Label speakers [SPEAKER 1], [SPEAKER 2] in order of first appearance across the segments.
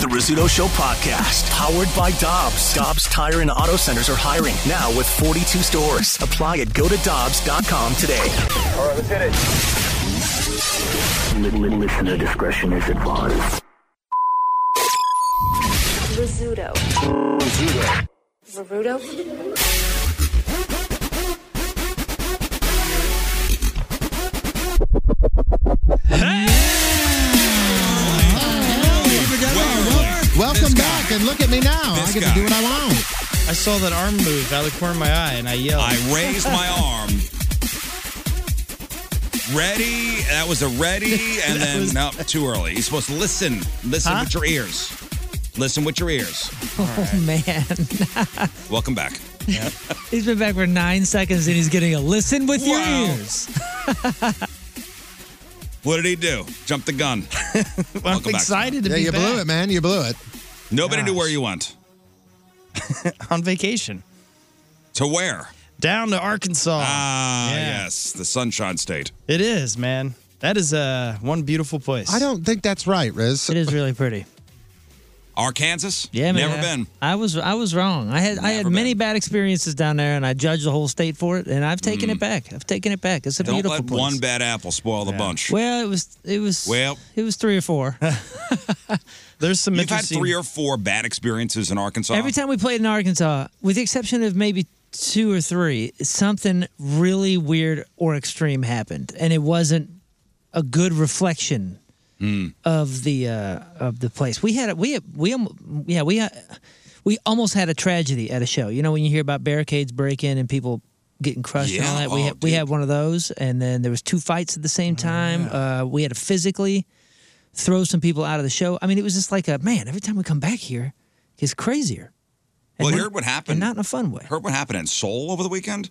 [SPEAKER 1] The Rizzuto Show podcast, powered by Dobbs. Dobbs Tire and Auto Centers are hiring now with 42 stores. Apply at go to Dobbs.com today.
[SPEAKER 2] All right, let's hit it.
[SPEAKER 1] Listener discretion is advised.
[SPEAKER 3] Rizzuto. Rizzuto.
[SPEAKER 4] Welcome back, and look at me
[SPEAKER 5] Oh,
[SPEAKER 4] now. I get
[SPEAKER 6] guy.
[SPEAKER 4] to do what I want.
[SPEAKER 5] I saw that arm move out of the corner of my eye and I yelled.
[SPEAKER 6] I raised my arm. Ready. That was a ready, and then no, too early. You're supposed to listen. Listen with your ears. Listen with your ears.
[SPEAKER 7] Oh man,
[SPEAKER 6] Welcome back.
[SPEAKER 7] he's been back for nine seconds and he's getting a listen with your ears.
[SPEAKER 6] What did he do? Jump the gun.
[SPEAKER 4] I'm
[SPEAKER 6] Welcome back.
[SPEAKER 5] excited to
[SPEAKER 4] yeah,
[SPEAKER 5] be
[SPEAKER 4] you blew
[SPEAKER 5] back.
[SPEAKER 4] it, man. You blew it.
[SPEAKER 6] Nobody knew where you went.
[SPEAKER 5] on vacation
[SPEAKER 6] To where?
[SPEAKER 5] down to Arkansas.
[SPEAKER 6] Ah,
[SPEAKER 5] Yeah.
[SPEAKER 6] yes, the Sunshine State.
[SPEAKER 5] It is, man. That is uh, one beautiful place.
[SPEAKER 4] I don't think that's right, Riz.
[SPEAKER 7] It is really pretty.
[SPEAKER 6] Arkansas?
[SPEAKER 7] Yeah, man.
[SPEAKER 6] Never been.
[SPEAKER 7] I was I was wrong. I had I had
[SPEAKER 6] Never
[SPEAKER 7] many
[SPEAKER 6] been.
[SPEAKER 7] bad experiences down there, and I judged the whole state for it. And I've
[SPEAKER 5] Mm.
[SPEAKER 7] taken it back. I've taken it back. It's a
[SPEAKER 6] Don't
[SPEAKER 7] beautiful
[SPEAKER 6] let
[SPEAKER 7] place.
[SPEAKER 6] one bad apple spoil the bunch.
[SPEAKER 7] well, it was it was
[SPEAKER 6] Well-
[SPEAKER 7] it was three or four.
[SPEAKER 5] There's some
[SPEAKER 6] You've had
[SPEAKER 5] interesting.
[SPEAKER 6] three or four bad experiences in Arkansas.
[SPEAKER 7] Every time we played in Arkansas, with the exception of maybe two or three, something really weird or extreme happened, and it wasn't a good reflection
[SPEAKER 6] Hmm.
[SPEAKER 7] of the uh, of the place. We had a- we we um, yeah we uh, we almost had a tragedy at a show. You know when you hear about barricades breaking and people getting crushed and all
[SPEAKER 6] Yeah,
[SPEAKER 7] that. we
[SPEAKER 6] oh,
[SPEAKER 7] had, we
[SPEAKER 6] dude. Oh,
[SPEAKER 7] had one of those, and then there was two fights at the same time. uh, we had to physically throw some people out of the show. I mean, it was just like a man. Every time we come back here, it's crazier.
[SPEAKER 6] Well,
[SPEAKER 7] And
[SPEAKER 6] you
[SPEAKER 7] not-
[SPEAKER 6] heard what happened.
[SPEAKER 7] And not in a fun way.
[SPEAKER 6] Heard what happened in Seoul over the weekend?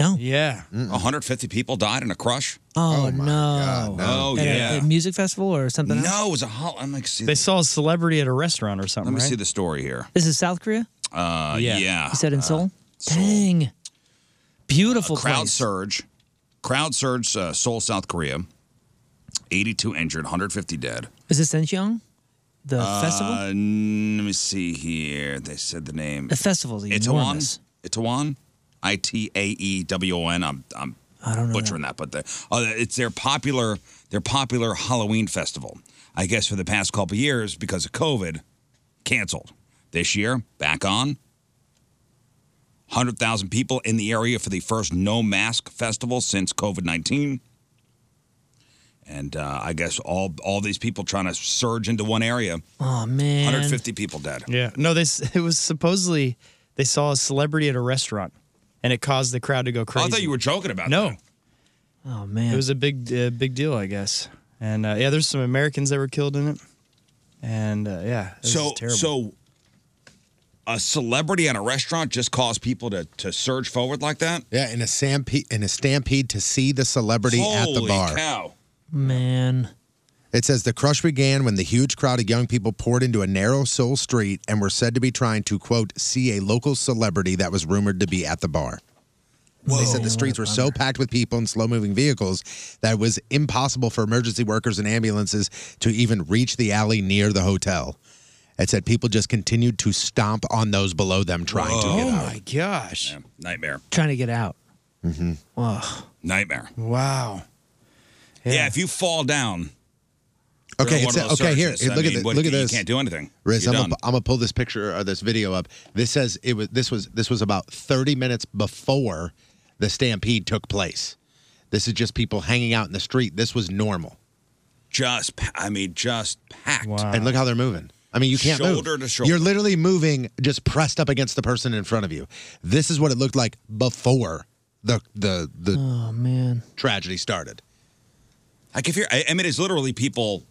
[SPEAKER 7] No.
[SPEAKER 5] yeah.
[SPEAKER 6] 150 people died in a crush.
[SPEAKER 7] Oh, no.
[SPEAKER 6] Oh,
[SPEAKER 7] At a-
[SPEAKER 6] yeah.
[SPEAKER 7] a music festival or something. else?
[SPEAKER 6] No, it was a hol- I'm like, see,
[SPEAKER 5] They saw a celebrity at a restaurant or
[SPEAKER 6] let
[SPEAKER 5] something.
[SPEAKER 6] me
[SPEAKER 5] right?
[SPEAKER 6] see the story here.
[SPEAKER 7] This is South Korea.
[SPEAKER 6] Uh, yeah.
[SPEAKER 5] Yeah.
[SPEAKER 7] You said in Seoul. Dang. Beautiful
[SPEAKER 6] crowd
[SPEAKER 7] place.
[SPEAKER 6] surge, crowd surge, uh, Seoul, South Korea. 82 injured, 150 dead.
[SPEAKER 7] Is this Incheon? The
[SPEAKER 6] Uh,
[SPEAKER 7] festival.
[SPEAKER 6] n- let me see here. They said the name.
[SPEAKER 7] The festival's
[SPEAKER 6] Itaewon.
[SPEAKER 7] enormous.
[SPEAKER 6] Itaewon. I T A E W O N. I'm I'm
[SPEAKER 7] I don't know
[SPEAKER 6] butchering that, but the, uh, it's their popular their popular Halloween festival. I guess for the past couple of years because of COVID, canceled. This year, back on. 100,000 people in the area for the first no mask festival since COVID 19. And uh, I guess all all these people trying to surge into one area.
[SPEAKER 7] Oh man.
[SPEAKER 6] 150 people dead.
[SPEAKER 5] Yeah. No, they s- it was supposedly they saw a celebrity at a restaurant and it caused the crowd to go crazy.
[SPEAKER 6] I thought you were joking about
[SPEAKER 5] No.
[SPEAKER 6] that.
[SPEAKER 7] Oh man.
[SPEAKER 5] It was a big uh, big deal, I guess. And uh, yeah, there's some Americans that were killed in it. And uh, yeah, it was
[SPEAKER 6] So
[SPEAKER 5] terrible.
[SPEAKER 6] so a celebrity at a restaurant just caused people to to surge forward like that?
[SPEAKER 4] Yeah, in a stampede, in a stampede to see the celebrity at the
[SPEAKER 6] Holy
[SPEAKER 4] bar.
[SPEAKER 6] cow.
[SPEAKER 7] man.
[SPEAKER 4] It says the crush began when the huge crowd of young people poured into a narrow Seoul street and were said to be trying to quote see a local celebrity that was rumored to be at the bar. They said the streets were so packed with people and slow-moving vehicles that it was impossible for emergency workers and ambulances to even reach the alley near the hotel. It said people just continued to stomp on those below them trying to get
[SPEAKER 8] oh
[SPEAKER 4] out.
[SPEAKER 8] my gosh.
[SPEAKER 9] Nightmare.
[SPEAKER 7] Trying to get out.
[SPEAKER 4] Mm-hmm.
[SPEAKER 7] Ugh.
[SPEAKER 9] Nightmare.
[SPEAKER 8] Wow.
[SPEAKER 9] Yeah. if you fall down.
[SPEAKER 4] Okay,
[SPEAKER 9] during
[SPEAKER 4] it's
[SPEAKER 9] one
[SPEAKER 4] a-
[SPEAKER 9] of those
[SPEAKER 4] okay, here,
[SPEAKER 9] surges, I
[SPEAKER 4] look at
[SPEAKER 9] mean,
[SPEAKER 4] thi-
[SPEAKER 9] what-
[SPEAKER 4] look at
[SPEAKER 9] you
[SPEAKER 4] this.
[SPEAKER 9] can't do anything.
[SPEAKER 4] Riz,
[SPEAKER 9] You're
[SPEAKER 4] I'm
[SPEAKER 9] done.
[SPEAKER 4] gonna, I'm gonna pull this picture or this video up. This says it was this was this was about 30 minutes before the stampede took place. This is just people hanging out in the street. This was normal.
[SPEAKER 9] Just, pa- I mean, just packed.
[SPEAKER 4] And look how they're moving. I mean, you can't move.
[SPEAKER 9] Shoulder to shoulder.
[SPEAKER 4] You're literally moving just pressed up against the person in front of you. This is what it looked like before the the the
[SPEAKER 7] Oh man.
[SPEAKER 4] tragedy started.
[SPEAKER 9] Like if you're, I I mean, it's literally people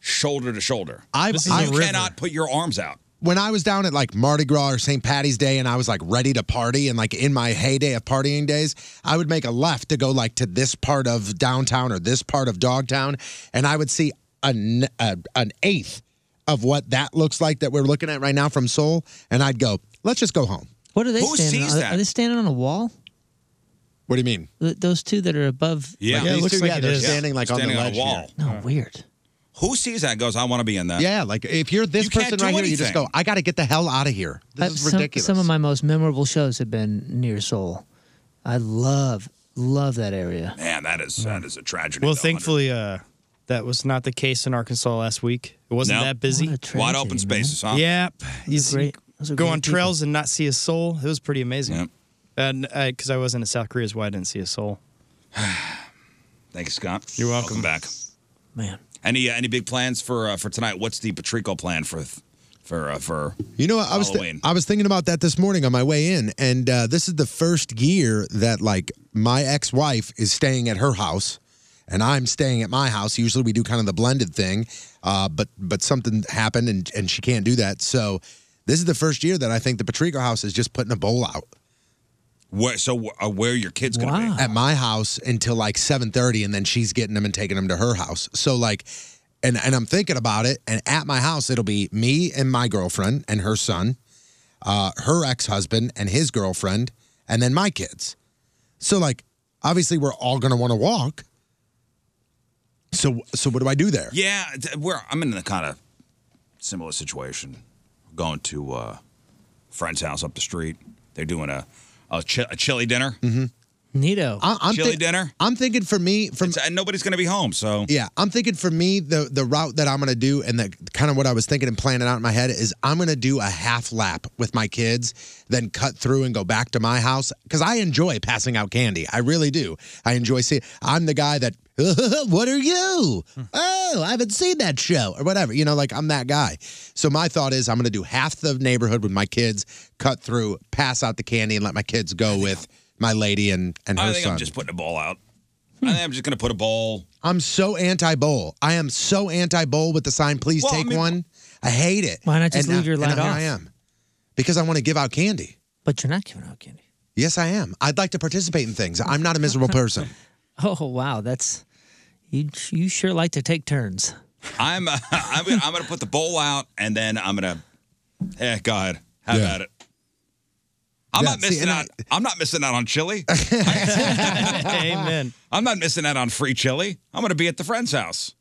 [SPEAKER 9] shoulder to shoulder.
[SPEAKER 4] I- This is I- a
[SPEAKER 9] you
[SPEAKER 4] river.
[SPEAKER 9] cannot put your arms out.
[SPEAKER 4] when I was down at like Mardi Gras or St. Patty's Day and I was like ready to party and like in my heyday of partying days, I would make a left to go like to this part of downtown or this part of Dogtown and I would see an, uh, an eighth of what that looks like that we're looking at right now from Seoul and I'd go, let's just go home.
[SPEAKER 7] What are they
[SPEAKER 4] Who
[SPEAKER 7] standing
[SPEAKER 4] sees
[SPEAKER 7] on? Are-
[SPEAKER 4] that?
[SPEAKER 7] Are they standing on a wall?
[SPEAKER 4] What do you mean?
[SPEAKER 7] Th- Those two that are above.
[SPEAKER 4] Yeah, it looks like it is. Standing, like, on the
[SPEAKER 9] Standing
[SPEAKER 4] ledge
[SPEAKER 9] a wall.
[SPEAKER 7] No, weird.
[SPEAKER 9] Who sees that and goes, I want to be in that?
[SPEAKER 4] Yeah, like if you're this
[SPEAKER 9] You can't
[SPEAKER 4] person
[SPEAKER 9] do
[SPEAKER 4] right here, you just
[SPEAKER 9] anything.
[SPEAKER 4] go, I got to get the hell out of here. This
[SPEAKER 7] Uh,
[SPEAKER 4] is
[SPEAKER 7] some,
[SPEAKER 4] ridiculous.
[SPEAKER 7] Some of my most memorable shows have been near Seoul. I love love that area.
[SPEAKER 9] Man, that is that is a tragedy.
[SPEAKER 8] Well,
[SPEAKER 9] though.
[SPEAKER 8] thankfully, uh, that was not the case in Arkansas last week. It wasn't
[SPEAKER 9] No.
[SPEAKER 8] that busy.
[SPEAKER 9] What a Wide open tragedy, man. spaces, huh?
[SPEAKER 8] Yep. You
[SPEAKER 7] Those are
[SPEAKER 8] see-
[SPEAKER 7] great- those are
[SPEAKER 8] go
[SPEAKER 7] great
[SPEAKER 8] on trails and not see a soul. It was pretty amazing. And because I wasn't in South Korea, is why I didn't see a soul.
[SPEAKER 9] Thanks, Scott. You're welcome. back,
[SPEAKER 7] man.
[SPEAKER 9] Any uh, any big plans for uh, for tonight? What's the Patrico plan for th- for uh, for
[SPEAKER 4] You know, I was thi-
[SPEAKER 9] Halloween?
[SPEAKER 4] I was thinking about that this morning on my way in, and uh, this is the first year that like my ex wife is staying at her house, and I'm staying at my house. Usually we do kind of the blended thing, uh, but but something happened and and she can't do that. So this is the first year that I think the Patrico house is just putting a bowl out
[SPEAKER 9] where, so uh, where are your kids going to be?
[SPEAKER 4] at my house until like 7:30 and then she's getting them and taking them to her house. So like and and I'm thinking about it and at my house it'll be me and my girlfriend and her son, uh her ex-husband and his girlfriend and then my kids. So like obviously we're all going to want to walk. So so what do I do there?
[SPEAKER 9] Yeah, th- we're, I'm in a kind of similar situation. Going to uh, a friend's house up the street. They're doing a a, chi- a chili dinner. Mm-hmm.
[SPEAKER 7] Nito.
[SPEAKER 4] I, I'm
[SPEAKER 9] chili
[SPEAKER 4] thi-
[SPEAKER 9] dinner.
[SPEAKER 4] I'm thinking for me, from
[SPEAKER 9] and nobody's going to be home, so
[SPEAKER 4] Yeah, I'm thinking for me the the route that I'm gonna do and the kind of what I was thinking and planning out in my head is I'm gonna do a half lap with my kids, then cut through and go back to my house because I enjoy passing out candy. I really do. I enjoy seeing. I'm the guy that what are you?
[SPEAKER 9] Hmm.
[SPEAKER 4] Oh, I haven't seen that show or whatever. You know, like I'm that guy. So my thought is I'm gonna do half the neighborhood with my kids, cut through, pass out the candy, and let my kids go with my lady and and her
[SPEAKER 9] I think
[SPEAKER 4] son.
[SPEAKER 9] I'm just putting a ball out. I think I'm just going to put a ball.
[SPEAKER 4] I'm so anti bowl. I am so anti bowl with the sign. Please
[SPEAKER 9] Well, I
[SPEAKER 4] take
[SPEAKER 9] mean-
[SPEAKER 4] one. I hate it.
[SPEAKER 7] Why not just
[SPEAKER 4] And
[SPEAKER 7] leave your
[SPEAKER 4] and
[SPEAKER 7] light
[SPEAKER 4] here
[SPEAKER 7] off?
[SPEAKER 4] I am because I want to give out candy.
[SPEAKER 7] But you're not giving out candy.
[SPEAKER 4] Yes, I am. I'd like to participate in things. I'm not a miserable person.
[SPEAKER 7] Oh wow, that's you. You sure like to take turns.
[SPEAKER 9] I'm uh, I'm, gonna- I'm going to put the bowl out, and then I'm going to. Eh, go ahead. Have
[SPEAKER 4] Yeah.
[SPEAKER 9] at it. I'm
[SPEAKER 4] Yeah,
[SPEAKER 9] not
[SPEAKER 4] see,
[SPEAKER 9] missing
[SPEAKER 4] and I-
[SPEAKER 9] out. I, am not missing out on chili. Amen. I'm not missing out on free chili. I'm going to be at the friend's house.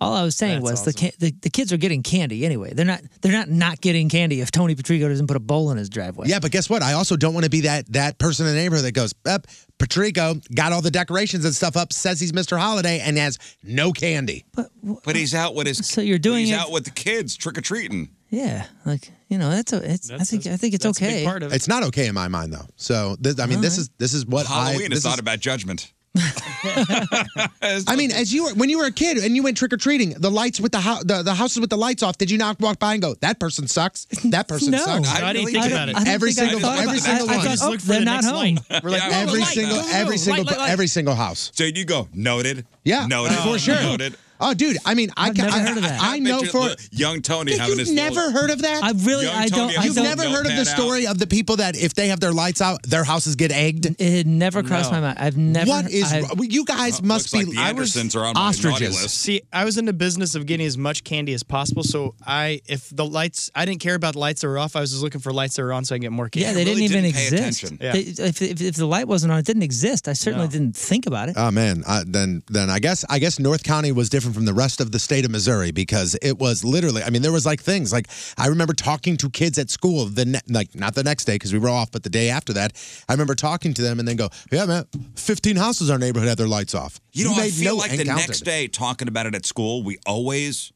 [SPEAKER 7] All I was saying was the, ki- the the kids are getting candy anyway. They're not they're not not getting candy if Tony Patrico doesn't put a bowl in his driveway.
[SPEAKER 4] yeah, but guess what? I also don't want to be that that person in the neighborhood that goes, up, Patrico got all the decorations and stuff up, says he's Mr. Holiday, and has no candy.
[SPEAKER 9] But he's out with his. So
[SPEAKER 7] you're doing
[SPEAKER 9] He's
[SPEAKER 7] it-
[SPEAKER 9] out with the kids trick or treating.
[SPEAKER 7] Yeah, like you know that's a it's, I think I think it's okay.
[SPEAKER 4] It's not okay in my mind though. So this, I mean, this is this is what I.
[SPEAKER 9] Halloween
[SPEAKER 4] This
[SPEAKER 9] is not
[SPEAKER 4] is-
[SPEAKER 9] about judgment.
[SPEAKER 4] I mean, as you were when you were a kid and you went trick or treating, the lights with the, ho- the the houses with the lights off. Did you not walk by and go, "That person sucks. That person
[SPEAKER 7] No.
[SPEAKER 4] sucks."
[SPEAKER 7] I
[SPEAKER 8] didn't think about it. I
[SPEAKER 7] don't
[SPEAKER 4] Every
[SPEAKER 7] think I
[SPEAKER 4] single
[SPEAKER 7] thought
[SPEAKER 4] every
[SPEAKER 7] about
[SPEAKER 4] single
[SPEAKER 7] it. I- I
[SPEAKER 4] one.
[SPEAKER 7] thought, Just look oh, for the they're not next home. light.
[SPEAKER 4] We're like,
[SPEAKER 9] Yeah,
[SPEAKER 4] every
[SPEAKER 9] light,
[SPEAKER 4] single
[SPEAKER 9] go, go,
[SPEAKER 4] every
[SPEAKER 9] go,
[SPEAKER 4] single
[SPEAKER 9] light, light,
[SPEAKER 4] every single house.
[SPEAKER 9] So you go noted.
[SPEAKER 4] Yeah,
[SPEAKER 9] noted
[SPEAKER 4] for sure.
[SPEAKER 9] Noted.
[SPEAKER 4] Oh, dude! I mean, I
[SPEAKER 7] I've
[SPEAKER 4] ca-
[SPEAKER 7] never
[SPEAKER 4] I,
[SPEAKER 7] heard of that.
[SPEAKER 4] I, I
[SPEAKER 9] bet
[SPEAKER 4] know
[SPEAKER 9] you-
[SPEAKER 4] for
[SPEAKER 9] look, young Tony having
[SPEAKER 4] you've
[SPEAKER 9] his
[SPEAKER 4] never
[SPEAKER 9] little-
[SPEAKER 4] heard of that.
[SPEAKER 7] I really
[SPEAKER 9] Young
[SPEAKER 7] I
[SPEAKER 9] Tony
[SPEAKER 7] don't I
[SPEAKER 9] Evans
[SPEAKER 4] You've
[SPEAKER 7] don't
[SPEAKER 4] never heard of
[SPEAKER 9] Don't
[SPEAKER 4] the
[SPEAKER 9] pan
[SPEAKER 4] story of the people that if they have their lights out, their houses get egged.
[SPEAKER 7] it had never crossed
[SPEAKER 8] No.
[SPEAKER 7] my mind. I've never
[SPEAKER 4] What is
[SPEAKER 7] I've-
[SPEAKER 4] well, you guys must
[SPEAKER 9] Uh, looks
[SPEAKER 4] be
[SPEAKER 9] like the Andersons are on my naughty list.
[SPEAKER 8] See, I was in the business of getting as much candy as possible. So I, if the lights, I didn't care about the lights that were off. I was just looking for lights that were on so I can get more candy.
[SPEAKER 7] yeah, they
[SPEAKER 9] really
[SPEAKER 7] didn't even
[SPEAKER 9] didn't pay
[SPEAKER 7] exist.
[SPEAKER 9] attention.
[SPEAKER 8] Yeah.
[SPEAKER 7] They- if, if, if the light wasn't on, it didn't exist. I certainly didn't think about it.
[SPEAKER 4] Oh man, I, then then I guess I guess North County was different different from the rest of the state of Missouri because it was literally, I mean, there was like things like I remember talking to kids at school the ne- like not the next day because we were off, but the day after that, I remember talking to them and then go, yeah, man, 15 houses in our neighborhood had their lights off.
[SPEAKER 9] You know, I
[SPEAKER 4] made
[SPEAKER 9] feel
[SPEAKER 4] note
[SPEAKER 9] like
[SPEAKER 4] and
[SPEAKER 9] the
[SPEAKER 4] counted.
[SPEAKER 9] next day talking about it at school, we always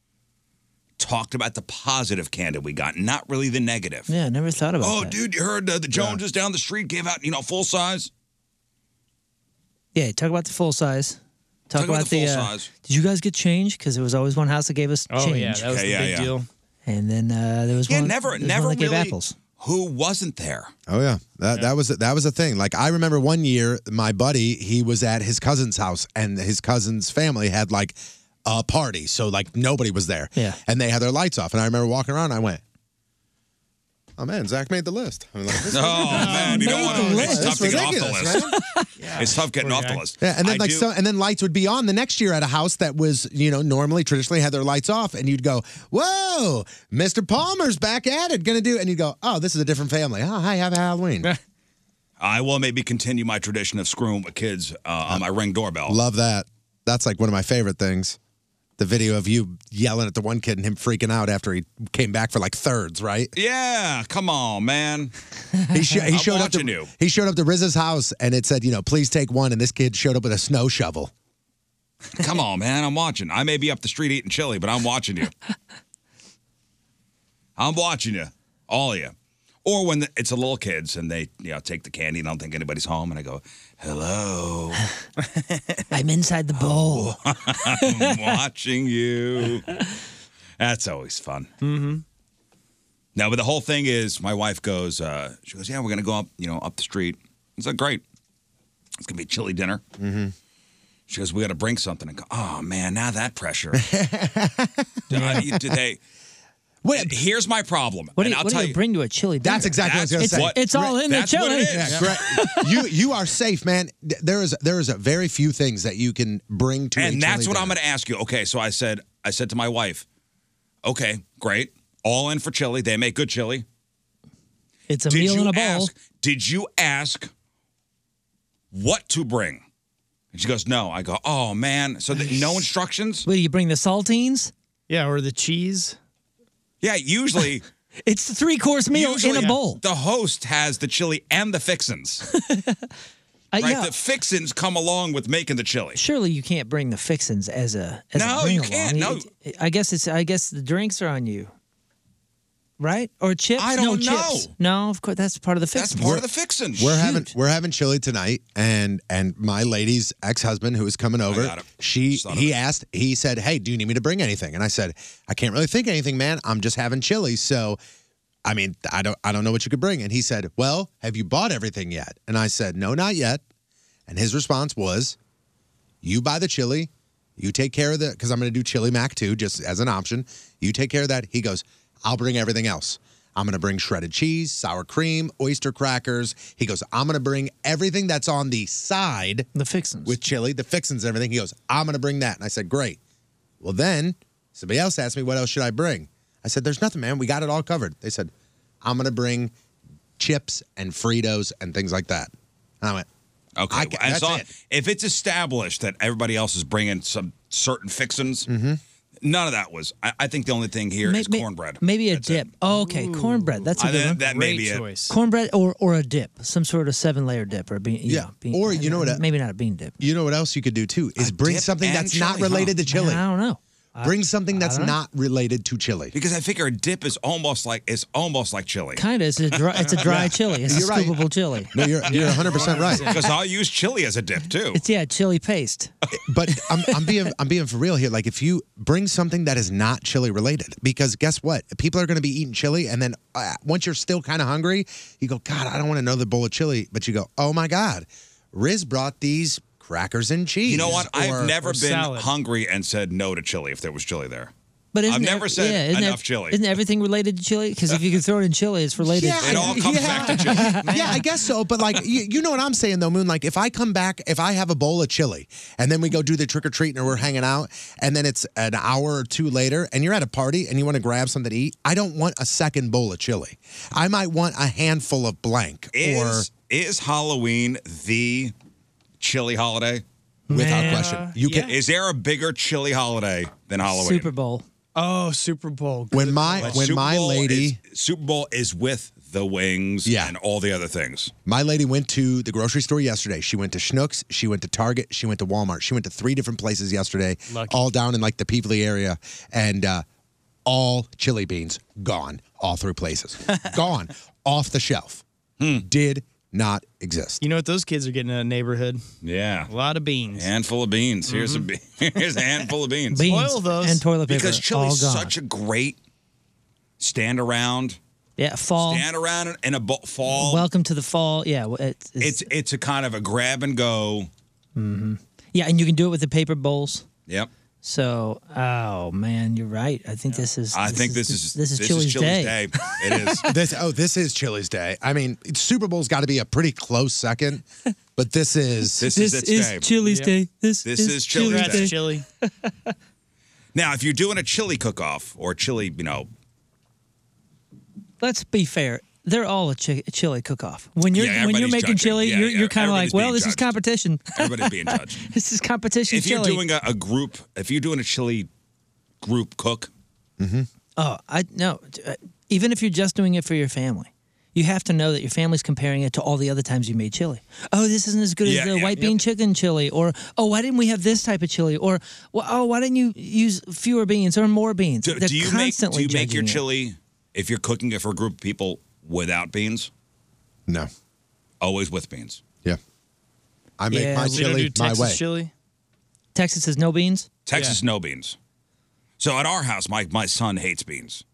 [SPEAKER 9] talked about the positive candid we got, not really the negative.
[SPEAKER 7] Yeah, I never thought about
[SPEAKER 9] Oh,
[SPEAKER 7] that.
[SPEAKER 9] dude, you heard uh, the Joneses down the street gave out, you know, full size.
[SPEAKER 7] Yeah, talk about the full size. Talk,
[SPEAKER 9] Talk about the full
[SPEAKER 7] uh,
[SPEAKER 9] size.
[SPEAKER 7] Did you guys get change? Because there was always one house Oh, that gave us change. And then uh, there was
[SPEAKER 9] Yeah,
[SPEAKER 7] one.
[SPEAKER 9] never-
[SPEAKER 7] there was one
[SPEAKER 9] never
[SPEAKER 7] that gave
[SPEAKER 9] really-
[SPEAKER 7] apples.
[SPEAKER 9] Who wasn't there?
[SPEAKER 4] Oh yeah, that that was that was a thing. Like I remember one year, my buddy he was at his cousin's house, and his cousin's family had like a party, so like nobody was there.
[SPEAKER 7] Yeah.
[SPEAKER 4] and they had their lights off, and I remember walking around. I went, "Oh man, Zach made the list." I'm like,
[SPEAKER 9] Oh, man, you don't want to. It's tough to get off the list. It's tough getting off the list.
[SPEAKER 4] Yeah, and then
[SPEAKER 9] I
[SPEAKER 4] like
[SPEAKER 9] do-
[SPEAKER 4] so, and then lights would be on the next year at a house that was you know normally traditionally had their lights off, and you'd go, "Whoa, Mr. Palmer's back at it, gonna do," and you'd go, "Oh, this is a different family. Oh, hi, have a Halloween."
[SPEAKER 9] I will maybe continue my tradition of screwing with kids uh, on my ring doorbell.
[SPEAKER 4] Love that. That's like one of my favorite things. The video of you yelling at the one kid and him freaking out after he came back for like thirds, right?
[SPEAKER 9] Yeah, come on, man.
[SPEAKER 4] He, sho- he
[SPEAKER 9] I'm
[SPEAKER 4] showed up to
[SPEAKER 9] watching you.
[SPEAKER 4] he showed up to Riz's house and it said, you know, please take one. And this kid showed up with a snow shovel.
[SPEAKER 9] Come on, man. I'm watching. I may be up the street eating chili, but I'm watching you. I'm watching you, all of you. Or when the, it's the little kids and they, you know, take the candy and I don't think anybody's home, and I go, "Hello,
[SPEAKER 7] I'm inside the bowl.
[SPEAKER 9] I'm watching you." That's always fun.
[SPEAKER 7] Mm-hmm.
[SPEAKER 9] No, but the whole thing is, my wife goes, uh, she goes, "Yeah, we're gonna go up, you know, up the street." It's like great. It's gonna be a chili dinner. Mm-hmm. She goes, "We got to bring something." And go, oh man, now that pressure. Uh, you- Did they? Wait, here's my problem.
[SPEAKER 7] What do
[SPEAKER 9] and
[SPEAKER 7] you,
[SPEAKER 9] I'll
[SPEAKER 7] what do
[SPEAKER 9] tell
[SPEAKER 7] you
[SPEAKER 9] you,
[SPEAKER 7] bring to a chili? dinner? It's- It's all in the
[SPEAKER 9] that's what
[SPEAKER 7] chili.
[SPEAKER 9] it is.
[SPEAKER 4] you you are safe, man. Th- There is there is a very few things that you can bring to.
[SPEAKER 9] and that's what I'm going to ask you. Okay, so I said, I said to my wife, "Okay, great, all in for chili. They make good chili.
[SPEAKER 7] It's a
[SPEAKER 9] Did
[SPEAKER 7] meal
[SPEAKER 9] you
[SPEAKER 7] in a bowl.
[SPEAKER 9] ask? Did you ask what to bring?" And she goes, "No." I go, "Oh man, so that no instructions."
[SPEAKER 7] What do you bring? The saltines?
[SPEAKER 8] Yeah, or the cheese.
[SPEAKER 9] Yeah, usually.
[SPEAKER 7] It's the three course meal
[SPEAKER 9] usually
[SPEAKER 7] in a bowl.
[SPEAKER 9] The host has the chili and the fixins.
[SPEAKER 7] Uh,
[SPEAKER 9] right?
[SPEAKER 7] yeah.
[SPEAKER 9] The fixins come along with making the chili.
[SPEAKER 7] Surely you can't bring the fixins as a as
[SPEAKER 9] No,
[SPEAKER 7] a
[SPEAKER 9] you
[SPEAKER 7] bring-along.
[SPEAKER 9] can't. No.
[SPEAKER 7] It- I guess it's I guess the drinks are on you, right? Or chips?
[SPEAKER 9] I
[SPEAKER 7] no
[SPEAKER 9] don't
[SPEAKER 7] chips.
[SPEAKER 9] know.
[SPEAKER 7] No, of course that's part of the fixins.
[SPEAKER 9] fixin'.
[SPEAKER 4] We're having we're having chili tonight, and and my lady's ex husband who is coming over, she he asked, he said, "Hey, do you need me to bring anything?" And I said, "I can't really think of anything, man. I'm just having chili, so." I mean, I don't, I don't know what you could bring. And he said, "Well, have you bought everything yet?" And I said, "No, not yet." And his response was, "You buy the chili, you take care of the, because I'm going to do chili mac too, just as an option. You take care of that." He goes, "I'll bring everything else. I'm going to bring shredded cheese, sour cream, oyster crackers." He goes, "I'm going to bring everything that's on the side,
[SPEAKER 7] the fixins
[SPEAKER 4] with chili, the fixins and everything." He goes, "I'm going to bring that." And I said, "Great." Well, then somebody else asked me, "What else should I bring?" I said, "There's nothing, man. We got it all covered." They said, "I'm going to bring chips and Fritos and things like that." And I went.
[SPEAKER 9] Okay,
[SPEAKER 4] ca-
[SPEAKER 9] well, as
[SPEAKER 4] that's
[SPEAKER 9] long-
[SPEAKER 4] it.
[SPEAKER 9] if it's established that everybody else is bringing some certain fixins, none of that was. I, I think the only thing here is
[SPEAKER 7] May- may-
[SPEAKER 9] cornbread.
[SPEAKER 7] Maybe a dip. Oh, okay, cornbread. That's a
[SPEAKER 9] I-
[SPEAKER 7] good
[SPEAKER 9] that-
[SPEAKER 7] one.
[SPEAKER 9] that may Great be it. choice.
[SPEAKER 7] Cornbread or or a dip, some sort of seven layer dip or a bean. Yeah, bean,
[SPEAKER 4] or you know what-
[SPEAKER 7] Maybe not a bean dip.
[SPEAKER 4] You know what else you could do too is bring
[SPEAKER 7] dip
[SPEAKER 4] something
[SPEAKER 7] and
[SPEAKER 4] that's not
[SPEAKER 7] chili, huh?
[SPEAKER 4] related to chili.
[SPEAKER 7] Man, I don't know. I-
[SPEAKER 4] Bring something that's
[SPEAKER 7] don't know.
[SPEAKER 4] not related to chili.
[SPEAKER 9] Because I figure a dip is almost like it's almost like chili.
[SPEAKER 7] Kind of. It's a dry, it's a dry chili. It's
[SPEAKER 4] You're
[SPEAKER 7] a
[SPEAKER 4] right.
[SPEAKER 7] scoopable chili.
[SPEAKER 4] No, you're you're 100 percent right.
[SPEAKER 9] Because I'll use chili as a dip too.
[SPEAKER 7] It's yeah, chili paste.
[SPEAKER 4] But I'm, I'm being I'm being for real here. Like if you bring something that is not chili related, because guess what? People are going to be eating chili, and then uh, once you're still kind of hungry, you go, God, I don't want another bowl of chili. But you go, Oh my God, Riz brought these crackers and cheese.
[SPEAKER 9] You know what?
[SPEAKER 4] or-
[SPEAKER 9] I've never
[SPEAKER 4] or
[SPEAKER 9] been
[SPEAKER 4] salad.
[SPEAKER 9] hungry and said no to chili if there was chili there.
[SPEAKER 7] But
[SPEAKER 9] I've
[SPEAKER 7] isn't it-
[SPEAKER 9] never said
[SPEAKER 7] yeah, isn't
[SPEAKER 9] enough
[SPEAKER 7] it,
[SPEAKER 9] chili.
[SPEAKER 7] Isn't everything related to chili? Because if you can throw it in chili, it's related.
[SPEAKER 4] Yeah,
[SPEAKER 9] It all comes back to chili.
[SPEAKER 4] yeah, I guess so. But like, you, you know what I'm saying though, Moon. Like, if I come back, if I have a bowl of chili, and then we go do the trick or treating, or we're hanging out, and then it's an hour or two later, and you're at a party, and you want to grab something to eat, I don't want a second bowl of chili. I might want a handful of blank.
[SPEAKER 9] Is is Halloween the chili holiday? Without
[SPEAKER 8] Man.
[SPEAKER 9] question. You can. Is there a bigger chili holiday than Halloween?
[SPEAKER 7] Super Bowl.
[SPEAKER 8] Oh, Super Bowl.
[SPEAKER 4] When my
[SPEAKER 9] But
[SPEAKER 4] when
[SPEAKER 9] Super
[SPEAKER 4] my
[SPEAKER 9] Bowl
[SPEAKER 4] lady
[SPEAKER 9] is- Super Bowl is with the wings
[SPEAKER 4] Yeah.
[SPEAKER 9] and all the other things.
[SPEAKER 4] my lady went to the grocery store yesterday. She went to Schnucks, she went to Target, she went to Walmart. She went to three different places yesterday,
[SPEAKER 8] Lucky.
[SPEAKER 4] all down in like the Peevely area and uh all chili beans gone all three places. gone off the shelf.
[SPEAKER 9] Hmm.
[SPEAKER 4] Did not exist.
[SPEAKER 8] You know what? Those kids are getting in a neighborhood.
[SPEAKER 9] Yeah.
[SPEAKER 8] A lot of beans.
[SPEAKER 9] Handful of beans. Here's a be- here's a handful of beans.
[SPEAKER 7] Mm-hmm. Beans
[SPEAKER 8] Spoil those.
[SPEAKER 7] and toilet paper.
[SPEAKER 9] because
[SPEAKER 7] all
[SPEAKER 9] chili's
[SPEAKER 7] gone.
[SPEAKER 9] such a great stand around,
[SPEAKER 7] yeah fall.
[SPEAKER 9] stand around in a bo- fall.
[SPEAKER 7] Welcome to the fall. Yeah, w- it's,
[SPEAKER 9] it's it's a kind of a grab and go.
[SPEAKER 7] yeah, and you can do it with the paper bowls.
[SPEAKER 9] Yep.
[SPEAKER 7] So, oh man, you're right. I think this is.
[SPEAKER 9] I think this is
[SPEAKER 7] this is Chili's day.
[SPEAKER 9] It is.
[SPEAKER 4] This oh, this is Chili's Day. I mean, it's- Super Bowl's got to be a pretty close second, but this is
[SPEAKER 9] This,
[SPEAKER 7] This
[SPEAKER 9] is its
[SPEAKER 7] is
[SPEAKER 9] day.
[SPEAKER 7] Chili's day. This,
[SPEAKER 9] This
[SPEAKER 7] is,
[SPEAKER 9] is Chili's
[SPEAKER 7] Chili's
[SPEAKER 9] day.
[SPEAKER 7] day.
[SPEAKER 8] That's chili.
[SPEAKER 9] now, if you're doing a chili cook-off or chili, you know,
[SPEAKER 7] Let's be fair. They're all a chi- chili cook-off. When you're
[SPEAKER 9] Yeah,
[SPEAKER 7] when you're
[SPEAKER 9] everybody's judging.
[SPEAKER 7] making chili,
[SPEAKER 9] Yeah,
[SPEAKER 7] you're,
[SPEAKER 9] yeah,
[SPEAKER 7] you're kind of
[SPEAKER 9] everybody's
[SPEAKER 7] like, well,
[SPEAKER 9] being
[SPEAKER 7] this is
[SPEAKER 9] judged.
[SPEAKER 7] competition.
[SPEAKER 9] everybody's being judged.
[SPEAKER 7] this is competition
[SPEAKER 9] if
[SPEAKER 7] chili.
[SPEAKER 9] you're doing a, a group, if you're doing a chili group cook,
[SPEAKER 7] oh, I no. uh, Even if you're just doing it for your family, you have to know that your family's comparing it to all the other times you made chili. Oh, this isn't as good
[SPEAKER 9] Yeah,
[SPEAKER 7] as the
[SPEAKER 9] yeah.
[SPEAKER 7] white bean chicken chili, or oh, why didn't we have this type of chili, or well, oh, why didn't you use fewer beans or more beans?
[SPEAKER 9] do,
[SPEAKER 7] They're
[SPEAKER 9] do you make do
[SPEAKER 7] constantly
[SPEAKER 9] you make your
[SPEAKER 7] judging it.
[SPEAKER 9] chili if you're cooking it for a group of people without beans?
[SPEAKER 4] no.
[SPEAKER 9] Always with beans.
[SPEAKER 4] Yeah. I make
[SPEAKER 7] Yeah,
[SPEAKER 4] my
[SPEAKER 7] we
[SPEAKER 8] You don't
[SPEAKER 4] chili
[SPEAKER 8] do
[SPEAKER 4] my
[SPEAKER 8] Texas
[SPEAKER 4] way.
[SPEAKER 8] chili?
[SPEAKER 7] Texas has no beans.
[SPEAKER 9] Texas no beans. So at our house, my my son hates beans.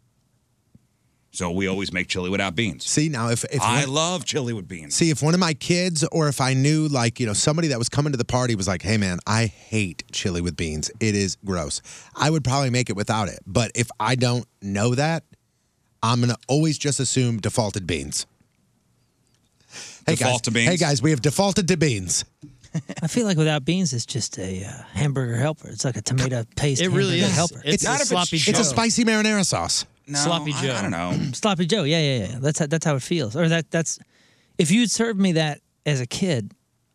[SPEAKER 9] So we always make chili without beans.
[SPEAKER 4] See now if if
[SPEAKER 9] I
[SPEAKER 4] one-
[SPEAKER 9] love chili with beans.
[SPEAKER 4] see if one of my kids or if I knew like you know somebody that was coming to the party was like, hey man, I hate chili with beans. It is gross. I would probably make it without it. But if I don't know that, I'm gonna always just assume defaulted beans. Hey guys,
[SPEAKER 9] Default to beans?
[SPEAKER 4] hey guys, we have defaulted to beans.
[SPEAKER 7] I feel like without beans, it's just a uh, hamburger helper. It's like a tomato paste.
[SPEAKER 8] It really
[SPEAKER 7] hamburger
[SPEAKER 8] is.
[SPEAKER 7] helper.
[SPEAKER 8] It's,
[SPEAKER 9] not
[SPEAKER 8] a
[SPEAKER 9] if it's
[SPEAKER 8] sloppy
[SPEAKER 9] ch-
[SPEAKER 8] Joe.
[SPEAKER 4] It's a spicy marinara sauce.
[SPEAKER 9] No,
[SPEAKER 8] Sloppy
[SPEAKER 9] I-
[SPEAKER 8] Joe.
[SPEAKER 9] I, don't know.
[SPEAKER 7] sloppy Joe. Yeah, yeah, yeah. That's how, that's how it feels. Or that that's if you'd served me that as a kid,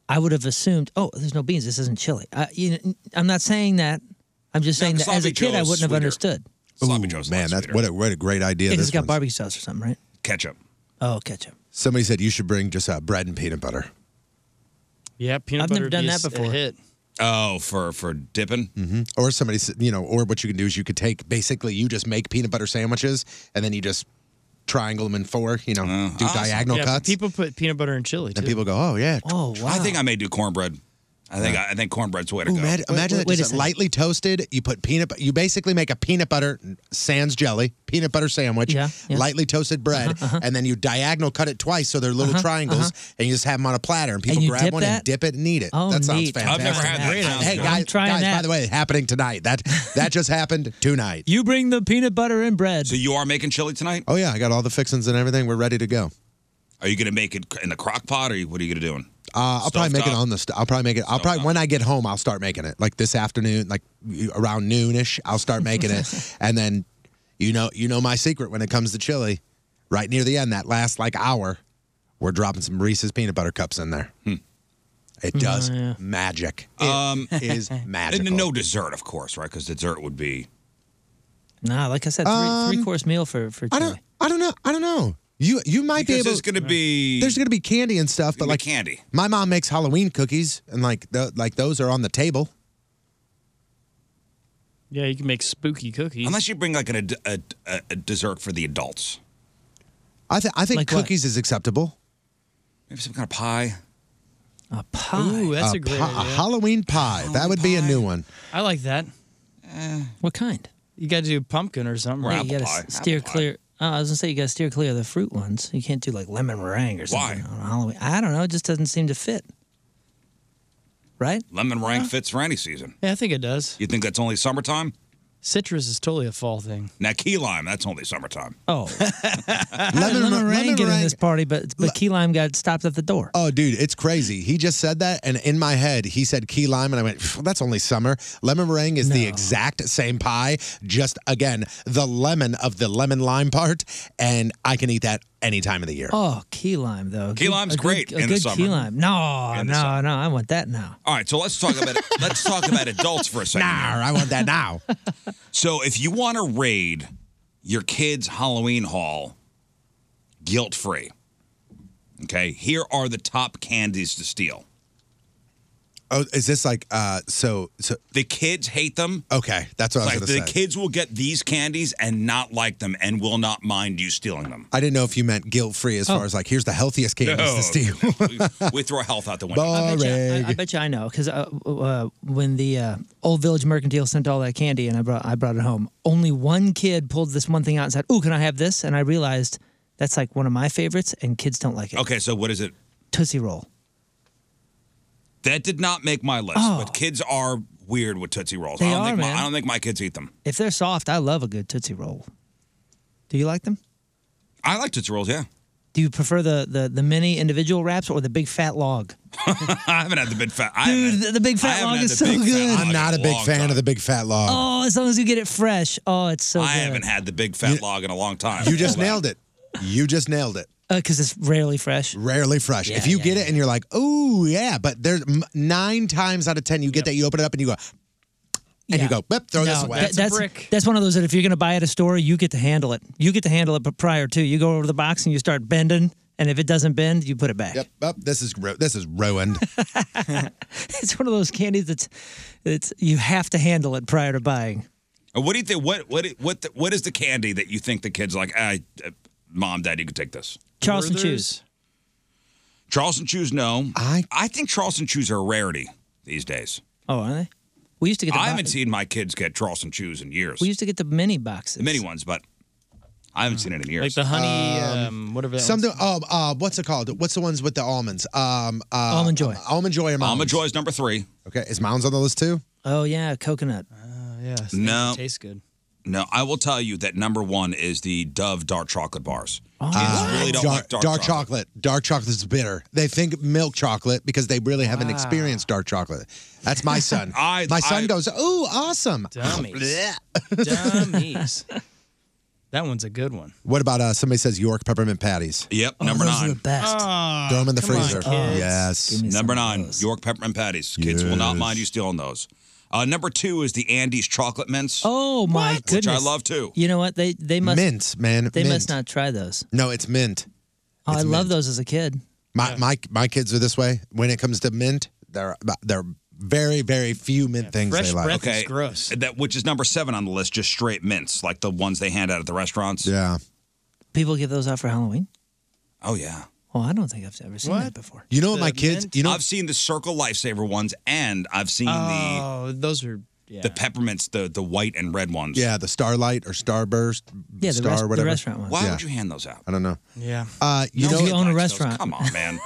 [SPEAKER 7] I would have assumed, oh, there's no beans. This isn't chili. I, you, know, I'm not saying that. I'm just saying that as
[SPEAKER 9] sloppy
[SPEAKER 7] a kid,
[SPEAKER 9] Joe
[SPEAKER 7] I
[SPEAKER 9] is
[SPEAKER 7] wouldn't have
[SPEAKER 9] sweeter.
[SPEAKER 7] understood.
[SPEAKER 9] Sloppy Joe's
[SPEAKER 4] Man,
[SPEAKER 9] lots
[SPEAKER 4] that's
[SPEAKER 9] sweeter.
[SPEAKER 4] what a what a great idea.
[SPEAKER 7] Yeah, because
[SPEAKER 4] this
[SPEAKER 7] it's got
[SPEAKER 4] one's.
[SPEAKER 7] barbecue sauce or something, right?
[SPEAKER 9] ketchup.
[SPEAKER 7] Oh, ketchup.
[SPEAKER 4] Somebody said you should bring just uh, bread and peanut butter.
[SPEAKER 8] yeah, peanut
[SPEAKER 7] I've
[SPEAKER 8] butter.
[SPEAKER 7] never
[SPEAKER 8] would
[SPEAKER 7] done
[SPEAKER 8] be a
[SPEAKER 7] that
[SPEAKER 8] s- a
[SPEAKER 7] before.
[SPEAKER 8] hit.
[SPEAKER 9] Oh, for for dipping.
[SPEAKER 8] Hmm.
[SPEAKER 4] Or somebody said, you know, or what you can do is you could take basically you just make peanut butter sandwiches and then you just triangle them in four, you know, Oh,
[SPEAKER 7] Uh-huh.
[SPEAKER 4] do
[SPEAKER 9] awesome.
[SPEAKER 4] diagonal
[SPEAKER 8] yeah, but
[SPEAKER 4] cuts.
[SPEAKER 8] people put peanut butter and chili. Too.
[SPEAKER 4] and people go, oh yeah.
[SPEAKER 7] Oh, wow.
[SPEAKER 9] I think I may do cornbread. I think I, I think cornbread's the way to
[SPEAKER 4] Ooh,
[SPEAKER 9] go.
[SPEAKER 4] mad- imagine
[SPEAKER 7] wait-
[SPEAKER 4] that
[SPEAKER 7] wait a
[SPEAKER 4] just
[SPEAKER 7] second.
[SPEAKER 4] lightly toasted. You put peanut, bu- you basically make a peanut butter sans jelly peanut butter sandwich,
[SPEAKER 7] Yeah, yeah.
[SPEAKER 4] lightly toasted bread, and then you diagonal cut it twice so they're little triangles, and you just have them on a platter, Uh-huh, and people
[SPEAKER 7] you
[SPEAKER 4] grab
[SPEAKER 7] dip
[SPEAKER 4] one
[SPEAKER 7] that?
[SPEAKER 4] and dip it and eat it.
[SPEAKER 7] Oh,
[SPEAKER 4] that sounds
[SPEAKER 7] neat.
[SPEAKER 9] I've
[SPEAKER 4] fantastic.
[SPEAKER 9] never had that.
[SPEAKER 7] Great
[SPEAKER 9] Sounds
[SPEAKER 4] Hey
[SPEAKER 9] good.
[SPEAKER 4] guys,
[SPEAKER 7] I'm trying
[SPEAKER 4] guys by
[SPEAKER 7] that.
[SPEAKER 4] the way, happening tonight. That that just happened tonight.
[SPEAKER 7] you bring the peanut butter and bread.
[SPEAKER 9] So you are making chili tonight?
[SPEAKER 4] Oh yeah, I got all the fixings and everything. We're ready to go.
[SPEAKER 9] Are you going to make it in the crock pot, or you- what are you going to doing?
[SPEAKER 4] Uh, I'll probably
[SPEAKER 9] Stuffed
[SPEAKER 4] make it
[SPEAKER 9] up?
[SPEAKER 4] on the. St- I'll probably make it. I'll probably when I get home, I'll start making it. Like this afternoon, like y- around noonish, I'll start making it, and then, you know, you know my secret when it comes to chili. Right near the end, that last like hour, we're dropping some Reese's peanut butter cups in there. It does magic. It
[SPEAKER 9] Hmm. Um,
[SPEAKER 4] is magic.
[SPEAKER 9] And no dessert, of course, right? Because dessert would be.
[SPEAKER 7] Nah, like I said, three, three course meal for for
[SPEAKER 4] Um, I
[SPEAKER 7] chili.
[SPEAKER 4] don't. I don't know. I don't know. You you might be
[SPEAKER 9] Because
[SPEAKER 4] able.
[SPEAKER 9] it's going to be.
[SPEAKER 4] there's gonna be candy and stuff, but
[SPEAKER 9] gonna be
[SPEAKER 4] like
[SPEAKER 9] candy.
[SPEAKER 4] My mom makes Halloween cookies, and like the, like those are on the table.
[SPEAKER 8] yeah, you can make spooky cookies.
[SPEAKER 9] Unless you bring like an, a, a, a- a dessert for the adults,
[SPEAKER 4] I, th- I think
[SPEAKER 7] Like what?
[SPEAKER 4] cookies is acceptable.
[SPEAKER 9] maybe some kind of pie.
[SPEAKER 7] A pie.
[SPEAKER 8] Ooh,
[SPEAKER 9] eh.
[SPEAKER 8] that's a,
[SPEAKER 4] a,
[SPEAKER 8] great
[SPEAKER 4] pi- a
[SPEAKER 8] idea.
[SPEAKER 4] Halloween pie. that would be a new one.
[SPEAKER 8] I like that.
[SPEAKER 7] What kind?
[SPEAKER 8] You got to do pumpkin or something.
[SPEAKER 9] Or
[SPEAKER 7] Yeah,
[SPEAKER 8] right?
[SPEAKER 7] you
[SPEAKER 9] apple
[SPEAKER 7] gotta
[SPEAKER 9] pie.
[SPEAKER 7] s- steer
[SPEAKER 9] Apple pie.
[SPEAKER 7] clear. Oh, I was gonna say you gotta steer clear of the fruit ones. You can't do like lemon meringue or something
[SPEAKER 9] Why?
[SPEAKER 7] on Halloween. I don't know. It just doesn't seem to fit. Right?
[SPEAKER 9] Lemon meringue fits for any season.
[SPEAKER 8] Yeah, I think it does.
[SPEAKER 9] You think that's only summertime?
[SPEAKER 8] Citrus is totally a fall thing.
[SPEAKER 9] Now key lime, that's only summertime.
[SPEAKER 7] Oh,
[SPEAKER 4] Lemon,
[SPEAKER 7] lemon meringue get in
[SPEAKER 4] meringue-
[SPEAKER 7] this party, but but key lime got stopped at the door.
[SPEAKER 4] Oh, dude, it's crazy. He just said that, and in my head, he said key lime, and I went, "Phew, "That's only summer." Lemon meringue is the exact same pie, just again the lemon of the lemon lime part, and I can eat that any time of the year.
[SPEAKER 7] Oh, key lime though.
[SPEAKER 9] Key
[SPEAKER 7] Good-
[SPEAKER 9] lime's
[SPEAKER 7] a good-
[SPEAKER 9] great
[SPEAKER 7] a
[SPEAKER 9] in the
[SPEAKER 7] good key
[SPEAKER 9] summer.
[SPEAKER 7] lime. No,
[SPEAKER 9] In the
[SPEAKER 7] no, no. I want that now.
[SPEAKER 9] All right, so let's talk about it. let's talk about adults for a second.
[SPEAKER 4] Nah, I want that now.
[SPEAKER 9] So if you want to raid your kid's Halloween haul guilt free, okay, here are the top candies to steal.
[SPEAKER 4] Oh, is this like uh? So so
[SPEAKER 9] The kids hate them.
[SPEAKER 4] okay, that's what I
[SPEAKER 9] Like
[SPEAKER 4] was
[SPEAKER 9] the
[SPEAKER 4] gonna say.
[SPEAKER 9] kids will get these candies and not like them and will not mind you stealing them.
[SPEAKER 4] I didn't know if you meant guilt free
[SPEAKER 9] Oh.
[SPEAKER 4] as far as like here's the healthiest candies to steal.
[SPEAKER 9] we, we throw health out the window.
[SPEAKER 7] I bet, you, I, I
[SPEAKER 4] Boring.
[SPEAKER 7] bet you I know because uh, uh, when the uh, old Village Mercantile sent all that candy and I brought I brought it home, only one kid pulled this one thing out and said, "Ooh, can I have this?" And I realized that's like one of my favorites, and kids don't like it.
[SPEAKER 9] Okay, so what is it?
[SPEAKER 7] Tootsie Roll.
[SPEAKER 9] That did not make my list, but kids are weird with Tootsie Rolls. I
[SPEAKER 7] Oh. They
[SPEAKER 9] don't
[SPEAKER 7] are,
[SPEAKER 9] think my,
[SPEAKER 7] man.
[SPEAKER 9] I don't think my kids eat them.
[SPEAKER 7] If they're soft, I love a good Tootsie Roll. Do you like them?
[SPEAKER 9] I like Tootsie Rolls, yeah.
[SPEAKER 7] Do you prefer the the, the mini individual wraps or the big fat log?
[SPEAKER 9] I haven't had the big fat. I
[SPEAKER 7] Dude,
[SPEAKER 9] haven't had-
[SPEAKER 7] the- the big fat
[SPEAKER 9] I haven't
[SPEAKER 7] log
[SPEAKER 9] had
[SPEAKER 7] is
[SPEAKER 9] the
[SPEAKER 7] so
[SPEAKER 9] big fat
[SPEAKER 7] good.
[SPEAKER 9] log
[SPEAKER 4] I'm
[SPEAKER 9] in
[SPEAKER 4] not a
[SPEAKER 9] a
[SPEAKER 4] big
[SPEAKER 9] long
[SPEAKER 4] fan
[SPEAKER 9] time.
[SPEAKER 4] of the big fat log.
[SPEAKER 7] Oh, as long as you get it fresh. Oh, it's so
[SPEAKER 9] I
[SPEAKER 7] good.
[SPEAKER 9] haven't had the big fat log in a long time.
[SPEAKER 4] You just nailed it. You just nailed it.
[SPEAKER 7] because Uh, it's rarely fresh.
[SPEAKER 4] Rarely fresh. if you
[SPEAKER 7] yeah,
[SPEAKER 4] get it and you're like, oh yeah, but there's m- nine times out of ten you get that you open it up and you go, and
[SPEAKER 7] Yeah.
[SPEAKER 4] you go, "Whoop, throw this
[SPEAKER 7] No,
[SPEAKER 4] away.
[SPEAKER 7] that- that's, that's one of those that if you're going to buy at a store, you get to handle it. You get to handle it, but prior to, you go over to the box and you start bending. And if it doesn't bend, you put it back.
[SPEAKER 4] Yep. Up. This is ru- this is ruined.
[SPEAKER 7] It's one of those candies that's, it's you have to handle it prior to buying.
[SPEAKER 9] Uh, What do you think? What what what the, what is the candy that you think the kids like? I, uh, mom, dad, you could take this.
[SPEAKER 7] Charleston Chews.
[SPEAKER 9] Charleston chews, no.
[SPEAKER 4] I-
[SPEAKER 9] Um, I think Charleston chews are a rarity these days.
[SPEAKER 7] Oh, are they? We used to get the
[SPEAKER 9] I
[SPEAKER 7] bo-
[SPEAKER 9] haven't seen my kids get Charleston chews in years.
[SPEAKER 7] we used to get the mini boxes.
[SPEAKER 9] Many ones, but I haven't seen it in years.
[SPEAKER 8] Like the
[SPEAKER 9] Uh,
[SPEAKER 8] honey, um, whatever that
[SPEAKER 4] Something.
[SPEAKER 8] one's-
[SPEAKER 4] Oh, uh, what's it called? What's the ones with the almonds? Um, uh,
[SPEAKER 7] Almond Joy.
[SPEAKER 4] um, almond joy. Or
[SPEAKER 9] Mama
[SPEAKER 4] Mounds?
[SPEAKER 9] Joy's number three.
[SPEAKER 4] Okay, is Mounds on the list too?
[SPEAKER 7] Oh yeah, coconut.
[SPEAKER 8] Yeah, it
[SPEAKER 9] No.
[SPEAKER 8] tastes good.
[SPEAKER 9] No, I will tell you that number one is the Dove dark chocolate bars.
[SPEAKER 7] Oh,
[SPEAKER 9] Kids really don't like dark,
[SPEAKER 4] Uh, dark chocolate. Dark chocolate is bitter. They think milk chocolate because they really
[SPEAKER 7] Ah.
[SPEAKER 4] haven't experienced dark chocolate. That's my son.
[SPEAKER 9] I-
[SPEAKER 4] my son
[SPEAKER 9] I-
[SPEAKER 4] goes, "Ooh, awesome."
[SPEAKER 8] Dummies. Dummies. That one's a good one.
[SPEAKER 4] What about uh, somebody says York peppermint patties?
[SPEAKER 9] Yep,
[SPEAKER 7] Oh,
[SPEAKER 9] number nine.
[SPEAKER 7] those
[SPEAKER 9] Ah.
[SPEAKER 7] are the best.
[SPEAKER 9] Uh,
[SPEAKER 4] Throw them in the
[SPEAKER 8] come on,
[SPEAKER 4] freezer.
[SPEAKER 8] kids.
[SPEAKER 4] yes.
[SPEAKER 7] Give me some
[SPEAKER 9] Number
[SPEAKER 7] of
[SPEAKER 9] nine,
[SPEAKER 7] those.
[SPEAKER 9] York peppermint patties. Kids will not mind you stealing those. Uh, number two is the Andes chocolate mints,
[SPEAKER 7] Oh my
[SPEAKER 9] which
[SPEAKER 7] goodness.
[SPEAKER 9] I love too.
[SPEAKER 7] You know what? They they must
[SPEAKER 4] mint, man.
[SPEAKER 7] they
[SPEAKER 4] mint.
[SPEAKER 7] must not try those.
[SPEAKER 4] No, it's mint.
[SPEAKER 7] Oh, I
[SPEAKER 4] It's
[SPEAKER 7] love
[SPEAKER 4] mint.
[SPEAKER 7] those as a kid.
[SPEAKER 4] My my my kids are this way. When it comes to mint, they're they're very very few mint things
[SPEAKER 8] fresh
[SPEAKER 4] they like.
[SPEAKER 8] breath. It's gross.
[SPEAKER 9] That which is number seven on the list, just straight mints, like the ones they hand out at the restaurants.
[SPEAKER 4] Yeah.
[SPEAKER 7] People give those out for Halloween.
[SPEAKER 9] Oh yeah.
[SPEAKER 7] Oh, I don't think I've ever seen that
[SPEAKER 8] What?
[SPEAKER 7] before.
[SPEAKER 4] You know what
[SPEAKER 8] The
[SPEAKER 4] my kids?
[SPEAKER 8] mint?
[SPEAKER 4] You know
[SPEAKER 9] I've seen the circle lifesaver ones, and I've seen
[SPEAKER 8] Oh, those are yeah.
[SPEAKER 9] the the peppermints, the the white and red ones.
[SPEAKER 4] yeah, the Starlight or Starburst,
[SPEAKER 7] Yeah, the,
[SPEAKER 4] Star
[SPEAKER 7] rest- the
[SPEAKER 4] whatever.
[SPEAKER 7] restaurant one.
[SPEAKER 9] Why
[SPEAKER 4] Yeah.
[SPEAKER 9] would you hand those out?
[SPEAKER 4] I don't know.
[SPEAKER 8] yeah.
[SPEAKER 4] Uh, you
[SPEAKER 7] No,
[SPEAKER 4] know
[SPEAKER 7] you own a
[SPEAKER 9] Like those-
[SPEAKER 7] restaurant.
[SPEAKER 9] Come on, man.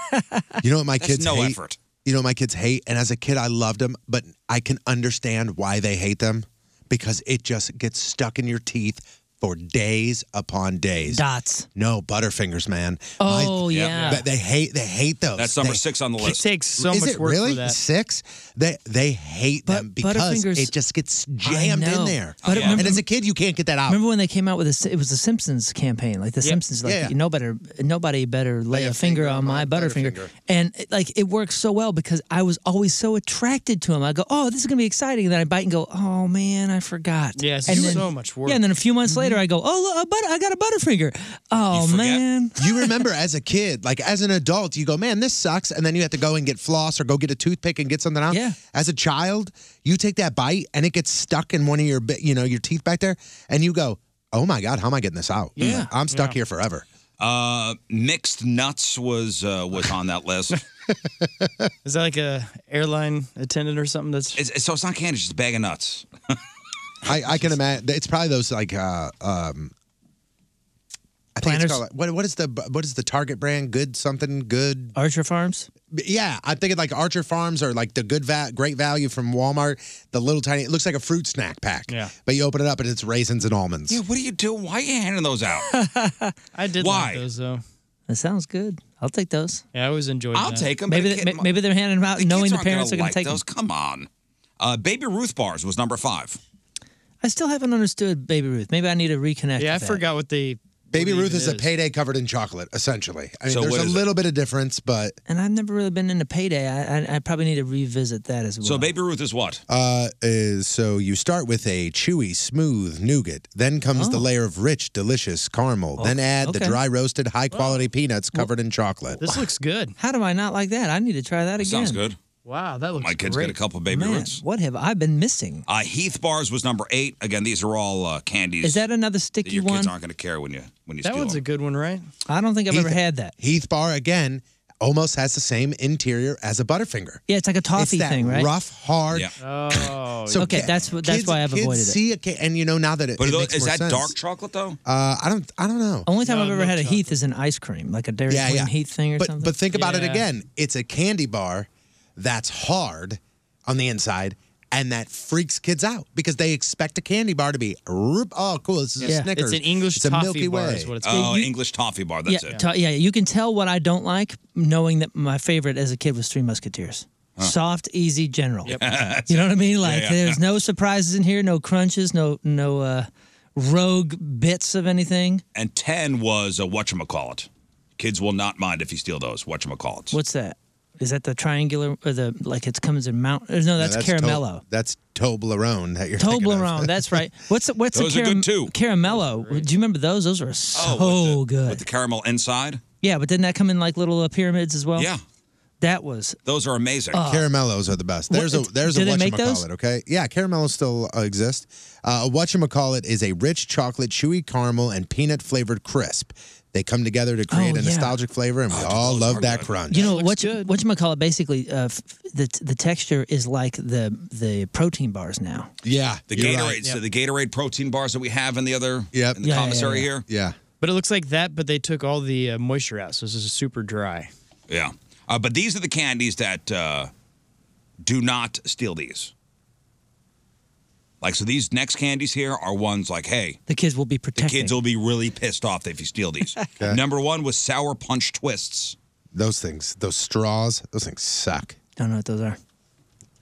[SPEAKER 4] You know what my
[SPEAKER 9] That's
[SPEAKER 4] kids
[SPEAKER 9] no
[SPEAKER 4] hate?
[SPEAKER 9] effort.
[SPEAKER 4] You know what my kids hate? And as a kid, I loved them, but I can understand why they hate them because it just gets stuck in your teeth for days upon days.
[SPEAKER 7] Dots.
[SPEAKER 4] no butterfingers, man. My-
[SPEAKER 7] Oh yeah.
[SPEAKER 4] but they hate they hate those.
[SPEAKER 9] That's number
[SPEAKER 4] They-
[SPEAKER 9] six on the
[SPEAKER 8] It
[SPEAKER 9] list.
[SPEAKER 8] takes so
[SPEAKER 4] Is
[SPEAKER 8] much
[SPEAKER 4] it
[SPEAKER 8] work
[SPEAKER 4] really
[SPEAKER 8] for that.
[SPEAKER 4] six? They they hate
[SPEAKER 7] But
[SPEAKER 4] them because
[SPEAKER 7] Butterfingers-
[SPEAKER 4] it just gets jammed in
[SPEAKER 7] know.
[SPEAKER 4] there.
[SPEAKER 7] But
[SPEAKER 9] Yeah. remember-
[SPEAKER 4] and as a kid, you can't get that out.
[SPEAKER 7] Remember when they came out with the it was the Simpsons campaign, like the Simpsons, like
[SPEAKER 4] Yeah, yeah.
[SPEAKER 7] no better, nobody better lay, a finger, on my butterfinger, and it, like it worked so well because I was always so attracted to him. I go, oh, this is gonna be exciting, and then I bite and go, oh man, I forgot.
[SPEAKER 8] Yeah, it's
[SPEAKER 7] and
[SPEAKER 8] so much work. Mm-hmm.
[SPEAKER 7] Yeah, and then a few months later, I go, oh, look, a butter, I got a butterfinger. Oh
[SPEAKER 9] forget.
[SPEAKER 7] man,
[SPEAKER 4] you remember as a kid, like as an adult, you go, man, this sucks. And then you have to go and get floss or go get a toothpick and get something out.
[SPEAKER 7] Yeah.
[SPEAKER 4] As a child, you take that bite and it gets stuck in one of your, bi- you know, your teeth back there. And you go, oh my God, how am I getting this out?
[SPEAKER 7] Yeah.
[SPEAKER 4] I'm stuck here forever.
[SPEAKER 9] Uh, mixed nuts was uh, was on that list.
[SPEAKER 8] Is that like a airline attendant or something? That's
[SPEAKER 9] It's- it's- so it's not candy, it's just a bag of nuts.
[SPEAKER 4] I, I can imagine. It's probably those like, uh, um, I think
[SPEAKER 7] Planters?
[SPEAKER 4] it's called, what, what is the what is the Target brand? Good something good.
[SPEAKER 7] Archer Farms.
[SPEAKER 4] Yeah, I'm thinking like Archer Farms or like the good va- great value from Walmart. The little tiny, it looks like a fruit snack pack.
[SPEAKER 8] Yeah.
[SPEAKER 4] but you open it up and it's raisins and almonds.
[SPEAKER 9] Yeah, what do you do? Why are you handing those out?
[SPEAKER 8] I did
[SPEAKER 9] Why?
[SPEAKER 8] like those though.
[SPEAKER 7] That sounds good. I'll take those.
[SPEAKER 8] Yeah, I always enjoyed.
[SPEAKER 9] I'll
[SPEAKER 8] that.
[SPEAKER 9] take them.
[SPEAKER 7] Maybe they, ma- maybe they're handing them out, knowing the parents are gonna
[SPEAKER 9] like
[SPEAKER 7] take them.
[SPEAKER 9] those. Come on. Uh, Baby Ruth bars was number five.
[SPEAKER 7] I still haven't understood Baby Ruth. Maybe I need to reconnect.
[SPEAKER 8] Yeah, I
[SPEAKER 7] with that.
[SPEAKER 8] forgot what they
[SPEAKER 4] Baby
[SPEAKER 8] it
[SPEAKER 4] Ruth
[SPEAKER 8] even
[SPEAKER 4] is a
[SPEAKER 8] is.
[SPEAKER 4] payday covered in chocolate, essentially. I mean,
[SPEAKER 9] So
[SPEAKER 4] there's
[SPEAKER 9] what
[SPEAKER 4] a
[SPEAKER 9] is it?
[SPEAKER 4] little bit of difference, but
[SPEAKER 7] And I've never really been into payday. I, I, I probably need to revisit that as well.
[SPEAKER 9] So Baby Ruth is what?
[SPEAKER 4] uh, is so you start with a chewy, smooth nougat. Then comes the layer of rich, delicious caramel. then add the
[SPEAKER 7] okay.
[SPEAKER 4] dry roasted, high quality peanuts covered in chocolate.
[SPEAKER 8] This looks good.
[SPEAKER 7] How do I not like that? I need to try that again.
[SPEAKER 9] Sounds good.
[SPEAKER 8] Wow, that looks
[SPEAKER 9] My kids
[SPEAKER 8] great.
[SPEAKER 9] get a couple of Baby
[SPEAKER 7] Man,
[SPEAKER 9] Ruths.
[SPEAKER 7] what have I been missing?
[SPEAKER 9] Uh, Heath bars was number eight. Again, these are all uh, candies.
[SPEAKER 7] Is that another sticky
[SPEAKER 9] your
[SPEAKER 7] one?
[SPEAKER 9] kids aren't going to care when you when you
[SPEAKER 8] That
[SPEAKER 9] steal
[SPEAKER 8] one's a
[SPEAKER 9] them.
[SPEAKER 8] good one, right?
[SPEAKER 7] I don't think I've ever
[SPEAKER 4] Heath-
[SPEAKER 7] had that.
[SPEAKER 4] Heath Bar again almost has the same interior as a Butterfinger.
[SPEAKER 7] Yeah, it's like a
[SPEAKER 4] it's
[SPEAKER 7] toffee
[SPEAKER 4] that
[SPEAKER 7] thing, right?
[SPEAKER 4] rough, hard.
[SPEAKER 9] Yeah.
[SPEAKER 8] Oh,
[SPEAKER 4] So
[SPEAKER 7] Okay,
[SPEAKER 4] ki-
[SPEAKER 7] that's what- that's
[SPEAKER 4] kids-
[SPEAKER 7] why I've
[SPEAKER 4] kids
[SPEAKER 7] avoided it.
[SPEAKER 4] See a ca- and you know now that it,
[SPEAKER 9] But
[SPEAKER 4] it
[SPEAKER 9] are those-
[SPEAKER 4] makes
[SPEAKER 9] is that
[SPEAKER 4] more sense.
[SPEAKER 9] dark chocolate though?
[SPEAKER 4] Uh, I don't I don't know.
[SPEAKER 7] Only time I've
[SPEAKER 8] No,
[SPEAKER 7] ever
[SPEAKER 8] no
[SPEAKER 7] had a Heath is an ice cream, like a Dairy
[SPEAKER 4] yeah,
[SPEAKER 7] Queen
[SPEAKER 4] yeah.
[SPEAKER 7] Heath thing or
[SPEAKER 4] but,
[SPEAKER 7] something.
[SPEAKER 4] But think about it
[SPEAKER 8] Yeah.
[SPEAKER 4] again. It's a candy bar that's hard on the inside and that freaks kids out because they expect a candy bar to be "Roop, oh cool, this is a
[SPEAKER 7] Yeah.
[SPEAKER 4] Snickers.
[SPEAKER 8] it's an English
[SPEAKER 4] it's a
[SPEAKER 8] toffee
[SPEAKER 4] Milky
[SPEAKER 8] bar
[SPEAKER 4] Way.
[SPEAKER 8] is what it's
[SPEAKER 9] Oh,
[SPEAKER 8] called.
[SPEAKER 9] English toffee bar.
[SPEAKER 7] yeah,
[SPEAKER 9] That's it.
[SPEAKER 7] to- yeah, you can tell what I don't like knowing that my favorite as a kid was Three Musketeers. Soft, easy, general. you know what I mean? Like
[SPEAKER 9] yeah.
[SPEAKER 7] there's no surprises in here, no crunches, no no uh, rogue bits of anything.
[SPEAKER 9] and ten was a whatchamacallit. Kids will not mind if you steal those whatchamacallits.
[SPEAKER 7] What's that? Is that the triangular or the like? It comes in mount. or No,
[SPEAKER 4] No,
[SPEAKER 7] that's,
[SPEAKER 4] to-
[SPEAKER 7] caramello.
[SPEAKER 4] that's Toblerone that you're thinking of.
[SPEAKER 7] Toblerone, that's right. What's the, what's
[SPEAKER 9] Those
[SPEAKER 7] the
[SPEAKER 9] are good, too. Oh,
[SPEAKER 7] Caramello. Do you remember those? Those were so
[SPEAKER 9] with the,
[SPEAKER 7] good.
[SPEAKER 9] With the caramel inside.
[SPEAKER 7] yeah, but didn't that come in like little uh, pyramids as well?
[SPEAKER 9] Yeah,
[SPEAKER 7] that was
[SPEAKER 9] those are amazing.
[SPEAKER 4] Oh. Caramellos are the best.
[SPEAKER 7] oh. What-
[SPEAKER 4] There's a
[SPEAKER 7] it's-
[SPEAKER 4] there's a
[SPEAKER 7] do they make those?
[SPEAKER 4] whatchamacallit, okay? Yeah, caramellos still uh, exist. Uh, a whatchamacallit is a rich chocolate, chewy caramel, and peanut flavored crisp. They come together to create
[SPEAKER 7] Oh,
[SPEAKER 4] a
[SPEAKER 7] yeah.
[SPEAKER 4] nostalgic flavor,
[SPEAKER 9] Oh,
[SPEAKER 4] and we all love that crunch.
[SPEAKER 7] you know what what you call it. Basically, uh, f- the the texture is like the the protein bars now.
[SPEAKER 4] yeah,
[SPEAKER 9] the
[SPEAKER 4] you're
[SPEAKER 9] Gatorade,
[SPEAKER 4] right.
[SPEAKER 9] so the Gatorade protein bars that we have in the other
[SPEAKER 4] Yep.
[SPEAKER 9] in the
[SPEAKER 7] Yeah, yeah,
[SPEAKER 9] commissary
[SPEAKER 7] yeah.
[SPEAKER 9] here.
[SPEAKER 4] Yeah.
[SPEAKER 8] but it looks like that. But they took all the uh, moisture out, so this is super dry.
[SPEAKER 9] Yeah. Uh, but these are the candies that uh, do not steal these. Like, so these next candies here are ones like, hey,
[SPEAKER 7] The kids will be
[SPEAKER 9] the
[SPEAKER 7] protected.
[SPEAKER 9] kids will be really pissed off if you steal these. Number one was Sour Punch Twists.
[SPEAKER 4] Those things, those straws, those things suck.
[SPEAKER 7] Don't know what those are.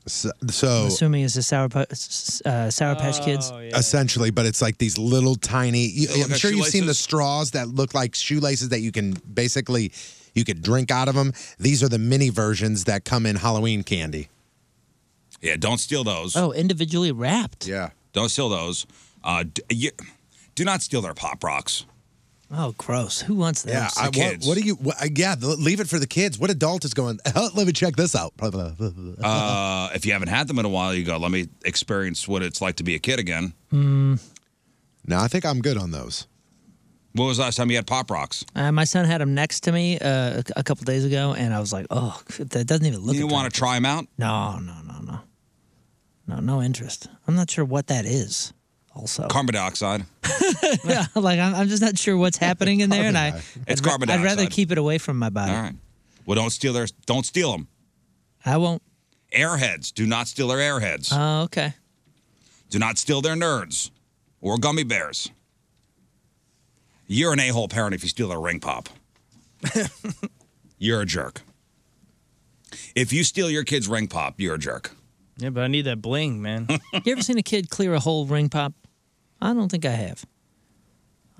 [SPEAKER 4] So,
[SPEAKER 7] I'm
[SPEAKER 4] so
[SPEAKER 7] assuming it's the sour pa- s- s- uh, sour patch
[SPEAKER 9] Oh.
[SPEAKER 7] kids.
[SPEAKER 4] essentially, but it's like these little tiny. You,
[SPEAKER 9] They look
[SPEAKER 4] I'm
[SPEAKER 9] like
[SPEAKER 4] sure you've seen the
[SPEAKER 9] shoelaces?
[SPEAKER 4] straws that look like shoelaces that you can basically you could drink out of them. These are the mini versions that come in Halloween candy.
[SPEAKER 9] Yeah, don't steal those.
[SPEAKER 7] Oh, individually wrapped.
[SPEAKER 4] Yeah.
[SPEAKER 9] Don't steal those. Uh, d- you, do not steal their Pop Rocks.
[SPEAKER 7] Oh, gross. Who wants those?
[SPEAKER 4] Yeah,
[SPEAKER 9] the
[SPEAKER 4] I, what,
[SPEAKER 9] kids.
[SPEAKER 4] what do you? What, yeah, the- leave it for the kids. What adult is going? "Oh, let me check this out.
[SPEAKER 9] Uh, if you haven't had them in a while, you go, let me experience what it's like to be a kid again.
[SPEAKER 4] no, I think I'm good on those.
[SPEAKER 9] What was the last time you had Pop Rocks?
[SPEAKER 7] Uh, my son had them next to me uh, a, a couple days ago, and I was like, "Oh, that doesn't even look."
[SPEAKER 9] you
[SPEAKER 7] attractive.
[SPEAKER 9] want to try them out?
[SPEAKER 7] No, no, no, no. No, no interest. I'm not sure what that is. Also,
[SPEAKER 9] Carbon dioxide.
[SPEAKER 7] yeah, like I'm, I'm just not sure what's happening in there, and I
[SPEAKER 9] It's
[SPEAKER 7] I'd ra-
[SPEAKER 9] carbon
[SPEAKER 7] I'd rather
[SPEAKER 9] dioxide.
[SPEAKER 7] keep it away from my body.
[SPEAKER 9] All right. Well, don't steal their. Don't steal them.
[SPEAKER 7] I won't.
[SPEAKER 9] Airheads. Do not steal their airheads.
[SPEAKER 7] Oh, okay.
[SPEAKER 9] Do not steal their nerds or gummy bears. You're an a hole parent if you steal their ring pop. you're a jerk. If you steal your kid's ring pop, you're a jerk.
[SPEAKER 8] Yeah, but I need that bling, man.
[SPEAKER 7] You ever seen a kid clear a whole ring pop? I don't think I have.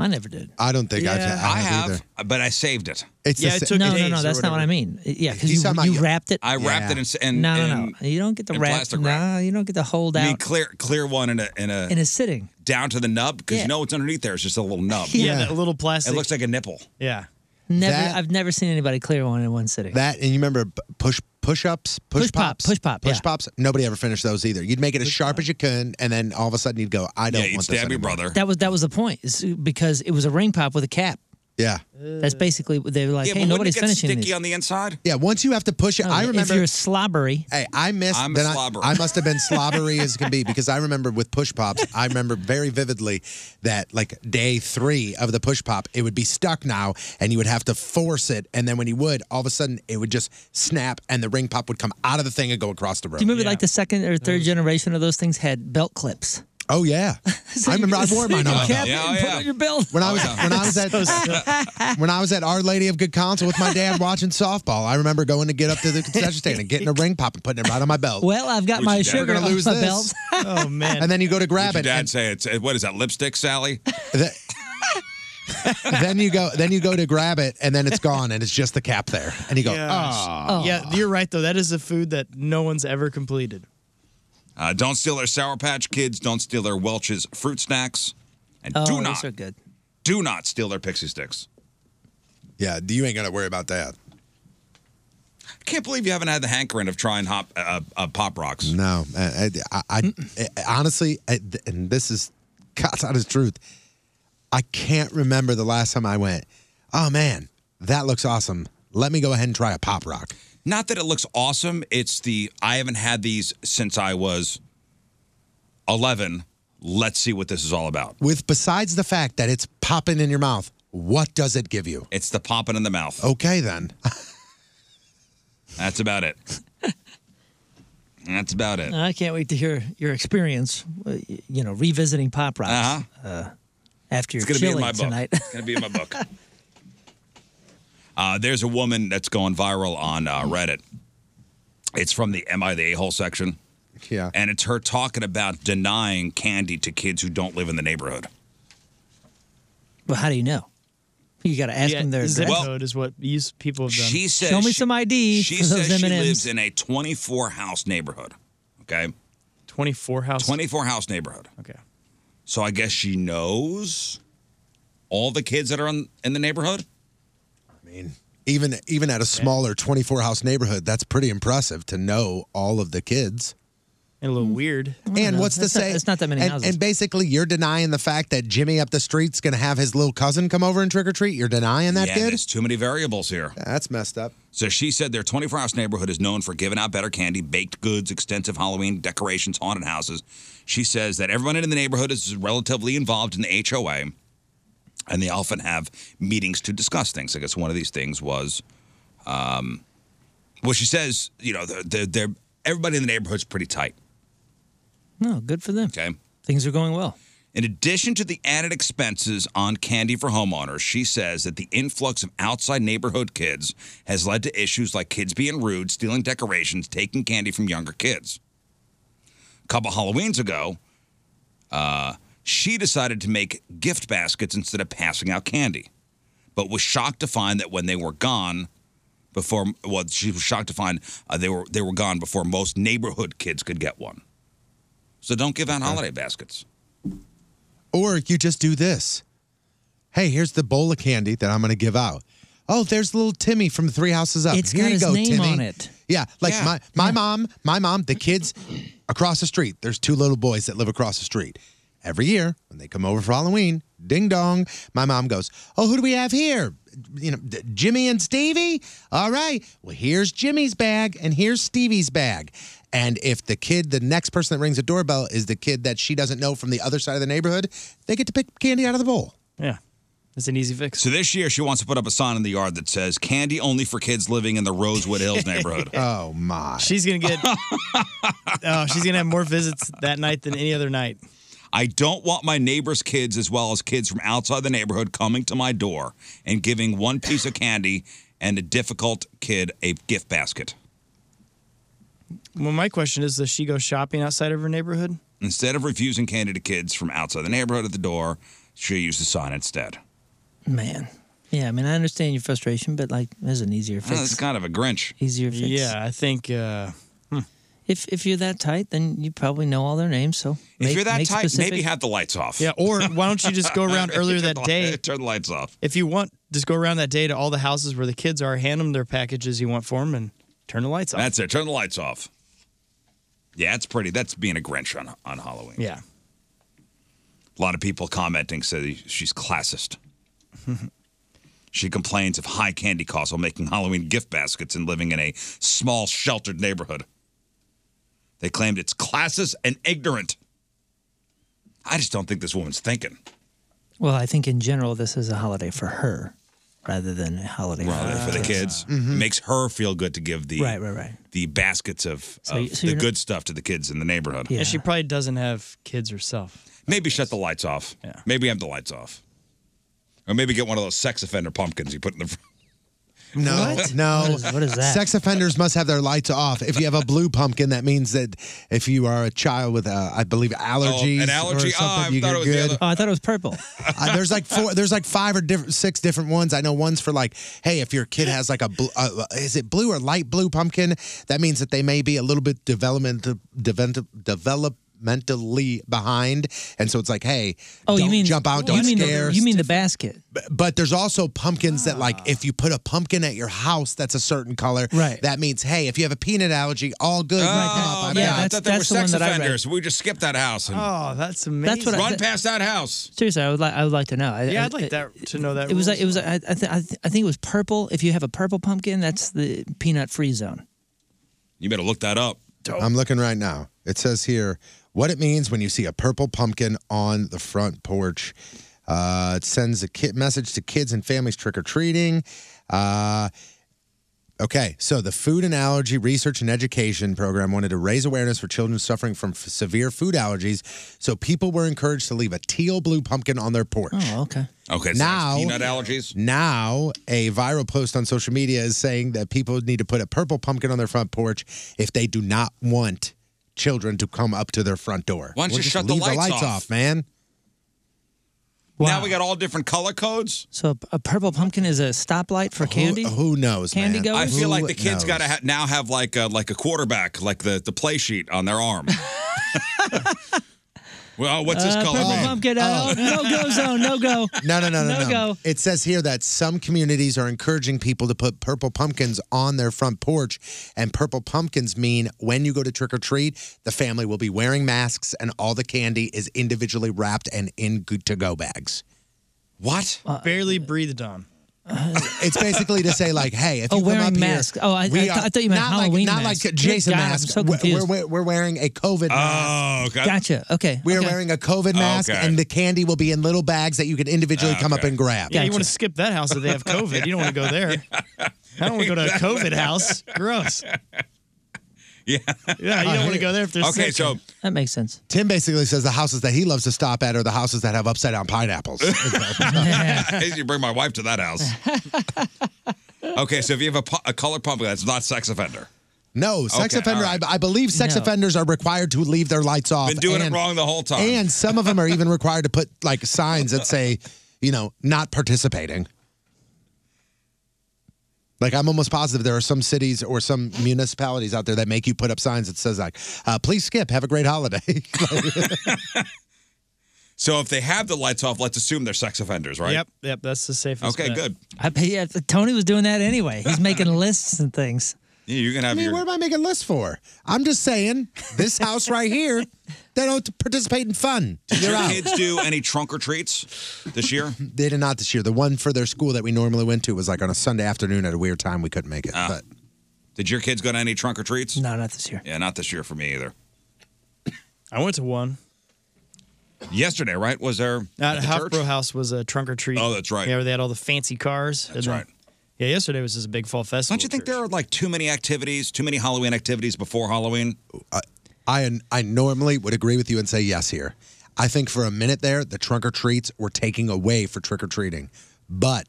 [SPEAKER 7] I never did.
[SPEAKER 4] I don't think I've,
[SPEAKER 8] Yeah,
[SPEAKER 4] I
[SPEAKER 9] I
[SPEAKER 4] have.
[SPEAKER 9] have,
[SPEAKER 4] Either.
[SPEAKER 9] but I saved it.
[SPEAKER 4] It's
[SPEAKER 8] Yeah,
[SPEAKER 4] the
[SPEAKER 8] it
[SPEAKER 4] sa-
[SPEAKER 8] took-
[SPEAKER 7] No, no,
[SPEAKER 8] days
[SPEAKER 7] no.
[SPEAKER 8] or
[SPEAKER 7] That's not what I
[SPEAKER 8] whatever.
[SPEAKER 7] mean. Yeah, because
[SPEAKER 4] He's
[SPEAKER 7] you,
[SPEAKER 4] talking about
[SPEAKER 7] you
[SPEAKER 4] you-
[SPEAKER 7] wrapped it.
[SPEAKER 9] I wrapped
[SPEAKER 4] Yeah.
[SPEAKER 9] it in. s- in
[SPEAKER 7] no, no,
[SPEAKER 9] in-
[SPEAKER 7] no. You don't get the
[SPEAKER 9] in
[SPEAKER 7] wrap.
[SPEAKER 9] plastic wrap.
[SPEAKER 7] Nah, you don't get the hold
[SPEAKER 9] I
[SPEAKER 7] out
[SPEAKER 9] mean, clear, clear one in a in a,
[SPEAKER 7] in a sitting.
[SPEAKER 9] down to the nub because
[SPEAKER 7] Yeah.
[SPEAKER 9] you know what's underneath there is just a little nub.
[SPEAKER 8] yeah, that little plastic.
[SPEAKER 9] It looks like a nipple.
[SPEAKER 8] yeah.
[SPEAKER 7] Never.
[SPEAKER 4] That-
[SPEAKER 7] I've never seen anybody clear one in one sitting.
[SPEAKER 4] that, and you remember p- push push ups, push,
[SPEAKER 7] Push pop,
[SPEAKER 4] pops,
[SPEAKER 7] push pop,
[SPEAKER 4] push
[SPEAKER 7] yeah.
[SPEAKER 4] pops. Nobody ever finished those either. You'd make it as sharp as you could, and then all of a sudden you'd go, I don't
[SPEAKER 9] yeah, you'd
[SPEAKER 4] want this
[SPEAKER 9] stab your
[SPEAKER 4] anymore.
[SPEAKER 9] brother.
[SPEAKER 7] That was that was the point is because it was a ring pop with a cap.
[SPEAKER 4] Yeah,
[SPEAKER 7] That's basically they were like,
[SPEAKER 9] yeah,
[SPEAKER 7] hey,
[SPEAKER 9] but wouldn't
[SPEAKER 7] nobody's
[SPEAKER 9] it get
[SPEAKER 7] finishing
[SPEAKER 9] sticky
[SPEAKER 7] these.
[SPEAKER 9] on the inside?
[SPEAKER 4] yeah. Once you have to push it,
[SPEAKER 7] No,
[SPEAKER 4] I
[SPEAKER 7] Oh, if
[SPEAKER 4] remember.
[SPEAKER 7] you're slobbery,
[SPEAKER 4] Hey, I missed.
[SPEAKER 9] I'm a
[SPEAKER 4] then I-
[SPEAKER 9] slobber.
[SPEAKER 4] I, must have been slobbery as can be because I remember with push pops. I remember very vividly that like day three of the push pop, it would be stuck now, and you would have to force it. And then when you would, all of a sudden, it would just snap, and the ring pop would come out of the thing and go across the room.
[SPEAKER 7] do you remember like the second or third generation of those things had belt clips?
[SPEAKER 4] oh yeah,
[SPEAKER 7] So
[SPEAKER 4] I remember
[SPEAKER 7] you
[SPEAKER 4] I
[SPEAKER 7] could
[SPEAKER 4] wore mine
[SPEAKER 7] stick
[SPEAKER 4] on.
[SPEAKER 7] a cap
[SPEAKER 9] Yeah,
[SPEAKER 7] and
[SPEAKER 9] oh,
[SPEAKER 7] put
[SPEAKER 9] yeah.
[SPEAKER 7] on your belt.
[SPEAKER 4] When I was
[SPEAKER 9] Oh,
[SPEAKER 4] when I was at when I was at Our Lady of Good Counsel with my dad watching softball, I remember going to get up to the concession stand and getting a ring pop and putting it right on my belt.
[SPEAKER 7] Well, I've got
[SPEAKER 9] Which
[SPEAKER 7] my
[SPEAKER 9] is dead.
[SPEAKER 7] sugar
[SPEAKER 4] We're gonna
[SPEAKER 7] off
[SPEAKER 4] lose
[SPEAKER 7] my
[SPEAKER 4] this.
[SPEAKER 7] belt.
[SPEAKER 8] Oh man.
[SPEAKER 4] and then you go to grab
[SPEAKER 9] Did your
[SPEAKER 4] it.
[SPEAKER 9] dad
[SPEAKER 4] and
[SPEAKER 9] say it's what is that lipstick, Sally?
[SPEAKER 4] the- then you go then you go to grab it and then it's gone and it's just the cap there. And you go,
[SPEAKER 8] Yeah.
[SPEAKER 4] "Ah."
[SPEAKER 8] Yeah, you're right though. That is a food that no one's ever completed.
[SPEAKER 9] Uh, don't steal their Sour Patch Kids. Don't steal their Welch's fruit snacks. And
[SPEAKER 7] Oh,
[SPEAKER 9] do
[SPEAKER 7] those
[SPEAKER 9] not,
[SPEAKER 7] are good.
[SPEAKER 9] do not steal their Pixie Sticks.
[SPEAKER 4] Yeah, you ain't gonna worry about that.
[SPEAKER 9] I can't believe you haven't had the hankering of trying hop uh, uh, pop rocks.
[SPEAKER 4] No, I, I, I, I- honestly, I, and this is God's honest truth. I can't remember the last time I went. Oh man, that looks awesome. Let me go ahead and try a pop rock.
[SPEAKER 9] Not that it looks awesome. It's the I haven't had these since I was eleven. Let's see what this is all about.
[SPEAKER 4] With besides the fact that it's popping in your mouth, what does it give you?
[SPEAKER 9] It's the popping in the mouth.
[SPEAKER 4] Okay then.
[SPEAKER 9] That's about it. That's about it.
[SPEAKER 7] I can't wait to hear your experience. uh, y- You know, revisiting Pop Rocks uh,
[SPEAKER 9] Uh-huh.
[SPEAKER 7] after your
[SPEAKER 9] It's gonna be in my
[SPEAKER 7] chili
[SPEAKER 9] book.
[SPEAKER 7] tonight.
[SPEAKER 9] It's gonna be in my book. Uh, there's a woman that's going viral on uh, Reddit. It's from the "Am I the A-hole?" section,
[SPEAKER 4] yeah.
[SPEAKER 9] and it's her talking about denying candy to kids who don't live in the neighborhood.
[SPEAKER 7] well, how do you know? You got to ask
[SPEAKER 8] yeah,
[SPEAKER 7] them their
[SPEAKER 8] zip
[SPEAKER 7] address.
[SPEAKER 9] Well-
[SPEAKER 8] code is what these people have done.
[SPEAKER 9] She says,
[SPEAKER 7] Show me
[SPEAKER 9] she-
[SPEAKER 7] some ID
[SPEAKER 9] She
[SPEAKER 7] for those
[SPEAKER 9] says she
[SPEAKER 7] M&Ms.
[SPEAKER 9] lives in a 24 house neighborhood. Okay,
[SPEAKER 8] 24 house.
[SPEAKER 9] 24 house neighborhood.
[SPEAKER 8] Okay.
[SPEAKER 9] So I guess she knows all the kids that are in, in the neighborhood.
[SPEAKER 4] I mean, even even at a smaller 24 house neighborhood, that's pretty impressive to know all of the kids.
[SPEAKER 8] And a little weird.
[SPEAKER 4] And
[SPEAKER 7] know.
[SPEAKER 4] what's to
[SPEAKER 7] That's not-
[SPEAKER 4] say?
[SPEAKER 7] that's not that many
[SPEAKER 4] and,
[SPEAKER 7] houses.
[SPEAKER 4] And basically, you're denying the fact that Jimmy up the street's going to have his little cousin come over and trick or treat. You're denying that,
[SPEAKER 9] yeah,
[SPEAKER 4] kid.
[SPEAKER 9] there's too many variables here.
[SPEAKER 4] That's messed up.
[SPEAKER 9] So she said their 24 house neighborhood is known for giving out better candy, baked goods, extensive Halloween decorations, haunted houses. She says that everyone in the neighborhood is relatively involved in the HOA, and they often have meetings to discuss things. I guess one of these things was, um, well, she says, you know, they're, they're, they're, everybody in the neighborhood's pretty tight.
[SPEAKER 7] no, Oh, good for them.
[SPEAKER 9] Okay.
[SPEAKER 7] Things are going well.
[SPEAKER 9] In addition to the added expenses on candy for homeowners, she says that the influx of outside neighborhood kids has led to issues like kids being rude, stealing decorations, taking candy from younger kids. A couple Halloweens ago, uh, she decided to make gift baskets instead of passing out candy, but was shocked to find that when they were gone, before well, she was shocked to find uh, they were they were gone before most neighborhood kids could get one. So don't give out holiday baskets.
[SPEAKER 4] Or you just do this. Hey, here's the bowl of candy that I'm going to give out. Oh, there's little Timmy from Three Houses Up.
[SPEAKER 7] It's
[SPEAKER 4] Here
[SPEAKER 7] got
[SPEAKER 4] you
[SPEAKER 7] his
[SPEAKER 4] go,
[SPEAKER 7] name
[SPEAKER 4] Timmy.
[SPEAKER 7] on it.
[SPEAKER 4] Yeah, like
[SPEAKER 9] Yeah.
[SPEAKER 4] my my mom, my mom, the kids across the street. There's two little boys that live across the street. Every year when they come over for Halloween, ding dong, my mom goes, "Oh, who do we have here? You know, D- Jimmy and Stevie. All right. Well, here's Jimmy's bag and here's Stevie's bag." And if the kid, the next person that rings the doorbell is the kid that she doesn't know from the other side of the neighborhood, they get to pick candy out of the bowl.
[SPEAKER 8] Yeah. It's an easy fix.
[SPEAKER 9] So this year, she wants to put up a sign in the yard that says "Candy only for kids living in the Rosewood Hills neighborhood."
[SPEAKER 4] Oh my.
[SPEAKER 8] She's gonna get. oh, she's gonna have more visits that night than any other night.
[SPEAKER 9] I don't want my neighbors' kids, as well as kids from outside the neighborhood, coming to my door and giving one piece of candy and a difficult kid a gift basket.
[SPEAKER 8] Well, my question is, does she go shopping outside of her neighborhood?
[SPEAKER 9] Instead of refusing candy to kids from outside the neighborhood at the door, she used the sign instead.
[SPEAKER 7] Man. Yeah, I mean, I understand your frustration, but like, there's an easier
[SPEAKER 9] Well, that's
[SPEAKER 7] fix.
[SPEAKER 9] kind of a Grinch.
[SPEAKER 7] easier fix.
[SPEAKER 8] Yeah, I think. Uh,
[SPEAKER 7] If if you're that tight, then you probably know all their names. So
[SPEAKER 9] if
[SPEAKER 7] make-
[SPEAKER 9] you're that
[SPEAKER 7] make
[SPEAKER 9] type,
[SPEAKER 7] specific-
[SPEAKER 9] maybe have the lights off.
[SPEAKER 8] yeah, or why don't you just go around earlier that day?
[SPEAKER 9] Turn the lights off.
[SPEAKER 8] If you want, just go around that day to all the houses where the kids are, hand them their packages you want for them, and turn the lights off.
[SPEAKER 9] That's it. Turn the lights off. Yeah, it's pretty. That's being a Grinch on on Halloween.
[SPEAKER 8] yeah.
[SPEAKER 9] A lot of people commenting say she's classist. she complains of high candy costs while making Halloween gift baskets and living in a small, sheltered neighborhood. They claimed it's classist and ignorant. I just don't think this woman's thinking.
[SPEAKER 7] Well, I think in general, this is a holiday for her rather than a holiday
[SPEAKER 9] Rather
[SPEAKER 7] for,
[SPEAKER 9] for the kids, makes her feel good to give the
[SPEAKER 7] Right, right, right.
[SPEAKER 9] the baskets of,
[SPEAKER 7] So-
[SPEAKER 9] of
[SPEAKER 7] so
[SPEAKER 9] the
[SPEAKER 7] you're-
[SPEAKER 9] good stuff to the kids in the neighborhood.
[SPEAKER 7] Yeah.
[SPEAKER 8] And she probably doesn't have kids herself.
[SPEAKER 9] Maybe shut the lights off.
[SPEAKER 8] Yeah.
[SPEAKER 9] Maybe have the lights off. Or maybe get one of those sex offender pumpkins you put in the
[SPEAKER 4] No, no.
[SPEAKER 7] What is- what is that?
[SPEAKER 4] Sex offenders must have their lights off. If you have a blue pumpkin, that means that if you are a child with, uh, I believe, allergies
[SPEAKER 9] Oh, allergy.
[SPEAKER 4] or
[SPEAKER 9] Oh,
[SPEAKER 4] something,
[SPEAKER 9] I
[SPEAKER 4] you
[SPEAKER 9] thought
[SPEAKER 4] get
[SPEAKER 9] it was the
[SPEAKER 4] good.
[SPEAKER 9] other-
[SPEAKER 7] Oh, I thought it was purple.
[SPEAKER 4] Uh, there's like four, there's like five or different, six different ones. I know one's for like, hey, if your kid has like a, bl- uh, is it blue or light blue pumpkin? That means that they may be a little bit development, develop, developmentally behind, and so it's like, hey,
[SPEAKER 7] Oh,
[SPEAKER 4] don't
[SPEAKER 7] you mean
[SPEAKER 4] jump out,
[SPEAKER 7] you
[SPEAKER 4] don't
[SPEAKER 7] mean the-
[SPEAKER 4] scare.
[SPEAKER 7] you mean the basket?
[SPEAKER 4] But there's also pumpkins that, like, if you put a pumpkin at your house that's a certain color,
[SPEAKER 7] Ah. Right.
[SPEAKER 4] that means, hey, if you have a peanut allergy, all good. come up,
[SPEAKER 9] Oh,
[SPEAKER 4] I'm
[SPEAKER 9] man,
[SPEAKER 7] yeah,
[SPEAKER 4] out.
[SPEAKER 9] I
[SPEAKER 7] that's-
[SPEAKER 9] thought they were
[SPEAKER 7] that's the one
[SPEAKER 9] sex
[SPEAKER 7] that I read.
[SPEAKER 9] offenders. We just skipped that house and
[SPEAKER 8] Oh, that's amazing.
[SPEAKER 7] That's what I-
[SPEAKER 9] run past that house.
[SPEAKER 7] Seriously, I would like I would like to know. I,
[SPEAKER 8] yeah,
[SPEAKER 7] I,
[SPEAKER 8] I'd like that to know that.
[SPEAKER 7] It was
[SPEAKER 8] rule
[SPEAKER 7] like it was.
[SPEAKER 8] as well.
[SPEAKER 7] I, I, th- I, th- I think it was purple. If you have a purple pumpkin, that's the peanut free zone.
[SPEAKER 9] You better look that up.
[SPEAKER 4] I'm looking right now. It says here what it means when you see a purple pumpkin on the front porch. Uh, it sends a kid message to kids and families trick or treating. Uh, okay, so the Food and Allergy Research and Education Program wanted to raise awareness for children suffering from f- severe food allergies, so people were encouraged to leave a teal blue pumpkin on their porch.
[SPEAKER 7] Oh, okay.
[SPEAKER 9] Okay, so
[SPEAKER 4] Now-
[SPEAKER 9] that's peanut allergies.
[SPEAKER 4] Now, a viral post on social media is saying that people need to put a purple pumpkin on their front porch if they do not want children to come up to their front door.
[SPEAKER 9] Why don't
[SPEAKER 4] Well,
[SPEAKER 9] you
[SPEAKER 4] just
[SPEAKER 9] shut the
[SPEAKER 4] leave
[SPEAKER 9] lights
[SPEAKER 4] lights
[SPEAKER 9] off?
[SPEAKER 4] off, man?
[SPEAKER 9] Now we got all different color codes.
[SPEAKER 7] So a, a purple pumpkin is a stoplight for candy.
[SPEAKER 4] Who, uh, who knows,
[SPEAKER 7] Candy
[SPEAKER 4] man?
[SPEAKER 7] goes?
[SPEAKER 9] I feel
[SPEAKER 4] Who
[SPEAKER 9] like the kids
[SPEAKER 4] knows?
[SPEAKER 9] got to ha- now have like a, like a quarterback, like the, the play sheet on their arm. well, what's this
[SPEAKER 7] Uh,
[SPEAKER 9] color?
[SPEAKER 7] purple
[SPEAKER 9] man?
[SPEAKER 7] pumpkin. Oh. no go zone. No go.
[SPEAKER 4] No, no, no, no,
[SPEAKER 7] No
[SPEAKER 4] no.
[SPEAKER 7] go.
[SPEAKER 4] It says here that some communities are encouraging people to put purple pumpkins on their front porch, and purple pumpkins mean when you go to trick or treat, the family will be wearing masks, and all the candy is individually wrapped and in good to go bags.
[SPEAKER 9] What?
[SPEAKER 8] barely breathed on.
[SPEAKER 4] It's basically to say like, hey, if
[SPEAKER 7] Oh,
[SPEAKER 4] you come
[SPEAKER 7] wearing
[SPEAKER 4] up here,
[SPEAKER 7] masks. Oh, I- I
[SPEAKER 4] we
[SPEAKER 7] thought- I thought you meant
[SPEAKER 4] not
[SPEAKER 7] Halloween
[SPEAKER 4] Like, not
[SPEAKER 7] masks.
[SPEAKER 4] like a
[SPEAKER 7] Good
[SPEAKER 4] Jason
[SPEAKER 7] God, I'm
[SPEAKER 4] mask.
[SPEAKER 7] so
[SPEAKER 4] We're-
[SPEAKER 7] confused.
[SPEAKER 4] We're, we're, we're wearing a COVID mask.
[SPEAKER 9] Oh, okay.
[SPEAKER 7] Gotcha. Okay.
[SPEAKER 4] We are
[SPEAKER 7] okay.
[SPEAKER 4] wearing a COVID mask,
[SPEAKER 9] Okay.
[SPEAKER 4] and the candy will be in little bags that you can individually come up
[SPEAKER 9] Okay.
[SPEAKER 4] and grab.
[SPEAKER 8] Yeah, you
[SPEAKER 7] Gotcha.
[SPEAKER 8] want to skip that house if they have COVID. You don't want to go there. I don't want to go to a COVID house. Gross.
[SPEAKER 9] Yeah.
[SPEAKER 8] Yeah, you don't want to go there if there's
[SPEAKER 9] Okay, so
[SPEAKER 7] That makes sense.
[SPEAKER 4] Tim basically says the houses that he loves to stop at are the houses that have upside down pineapples.
[SPEAKER 9] you bring my wife to that house. okay, so if you have a, pu- a color pumpkin, that's not sex offender.
[SPEAKER 4] no, sex
[SPEAKER 9] Okay,
[SPEAKER 4] offender.
[SPEAKER 9] all right.
[SPEAKER 4] I, I believe sex
[SPEAKER 7] No.
[SPEAKER 4] offenders are required to leave their lights off.
[SPEAKER 9] Been doing
[SPEAKER 4] and-
[SPEAKER 9] it wrong the whole time.
[SPEAKER 4] And some of them are even required to put like signs that say, you know, not participating. Like I'm almost positive there are some cities or some municipalities out there that make you put up signs that says like, uh, "Please skip. Have a great holiday."
[SPEAKER 9] so if they have the lights off, let's assume they're sex offenders, right?
[SPEAKER 8] Yep, yep, that's the safest.
[SPEAKER 9] Okay,
[SPEAKER 8] bet.
[SPEAKER 9] good.
[SPEAKER 7] I, yeah, Tony was doing that anyway. He's making lists and things.
[SPEAKER 9] Yeah, you can have
[SPEAKER 4] I mean,
[SPEAKER 9] your.
[SPEAKER 4] what am I making lists for? I'm just saying this house right here, they don't participate in fun.
[SPEAKER 9] did your kids do any trunk or treats this year?
[SPEAKER 4] They did not this year. The one for their school that we normally went to was like on a Sunday afternoon at a weird time. We couldn't make it. But
[SPEAKER 9] Did your kids go to any trunk or treats?
[SPEAKER 7] No, not this year.
[SPEAKER 9] Yeah, not this year for me either.
[SPEAKER 8] I went to one.
[SPEAKER 9] Yesterday, right? Was there the
[SPEAKER 8] At,
[SPEAKER 9] church?
[SPEAKER 8] Hofbräu House was a trunk or treat.
[SPEAKER 9] Oh, that's right.
[SPEAKER 8] Yeah, where they had all the fancy cars.
[SPEAKER 9] That's
[SPEAKER 8] and-
[SPEAKER 9] right.
[SPEAKER 8] Yeah, yesterday was just a big fall festival.
[SPEAKER 9] Don't you think
[SPEAKER 8] church.
[SPEAKER 9] there are like too many activities, too many Halloween activities before Halloween?
[SPEAKER 4] uh, I I normally would agree with you and say yes here. I think for a minute there, the trunk or treats were taking away for trick or treating, but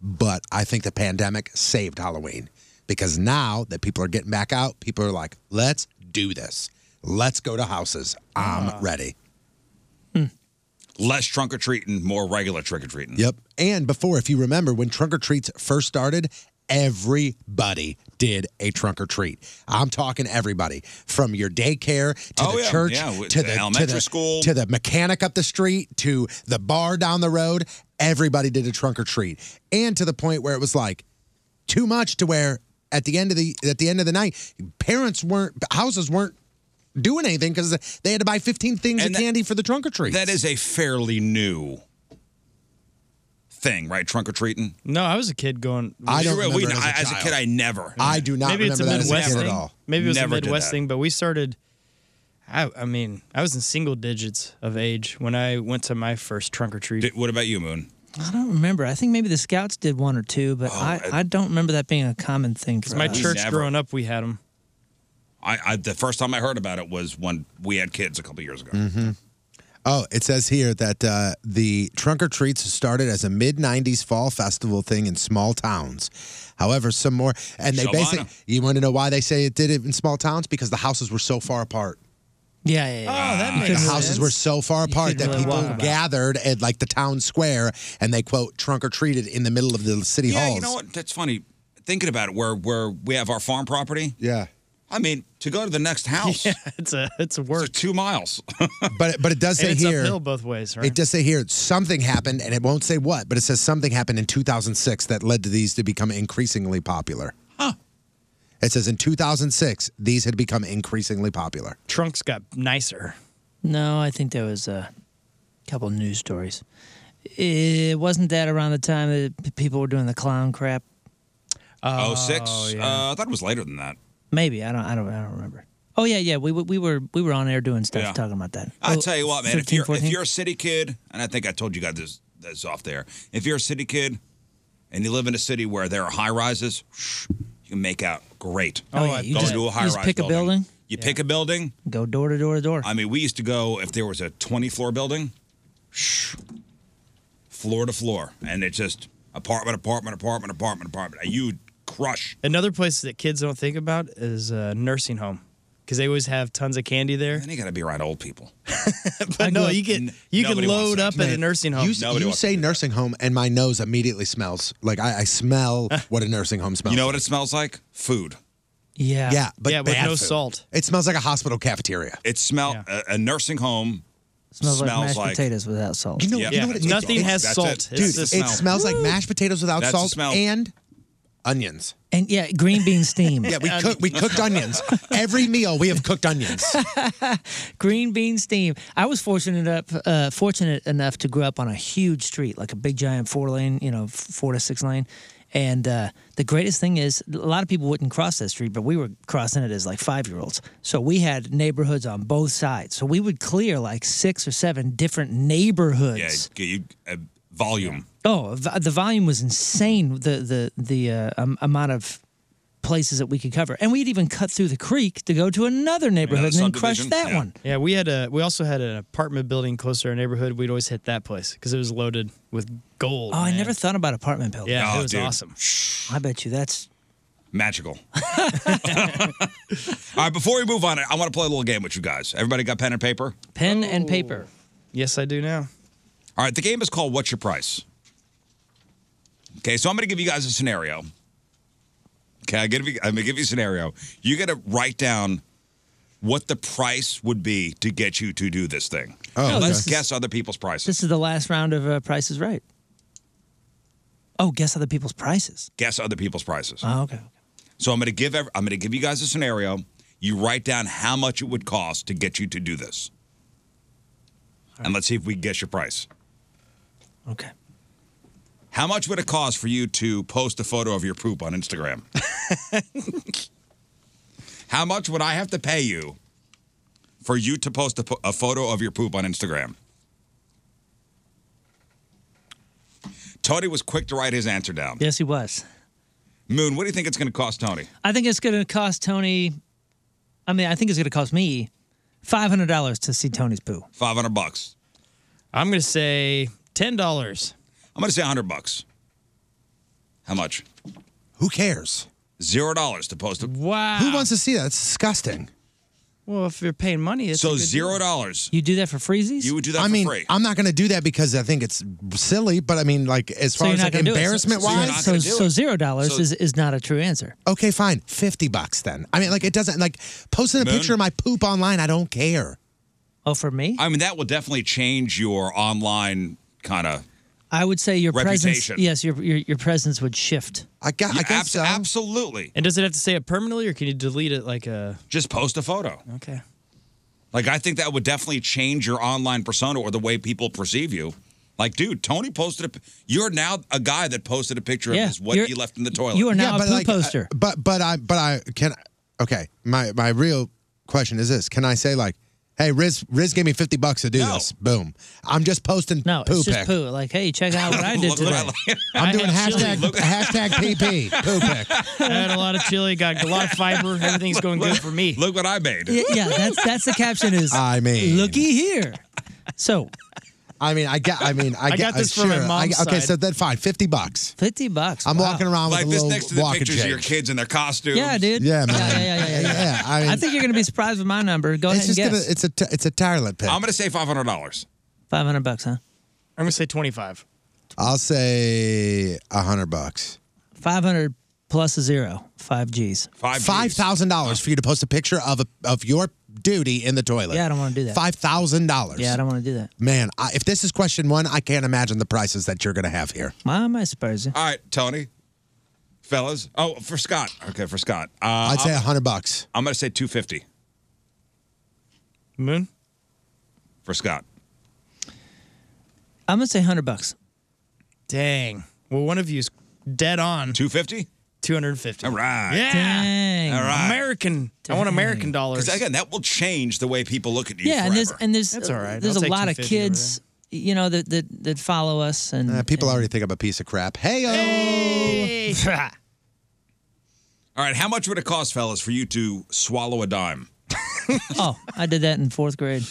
[SPEAKER 4] but I think the pandemic saved Halloween because now that people are getting back out, people are like, let's do this. Let's go to houses. I'm ready.
[SPEAKER 9] Less trunk or treating, more regular trick or treating.
[SPEAKER 4] Yep. And before, if you remember, when trunk or treats first started, everybody did a trunk or treat. I'm talking everybody from your daycare to
[SPEAKER 9] Oh,
[SPEAKER 4] the
[SPEAKER 9] yeah.
[SPEAKER 4] church
[SPEAKER 9] Yeah, with
[SPEAKER 4] to
[SPEAKER 9] the
[SPEAKER 4] the, to
[SPEAKER 9] elementary
[SPEAKER 4] the
[SPEAKER 9] school.
[SPEAKER 4] to the mechanic up the street to the bar down the road. Everybody did a trunk or treat, and to the point where it was like too much to where at the end of the at the end of the night, parents weren't houses weren't doing anything because they had to buy 15 things
[SPEAKER 9] And
[SPEAKER 4] of
[SPEAKER 9] that-
[SPEAKER 4] candy for the trunk or treat.
[SPEAKER 9] That is a fairly new thing, right? Trunk or treating.
[SPEAKER 8] No, I was a kid going.
[SPEAKER 4] I don't
[SPEAKER 9] Well,
[SPEAKER 4] remember
[SPEAKER 9] we-
[SPEAKER 4] it as a
[SPEAKER 9] I- as a
[SPEAKER 4] child.
[SPEAKER 9] kid, I never.
[SPEAKER 4] I do not
[SPEAKER 8] maybe it's
[SPEAKER 4] remember
[SPEAKER 8] a
[SPEAKER 4] that as a
[SPEAKER 8] Midwest
[SPEAKER 4] kid at
[SPEAKER 8] thing.
[SPEAKER 4] all.
[SPEAKER 8] Maybe it was
[SPEAKER 9] Never
[SPEAKER 8] a
[SPEAKER 9] did
[SPEAKER 8] Midwest
[SPEAKER 9] that.
[SPEAKER 8] thing, but we started. I, I mean, I was in single digits of age when I went to my first trunk or treat.
[SPEAKER 9] Did- what about you, Moon?
[SPEAKER 7] I don't remember. I think maybe the Scouts did one or two, but
[SPEAKER 4] Oh,
[SPEAKER 7] I, I don't remember that being a common thing. For
[SPEAKER 8] my
[SPEAKER 7] us.
[SPEAKER 8] church
[SPEAKER 9] never-
[SPEAKER 8] growing up, we had them.
[SPEAKER 9] I, I the first time I heard about it was when we had kids a couple years ago. Oh, it says here that uh, the Trunk or Treats started as a mid '90s fall festival thing in small towns. However, some more, and they
[SPEAKER 7] Shabana.
[SPEAKER 9] basically, you want to know why they say it did it in small towns because the houses were so far apart.
[SPEAKER 7] Yeah, yeah, yeah.
[SPEAKER 9] Oh, that The houses were so far apart
[SPEAKER 7] couldn't
[SPEAKER 9] that
[SPEAKER 7] really
[SPEAKER 9] people
[SPEAKER 7] walk about.
[SPEAKER 9] gathered at like the town square and they quote trunk or treated in the middle of the city
[SPEAKER 4] yeah,
[SPEAKER 9] halls.
[SPEAKER 4] you know what? Oh, That's funny. Thinking about it, where where we have our farm property.
[SPEAKER 9] Yeah.
[SPEAKER 4] I mean, to go to the next house. Yeah,
[SPEAKER 8] it's a it's a work.
[SPEAKER 4] two miles.
[SPEAKER 9] But but it does say
[SPEAKER 8] and it's
[SPEAKER 9] here
[SPEAKER 8] uphill both ways, right?
[SPEAKER 9] It does say here something happened, and it won't say what, but it says something happened in 2006 that led to these to become increasingly popular.
[SPEAKER 4] Huh.
[SPEAKER 9] It says in 2006 these had become increasingly popular.
[SPEAKER 8] Trunks got nicer.
[SPEAKER 7] No, I think there was a couple news stories. It wasn't that around the time that p- people were doing the clown crap.
[SPEAKER 4] Oh, six. Uh, I thought it was later than that.
[SPEAKER 7] Maybe I don't. I don't. I don't remember. Oh yeah, yeah. We were- we were we were on air doing stuff
[SPEAKER 4] Yeah.
[SPEAKER 7] talking about that.
[SPEAKER 4] I
[SPEAKER 7] Oh,
[SPEAKER 4] tell you what, man. if
[SPEAKER 7] 13,
[SPEAKER 4] you're
[SPEAKER 7] 14?
[SPEAKER 4] if you're a city kid, and I think I told you guys this this off there. If you're a city kid, and you live in a city where there are high rises, you can make out great.
[SPEAKER 7] Oh, yeah, you
[SPEAKER 4] go
[SPEAKER 7] just-
[SPEAKER 4] to a
[SPEAKER 7] you
[SPEAKER 4] high
[SPEAKER 7] just
[SPEAKER 4] rise
[SPEAKER 7] pick a building.
[SPEAKER 4] You pick a building.
[SPEAKER 7] go door to door to door.
[SPEAKER 4] I mean, we used to go if there was a 20 floor building, shh, floor to floor, and it's just apartment, apartment, apartment, apartment, apartment. You crush.
[SPEAKER 8] Another place that kids don't think about is a nursing home because they always have tons of candy there.
[SPEAKER 4] And you got to be around old people.
[SPEAKER 8] but no, you can you can
[SPEAKER 4] nobody wants
[SPEAKER 8] load
[SPEAKER 4] that.
[SPEAKER 8] up at a nursing
[SPEAKER 4] Oh,
[SPEAKER 8] home.
[SPEAKER 9] You, s- you say nursing home, and my nose immediately smells like I, I smell what a nursing home smells.
[SPEAKER 4] You know what it smells like? Food.
[SPEAKER 7] Yeah.
[SPEAKER 9] Yeah, but
[SPEAKER 4] Yeah, with
[SPEAKER 9] bad
[SPEAKER 4] no
[SPEAKER 9] food.
[SPEAKER 4] salt.
[SPEAKER 9] It smells like a hospital cafeteria.
[SPEAKER 4] It smell a, a nursing home
[SPEAKER 7] Smells, like mashed potatoes without salt.
[SPEAKER 9] You know, you know what it, it- dude. It smells like mashed potatoes without
[SPEAKER 7] That's the
[SPEAKER 9] salt
[SPEAKER 7] smell.
[SPEAKER 9] and onions.
[SPEAKER 7] And yeah, green bean steam.
[SPEAKER 9] Yeah, we cook, we cooked onions every meal. We have cooked onions.
[SPEAKER 7] green bean steam. I was fortunate up, uh, fortunate enough to grow up on a huge street, like a big giant four lane, you know, f- four to six lane. And uh, the greatest thing is, a lot of people wouldn't cross that street, but we were crossing it as like five year olds. So we had neighborhoods on both sides. So we would clear like six or seven different neighborhoods.
[SPEAKER 4] Yeah, you, you- uh, volume.
[SPEAKER 7] Oh, v- the volume was insane. The the the uh, um, amount of places that we could cover, and we'd even cut through the creek to go to another neighborhood and then crush that one.
[SPEAKER 8] Yeah, we had a we also had an apartment building close to our neighborhood. We'd always hit that place because it was loaded with gold.
[SPEAKER 7] Oh, I
[SPEAKER 8] man.
[SPEAKER 7] never thought about apartment buildings.
[SPEAKER 8] Yeah,
[SPEAKER 4] Oh,
[SPEAKER 8] it was awesome.
[SPEAKER 7] I bet you that's
[SPEAKER 4] Magical. All right, before we move on, I want to play a little game with you guys. Everybody got pen and paper?
[SPEAKER 7] pen
[SPEAKER 4] Oh.
[SPEAKER 7] and paper.
[SPEAKER 8] Yes, I do now.
[SPEAKER 4] All right, the game is called What's Your Price? Okay, so I'm going to give you guys a scenario. Okay, I give you, I'm going to give you a scenario. You got to write down what the price would be to get you to do this thing.
[SPEAKER 7] Oh,
[SPEAKER 4] Now, let's
[SPEAKER 7] okay.
[SPEAKER 4] guess other people's prices.
[SPEAKER 7] This is the last round of uh, Price is Right. Oh, guess other people's prices.
[SPEAKER 4] Guess other people's prices.
[SPEAKER 7] Oh, okay.
[SPEAKER 4] So I'm going to give ev- I'm going to give you guys a scenario. You write down how much it would cost to get you to do this. And let's see if we can guess your price.
[SPEAKER 7] Okay.
[SPEAKER 4] How much would it cost for you to post a photo of your poop on Instagram? how much would I have to pay you for you to post a, po- a photo of your poop on Instagram? Tony was quick to write his answer down.
[SPEAKER 7] Yes, he was.
[SPEAKER 4] Moon, what do you think it's going to cost Tony?
[SPEAKER 7] I think it's going to cost Tony. I mean, I think it's going to cost me five hundred dollars to see Tony's poo.
[SPEAKER 4] Five hundred bucks.
[SPEAKER 8] I'm gonna say ten dollars.
[SPEAKER 4] I'm gonna say hundred bucks. How much?
[SPEAKER 9] Who cares?
[SPEAKER 4] Zero dollars to post a
[SPEAKER 8] wow.
[SPEAKER 9] Who wants to see that? It's disgusting.
[SPEAKER 8] Well, if you're paying money, it's a good deal.
[SPEAKER 4] dollars.
[SPEAKER 7] You do that for freezies?
[SPEAKER 4] You would do that
[SPEAKER 9] I
[SPEAKER 4] for
[SPEAKER 9] mean,
[SPEAKER 4] free.
[SPEAKER 9] I'm not going to do that because I think it's silly. But I mean, like as
[SPEAKER 7] So
[SPEAKER 9] far
[SPEAKER 7] you're
[SPEAKER 9] as
[SPEAKER 7] not
[SPEAKER 9] like
[SPEAKER 7] gonna do it. So-
[SPEAKER 9] embarrassment wise,
[SPEAKER 7] so, so, zero dollars is, is not a true answer.
[SPEAKER 9] okay, fine, fifty bucks then. I mean, like it doesn't like posting a
[SPEAKER 4] Moon?
[SPEAKER 9] picture of my poop online. I don't care.
[SPEAKER 7] Oh, for me,
[SPEAKER 4] I mean, that will definitely change your online kind of.
[SPEAKER 7] I would say your
[SPEAKER 4] Reputation.
[SPEAKER 7] presence. Yes, your your, your presence would shift.
[SPEAKER 9] I got.
[SPEAKER 4] I guess Absolutely.
[SPEAKER 8] And does it have to say it permanently, or can you delete it like a?
[SPEAKER 4] Just post a photo.
[SPEAKER 8] Okay.
[SPEAKER 4] Like, I think that would definitely change your online persona or the way people perceive you. Like, dude, Tony posted a. p- You're now a guy that posted a picture
[SPEAKER 9] Yeah,
[SPEAKER 4] of his what
[SPEAKER 9] you're-
[SPEAKER 4] he left in the toilet.
[SPEAKER 9] but like, I- but but I but I can. Okay, my my real question is this: Can I say like, hey, Riz Riz gave me fifty bucks to do this? Boom. I'm just posting no,
[SPEAKER 7] It's
[SPEAKER 9] poo
[SPEAKER 7] just
[SPEAKER 9] pic.
[SPEAKER 7] poo. Like, hey, check out what I did
[SPEAKER 9] Look what I
[SPEAKER 7] today.
[SPEAKER 9] like. I'm doing hashtag hashtag PP poo pic.
[SPEAKER 8] I had a lot of chili, got a lot of fiber. Everything's going good for me.
[SPEAKER 4] Look what I made.
[SPEAKER 7] Yeah, yeah, that's that's the caption is.
[SPEAKER 9] I mean,
[SPEAKER 7] looky here. So
[SPEAKER 9] I mean, I get. I mean, I,
[SPEAKER 7] I
[SPEAKER 9] get,
[SPEAKER 7] got this from my mom's
[SPEAKER 9] Okay,
[SPEAKER 7] side.
[SPEAKER 9] so then fine, fifty bucks.
[SPEAKER 7] fifty bucks.
[SPEAKER 9] I'm
[SPEAKER 7] wow.
[SPEAKER 9] walking around
[SPEAKER 4] Like
[SPEAKER 9] with a
[SPEAKER 4] this
[SPEAKER 9] little
[SPEAKER 4] next to the
[SPEAKER 9] walking
[SPEAKER 4] pictures of your
[SPEAKER 9] change.
[SPEAKER 4] kids in their costumes.
[SPEAKER 7] Yeah, dude.
[SPEAKER 9] Yeah, man.
[SPEAKER 7] Yeah, yeah, yeah, yeah. yeah.
[SPEAKER 9] Yeah, I mean,
[SPEAKER 7] I think you're gonna be surprised with my number. Go
[SPEAKER 9] it's
[SPEAKER 7] ahead and
[SPEAKER 9] just gonna,
[SPEAKER 7] guess.
[SPEAKER 9] it's a t- it's a toilet pick.
[SPEAKER 4] I'm gonna say five hundred dollars.
[SPEAKER 7] Five hundred bucks, huh?
[SPEAKER 10] I'm gonna say 25.
[SPEAKER 9] I'll say a hundred bucks.
[SPEAKER 7] Five hundred plus a zero. Five G's.
[SPEAKER 4] Five.
[SPEAKER 9] Five
[SPEAKER 4] Gs.
[SPEAKER 9] thousand dollars for you to post a picture of a, of your duty in the toilet.
[SPEAKER 7] Yeah, I don't wanna do that.
[SPEAKER 9] Five thousand dollars.
[SPEAKER 7] Yeah, I don't want to do that.
[SPEAKER 9] Man, I, if this is question one, I can't imagine the prices that you're gonna have here.
[SPEAKER 7] Why am I surprised?
[SPEAKER 4] All right, Tony. Fellas. Oh, for Scott. Okay, for Scott. Uh,
[SPEAKER 9] I'd say
[SPEAKER 4] I'm,
[SPEAKER 9] a hundred bucks.
[SPEAKER 4] I'm gonna say two fifty
[SPEAKER 10] Moon?
[SPEAKER 4] for Scott.
[SPEAKER 7] I'm gonna say hundred bucks.
[SPEAKER 10] Dang. Well, one of you's dead on.
[SPEAKER 4] Two fifty.
[SPEAKER 10] 250.
[SPEAKER 4] All right.
[SPEAKER 10] Yeah.
[SPEAKER 7] Dang.
[SPEAKER 4] All right.
[SPEAKER 10] American. I want
[SPEAKER 7] Dang.
[SPEAKER 10] American dollars.
[SPEAKER 4] Because again, that will change the way people look at you.
[SPEAKER 7] Yeah, and there's
[SPEAKER 4] forever.
[SPEAKER 7] and there's
[SPEAKER 10] That's all right.
[SPEAKER 7] there's
[SPEAKER 10] I'll
[SPEAKER 7] a
[SPEAKER 10] take
[SPEAKER 7] lot of
[SPEAKER 10] 250 over
[SPEAKER 7] kids, you know, that that, that follow us and
[SPEAKER 9] Uh, people already think I'm a piece of crap. Hey,
[SPEAKER 4] All right, how much would it cost, fellas, for you to swallow a dime?
[SPEAKER 7] Oh, I did that in fourth grade.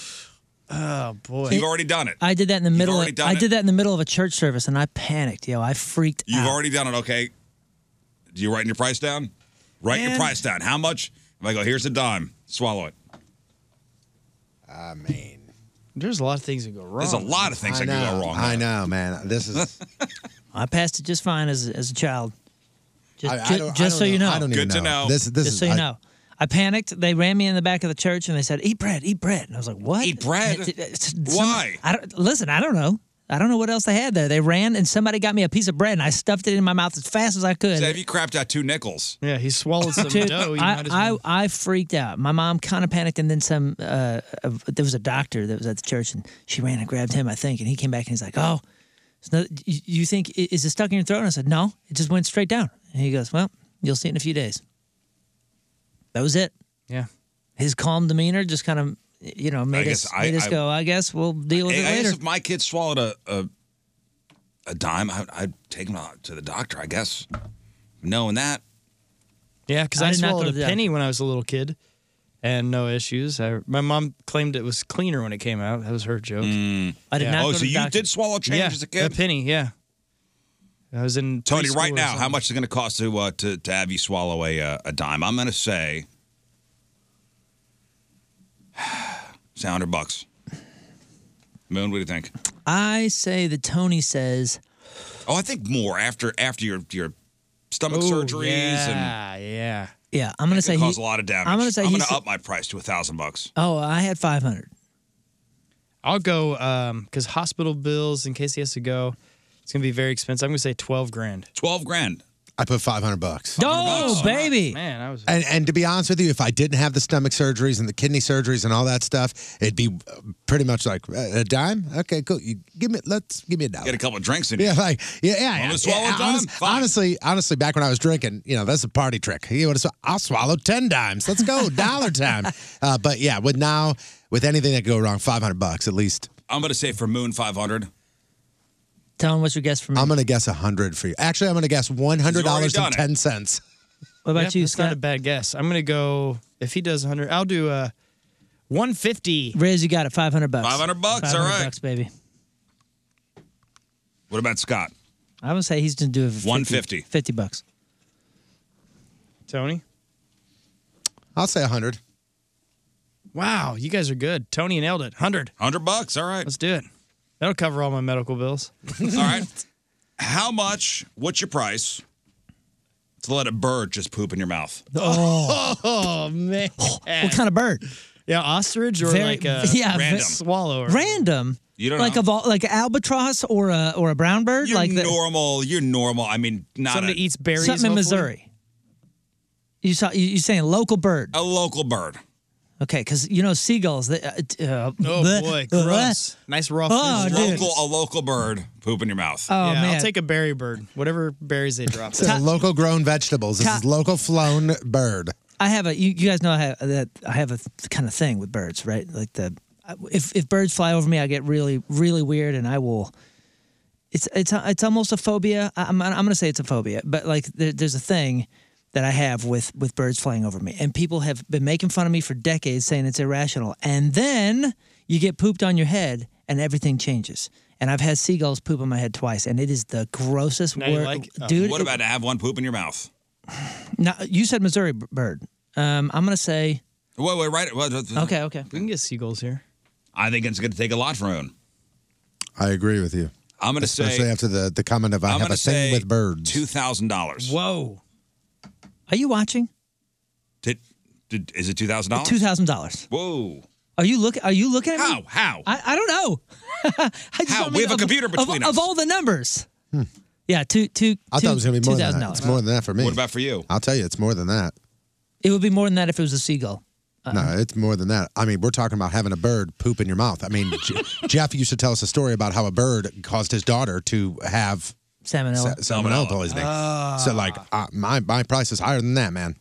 [SPEAKER 10] Boy.
[SPEAKER 4] You've already done it.
[SPEAKER 7] I did that in the middle.
[SPEAKER 4] already
[SPEAKER 7] Of,
[SPEAKER 4] done
[SPEAKER 7] I
[SPEAKER 4] it.
[SPEAKER 7] did that in the middle of a church service, and I panicked. Yo, I freaked
[SPEAKER 4] You've
[SPEAKER 7] out.
[SPEAKER 4] already done it. Okay. Do you writing your price down? Write your
[SPEAKER 10] Man.
[SPEAKER 4] price down. How much? If I go, here's a dime. Swallow it.
[SPEAKER 10] There's a lot of things that go wrong.
[SPEAKER 4] There's a lot of things
[SPEAKER 9] I
[SPEAKER 4] that can go
[SPEAKER 9] know,
[SPEAKER 4] wrong.
[SPEAKER 9] I
[SPEAKER 4] there.
[SPEAKER 9] know, man. This is
[SPEAKER 7] I passed it just fine as as a child. Just,
[SPEAKER 9] I, I
[SPEAKER 7] ju-
[SPEAKER 9] don't- I
[SPEAKER 7] just
[SPEAKER 9] don't
[SPEAKER 7] so you know,
[SPEAKER 9] I don't
[SPEAKER 4] Good
[SPEAKER 9] even
[SPEAKER 4] to know.
[SPEAKER 9] This this
[SPEAKER 7] just
[SPEAKER 9] is
[SPEAKER 7] so you
[SPEAKER 9] I-
[SPEAKER 7] know, I panicked. They ran me in the back of the church and they said, "Eat bread, eat bread." And I was like, "What?
[SPEAKER 4] Eat bread?
[SPEAKER 7] It- it- it's-
[SPEAKER 4] Why?
[SPEAKER 7] I don't, listen, I don't know. I don't know what else they had there. They ran and somebody got me a piece of bread and I stuffed it in my mouth as fast as I could.
[SPEAKER 4] So have you crapped out two nickels?
[SPEAKER 10] Yeah, he swallowed some
[SPEAKER 7] Dude,
[SPEAKER 10] dough. You
[SPEAKER 7] I,
[SPEAKER 10] might as
[SPEAKER 7] I,
[SPEAKER 10] well.
[SPEAKER 7] I freaked out. My mom kind of panicked, and then some. Uh, uh, there was a doctor that was at the church, and she ran and grabbed him, I think, and he came back and he's like, "Oh, it's not, you, you think i- is it stuck in your throat?" And I said, "No, it just went straight down." And he goes, "Well, you'll see it in a few days." That was it.
[SPEAKER 10] yeah.
[SPEAKER 7] His calm demeanor just kind of, you know, made
[SPEAKER 4] guess
[SPEAKER 7] us
[SPEAKER 4] I-
[SPEAKER 7] made us
[SPEAKER 4] I-
[SPEAKER 7] go. I guess we'll deal with
[SPEAKER 4] I I
[SPEAKER 7] it
[SPEAKER 4] guess
[SPEAKER 7] later.
[SPEAKER 4] if my kid swallowed a a, a dime, I, I'd take him out to the doctor. I guess knowing that.
[SPEAKER 10] Yeah, because
[SPEAKER 7] I
[SPEAKER 10] I,
[SPEAKER 7] did not go
[SPEAKER 10] swallowed
[SPEAKER 7] to
[SPEAKER 10] a
[SPEAKER 7] the doctor.
[SPEAKER 10] penny when I was a little kid and no issues. I, my mom claimed it was cleaner when it came out. That was her joke.
[SPEAKER 7] I did
[SPEAKER 10] yeah.
[SPEAKER 7] not.
[SPEAKER 4] oh,
[SPEAKER 7] go
[SPEAKER 4] so
[SPEAKER 7] to the
[SPEAKER 4] you
[SPEAKER 7] doctor.
[SPEAKER 4] did swallow change
[SPEAKER 10] yeah,
[SPEAKER 4] as a kid?
[SPEAKER 10] penny, yeah. I was in
[SPEAKER 4] Tony,
[SPEAKER 10] preschool
[SPEAKER 4] right
[SPEAKER 10] or
[SPEAKER 4] now, how
[SPEAKER 10] something.
[SPEAKER 4] much is it going to cost to, uh, to to have you swallow a uh, a dime? I'm going to say, say hundred bucks. Moon, what do you think?
[SPEAKER 7] I say that Tony says
[SPEAKER 4] Oh, I think more after after your your stomach
[SPEAKER 10] Ooh,
[SPEAKER 4] surgeries and
[SPEAKER 10] Yeah, yeah.
[SPEAKER 7] Yeah, I'm gonna
[SPEAKER 4] it
[SPEAKER 7] say
[SPEAKER 4] could
[SPEAKER 7] he-
[SPEAKER 4] cause a lot of damage.
[SPEAKER 7] I'm gonna say
[SPEAKER 4] I'm
[SPEAKER 7] he
[SPEAKER 4] going to
[SPEAKER 7] sa-
[SPEAKER 4] up my price to a thousand bucks.
[SPEAKER 7] Oh, I had 500.
[SPEAKER 10] I'll go um because hospital bills in case he has to go, it's gonna be very expensive. I'm gonna say twelve grand.
[SPEAKER 4] Twelve grand.
[SPEAKER 9] I put five hundred bucks.
[SPEAKER 7] Oh, baby.
[SPEAKER 10] Man, I was
[SPEAKER 9] And and to be honest with you, if I didn't have the stomach surgeries and the kidney surgeries and all that stuff, it'd be uh, pretty much like uh, a dime. Okay, cool. You give me let's give me a dollar.
[SPEAKER 4] Get a couple of drinks in you.
[SPEAKER 9] Yeah, like yeah, yeah.
[SPEAKER 4] Wanna
[SPEAKER 9] yeah,
[SPEAKER 4] swallow
[SPEAKER 9] yeah,
[SPEAKER 4] a dime?
[SPEAKER 9] honest-
[SPEAKER 4] Fine.
[SPEAKER 9] honestly, honestly, back when I was drinking, you know, that's a party trick. You would have, I'll swallow ten dimes. Let's go, dollar time. Uh, but yeah, with now, with anything that could go wrong, five hundred bucks at least.
[SPEAKER 4] I'm going to say for Moon five hundred.
[SPEAKER 7] Tell him what's your guess for me.
[SPEAKER 9] I'm gonna guess a hundred for you. Actually, I'm gonna guess one hundred dollars
[SPEAKER 4] done
[SPEAKER 9] and ten cents.
[SPEAKER 7] what about you,
[SPEAKER 10] It's not a
[SPEAKER 7] Scott?
[SPEAKER 10] bad guess. I'm gonna go if he does hundred, I'll do uh one fifty.
[SPEAKER 7] Riz, you got it. 500 bucks.
[SPEAKER 4] 500 bucks, all
[SPEAKER 7] 500
[SPEAKER 4] right.
[SPEAKER 7] bucks, baby.
[SPEAKER 4] What about Scott?
[SPEAKER 7] I would say he's going to do it for 50,
[SPEAKER 4] 150.
[SPEAKER 7] 50 bucks.
[SPEAKER 10] Tony.
[SPEAKER 9] I'll say a hundred.
[SPEAKER 10] Wow, you guys are good. Tony nailed it. Hundred.
[SPEAKER 4] Hundred bucks. All right.
[SPEAKER 10] Let's do it. That'll cover all my medical bills.
[SPEAKER 4] All right. How much? What's your price to let a bird just poop in your mouth?
[SPEAKER 7] Uh,
[SPEAKER 10] Oh man.
[SPEAKER 7] What kind of bird?
[SPEAKER 10] Yeah, ostrich or
[SPEAKER 7] Very-
[SPEAKER 10] like a
[SPEAKER 7] yeah,
[SPEAKER 4] random.
[SPEAKER 10] swallow. Or,
[SPEAKER 7] Random.
[SPEAKER 4] You don't
[SPEAKER 7] like
[SPEAKER 4] know.
[SPEAKER 7] a vol- like an albatross or a or a brown bird
[SPEAKER 4] You're
[SPEAKER 7] like the-
[SPEAKER 4] normal. You're normal. I mean, not
[SPEAKER 10] somebody
[SPEAKER 4] a,
[SPEAKER 10] eats berries.
[SPEAKER 7] something in
[SPEAKER 10] hopefully.
[SPEAKER 7] Missouri. You saw you you saying local bird.
[SPEAKER 4] a local bird.
[SPEAKER 7] Okay, cuz you know seagulls they, uh, t- uh,
[SPEAKER 10] Oh
[SPEAKER 7] bleh,
[SPEAKER 10] boy,
[SPEAKER 7] bleh.
[SPEAKER 10] gross. Nice raw
[SPEAKER 7] Oh,
[SPEAKER 10] food.
[SPEAKER 7] dude.
[SPEAKER 4] Local, a local bird poop in your mouth.
[SPEAKER 10] yeah,
[SPEAKER 7] Oh man.
[SPEAKER 10] I'll take a berry bird. Whatever berries they drop.
[SPEAKER 9] So local grown vegetables. This
[SPEAKER 7] Ta-
[SPEAKER 9] is local flown bird.
[SPEAKER 7] I have a you, you guys know I have that I have a th- kind of thing with birds, right? Like the if if birds fly over me, I get really really weird, and I will. It's it's it's almost a phobia. I- I'm I'm gonna say it's a phobia, but like there, there's a thing that I have with with birds flying over me, and people have been making fun of me for decades, saying it's irrational, and then you get pooped on your head and everything changes. And I've had seagulls poop on my head twice, and it is the grossest
[SPEAKER 10] Now you
[SPEAKER 7] wor-
[SPEAKER 10] like- oh.
[SPEAKER 7] dude.
[SPEAKER 4] What about to have one poop in your mouth?
[SPEAKER 7] Now, you said Missouri b- bird. Um, I'm gonna say
[SPEAKER 4] Wait, wait, right. wait, wait, wait.
[SPEAKER 7] okay, okay.
[SPEAKER 10] We can get seagulls here.
[SPEAKER 4] I think it's going to take a lot from him.
[SPEAKER 9] I agree with you.
[SPEAKER 4] I'm going to
[SPEAKER 9] Especially
[SPEAKER 4] say
[SPEAKER 9] after the, the comment of I
[SPEAKER 4] I'm
[SPEAKER 9] have
[SPEAKER 4] gonna
[SPEAKER 9] a thing
[SPEAKER 4] say
[SPEAKER 9] with birds.
[SPEAKER 4] two thousand dollars.
[SPEAKER 7] Whoa, are you watching?
[SPEAKER 4] Did, did, is it two thousand dollars?
[SPEAKER 7] Two thousand dollars.
[SPEAKER 4] Whoa!
[SPEAKER 7] Are you look? Are you looking at
[SPEAKER 4] How?
[SPEAKER 7] me?
[SPEAKER 4] How?
[SPEAKER 7] I, I don't know. I just
[SPEAKER 4] How?
[SPEAKER 7] don't
[SPEAKER 4] We
[SPEAKER 7] mean
[SPEAKER 4] have a
[SPEAKER 7] of-
[SPEAKER 4] computer
[SPEAKER 7] of-
[SPEAKER 4] between
[SPEAKER 7] of,
[SPEAKER 4] us.
[SPEAKER 7] all the numbers. Yeah, two, two.
[SPEAKER 9] Hmm. I thought it was going to be more than that.
[SPEAKER 7] $2,000.
[SPEAKER 9] It's more than that for me.
[SPEAKER 4] what about for you?
[SPEAKER 9] I'll tell you, it's more than that.
[SPEAKER 7] It would be more than that if it was a seagull.
[SPEAKER 9] No, it's more than that. I mean, we're talking about having a bird poop in your mouth. I mean, Je- Jeff used to tell us a story about how a bird caused his daughter to have sa-
[SPEAKER 7] Salmonella. Ah.
[SPEAKER 9] salmonella poisoning. so, like,
[SPEAKER 10] Ah.
[SPEAKER 9] uh, my my price is higher than that, man.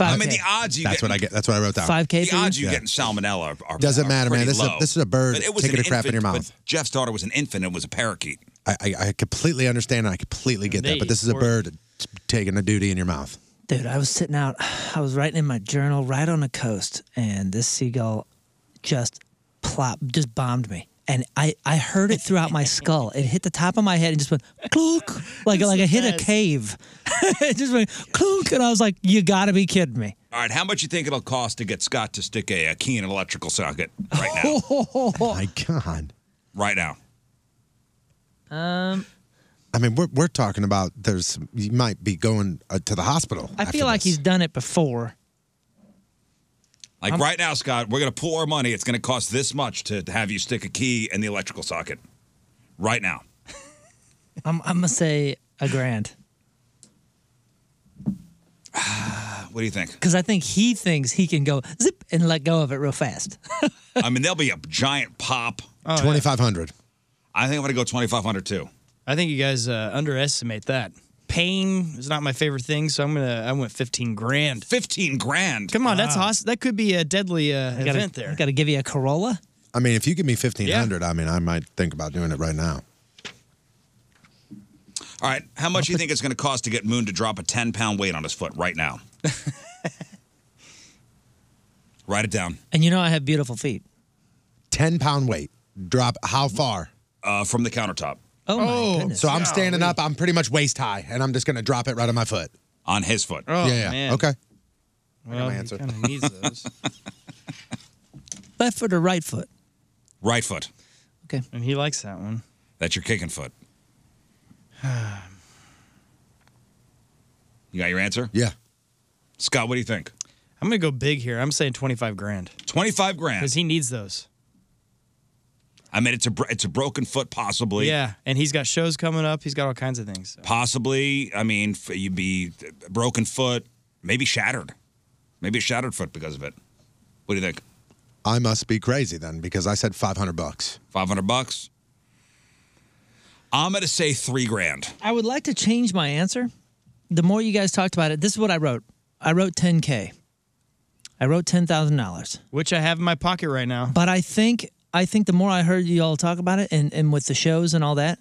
[SPEAKER 4] I
[SPEAKER 7] Five
[SPEAKER 4] mean, the odds you
[SPEAKER 9] That's
[SPEAKER 4] get.
[SPEAKER 9] what I get. That's what I wrote down.
[SPEAKER 7] Five K
[SPEAKER 4] the
[SPEAKER 7] for
[SPEAKER 4] odds you
[SPEAKER 7] you.
[SPEAKER 4] get in salmonella are, are
[SPEAKER 9] Doesn't
[SPEAKER 4] are
[SPEAKER 9] matter, man.
[SPEAKER 4] pretty
[SPEAKER 9] This is a-
[SPEAKER 4] low.
[SPEAKER 9] this is a bird
[SPEAKER 4] But it was
[SPEAKER 9] taking
[SPEAKER 4] an
[SPEAKER 9] a crap in your
[SPEAKER 4] infant,
[SPEAKER 9] mouth.
[SPEAKER 4] But Jeff's daughter was an infant and was a parakeet.
[SPEAKER 9] I, I, I completely understand. and I completely get that. But this is a
[SPEAKER 10] They-
[SPEAKER 9] bird t- taking a duty in your mouth.
[SPEAKER 7] Dude, I was sitting out. I was writing in my journal right on the coast, and this seagull just plop, just bombed me. And I, I heard it throughout my skull. It hit the top of my head and just went clunk, like like I hit a cave. it just went clunk, and I was like, "You got to be kidding me!"
[SPEAKER 4] All right, how much you think it'll cost to get Scott to stick a, a key in an electrical socket right now?
[SPEAKER 9] My God.
[SPEAKER 4] right now.
[SPEAKER 9] I mean, we're, we're talking about there's you might be going uh, to the hospital.
[SPEAKER 7] I
[SPEAKER 9] after
[SPEAKER 7] feel like
[SPEAKER 9] this.
[SPEAKER 7] he's done it before.
[SPEAKER 4] Like right now, Scott, we're going to pool our money. It's going to cost this much to, to have you stick a key in the electrical socket right now.
[SPEAKER 7] I'm, I'm gonna say a grand
[SPEAKER 4] What do you think?
[SPEAKER 7] because I think he thinks he can go zip and let go of it real fast.
[SPEAKER 4] I mean, there'll be a giant pop.
[SPEAKER 9] twenty five hundred.
[SPEAKER 4] I think I'm going to go 2500 too.
[SPEAKER 10] I think you guys uh, underestimate that. Pain is not my favorite thing, so I'm gonna. I went 15 grand.
[SPEAKER 4] 15 grand.
[SPEAKER 10] Come on, that's awesome. That could be a deadly uh, event there.
[SPEAKER 7] Got to give you a Corolla.
[SPEAKER 9] I mean, if you give me fifteen hundred, I mean, I might think about doing it right now.
[SPEAKER 4] All right, how much do you think it's going to cost to get Moon to drop a 10 pound weight on his foot right now? Write it down.
[SPEAKER 7] And you know I have beautiful feet.
[SPEAKER 9] Ten pound weight. Drop how far?
[SPEAKER 4] Uh, from the countertop
[SPEAKER 7] Oh, my goodness.
[SPEAKER 9] So I'm standing up. I'm pretty much waist high, and I'm just gonna drop it right on my foot.
[SPEAKER 4] on his foot.
[SPEAKER 10] Oh,
[SPEAKER 9] yeah, yeah.
[SPEAKER 10] man.
[SPEAKER 9] Okay.
[SPEAKER 10] Well,
[SPEAKER 9] my
[SPEAKER 10] he
[SPEAKER 9] answer.
[SPEAKER 10] kinda needs those.
[SPEAKER 7] Left foot or right foot?
[SPEAKER 4] Right foot.
[SPEAKER 7] Okay.
[SPEAKER 10] and he likes that one.
[SPEAKER 4] That's your kicking foot. You got your answer?
[SPEAKER 9] Yeah.
[SPEAKER 4] Scott, what do you think?
[SPEAKER 10] I'm gonna go big here. I'm saying 25 grand
[SPEAKER 4] 25 grand.
[SPEAKER 10] because he needs those.
[SPEAKER 4] I mean, it's a bro- it's a broken foot, possibly.
[SPEAKER 10] Yeah, and he's got shows coming up. He's got all kinds of things. so.
[SPEAKER 4] Possibly. I mean, f- you'd be a broken foot, maybe shattered, maybe a shattered foot because of it. What do you think?
[SPEAKER 9] I must be crazy then because I said five hundred bucks.
[SPEAKER 4] 500 bucks? I'm going to say three grand.
[SPEAKER 7] I would like to change my answer. The more you guys talked about it, this is what I wrote. I wrote 10K. I wrote $10,000.
[SPEAKER 10] Which I have in my pocket right now.
[SPEAKER 7] But I think I think the more I heard you all talk about it and, and with the shows and all that,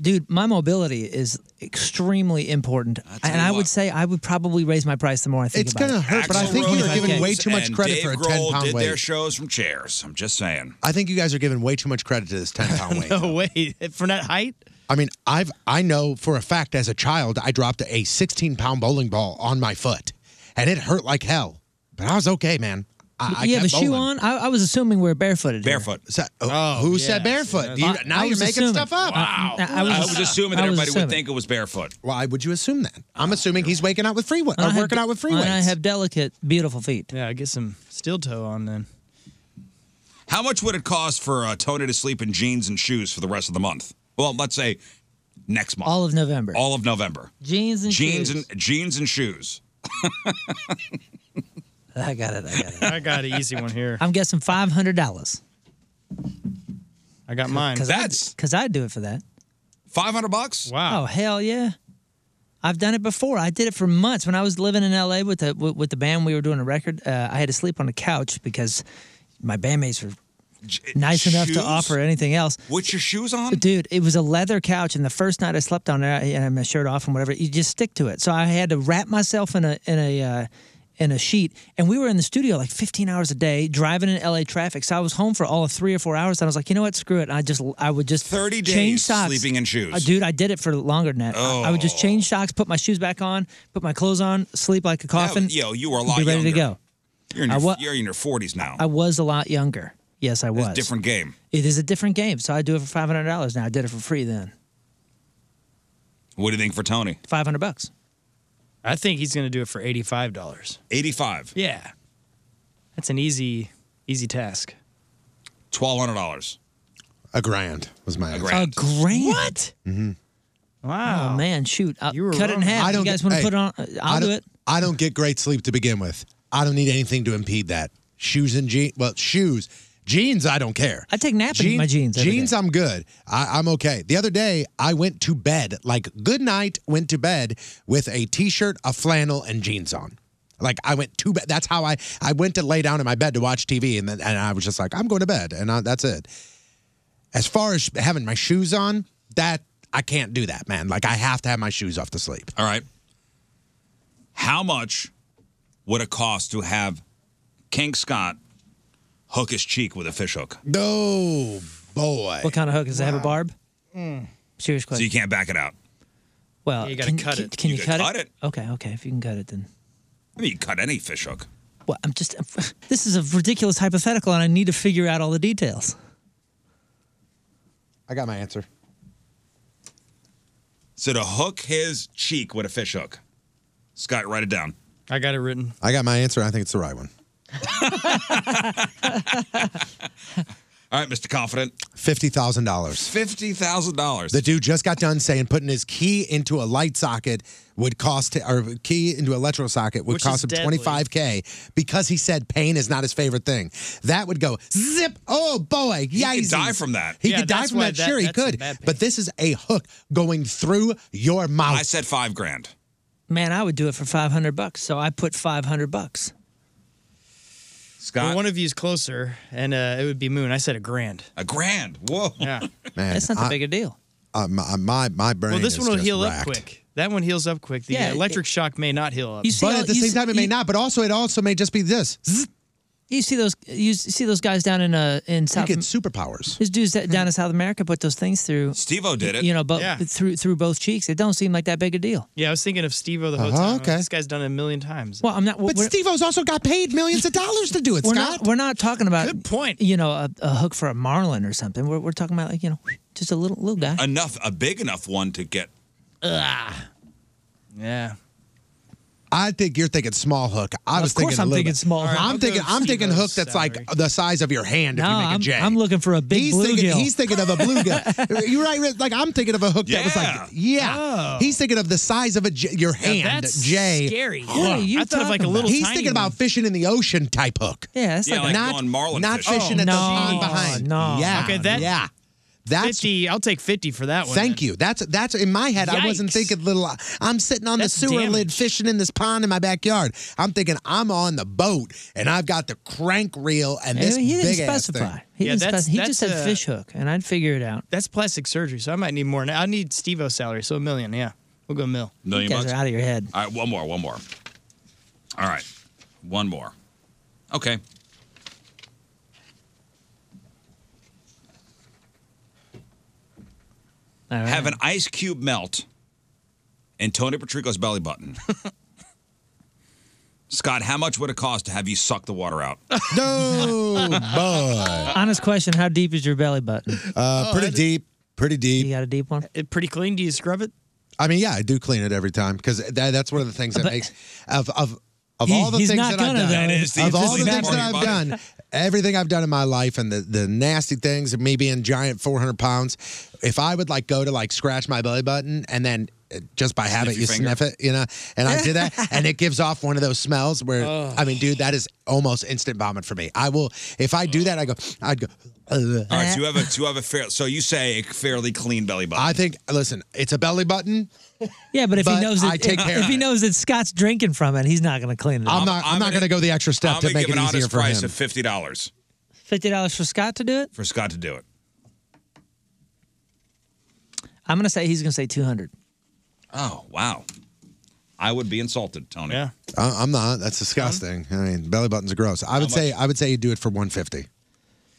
[SPEAKER 7] dude, my mobility is extremely important.
[SPEAKER 4] tell
[SPEAKER 7] and
[SPEAKER 4] you
[SPEAKER 7] I
[SPEAKER 4] what.
[SPEAKER 7] would say I would probably raise my price the more I think
[SPEAKER 9] It's
[SPEAKER 7] about
[SPEAKER 9] gonna
[SPEAKER 7] it.
[SPEAKER 9] hurt, but I
[SPEAKER 4] Axl
[SPEAKER 9] think
[SPEAKER 4] Rose
[SPEAKER 9] you are giving
[SPEAKER 7] Okay.
[SPEAKER 9] way too much
[SPEAKER 4] and
[SPEAKER 9] credit
[SPEAKER 4] Dave
[SPEAKER 9] for a ten
[SPEAKER 4] Grohl
[SPEAKER 9] pound
[SPEAKER 4] did their
[SPEAKER 9] weight.
[SPEAKER 4] shows from chairs. I'm just saying.
[SPEAKER 9] I think you guys are giving way too much credit to this ten pound weight.
[SPEAKER 10] Oh wait, from that height?
[SPEAKER 9] I mean, I've I know for a fact as a child I dropped a 16 pound bowling ball on my foot, and it hurt like hell. But I was okay, man. I, I
[SPEAKER 7] you have a
[SPEAKER 9] kept
[SPEAKER 7] shoe
[SPEAKER 9] bowling.
[SPEAKER 7] on? I, I was assuming we're barefooted. here.
[SPEAKER 4] Barefoot.
[SPEAKER 9] So- oh, who said barefoot? You-
[SPEAKER 7] I-
[SPEAKER 9] now
[SPEAKER 7] I
[SPEAKER 9] you're
[SPEAKER 7] was
[SPEAKER 9] making
[SPEAKER 7] assuming.
[SPEAKER 9] stuff up.
[SPEAKER 7] Wow. I,
[SPEAKER 4] I was assuming that everybody would think it was barefoot.
[SPEAKER 9] Why would you assume that? I'm assuming he's waking up with free weight or
[SPEAKER 7] I'm
[SPEAKER 9] working out with free
[SPEAKER 7] And
[SPEAKER 9] weights.
[SPEAKER 7] I have delicate, beautiful feet.
[SPEAKER 10] Yeah, I get some steel toe on then.
[SPEAKER 4] How much would it cost for uh, Tony to sleep in jeans and shoes for the rest of the month? Well, let's say next month.
[SPEAKER 7] All of November.
[SPEAKER 4] All of November.
[SPEAKER 7] jeans and
[SPEAKER 4] jeans
[SPEAKER 7] shoes.
[SPEAKER 4] and jeans and shoes.
[SPEAKER 7] I got it. I got it.
[SPEAKER 10] I got an easy one here.
[SPEAKER 7] I'm guessing five hundred dollars.
[SPEAKER 10] I got mine.
[SPEAKER 4] That's
[SPEAKER 7] because I'd do it for that.
[SPEAKER 4] five hundred bucks.
[SPEAKER 10] Wow.
[SPEAKER 7] Oh hell yeah! I've done it before. I did it for months when I was living in L.A. with the with, with the band. We were doing a record. Uh, I had to sleep on the couch because my bandmates were nice enough
[SPEAKER 4] shoes?
[SPEAKER 7] to offer anything else.
[SPEAKER 4] What's your shoes on?
[SPEAKER 7] Dude, it was a leather couch, and the first night I slept on there, I had my shirt off and whatever. You just stick to it. So I had to wrap myself in a in a uh, and a sheet. And we were in the studio like 15 hours a day, driving in LA traffic. So I was home for all of three or four hours. And I was like, you know what? Screw it. I just, I would just
[SPEAKER 4] 30
[SPEAKER 7] change
[SPEAKER 4] days
[SPEAKER 7] socks.
[SPEAKER 4] sleeping in shoes.
[SPEAKER 7] Uh, dude, I did it for longer than that. I- I would
[SPEAKER 4] Oh.
[SPEAKER 7] just change socks, put my shoes back on, put my clothes on, sleep like a coffin.
[SPEAKER 4] That- yo, you were a lot
[SPEAKER 7] Be ready to
[SPEAKER 4] younger.
[SPEAKER 7] go.
[SPEAKER 4] You're in
[SPEAKER 7] I
[SPEAKER 4] your,
[SPEAKER 7] wa-
[SPEAKER 4] you're in your 40s now.
[SPEAKER 7] I was a lot younger. Yes, I
[SPEAKER 4] It's
[SPEAKER 7] was.
[SPEAKER 4] a different game.
[SPEAKER 7] It is a different game. So I do it for five hundred dollars now. I did it for free then.
[SPEAKER 4] What do you think for Tony?
[SPEAKER 7] Five hundred bucks.
[SPEAKER 10] I think he's going to do it for eighty-five dollars.
[SPEAKER 4] 85,
[SPEAKER 10] Yeah, that's an easy, easy task.
[SPEAKER 4] $1,200.
[SPEAKER 9] A grand was my answer.
[SPEAKER 7] A
[SPEAKER 4] Grand.
[SPEAKER 7] grand. What?
[SPEAKER 10] Wow,
[SPEAKER 7] Oh man, shoot! I'll
[SPEAKER 10] You were
[SPEAKER 7] cut it in
[SPEAKER 10] wrong.
[SPEAKER 7] half.
[SPEAKER 9] Mm-hmm. I don't
[SPEAKER 7] you guys
[SPEAKER 9] get-
[SPEAKER 7] want to
[SPEAKER 9] hey,
[SPEAKER 7] put it on? I'll
[SPEAKER 9] I don't-
[SPEAKER 7] do it.
[SPEAKER 9] I don't get great sleep to begin with. I don't need anything to impede that. Shoes and jeans. Well, shoes, jeans. I don't care.
[SPEAKER 7] I take nap in my jeans every
[SPEAKER 9] Jeans.
[SPEAKER 7] day.
[SPEAKER 9] I'm good. I, I'm okay. The other day, I went to bed like good night. Went to bed with a t-shirt, a flannel, and jeans on. Like I went to bed. That's how I I went to lay down in my bed to watch TV, and then and I was just like, I'm going to bed, and I, that's it. As far as having my shoes on, that I can't do that, man. Like I have to have my shoes off to sleep.
[SPEAKER 4] All right. How much would it cost to have King Scott hook his cheek with a fish hook?
[SPEAKER 9] No, boy.
[SPEAKER 7] What kind of hook? Does it have a barb? Serious
[SPEAKER 4] So
[SPEAKER 7] question.
[SPEAKER 4] you can't back it out.
[SPEAKER 7] well,
[SPEAKER 10] You gotta
[SPEAKER 7] can,
[SPEAKER 10] cut
[SPEAKER 7] can,
[SPEAKER 10] it.
[SPEAKER 7] Can you,
[SPEAKER 4] You
[SPEAKER 7] cut,
[SPEAKER 4] gotta cut it.
[SPEAKER 7] Okay, okay. If you can cut it, then.
[SPEAKER 4] I mean, you cut any fish hook.
[SPEAKER 7] Well, I'm just. this is a ridiculous hypothetical, and I need to figure out all the details.
[SPEAKER 9] I got my answer.
[SPEAKER 4] So to hook his cheek with a fish hook. Scott, write it down.
[SPEAKER 10] I got it written.
[SPEAKER 9] I got my answer. I think it's the right one.
[SPEAKER 4] All right, Mr. Confident.
[SPEAKER 9] Fifty thousand dollars.
[SPEAKER 4] $50,000.
[SPEAKER 9] The dude just got done saying putting his key into a light socket would cost, or key into an electrical socket would
[SPEAKER 10] Which
[SPEAKER 9] cost him
[SPEAKER 10] is
[SPEAKER 9] twenty
[SPEAKER 10] deadly.
[SPEAKER 9] five k because he said pain is not his favorite thing. That would go zip. Oh boy, yeah,
[SPEAKER 4] could die from that.
[SPEAKER 9] He
[SPEAKER 10] Yeah,
[SPEAKER 9] could die
[SPEAKER 10] that's
[SPEAKER 9] from
[SPEAKER 10] why
[SPEAKER 9] that.
[SPEAKER 10] that-
[SPEAKER 9] sure, he
[SPEAKER 10] that's a
[SPEAKER 9] could.
[SPEAKER 10] bad pain.
[SPEAKER 9] But this is a hook going through your mouth.
[SPEAKER 4] I said five grand.
[SPEAKER 7] Man, I would do it for five hundred bucks. So I put five hundred bucks.
[SPEAKER 4] Scott,
[SPEAKER 10] Well, one of you's closer, and uh, it would be Moon. I said a grand.
[SPEAKER 4] a grand. Whoa.
[SPEAKER 10] Yeah.
[SPEAKER 9] Man,
[SPEAKER 7] That's not that
[SPEAKER 9] I-
[SPEAKER 7] big a deal.
[SPEAKER 9] uh, my, my my brain.
[SPEAKER 10] well, this
[SPEAKER 9] is
[SPEAKER 10] one will
[SPEAKER 9] just
[SPEAKER 10] heal
[SPEAKER 9] racked.
[SPEAKER 10] up quick. That one heals up quick. The
[SPEAKER 7] Yeah,
[SPEAKER 10] uh, electric shock may not heal up.
[SPEAKER 7] You see
[SPEAKER 9] But
[SPEAKER 7] all-
[SPEAKER 9] at the
[SPEAKER 7] you
[SPEAKER 9] same
[SPEAKER 7] see-
[SPEAKER 9] time, it may
[SPEAKER 7] you-
[SPEAKER 9] not. But also, it also may just be this. Zzz,
[SPEAKER 7] You see those you see those guys down in uh in
[SPEAKER 9] You
[SPEAKER 7] South.
[SPEAKER 9] get superpowers.
[SPEAKER 7] Those dudes that down in South America put those things through.
[SPEAKER 4] Steve O did it.
[SPEAKER 7] You know, but
[SPEAKER 10] Yeah.
[SPEAKER 7] through through both cheeks, it don't seem like that big a deal.
[SPEAKER 10] yeah, I was thinking of Steve-O the whole
[SPEAKER 9] Uh-huh,
[SPEAKER 10] time. I'm like,
[SPEAKER 9] okay.
[SPEAKER 10] This guy's done it a million times.
[SPEAKER 7] Well, I'm not.
[SPEAKER 9] But
[SPEAKER 7] we're,
[SPEAKER 9] Steve O's also got paid millions of dollars to do it,
[SPEAKER 7] we're
[SPEAKER 9] Scott.
[SPEAKER 7] not we're not talking about
[SPEAKER 10] Good point.
[SPEAKER 7] You know, a, a hook for a marlin or something. We're, we're talking about like you know, just a little little guy.
[SPEAKER 4] enough, a big enough one to get.
[SPEAKER 10] yeah.
[SPEAKER 9] I think you're thinking small hook. I was
[SPEAKER 7] course
[SPEAKER 9] thinking a
[SPEAKER 7] I'm
[SPEAKER 9] little
[SPEAKER 7] thinking
[SPEAKER 9] bit-
[SPEAKER 7] small hook.
[SPEAKER 9] I'm
[SPEAKER 10] I'll
[SPEAKER 9] thinking
[SPEAKER 10] go
[SPEAKER 9] I'm thinking
[SPEAKER 10] Steve-O's
[SPEAKER 9] hook that's like
[SPEAKER 10] salary.
[SPEAKER 9] the size of your hand
[SPEAKER 7] no,
[SPEAKER 9] if you make a
[SPEAKER 7] I'm,
[SPEAKER 9] J.
[SPEAKER 7] I'm looking for a big
[SPEAKER 9] he's
[SPEAKER 7] bluegill.
[SPEAKER 9] thinking he's thinking of a bluegill. you're right. Riz. Like I'm thinking of a hook that was
[SPEAKER 4] Yeah.
[SPEAKER 9] like yeah.
[SPEAKER 7] Oh.
[SPEAKER 9] He's thinking of the size of a J, your hand
[SPEAKER 10] that's
[SPEAKER 9] J.
[SPEAKER 10] scary.
[SPEAKER 7] What are you
[SPEAKER 10] I thought of like a
[SPEAKER 7] talking
[SPEAKER 10] little
[SPEAKER 9] He's
[SPEAKER 10] tiny
[SPEAKER 9] thinking about
[SPEAKER 10] one.
[SPEAKER 9] fishing in the ocean type hook.
[SPEAKER 7] yeah, that's
[SPEAKER 4] Yeah,
[SPEAKER 7] like,
[SPEAKER 4] like
[SPEAKER 9] not
[SPEAKER 4] going marlin
[SPEAKER 9] not
[SPEAKER 4] fishing.
[SPEAKER 9] fishing at
[SPEAKER 7] Oh,
[SPEAKER 9] the
[SPEAKER 7] no,
[SPEAKER 9] pond behind.
[SPEAKER 7] no.
[SPEAKER 9] Yeah.
[SPEAKER 10] Okay, that-
[SPEAKER 9] yeah. That's
[SPEAKER 10] 50. I'll take 50 for that one.
[SPEAKER 9] Thank you. That's that's in my head. I wasn't
[SPEAKER 10] Yikes.
[SPEAKER 9] thinking little. I'm sitting on
[SPEAKER 10] That's
[SPEAKER 9] the sewer lid
[SPEAKER 10] damage.
[SPEAKER 9] fishing in this pond in my backyard. I'm thinking I'm on the boat and I've got the crank reel and
[SPEAKER 7] I
[SPEAKER 9] this
[SPEAKER 7] mean, he didn't
[SPEAKER 9] big ass
[SPEAKER 7] specify.
[SPEAKER 9] thing.
[SPEAKER 7] He
[SPEAKER 10] Yeah,
[SPEAKER 7] didn't
[SPEAKER 10] that's-
[SPEAKER 7] specify. He just
[SPEAKER 10] that's,
[SPEAKER 7] said
[SPEAKER 10] uh,
[SPEAKER 7] fish hook, and I'd figure it out.
[SPEAKER 10] That's plastic surgery, so I might need more. Now I need Steve-O's salary, so a million. Yeah, we'll go mil.
[SPEAKER 7] You
[SPEAKER 4] Million
[SPEAKER 7] guys
[SPEAKER 4] bucks.
[SPEAKER 7] are out of your head.
[SPEAKER 4] All right, one more, one more. All right, one more. Okay.
[SPEAKER 7] All right.
[SPEAKER 4] Have an ice cube melt in Tony Patrico's belly button. Scott, how much would it cost to have you suck the water out?
[SPEAKER 9] No, boy.
[SPEAKER 7] Honest question: How deep is your belly button?
[SPEAKER 9] Uh, pretty deep. Pretty
[SPEAKER 7] You
[SPEAKER 9] deep.
[SPEAKER 7] got a deep one?
[SPEAKER 10] It pretty clean. Do you scrub it?
[SPEAKER 9] I mean, yeah, I do clean it every time because that, that's one of the things that
[SPEAKER 7] But-
[SPEAKER 9] makes of of of
[SPEAKER 7] He-
[SPEAKER 9] all the
[SPEAKER 7] he's
[SPEAKER 9] things
[SPEAKER 7] not
[SPEAKER 9] that I've
[SPEAKER 7] gonna,
[SPEAKER 9] done.
[SPEAKER 7] though. That
[SPEAKER 4] is the
[SPEAKER 9] of all the
[SPEAKER 4] important
[SPEAKER 9] things
[SPEAKER 4] part
[SPEAKER 9] that
[SPEAKER 4] of
[SPEAKER 9] I've
[SPEAKER 4] your body.
[SPEAKER 9] done, everything I've done in my life and the the nasty things, me being giant, four hundred pounds. If I would like go to like scratch my belly button and then. uh, Just by habit,
[SPEAKER 4] your
[SPEAKER 9] you
[SPEAKER 4] finger.
[SPEAKER 9] sniff it, you know, and I did that, and it gives off one of those smells where, I mean, dude, that is almost instant vomit for me. I will, if I do that, I go, I'd go, "Ugh."
[SPEAKER 4] All right, so you have a so you have a fair so you say a fairly clean belly button.
[SPEAKER 9] I think, listen, it's a belly button.
[SPEAKER 7] Yeah, but if
[SPEAKER 9] But
[SPEAKER 7] he knows
[SPEAKER 9] I
[SPEAKER 7] that
[SPEAKER 9] take
[SPEAKER 7] if,
[SPEAKER 9] care
[SPEAKER 7] if
[SPEAKER 9] of
[SPEAKER 7] he
[SPEAKER 9] it.
[SPEAKER 7] knows that Scott's drinking from it, he's not going to clean it.
[SPEAKER 9] I'm
[SPEAKER 7] up.
[SPEAKER 9] not, I'm,
[SPEAKER 4] I'm
[SPEAKER 9] not going
[SPEAKER 4] gonna-
[SPEAKER 9] to go the extra
[SPEAKER 4] I'm
[SPEAKER 9] step
[SPEAKER 4] gonna
[SPEAKER 9] to make
[SPEAKER 4] give
[SPEAKER 9] it
[SPEAKER 4] an
[SPEAKER 9] easier
[SPEAKER 4] honest
[SPEAKER 9] for
[SPEAKER 4] price
[SPEAKER 9] him.
[SPEAKER 4] of fifty dollars
[SPEAKER 7] Fifty dollars for Scott to do it.
[SPEAKER 4] for Scott to do it.
[SPEAKER 7] I'm going to say he's going to say two hundred.
[SPEAKER 4] Oh wow! I would be insulted, Tony. Yeah.
[SPEAKER 9] I, I'm not. That's disgusting. I mean, belly buttons are gross. I would say I would say you do it for 150.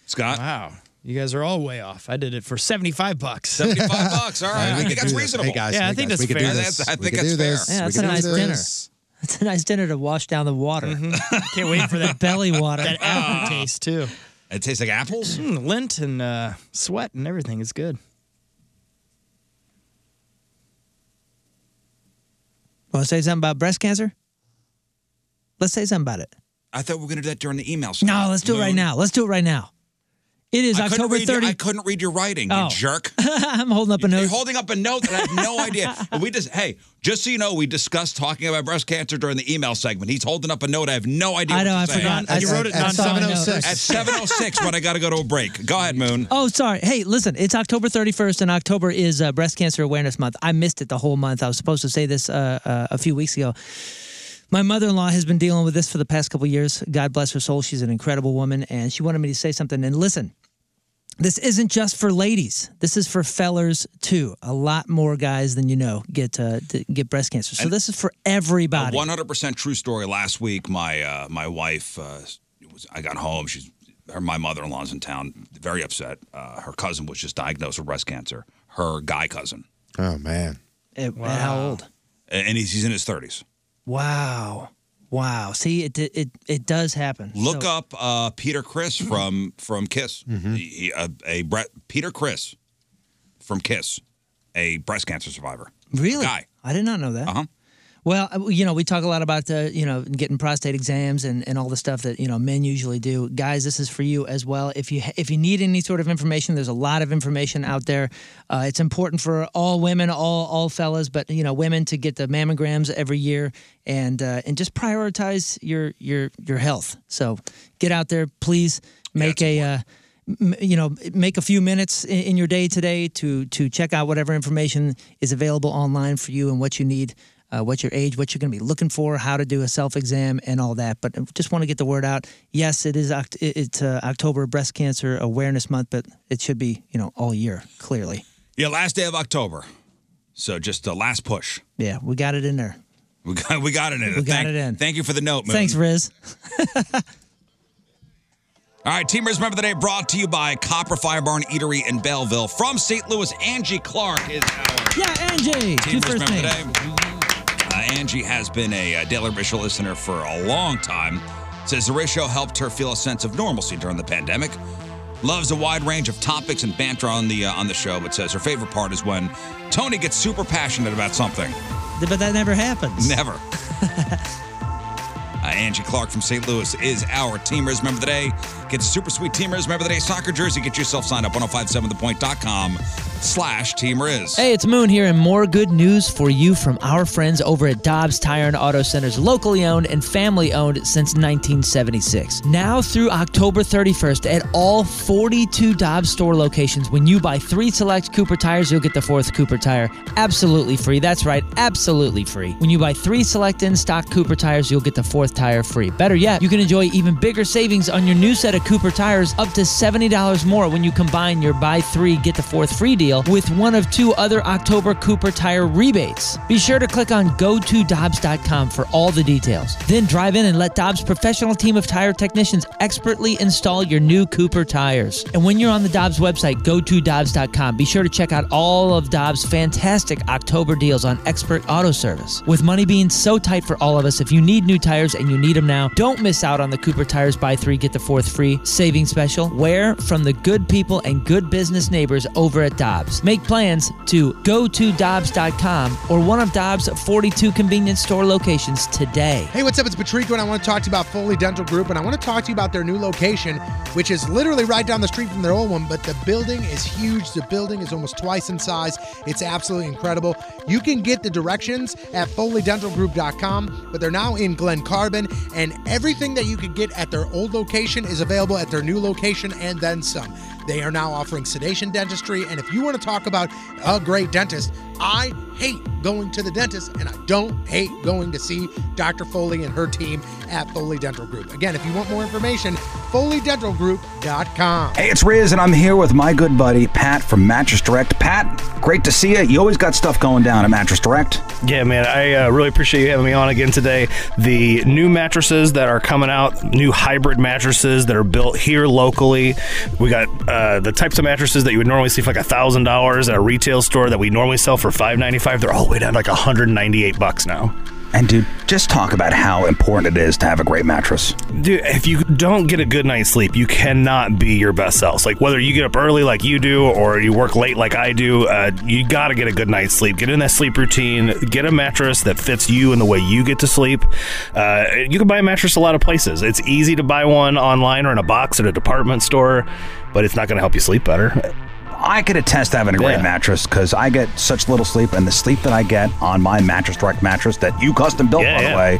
[SPEAKER 4] Scott.
[SPEAKER 10] Wow. You guys are all way off. I did it for 75 bucks.
[SPEAKER 4] 75 bucks. All right.
[SPEAKER 9] Hey, we could
[SPEAKER 4] I think
[SPEAKER 9] do
[SPEAKER 4] that's
[SPEAKER 9] this.
[SPEAKER 4] reasonable.
[SPEAKER 9] Hey guys,
[SPEAKER 10] Yeah, I
[SPEAKER 9] hey,
[SPEAKER 10] think
[SPEAKER 9] guys,
[SPEAKER 10] that's
[SPEAKER 9] we could do
[SPEAKER 10] fair.
[SPEAKER 9] this.
[SPEAKER 4] That's- I
[SPEAKER 9] We
[SPEAKER 4] think
[SPEAKER 9] could do
[SPEAKER 4] that's fair.
[SPEAKER 9] this.
[SPEAKER 7] Yeah,
[SPEAKER 9] We
[SPEAKER 7] that's
[SPEAKER 9] could do
[SPEAKER 7] a nice
[SPEAKER 9] this. Mm-hmm.
[SPEAKER 7] dinner. That's a nice dinner to wash down the water,
[SPEAKER 10] Can't wait for that
[SPEAKER 7] belly water.
[SPEAKER 10] that aftertaste too.
[SPEAKER 4] It tastes like apples.
[SPEAKER 10] Mm, lint and uh, sweat and everything is good.
[SPEAKER 7] Want to say something about breast cancer? Let's say something about it.
[SPEAKER 4] I thought we were going to do that during the email. Scott.
[SPEAKER 7] No, let's do it right
[SPEAKER 4] Moon.
[SPEAKER 7] now. Let's do it right now. It is
[SPEAKER 4] I couldn't
[SPEAKER 7] October
[SPEAKER 4] read your-
[SPEAKER 7] 30th.
[SPEAKER 4] I couldn't read your writing,
[SPEAKER 7] Oh.
[SPEAKER 4] you jerk.
[SPEAKER 7] I'm holding up a
[SPEAKER 4] You're
[SPEAKER 7] note.
[SPEAKER 4] holding up a note that I have no idea. And we just, hey, just so you know, we discussed talking about breast cancer during the email segment. He's holding up a note. I have no idea.
[SPEAKER 7] I know. I
[SPEAKER 4] What you're saying.
[SPEAKER 7] forgot. I
[SPEAKER 9] You wrote it
[SPEAKER 7] I saw a note.
[SPEAKER 9] 7:06.
[SPEAKER 4] At 7:06, when I got to go to a break. Go ahead, Moon.
[SPEAKER 7] Oh, sorry. Hey, listen, it's October 31st, and October is uh, Breast Cancer Awareness Month. I missed it the whole month. I was supposed to say this uh, uh, a few weeks ago. My mother in law has been dealing with this for the past couple years. God bless her soul. She's an incredible woman, and she wanted me to say something. And listen, this isn't just for ladies. This is for fellers too. A lot more guys than you know get uh, to get breast cancer. So this is for everybody.
[SPEAKER 4] One hundred percent true story. Last week, my uh, my wife uh, was. I got home. She's her, my mother in law's in town. Very upset. Uh, her cousin was just diagnosed with breast cancer. Her guy cousin,
[SPEAKER 9] Oh man.
[SPEAKER 7] And- and Eh, How old?
[SPEAKER 4] A- and he's, he's in his thirties.
[SPEAKER 7] Wow. Wow. See, it it it does happen.
[SPEAKER 4] Look
[SPEAKER 7] So- Mm-hmm.
[SPEAKER 4] up uh, Peter Chris from from Kiss. He- he- a, a bre- Peter Chris from Kiss, a breast cancer survivor.
[SPEAKER 7] Really?
[SPEAKER 4] Guy.
[SPEAKER 7] I did not know that.
[SPEAKER 4] Uh-huh.
[SPEAKER 7] Well, uh, you know, we talk a lot about uh, you know getting prostate exams and, and all the stuff that you know men usually do. Guys, this is for you as well. If you ha- if you need any sort of information, there's a lot of information out there. Uh, it's important for all women, all all fellas, but you know women to get the mammograms every year and uh, and just prioritize your your your health. So get out there, please make a. Uh, m- you know make a few minutes i- in your day today to to check out whatever information is available online for you and what you need uh, what your age what you're going to be looking for how to do a self exam and all that but I just want to get the word out yes it is Oct- it- it's uh, October breast cancer awareness month but it should be you know all year clearly
[SPEAKER 4] Yeah, last day of October. So just the last push.
[SPEAKER 7] yeah we got it in there
[SPEAKER 4] We got we got it in.
[SPEAKER 7] We got
[SPEAKER 4] thank,
[SPEAKER 7] it in.
[SPEAKER 4] Thank you for the note. Moon.
[SPEAKER 7] thanks Riz
[SPEAKER 4] All right, Teamers, remember the day brought to you by Copper Fire Barn Eatery in Belleville. From St. Louis, Angie Clark is our
[SPEAKER 7] yeah Angie two
[SPEAKER 4] Teamers
[SPEAKER 7] first
[SPEAKER 4] member
[SPEAKER 7] names
[SPEAKER 4] today. Uh, Angie has been a uh, Daily Ritual listener for a long time. Says the Risho helped her feel a sense of normalcy during the pandemic. Loves a wide range of topics and banter on the uh, on the show, but says her favorite part is when Tony gets super passionate about something.
[SPEAKER 7] but that never happens
[SPEAKER 4] Never. Uh, Angie Clark from St. Louis is our Teamers member today. Get super sweet Teamers member today soccer jersey. Get yourself signed up 1057thepoint.com slash Teamers.
[SPEAKER 7] Hey, it's Moon here, and more good news for you from our friends over at Dobbs Tire and Auto Centers, locally owned and family owned since 1976. Now through October 31st, at all 42 Dobbs store locations, when you buy three select Cooper tires, you'll get the fourth Cooper tire absolutely free. That's right, absolutely free. When you buy three select in stock Cooper tires, you'll get the fourth tire free. Better yet, you can enjoy even bigger savings on your new set of Cooper tires, up to $70 more when you combine your buy three, get the fourth free deal with one of two other October Cooper tire rebates. Be sure to click on go to Dobbs.com for all the details. Then drive in and let Dobbs' professional team of tire technicians expertly install your new Cooper tires. And when you're on the Dobbs website, go to Dobbs.com. Be sure to check out all of Dobbs' fantastic October deals on expert auto service. With money being so tight for all of us, if you need new tires and you need them now, don't miss out on the Cooper Tires Buy Three, Get the Fourth Free saving special. Where? From the good people and good business neighbors over at Dobbs. Make plans to go to Dobbs.com or one of Dobbs' 42 convenience store locations today.
[SPEAKER 9] Hey, what's up? It's Patrico, and I want to talk to you about Foley Dental Group, and I want to talk to you about their new location, which is literally right down the street from their old one, but the building is huge. The building is almost twice in size. It's absolutely incredible. You can get the directions at foleydentalgroup.com, but they're now in Glen Carbon, and everything that you could get at their old location is available at their new location and then some.
[SPEAKER 2] They are now offering sedation dentistry. And if you want to talk about a great dentist, I hate going to the dentist and I don't hate going to see Dr. Foley and her team at Foley Dental Group. Again, if you want more information, foleydentalgroup.com.
[SPEAKER 3] Hey, it's Riz, and I'm here with my good buddy Pat from Mattress Direct. Pat, great to see you. You always got stuff going down at Mattress Direct.
[SPEAKER 6] Yeah, man, I uh, really appreciate you having me on again today. The new mattresses that are coming out, new hybrid mattresses that are built here locally. We got uh, the types of mattresses that you would normally see for like thousand dollars at a retail store that we normally sell for five ninety five. They're all the way down to like hundred ninety eight bucks now.
[SPEAKER 3] And dude, just talk about how important it is to have a great mattress.
[SPEAKER 6] Dude, if you don't get a good night's sleep, you cannot be your best self. Like whether you get up early like you do or you work late like I do, uh, you gotta get a good night's sleep. Get in that sleep routine. Get a mattress that fits you and the way you get to sleep. Uh, you can buy a mattress a lot of places. It's easy to buy one online or in a box at a department store, but it's not gonna help you sleep better.
[SPEAKER 3] I could attest to having a great
[SPEAKER 6] Yeah.
[SPEAKER 3] mattress because I get such little sleep, and the sleep that I get on my Mattress Direct mattress that you custom built,
[SPEAKER 6] Yeah,
[SPEAKER 3] by the
[SPEAKER 6] yeah.
[SPEAKER 3] way,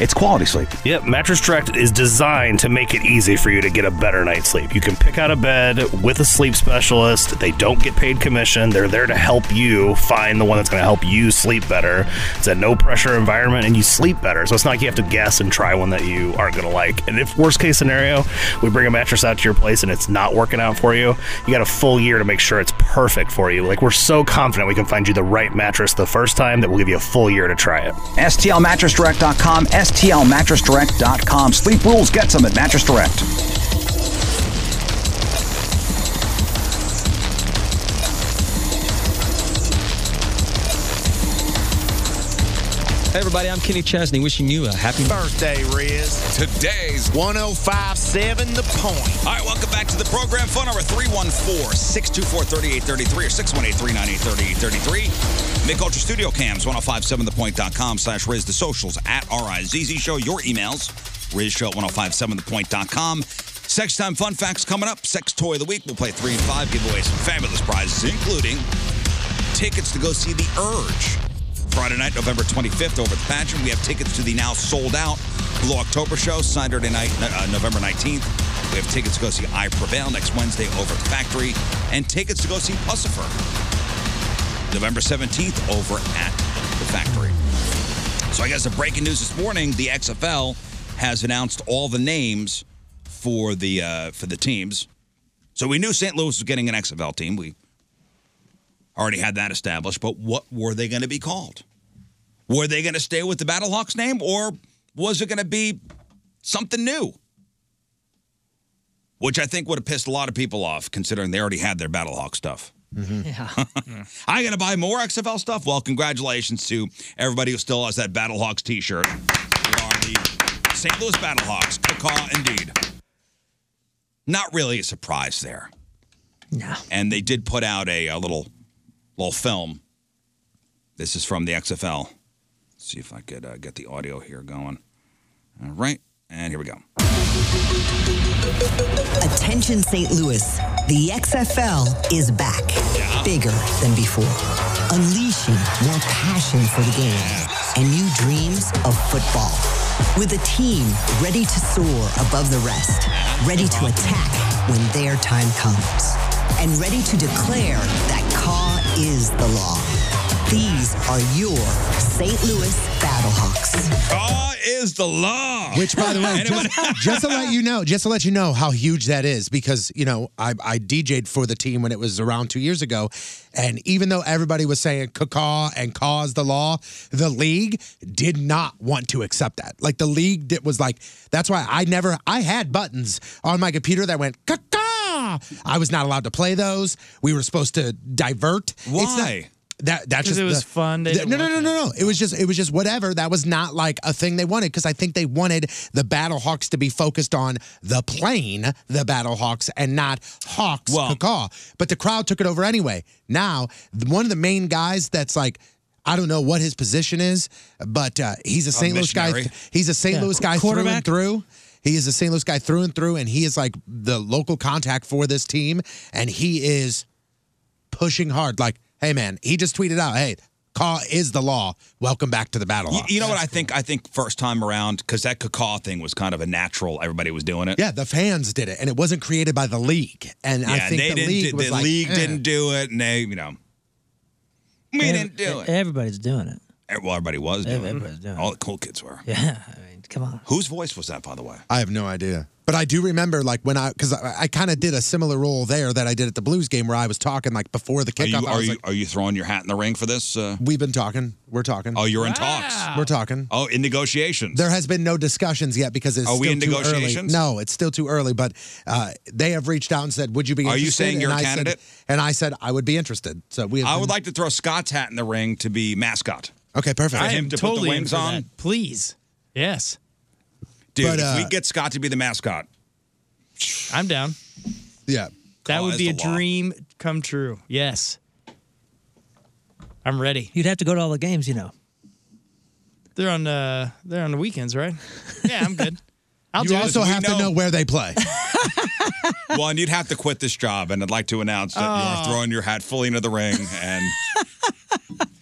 [SPEAKER 3] it's quality sleep.
[SPEAKER 6] Yep, Mattress Direct is designed to make it easy for you to get a better night's sleep. You can pick out a bed with a sleep specialist. They don't get paid commission. They're there to help you find the one that's going to help you sleep better. It's a no pressure environment and you sleep better. So it's not like you have to guess and try one that you aren't going to like. And if worst case scenario, we bring a mattress out to your place and it's not working out for you, you got a full year to make sure it's perfect for you. Like we're so confident we can find you the right mattress the first time that we'll give you a full year to try it.
[SPEAKER 3] STLMattressDirect.com, STLMattressDirect.com. Sleep rules, get some at Mattress Direct.
[SPEAKER 11] Hey everybody, I'm Kenny Chesney wishing you a happy
[SPEAKER 9] birthday, Riz. Today's 1057 The Point.
[SPEAKER 4] All right, welcome back to the program. Phone number 314 624 3833 or 618 398 3833. Mick Ultra Studio Cams, 1057thepoint.com slash Riz the socials at RIZZ Show. Your emails, Riz Show at 1057thepoint.com. Sex Time Fun Facts coming up. Sex Toy of the Week. We'll play three and five, give away some fabulous prizes, including tickets to go see The Urge. Friday night, November 25th, over at the Pageant. We have tickets to the now sold out Blue October show, Saturday night, uh, November 19th. We have tickets to go see I Prevail next Wednesday over at the Factory, and tickets to go see Pussifer November 17th over at the Factory. So, I guess the breaking news this morning the XFL has announced all the names for the uh, for the teams. So, we knew St. Louis was getting an XFL team. We already had that established, but what were they going to be called? Were they going to stay with the Battlehawks name or was it going to be something new? Which I think would have pissed a lot of people off considering they already had their Battlehawk stuff. I got to buy more XFL stuff. Well, congratulations to everybody who still has that Battlehawks t shirt. We are the St. Louis Battlehawks. Good call indeed. Not really a surprise there. No. And they did put out a, a little little film. This is from the XFL. see if I could uh, get the audio here going. All right, and here we go.
[SPEAKER 12] Attention St. Louis. The XFL is back. Bigger than before. Unleashing your passion for the game and new dreams of football. With a team ready to soar above the rest, ready to attack when their time comes, and ready to declare that Caw is the law. These are your St. Louis Battlehawks.
[SPEAKER 4] Caw is the law.
[SPEAKER 7] Which, by the way, just, just to let you know, just to let you know how huge that is, because you know I, I DJ'd for the team when it was around two years ago, and even though everybody was saying caw and cause the law, the league did not want to accept that. Like the league did, was like, that's why I never I had buttons on my computer that went caw. I was not allowed to play those. We were supposed to divert. Why? that that's
[SPEAKER 10] 'Cause
[SPEAKER 7] just
[SPEAKER 10] it was
[SPEAKER 7] the-
[SPEAKER 10] fun, they
[SPEAKER 7] the-
[SPEAKER 10] didn't
[SPEAKER 7] no, no, no, no, no. It was just it was just whatever. That was not like a thing they wanted because I think they wanted the Battlehawks to be focused on the plane, the Battlehawks, and not Hawks caw. But the crowd took it over anyway. Now th- one of the main guys that's like. I don't know what his position is, but uh, he's a
[SPEAKER 2] A
[SPEAKER 7] St. Louis guy.
[SPEAKER 2] missionary.
[SPEAKER 7] He's a St.
[SPEAKER 2] Yeah,
[SPEAKER 7] Louis guy through and
[SPEAKER 2] quarterback?
[SPEAKER 7] through. He is a St. Louis guy through and through, and he is like the local contact for this team. And he is pushing hard. Like, hey man, he just tweeted out, hey, Caw is the law. Welcome back to the battle.
[SPEAKER 4] You,
[SPEAKER 7] Hawks.
[SPEAKER 4] you know what I think? I think first time around because that cacaw thing was kind of a natural. Everybody was doing it.
[SPEAKER 7] Yeah, the fans did it, and it wasn't created by the league. And I
[SPEAKER 4] Yeah,
[SPEAKER 7] think
[SPEAKER 4] they
[SPEAKER 7] the
[SPEAKER 4] didn't.
[SPEAKER 7] league
[SPEAKER 4] do-
[SPEAKER 7] was
[SPEAKER 4] the
[SPEAKER 7] like,
[SPEAKER 4] league
[SPEAKER 7] eh.
[SPEAKER 4] didn't do it, and they, you know, we didn't do it.
[SPEAKER 8] Everybody's doing it.
[SPEAKER 4] Well, everybody was doing
[SPEAKER 8] Everybody's
[SPEAKER 4] it.
[SPEAKER 8] doing
[SPEAKER 4] All the cool kids were.
[SPEAKER 8] Yeah, I mean, come on.
[SPEAKER 4] Whose voice was that, by the way?
[SPEAKER 7] I have no idea. But I do remember, like, when I, because I, I kind of did a similar role there that I did at the Blues game where I was talking, like, before the
[SPEAKER 4] Are
[SPEAKER 7] kickoff.
[SPEAKER 4] you
[SPEAKER 7] I
[SPEAKER 4] are
[SPEAKER 7] was
[SPEAKER 4] you
[SPEAKER 7] like,
[SPEAKER 4] are you throwing your hat in the ring for this? Uh,
[SPEAKER 7] we've been talking. We're talking.
[SPEAKER 4] oh, you're in talks.
[SPEAKER 7] We're talking.
[SPEAKER 4] Oh, in negotiations.
[SPEAKER 7] There has been no discussions yet because it's
[SPEAKER 4] Are
[SPEAKER 7] still
[SPEAKER 4] we in
[SPEAKER 7] too early.
[SPEAKER 4] negotiations?
[SPEAKER 7] No, it's still too early. But uh, they have reached out and said, "Would you be?"
[SPEAKER 4] Are you
[SPEAKER 7] interested?"
[SPEAKER 4] saying you're a
[SPEAKER 7] and I said-
[SPEAKER 4] candidate?
[SPEAKER 7] and I said I would be interested. So we. Have
[SPEAKER 4] I
[SPEAKER 7] been-
[SPEAKER 4] would like to throw Scott's hat in the ring to be mascot.
[SPEAKER 7] Okay, perfect.
[SPEAKER 4] For him to put the wings on,
[SPEAKER 10] please. Yes,
[SPEAKER 4] dude.
[SPEAKER 10] But, uh,
[SPEAKER 4] if we get Scott to be the mascot,
[SPEAKER 10] I'm down.
[SPEAKER 7] Yeah,
[SPEAKER 10] That
[SPEAKER 4] Caw
[SPEAKER 10] would
[SPEAKER 4] is
[SPEAKER 10] be a
[SPEAKER 4] the law.
[SPEAKER 10] dream come true. Yes, I'm ready.
[SPEAKER 8] You'd have to go to all the games, you know.
[SPEAKER 10] They're on uh, they're on the weekends, right? Yeah, I'm good. I'll do
[SPEAKER 7] you
[SPEAKER 10] it.
[SPEAKER 7] also
[SPEAKER 10] We
[SPEAKER 7] have to know where they play.
[SPEAKER 4] Well, and you'd have to quit this job, and I'd like to announce that
[SPEAKER 10] Oh.
[SPEAKER 4] you're throwing your hat fully into the ring. And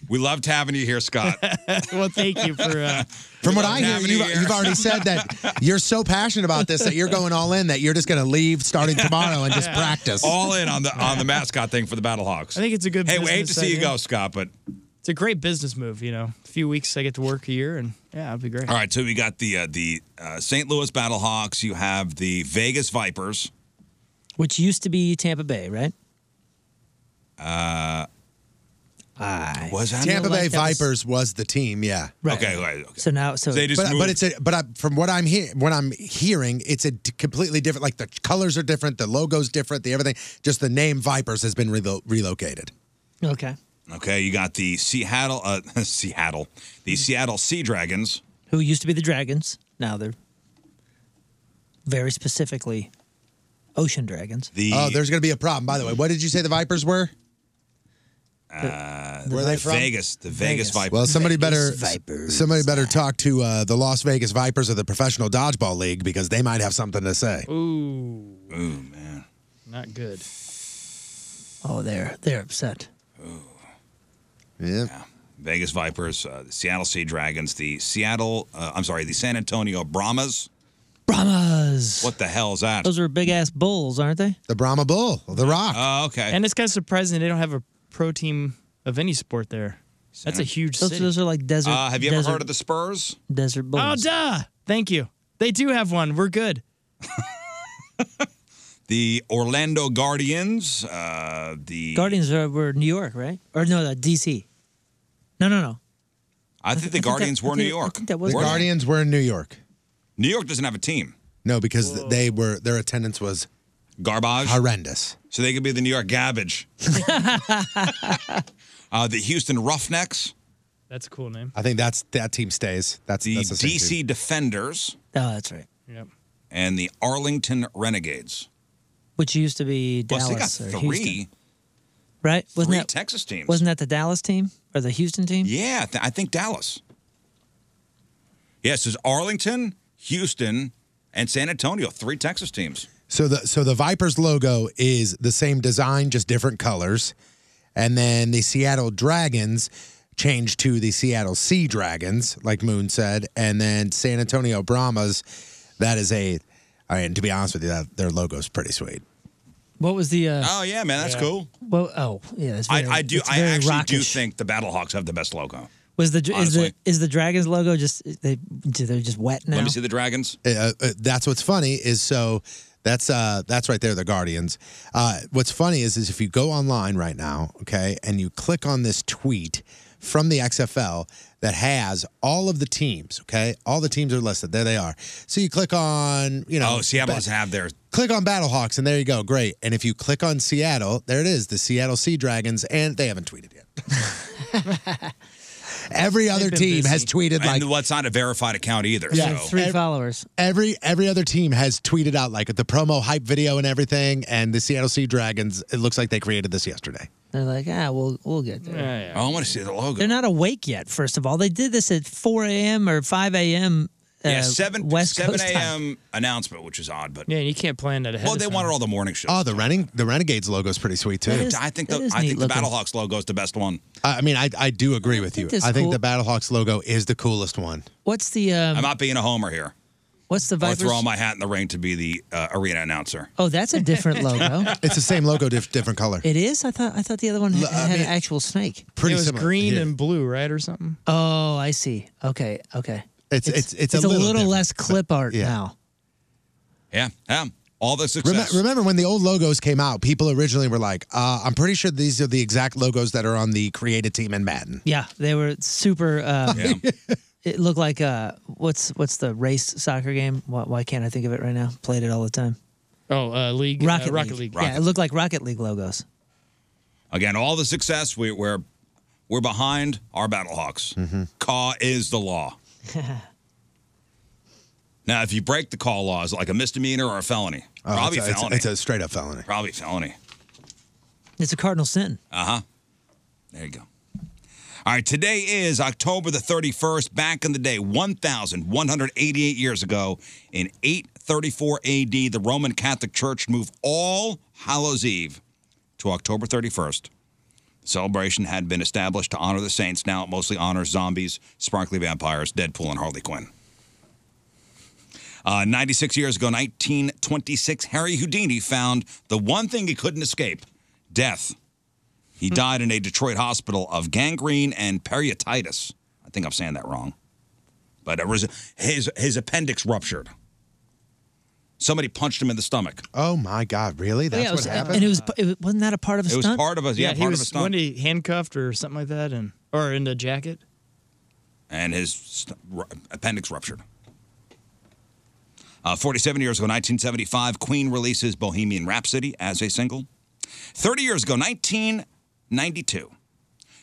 [SPEAKER 4] we loved having you here, Scott.
[SPEAKER 10] well, thank you for. Uh,
[SPEAKER 7] From what
[SPEAKER 10] Don't
[SPEAKER 7] I hear,
[SPEAKER 10] have any
[SPEAKER 7] you've,
[SPEAKER 10] here.
[SPEAKER 7] you've already said that you're so passionate about this that you're going all in that you're just going to leave starting tomorrow and just practice.
[SPEAKER 4] all in on the on the mascot thing for the Battlehawks.
[SPEAKER 10] I think it's a good
[SPEAKER 4] Hey, we hate to
[SPEAKER 10] business
[SPEAKER 4] see you
[SPEAKER 10] idea.
[SPEAKER 4] go, Scott. But
[SPEAKER 10] It's a great business move. You know, a few weeks I get to work a year, and yeah, it'd be great.
[SPEAKER 4] all right, so we got the uh, the uh, St. Louis Battlehawks. You have the Vegas Vipers.
[SPEAKER 8] Which used to be Tampa Bay, right?
[SPEAKER 4] Uh,
[SPEAKER 8] was that-
[SPEAKER 7] Tampa
[SPEAKER 8] I feel
[SPEAKER 7] Bay
[SPEAKER 8] like that was-
[SPEAKER 7] Vipers was the team, yeah.
[SPEAKER 8] Right.
[SPEAKER 4] Okay, right, okay.
[SPEAKER 8] So now, so
[SPEAKER 7] but, but it's a but I, from what I'm hearing, what I'm hearing, it's a d- completely different. Like the colors are different, the logo's different, the everything. Just the name Vipers has been relo- relocated.
[SPEAKER 8] okay.
[SPEAKER 4] Okay, you got the Seattle uh, Seattle the Seattle Sea Dragons.
[SPEAKER 8] Who used to be the Dragons? Now they're very specifically Ocean Dragons.
[SPEAKER 4] The
[SPEAKER 7] oh, there's going to be a problem. By the way, what did you say the Vipers were?
[SPEAKER 4] Uh,
[SPEAKER 7] Where are they from?
[SPEAKER 4] Vegas, the Vegas, Vipers.
[SPEAKER 7] Well, somebody better somebody better talk to uh, the Las Vegas Vipers of the Professional Dodgeball League because they might have something to say.
[SPEAKER 10] Ooh,
[SPEAKER 4] Ooh, man.
[SPEAKER 10] not good.
[SPEAKER 8] Oh, they're they're upset.
[SPEAKER 7] Yeah.
[SPEAKER 4] Vegas Vipers, uh, the Seattle Sea Dragons, the Seattle, uh, I'm sorry, the San Antonio Brahmas.
[SPEAKER 8] Brahmas.
[SPEAKER 4] What the hell is that?
[SPEAKER 8] Those are big ass bulls, aren't they?
[SPEAKER 7] The Brahma Bull, the Rock.
[SPEAKER 4] Oh, okay.
[SPEAKER 10] And it's kind of surprising they don't have a pro team of any sport there. That's a huge.
[SPEAKER 8] Those,
[SPEAKER 10] city.
[SPEAKER 8] those are like desert.
[SPEAKER 4] Uh, have you
[SPEAKER 8] desert-
[SPEAKER 4] ever heard of Uh, the Spurs?
[SPEAKER 8] desert bulls?
[SPEAKER 10] Oh, duh! Thank you. They do have one. We're good.
[SPEAKER 4] The Orlando Guardians, uh, the
[SPEAKER 8] Guardians are, were New York, right? Or no, the DC. No, no, no.
[SPEAKER 4] I think the Guardians
[SPEAKER 8] that- I
[SPEAKER 4] were New
[SPEAKER 8] think- I
[SPEAKER 4] York.
[SPEAKER 8] think that
[SPEAKER 7] the Guardians were in New York.
[SPEAKER 4] New York doesn't have a team.
[SPEAKER 7] No, because they were their attendance was
[SPEAKER 4] garbage,
[SPEAKER 7] horrendous.
[SPEAKER 4] So they could be the New York Gabbage. uh, the Houston Roughnecks,
[SPEAKER 10] That's a cool name.
[SPEAKER 7] I think that's that team stays. That's
[SPEAKER 4] the
[SPEAKER 7] that's the same
[SPEAKER 4] DC
[SPEAKER 7] team.
[SPEAKER 4] Defenders,
[SPEAKER 8] Oh, that's right.
[SPEAKER 10] Yep.
[SPEAKER 4] and the Arlington Renegades.
[SPEAKER 8] Which used to be
[SPEAKER 4] Plus, they got
[SPEAKER 8] Dallas or Houston,
[SPEAKER 4] three,
[SPEAKER 8] right?
[SPEAKER 4] three
[SPEAKER 8] that
[SPEAKER 4] Texas teams.
[SPEAKER 8] wasn't that the Dallas team or the Houston team?
[SPEAKER 4] Yeah, th- I think Dallas. Yes, it's Arlington, Houston, and San Antonio, three Texas teams.
[SPEAKER 7] So the so the Vipers logo is the same design, just different colors. And then the Seattle Dragons changed to the Seattle Sea Dragons, like Moon said. And then San Antonio Brahmas, that is a I mean, to be honest with you, that, their logo's pretty sweet.
[SPEAKER 8] What was the? Uh,
[SPEAKER 4] Oh yeah, man, that's
[SPEAKER 8] Yeah.
[SPEAKER 4] cool.
[SPEAKER 8] Well, oh yeah, that's
[SPEAKER 4] I,
[SPEAKER 8] very,
[SPEAKER 4] I do.
[SPEAKER 8] it's
[SPEAKER 4] I
[SPEAKER 8] very
[SPEAKER 4] actually do
[SPEAKER 8] rockish.
[SPEAKER 4] think the Battlehawks have the best logo.
[SPEAKER 8] Was the is the
[SPEAKER 4] honestly.
[SPEAKER 8] is the Dragons logo just they they're just wet now?
[SPEAKER 4] Let me see the Dragons.
[SPEAKER 7] Uh, uh, that's what's funny is so that's uh that's right there the guardians uh what's funny is is if you go online right now okay and you click on this tweet from the xfl that has all of the teams okay all the teams are listed there they are so you click on you know
[SPEAKER 4] oh, Seattle
[SPEAKER 7] ba-
[SPEAKER 4] doesn't have their.
[SPEAKER 7] click on battlehawks and there you go great and if you click on seattle there it is the seattle sea dragons and they haven't tweeted yet every other
[SPEAKER 4] been
[SPEAKER 7] team has
[SPEAKER 4] busy.
[SPEAKER 7] tweeted
[SPEAKER 4] and
[SPEAKER 7] like
[SPEAKER 4] what's not a verified account either.
[SPEAKER 7] Yeah,
[SPEAKER 4] so.
[SPEAKER 8] Three followers.
[SPEAKER 7] Every every other team has tweeted out like the promo hype video and everything, and the Seattle Sea Dragons. It looks like they created this yesterday.
[SPEAKER 8] They're like, ah, we'll we'll get there.
[SPEAKER 4] Oh, I want to see the logo.
[SPEAKER 8] They're not awake yet. First of all, they did this at 4 a.m. or 5 a.m.
[SPEAKER 7] uh,
[SPEAKER 4] yeah, seven
[SPEAKER 8] uh, West
[SPEAKER 4] seven
[SPEAKER 8] Coast time.
[SPEAKER 4] a.m. announcement, which is odd, but
[SPEAKER 10] Yeah, and you can't plan that ahead.
[SPEAKER 4] well,
[SPEAKER 10] of
[SPEAKER 4] they
[SPEAKER 10] time.
[SPEAKER 4] wanted all the morning shows.
[SPEAKER 7] Oh, the Renig- the Renegades logo is pretty sweet too.
[SPEAKER 4] Dude, I think the I think the Battlehawks logo is the best one.
[SPEAKER 7] I I mean, I, I do agree with you.
[SPEAKER 8] that's
[SPEAKER 7] I think
[SPEAKER 8] cool.
[SPEAKER 7] the Battlehawks logo is the coolest one.
[SPEAKER 8] What's the um,
[SPEAKER 4] I'm not being a homer here.
[SPEAKER 8] what's the
[SPEAKER 4] I'll
[SPEAKER 8] Vipers?
[SPEAKER 4] throw my hat in the ring to be the uh, arena announcer.
[SPEAKER 8] Oh, that's a different logo.
[SPEAKER 7] It's the same logo, diff- different color.
[SPEAKER 8] It is. I thought I thought the other one ha- had an actual snake.
[SPEAKER 7] pretty It was similar green here.
[SPEAKER 10] and blue, right, or something.
[SPEAKER 8] Oh, I see. Okay, okay.
[SPEAKER 7] It's it's it's,
[SPEAKER 8] a little,
[SPEAKER 7] different.
[SPEAKER 8] less clip art now.
[SPEAKER 4] Yeah, yeah. All the success.
[SPEAKER 7] Remem- remember when the old logos came out? People originally were like, uh, "I'm pretty sure these are the exact logos that are on the created team in Madden."
[SPEAKER 8] Yeah, they were super. Um,
[SPEAKER 7] Yeah.
[SPEAKER 8] It looked like uh, what's what's the race soccer game? Why, why can't I think of it right now? Played it all the time.
[SPEAKER 10] Oh, uh, league.
[SPEAKER 8] Rocket,
[SPEAKER 10] uh, Rocket League.
[SPEAKER 8] Yeah, it looked like Rocket League logos.
[SPEAKER 4] Again, all the success. We, we're we're behind our Battlehawks.
[SPEAKER 7] Mm-hmm.
[SPEAKER 4] Caw is the law. Now, if you break the call law, is it like a misdemeanor or a felony?
[SPEAKER 7] Oh,
[SPEAKER 4] Probably
[SPEAKER 7] it's a- it's a-
[SPEAKER 4] felony.
[SPEAKER 7] it's a straight up felony.
[SPEAKER 4] Probably felony.
[SPEAKER 8] It's a cardinal sin.
[SPEAKER 4] Uh huh. There you go. All right, today is October the 31st. Back in the day, 1,188 years ago, in 834 AD, the Roman Catholic Church moved All Hallows Eve to October 31st. The celebration had been established to honor the saints. Now it mostly honors zombies, sparkly vampires, Deadpool, and Harley Quinn. Uh, 96 years ago, 1926, Harry Houdini found the one thing he couldn't escape death. He died in a Detroit hospital of gangrene and peritonitis. I think I'm saying that wrong. But it was his, his appendix ruptured. Somebody punched him in the stomach.
[SPEAKER 7] Oh my God! Really?
[SPEAKER 8] Oh,
[SPEAKER 7] That's
[SPEAKER 8] yeah, it was,
[SPEAKER 7] what happened.
[SPEAKER 8] And it was it, wasn't that a part of a
[SPEAKER 4] It was
[SPEAKER 8] stunt?
[SPEAKER 4] part of a- yeah,
[SPEAKER 10] he
[SPEAKER 4] part of
[SPEAKER 10] was
[SPEAKER 4] a stunt.
[SPEAKER 10] wasn't he handcuffed or something like that, and or in a jacket.
[SPEAKER 4] and his st- ru- appendix ruptured. Uh, 47 years ago, 1975, Queen releases Bohemian Rhapsody as a single. 30 years ago, 1992,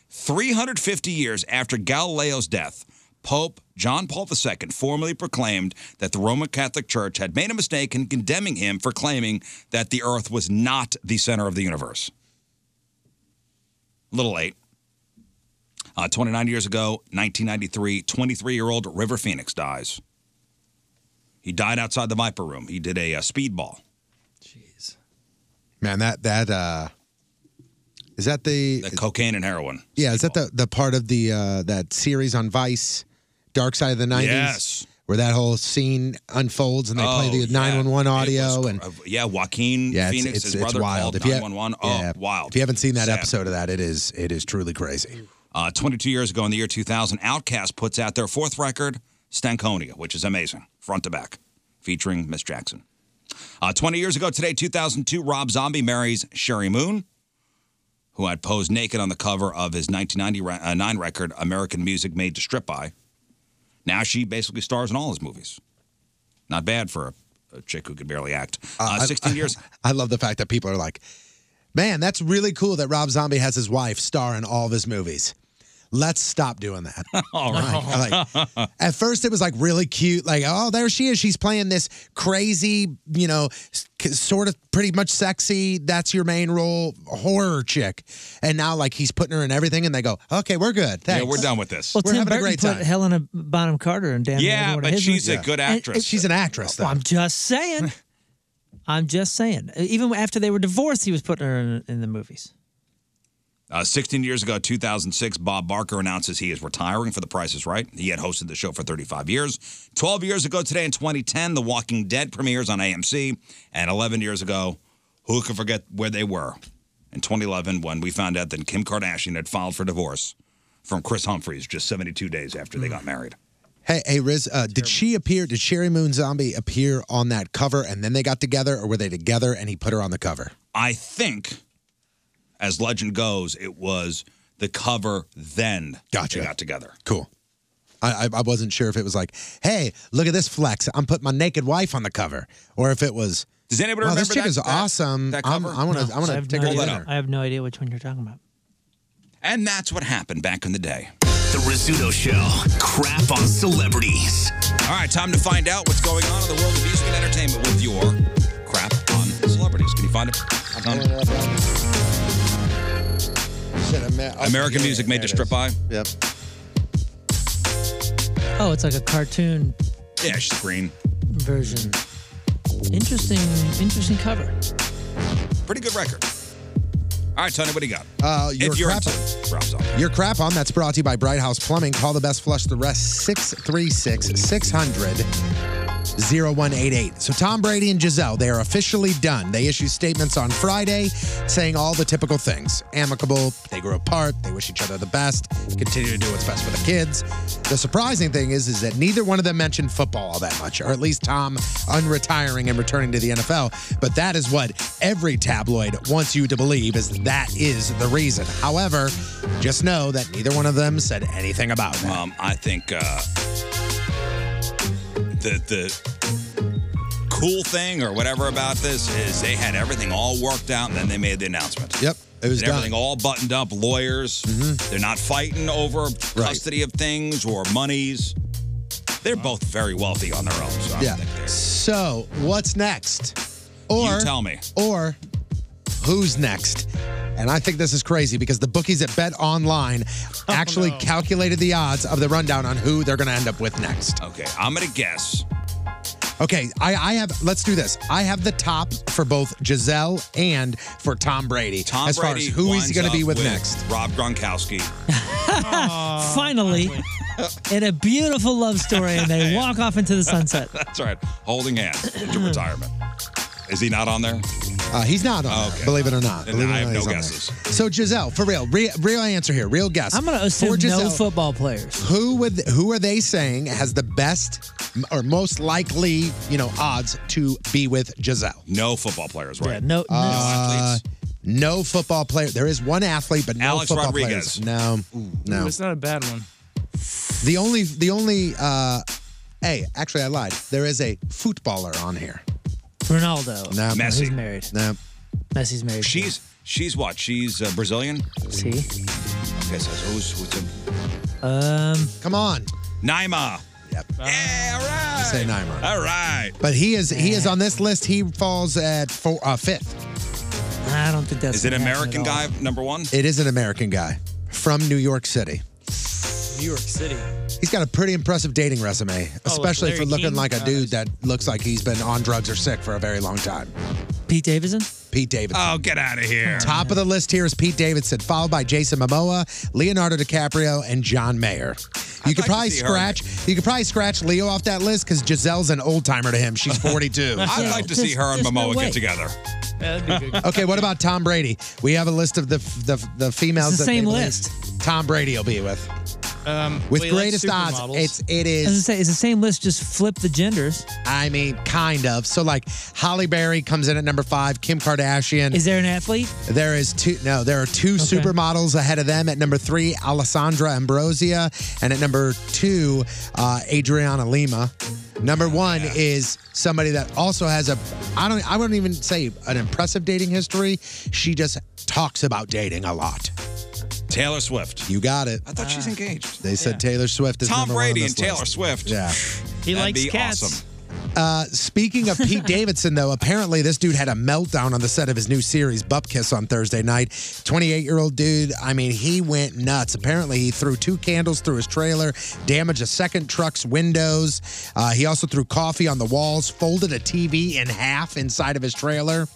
[SPEAKER 4] 350 years after Galileo's death, Pope John Paul II formally proclaimed that the Roman Catholic Church had made a mistake in condemning him for claiming that the earth was not the center of the universe. Little late. Uh, 29 years ago, 1993, 23 year old River Phoenix dies. He died outside the Viper Room. He did a, uh speedball.
[SPEAKER 7] Man, that that uh, is that the
[SPEAKER 4] The cocaine and heroin.
[SPEAKER 7] yeah? Is that the the part of the uh, that series on Vice, Dark Side of the Nineties?
[SPEAKER 4] Yes.
[SPEAKER 7] Where that whole scene unfolds and they
[SPEAKER 4] Oh,
[SPEAKER 7] play the
[SPEAKER 4] yeah.
[SPEAKER 7] nine one one audio and
[SPEAKER 4] Yeah, Joaquin
[SPEAKER 7] yeah, it's,
[SPEAKER 4] Phoenix,
[SPEAKER 7] it's,
[SPEAKER 4] his
[SPEAKER 7] it's
[SPEAKER 4] brother,
[SPEAKER 7] wild.
[SPEAKER 4] called
[SPEAKER 7] If you ha-
[SPEAKER 4] 911. Oh,
[SPEAKER 7] yeah.
[SPEAKER 4] wild.
[SPEAKER 7] If you haven't seen that
[SPEAKER 4] Sad.
[SPEAKER 7] episode of that, it is it is truly crazy.
[SPEAKER 4] Uh, 22 years ago in the year 2000, Outkast puts out their fourth record, Stankonia, which is amazing, front to back, featuring Miss Jackson. Uh, 20 years ago today, 2002, Rob Zombie marries Sherry Moon, who had posed naked on the cover of his 1999 uh, record, American Music Made to Strip By. Now she basically stars in all his movies. Not bad for a, a chick who could barely act. Uh,
[SPEAKER 7] I-
[SPEAKER 4] 16 years.
[SPEAKER 7] I love the fact that people are like, man, that's really cool that Rob Zombie has his wife star in all of his movies. Let's stop doing that.
[SPEAKER 4] all
[SPEAKER 7] right. At first, it was like really cute, like, oh, there she is. She's playing this crazy, you know, s- c- sort of pretty much sexy, that's your main role horror chick. And now, like, he's putting her in everything, and they go, okay, we're good. Thanks.
[SPEAKER 4] Yeah, we're done with this.
[SPEAKER 8] Well,
[SPEAKER 7] We're
[SPEAKER 8] Tim
[SPEAKER 7] having a
[SPEAKER 8] Burton
[SPEAKER 7] great
[SPEAKER 8] put
[SPEAKER 7] time.
[SPEAKER 8] Helena Bonham Carter in damn. Near
[SPEAKER 4] Yeah,
[SPEAKER 8] Every One of
[SPEAKER 4] but
[SPEAKER 8] His
[SPEAKER 4] she's a
[SPEAKER 8] Movies.
[SPEAKER 4] good
[SPEAKER 8] And- and-
[SPEAKER 4] actress. She's
[SPEAKER 7] an actress, though.
[SPEAKER 8] Well, I'm just saying. I'm just saying. Even after they were divorced, he was putting her in, in the movies.
[SPEAKER 4] Uh, 16 years ago, 2006, Bob Barker announces he is retiring for The Price is Right. He had hosted the show for 35 years. 12 years ago today in 2010, The Walking Dead premieres on AMC. And 11 years ago, who can forget where they were in 2011 when we found out that Kim Kardashian had filed for divorce from Chris Humphries just 72 days after they got married.
[SPEAKER 7] Hey, hey, Riz, uh, did she appear? Did Sherry Moon Zombie appear on that cover and then they got together, or were they together and he put her on the cover?
[SPEAKER 4] I think, as legend goes, it was the cover then gotcha. they got together.
[SPEAKER 7] Cool. I, I, I wasn't sure if it was like, hey, look at this flex. I'm putting my naked wife on the cover, or if it was.
[SPEAKER 4] Does anybody
[SPEAKER 7] wow,
[SPEAKER 4] remember
[SPEAKER 7] this chick
[SPEAKER 4] that-
[SPEAKER 7] is
[SPEAKER 4] that-
[SPEAKER 7] awesome.
[SPEAKER 4] that
[SPEAKER 7] I'm-
[SPEAKER 4] cover?
[SPEAKER 7] I want
[SPEAKER 4] No,
[SPEAKER 7] to. I want
[SPEAKER 4] I
[SPEAKER 7] to
[SPEAKER 4] have
[SPEAKER 7] take
[SPEAKER 4] no
[SPEAKER 7] her to
[SPEAKER 4] idea.
[SPEAKER 7] dinner.
[SPEAKER 8] I have no idea which one you're talking about.
[SPEAKER 4] And that's what happened back in the day.
[SPEAKER 1] The Rizzuto Show. Crap on celebrities.
[SPEAKER 4] All right, time to find out what's going on in the world of music and entertainment with your crap on celebrities. Can you find it? Um, American music made to strip by. Yep.
[SPEAKER 8] Oh, it's like a cartoon
[SPEAKER 4] Yeah, she's green.
[SPEAKER 8] version. Interesting, interesting cover.
[SPEAKER 4] Pretty good record. All right, Tony, what do you got?
[SPEAKER 7] Uh, your
[SPEAKER 4] if you're
[SPEAKER 7] crap-
[SPEAKER 4] into Rob's on.
[SPEAKER 7] Your crap on that's brought to you by Bright House Plumbing. Call the best flush the rest 636 600 0188. So Tom Brady and Giselle, they are officially done. They issued statements on Friday saying all the typical things. Amicable, they grew apart, they wish each other the best, continue to do what's best for the kids. The surprising thing is is that neither one of them mentioned football all that much, or at least Tom unretiring and returning to the NFL, but that is what every tabloid wants you to believe is that is the reason. However, just know that neither one of them said anything about it.
[SPEAKER 4] Um, I think uh, the the cool thing or whatever about this is they had everything all worked out, and then they made the announcement.
[SPEAKER 7] Yep, it was
[SPEAKER 4] And
[SPEAKER 7] done. Mm-hmm.
[SPEAKER 4] everything all buttoned up. Lawyers, they're not fighting over custody of things or monies. They're both very wealthy on their own. So I
[SPEAKER 7] Yeah.
[SPEAKER 4] think
[SPEAKER 7] So what's next? Or
[SPEAKER 4] You tell me.
[SPEAKER 7] Or who's next? And I think this is crazy because the bookies at Bet Online
[SPEAKER 4] Oh,
[SPEAKER 7] actually calculated the odds of the rundown on who they're going to end up with next.
[SPEAKER 4] Okay, I'm gonna guess.
[SPEAKER 7] Okay, I, I have. Let's do this. I have the top for both Giselle and for Tom Brady.
[SPEAKER 4] Tom
[SPEAKER 7] as far
[SPEAKER 4] Brady
[SPEAKER 7] as who he's
[SPEAKER 4] winds
[SPEAKER 7] going to be
[SPEAKER 4] up
[SPEAKER 7] with, next.
[SPEAKER 4] Rob Gronkowski.
[SPEAKER 8] Finally, in a beautiful love story, and they walk off into the sunset.
[SPEAKER 4] That's right. Holding hands
[SPEAKER 7] Hmm.
[SPEAKER 4] to retirement. Is he not on there?
[SPEAKER 7] Uh, he's not on. there, Believe it or not.
[SPEAKER 4] Then
[SPEAKER 7] Believe it or
[SPEAKER 4] I have
[SPEAKER 7] not,
[SPEAKER 4] no
[SPEAKER 7] he's on there.
[SPEAKER 4] guesses.
[SPEAKER 7] So Giselle, for real, real, real answer here, real guess.
[SPEAKER 8] I'm going to
[SPEAKER 7] For
[SPEAKER 8] assume no
[SPEAKER 7] Giselle,
[SPEAKER 8] football players.
[SPEAKER 7] Who would who are they saying has the best m- or most likely, you know, odds to be with Giselle?
[SPEAKER 4] No football players, right?
[SPEAKER 8] no,
[SPEAKER 7] Uh, no football player. There is one athlete, but no
[SPEAKER 4] Alex
[SPEAKER 7] football
[SPEAKER 4] Rodriguez.
[SPEAKER 7] players. No,
[SPEAKER 10] Ooh,
[SPEAKER 7] no.
[SPEAKER 10] it's not a bad one.
[SPEAKER 7] The only, the only. uh Hey, actually, I lied. There is a footballer on here.
[SPEAKER 8] Ronaldo.
[SPEAKER 7] No,
[SPEAKER 4] Messi.
[SPEAKER 8] He's married.
[SPEAKER 7] No.
[SPEAKER 8] Messi's married.
[SPEAKER 4] She's she's what? She's uh, Brazilian.
[SPEAKER 8] See.
[SPEAKER 4] Okay, so who's what's a
[SPEAKER 8] Um.
[SPEAKER 7] Come on.
[SPEAKER 4] Naima?
[SPEAKER 7] Yep.
[SPEAKER 4] yeah, all right.
[SPEAKER 7] Uh, Say Neymar.
[SPEAKER 4] All right.
[SPEAKER 7] But he is he is on this list. He falls at four, uh, fifth.
[SPEAKER 8] I don't think that's.
[SPEAKER 4] Is it
[SPEAKER 7] gonna happen
[SPEAKER 4] American
[SPEAKER 7] at
[SPEAKER 4] guy
[SPEAKER 7] all.
[SPEAKER 4] number one?
[SPEAKER 7] It is an American guy from New York City.
[SPEAKER 10] New York City. Oh,
[SPEAKER 7] He's got a pretty impressive dating resume,
[SPEAKER 10] like
[SPEAKER 7] especially for
[SPEAKER 10] Larry
[SPEAKER 7] looking
[SPEAKER 10] King?
[SPEAKER 7] like a
[SPEAKER 10] Oh,
[SPEAKER 7] dude that looks like he's been on drugs or sick for a very long time.
[SPEAKER 8] Pete Davidson?
[SPEAKER 7] Pete Davidson.
[SPEAKER 4] Oh, get out of here.
[SPEAKER 7] Top of the list here is Pete Davidson, followed by Jason Momoa, Leonardo DiCaprio, and John Mayer. You
[SPEAKER 4] like to
[SPEAKER 7] could probably
[SPEAKER 4] see her.
[SPEAKER 7] scratch. You could probably scratch Leo off that list because Giselle's an old timer to him. She's 42.
[SPEAKER 4] I'd like to see her and Momoa get together.
[SPEAKER 7] okay, what about Tom Brady? We have a list of the the, the females.
[SPEAKER 8] It's the
[SPEAKER 7] that they
[SPEAKER 8] same
[SPEAKER 7] believe
[SPEAKER 8] list.
[SPEAKER 7] Tom Brady will be with
[SPEAKER 10] Um, well,
[SPEAKER 7] with
[SPEAKER 10] he likes
[SPEAKER 7] greatest odds.
[SPEAKER 10] supermodels.
[SPEAKER 7] It's it
[SPEAKER 8] I was gonna
[SPEAKER 7] is.
[SPEAKER 8] say, it's the same list, just flip the genders.
[SPEAKER 7] I mean, kind of. So like, Holly Berry comes in at number five. Kim Kardashian.
[SPEAKER 8] Is there an athlete?
[SPEAKER 7] There is two. No, there are two supermodels ahead of them. At number three, Alessandra Ambrosia, and at number two, uh, Adriana Lima. Number one is somebody that also has a. I don't. I wouldn't even say an impressive dating history. She just talks about dating a lot.
[SPEAKER 4] Taylor Swift.
[SPEAKER 7] You got it.
[SPEAKER 4] I thought
[SPEAKER 10] Ah.
[SPEAKER 4] she's engaged.
[SPEAKER 7] They said Taylor Swift is
[SPEAKER 4] Tom
[SPEAKER 7] number one on
[SPEAKER 4] Brady
[SPEAKER 7] this
[SPEAKER 4] and Taylor
[SPEAKER 7] list.
[SPEAKER 4] Swift.
[SPEAKER 7] Yeah.
[SPEAKER 10] He
[SPEAKER 4] That'd
[SPEAKER 10] likes
[SPEAKER 4] be
[SPEAKER 10] cats.
[SPEAKER 4] awesome.
[SPEAKER 7] Uh, speaking of Pete Davidson, though, apparently this dude had a meltdown on the set of his new series, Bupkiss, on Thursday night. 28 year old dude, I mean, he went nuts. Apparently, he threw two candles through his trailer, damaged a second truck's windows. Uh, he also threw coffee on the walls, folded a TV in half inside of his trailer.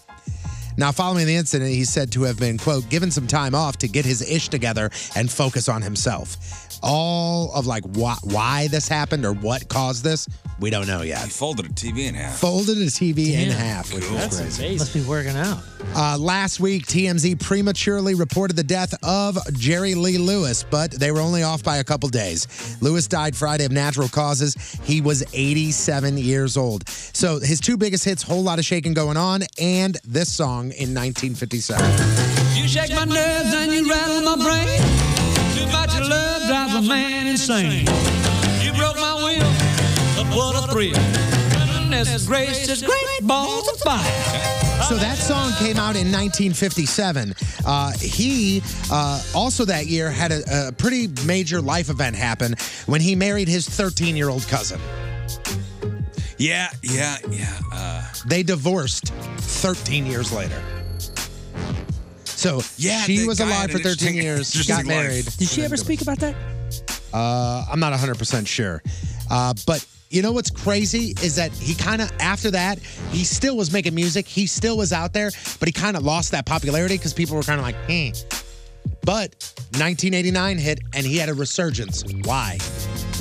[SPEAKER 7] Now, following the incident, he's said to have been, quote, given some time off to get his ish together and focus on himself. All of like why, why this happened or what caused this, we don't know yet
[SPEAKER 4] He folded a TV in half.
[SPEAKER 7] folded his TV
[SPEAKER 8] Damn.
[SPEAKER 7] in half, which was crazy.
[SPEAKER 8] Must be working out.
[SPEAKER 7] Uh, last week, TMZ prematurely reported the death of Jerry Lee Lewis, but they were only off by a couple days. Lewis died Friday of natural causes. He was 87 years old. So his two biggest hits, Whole Lot of Shaking Going On, and this song in 1957.
[SPEAKER 13] You shake my nerves and you rattle my brain. Too much love drives a man insane. You broke my will, but what a thrill. Goodness gracious, great balls of fire.
[SPEAKER 7] So that song came out in 1957. Uh, he uh, also that year had a, a pretty major life event happen when he married his 13 year old cousin.
[SPEAKER 4] Yeah, yeah, yeah. Uh,
[SPEAKER 7] They divorced 13 years later. So
[SPEAKER 4] Yeah,
[SPEAKER 7] she
[SPEAKER 4] the
[SPEAKER 7] was
[SPEAKER 4] guy
[SPEAKER 7] alive
[SPEAKER 4] had
[SPEAKER 7] for
[SPEAKER 4] an
[SPEAKER 7] 13
[SPEAKER 4] interesting-
[SPEAKER 7] years,
[SPEAKER 4] interesting
[SPEAKER 7] got
[SPEAKER 4] life.
[SPEAKER 7] married.
[SPEAKER 8] Did she ever speak about that?
[SPEAKER 7] Uh, I'm not 100% sure. Uh, but You know what's crazy is that he kind of after that he still was making music. He still was out there, but he kind of lost that popularity because people were kind of like, hmm. But 1989 hit and he had a resurgence. Why?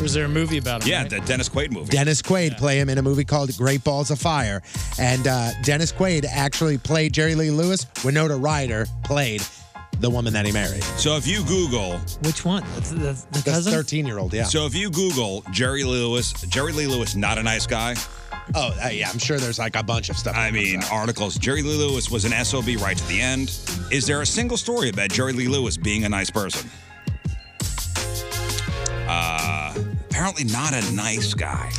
[SPEAKER 14] Was there a movie about him?
[SPEAKER 4] Yeah, the Dennis Quaid movie.
[SPEAKER 7] Dennis Quaid play him in a movie called Great Balls of Fire, and uh, Dennis Quaid actually played Jerry Lee Lewis. Winona Ryder played the woman that he married.
[SPEAKER 4] So if you Google
[SPEAKER 8] Which one? The, the, the
[SPEAKER 7] The
[SPEAKER 8] cousin?
[SPEAKER 7] 13 year old, yeah.
[SPEAKER 4] So if you Google Jerry Lee Lewis, Jerry Lee Lewis, not a nice guy.
[SPEAKER 7] Oh uh, yeah, I'm sure there's like a bunch of stuff.
[SPEAKER 4] I mean, articles. Jerry Lee Lewis was an sob right to the end. Is there a single story about Jerry Lee Lewis being a nice person? Uh, apparently not a nice guy.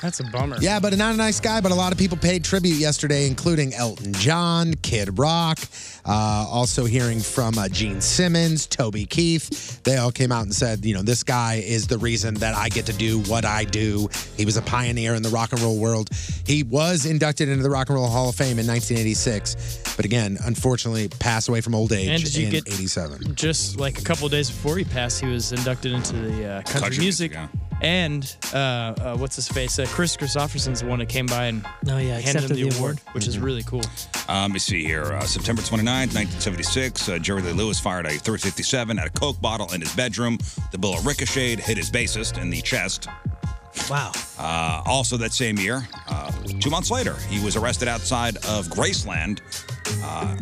[SPEAKER 14] That's a bummer.
[SPEAKER 7] Yeah, but not a nice guy. But a lot of people paid tribute yesterday, including Elton John, Kid Rock. Uh, also, hearing from uh, Gene Simmons, Toby Keith. They all came out and said, you know, this guy is the reason that I get to do what I do. He was a pioneer in the rock and roll world. He was inducted into the Rock and Roll Hall of Fame in 1986, but again, unfortunately, passed away from old age
[SPEAKER 14] And did you
[SPEAKER 7] in
[SPEAKER 14] get-
[SPEAKER 7] 87.
[SPEAKER 14] Just like a couple days before he passed, he was inducted into the uh, country,
[SPEAKER 7] Country
[SPEAKER 14] music. And uh, uh, what's his face? Uh, Chris Christopherson's the one that came by and
[SPEAKER 8] Oh,
[SPEAKER 14] handed
[SPEAKER 8] yeah,
[SPEAKER 14] him
[SPEAKER 8] accepted
[SPEAKER 14] the,
[SPEAKER 8] the
[SPEAKER 14] award,
[SPEAKER 8] award.
[SPEAKER 14] which is really cool.
[SPEAKER 4] Um, let me see here. Uh, September 29th, 1976, uh, Jerry Lee Lewis fired a 357 at a Coke bottle in his bedroom. The bullet ricocheted, hit his bassist in the chest.
[SPEAKER 8] Wow.
[SPEAKER 4] Uh, also, that same year, uh, two months later, he was arrested outside of Graceland, uh,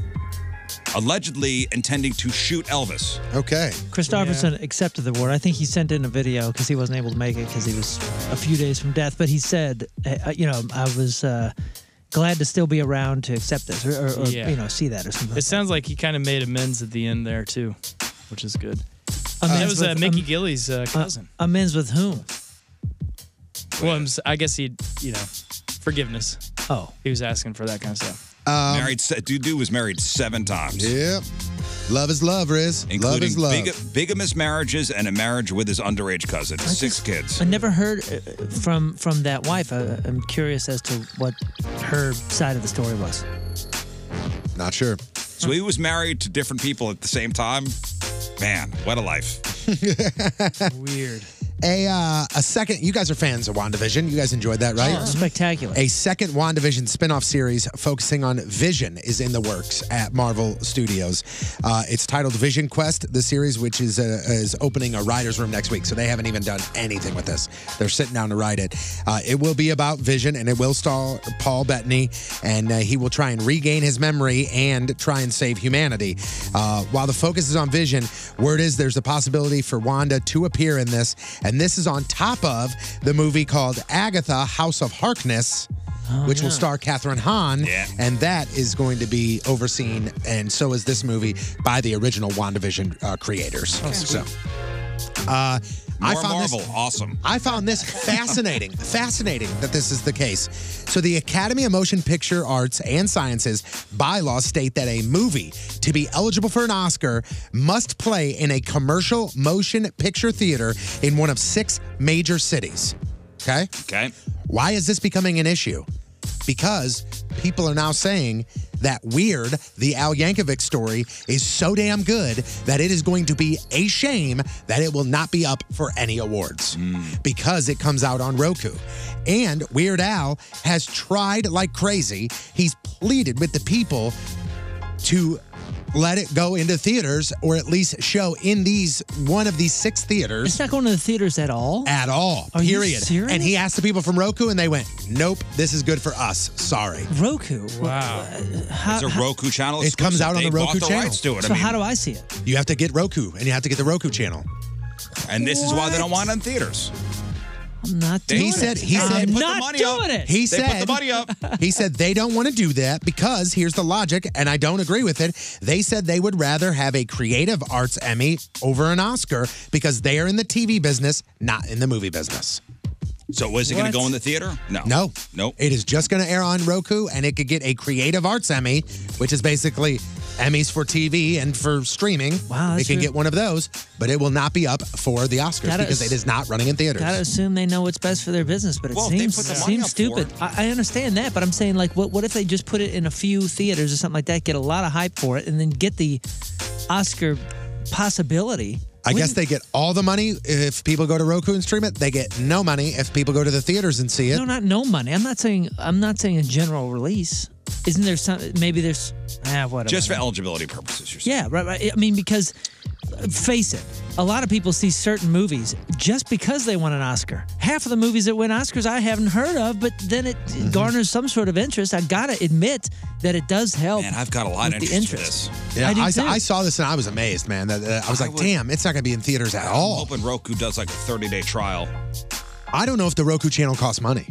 [SPEAKER 4] allegedly intending to shoot Elvis.
[SPEAKER 7] Okay.
[SPEAKER 8] Christopherson accepted the award. I think he sent in a video because he wasn't able to make it because he was a few days from death. But he said, eh, uh, you know, I was uh, glad to still be around to accept this or, or, or
[SPEAKER 14] Yeah.
[SPEAKER 8] you know, see that or something.
[SPEAKER 14] It sounds like he kind of made amends at the end there, too, which is good. that
[SPEAKER 8] Amends
[SPEAKER 14] was uh,
[SPEAKER 8] with-
[SPEAKER 14] Mickey
[SPEAKER 8] um,
[SPEAKER 14] Gilly's uh, cousin.
[SPEAKER 8] Uh, amends with whom?
[SPEAKER 14] well, I'm s- I guess he, you know, forgiveness.
[SPEAKER 8] Oh.
[SPEAKER 14] He was asking for that kind of stuff.
[SPEAKER 7] Um,
[SPEAKER 4] married, se- dude, dude was married seven times.
[SPEAKER 7] Yep. Love is love, Riz. love
[SPEAKER 4] Including
[SPEAKER 7] is love.
[SPEAKER 4] biga- bigamous marriages and a marriage with his underage cousin. Six kids.
[SPEAKER 8] I never heard uh, from from that wife. I, I'm curious as to what her side of the story was.
[SPEAKER 7] Not sure.
[SPEAKER 4] So he was married to different people at the same time. Man, what a life.
[SPEAKER 14] Weird.
[SPEAKER 7] A uh, a second. You guys are fans of WandaVision. You guys enjoyed that, right?
[SPEAKER 8] Oh, spectacular.
[SPEAKER 7] A second WandaVision spin-off series focusing on Vision is in the works at Marvel Studios. Uh, it's titled Vision Quest. The series, which is uh, is opening a writers' room next week, so they haven't even done anything with this. They're sitting down to write it. Uh, it will be about Vision, and it will star Paul Bettany, and uh, he will try and regain his memory and try and save humanity. Uh, while the focus is on Vision, word is there's a possibility for Wanda to appear in this, and this is on top of the movie called Agatha: House of Harkness
[SPEAKER 4] Oh,
[SPEAKER 7] which will
[SPEAKER 8] yeah.
[SPEAKER 7] star Catherine Hahn. And that is going to be overseen, and so is this movie, by the original WandaVision uh, creators. so, uh, I
[SPEAKER 4] More
[SPEAKER 7] found
[SPEAKER 4] Marvel,
[SPEAKER 7] this.
[SPEAKER 4] awesome.
[SPEAKER 7] I found this fascinating, fascinating that this is the case. So, the Academy of Motion Picture Arts and Sciences bylaws state that a movie, to be eligible for an Oscar, must play in a commercial motion picture theater in one of six major cities. Okay?
[SPEAKER 4] Okay.
[SPEAKER 7] Why is this becoming an issue? Because people are now saying that Weird, the Al Yankovic story, is so damn good that it is going to be a shame that it will not be up for any awards because it comes out on Roku. And Weird Al has tried like crazy. He's pleaded with the people to let it go into theaters or at least show in these one of these six theaters. It's
[SPEAKER 8] not going to the theaters at all.
[SPEAKER 7] At all.
[SPEAKER 8] Are you
[SPEAKER 7] period.
[SPEAKER 8] serious?
[SPEAKER 7] And he asked the people from Roku and they went, "Nope, this is good for us. Sorry."
[SPEAKER 8] Roku.
[SPEAKER 4] Wow. it's a Roku channel.
[SPEAKER 7] It comes
[SPEAKER 4] exclusive.
[SPEAKER 7] out on the
[SPEAKER 4] They
[SPEAKER 7] Roku
[SPEAKER 4] bought the
[SPEAKER 7] channel.
[SPEAKER 4] rights to it. I mean,
[SPEAKER 8] do I see it?
[SPEAKER 7] You have to get Roku and you have to get the Roku channel.
[SPEAKER 4] and this is why they don't want it in theaters.
[SPEAKER 8] I'm not doing
[SPEAKER 7] he
[SPEAKER 8] it.
[SPEAKER 7] said he
[SPEAKER 8] I'm
[SPEAKER 7] said
[SPEAKER 8] not doing it.
[SPEAKER 7] He said he said they don't want to do that because here's the logic, and I don't agree with it. They said they would rather have a creative arts Emmy over an Oscar because they are in the TV business, not in the movie business.
[SPEAKER 4] So was it going to
[SPEAKER 7] What?
[SPEAKER 4] go in the theater? No.
[SPEAKER 7] No.
[SPEAKER 4] Nope.
[SPEAKER 7] It is just going to air on Roku and it could get a Creative Arts Emmy, which is basically Emmys for TV and for streaming. Wow. It
[SPEAKER 8] that's
[SPEAKER 7] can
[SPEAKER 8] re-
[SPEAKER 7] get one of those, but it will not be up for the Oscars
[SPEAKER 8] Gotta
[SPEAKER 7] because
[SPEAKER 8] ass-
[SPEAKER 7] it is not running in theaters.
[SPEAKER 8] Gotta assume they know what's best for their business, but it
[SPEAKER 7] Well, if they
[SPEAKER 8] seems
[SPEAKER 7] put the money
[SPEAKER 8] seems
[SPEAKER 7] up for it.
[SPEAKER 8] stupid. I, I understand that, but I'm saying like, what what if they just put it in a few theaters or something like that, get a lot of hype for it, and then get the Oscar possibility?
[SPEAKER 7] I guess they get all the money if people go to Roku and stream it. They get no money if people go to the theaters and see it.
[SPEAKER 8] No, not no money. I'm not saying. I'm not saying a general release. Isn't there some? Maybe there's. Ah, whatever.
[SPEAKER 4] Just for eligibility purposes. you're saying.
[SPEAKER 8] Yeah, right, right. I mean, because uh, face it, a lot of people see certain movies just because they won an Oscar. Half of the movies that win Oscars I haven't heard of, but then it
[SPEAKER 7] Mm-hmm.
[SPEAKER 8] garners some sort of interest. I gotta admit that it does help.
[SPEAKER 4] Man, I've got a lot of
[SPEAKER 8] with the
[SPEAKER 4] interest, for this.
[SPEAKER 7] Yeah, I,
[SPEAKER 8] do
[SPEAKER 7] s-
[SPEAKER 8] too.
[SPEAKER 7] I saw this and I was amazed, man. That, that- I was
[SPEAKER 4] I
[SPEAKER 7] like,
[SPEAKER 4] would-
[SPEAKER 7] damn, it's not going to be in theaters at all.
[SPEAKER 4] I'm hoping Roku does like a 30 day trial.
[SPEAKER 7] I don't know if the Roku channel costs money.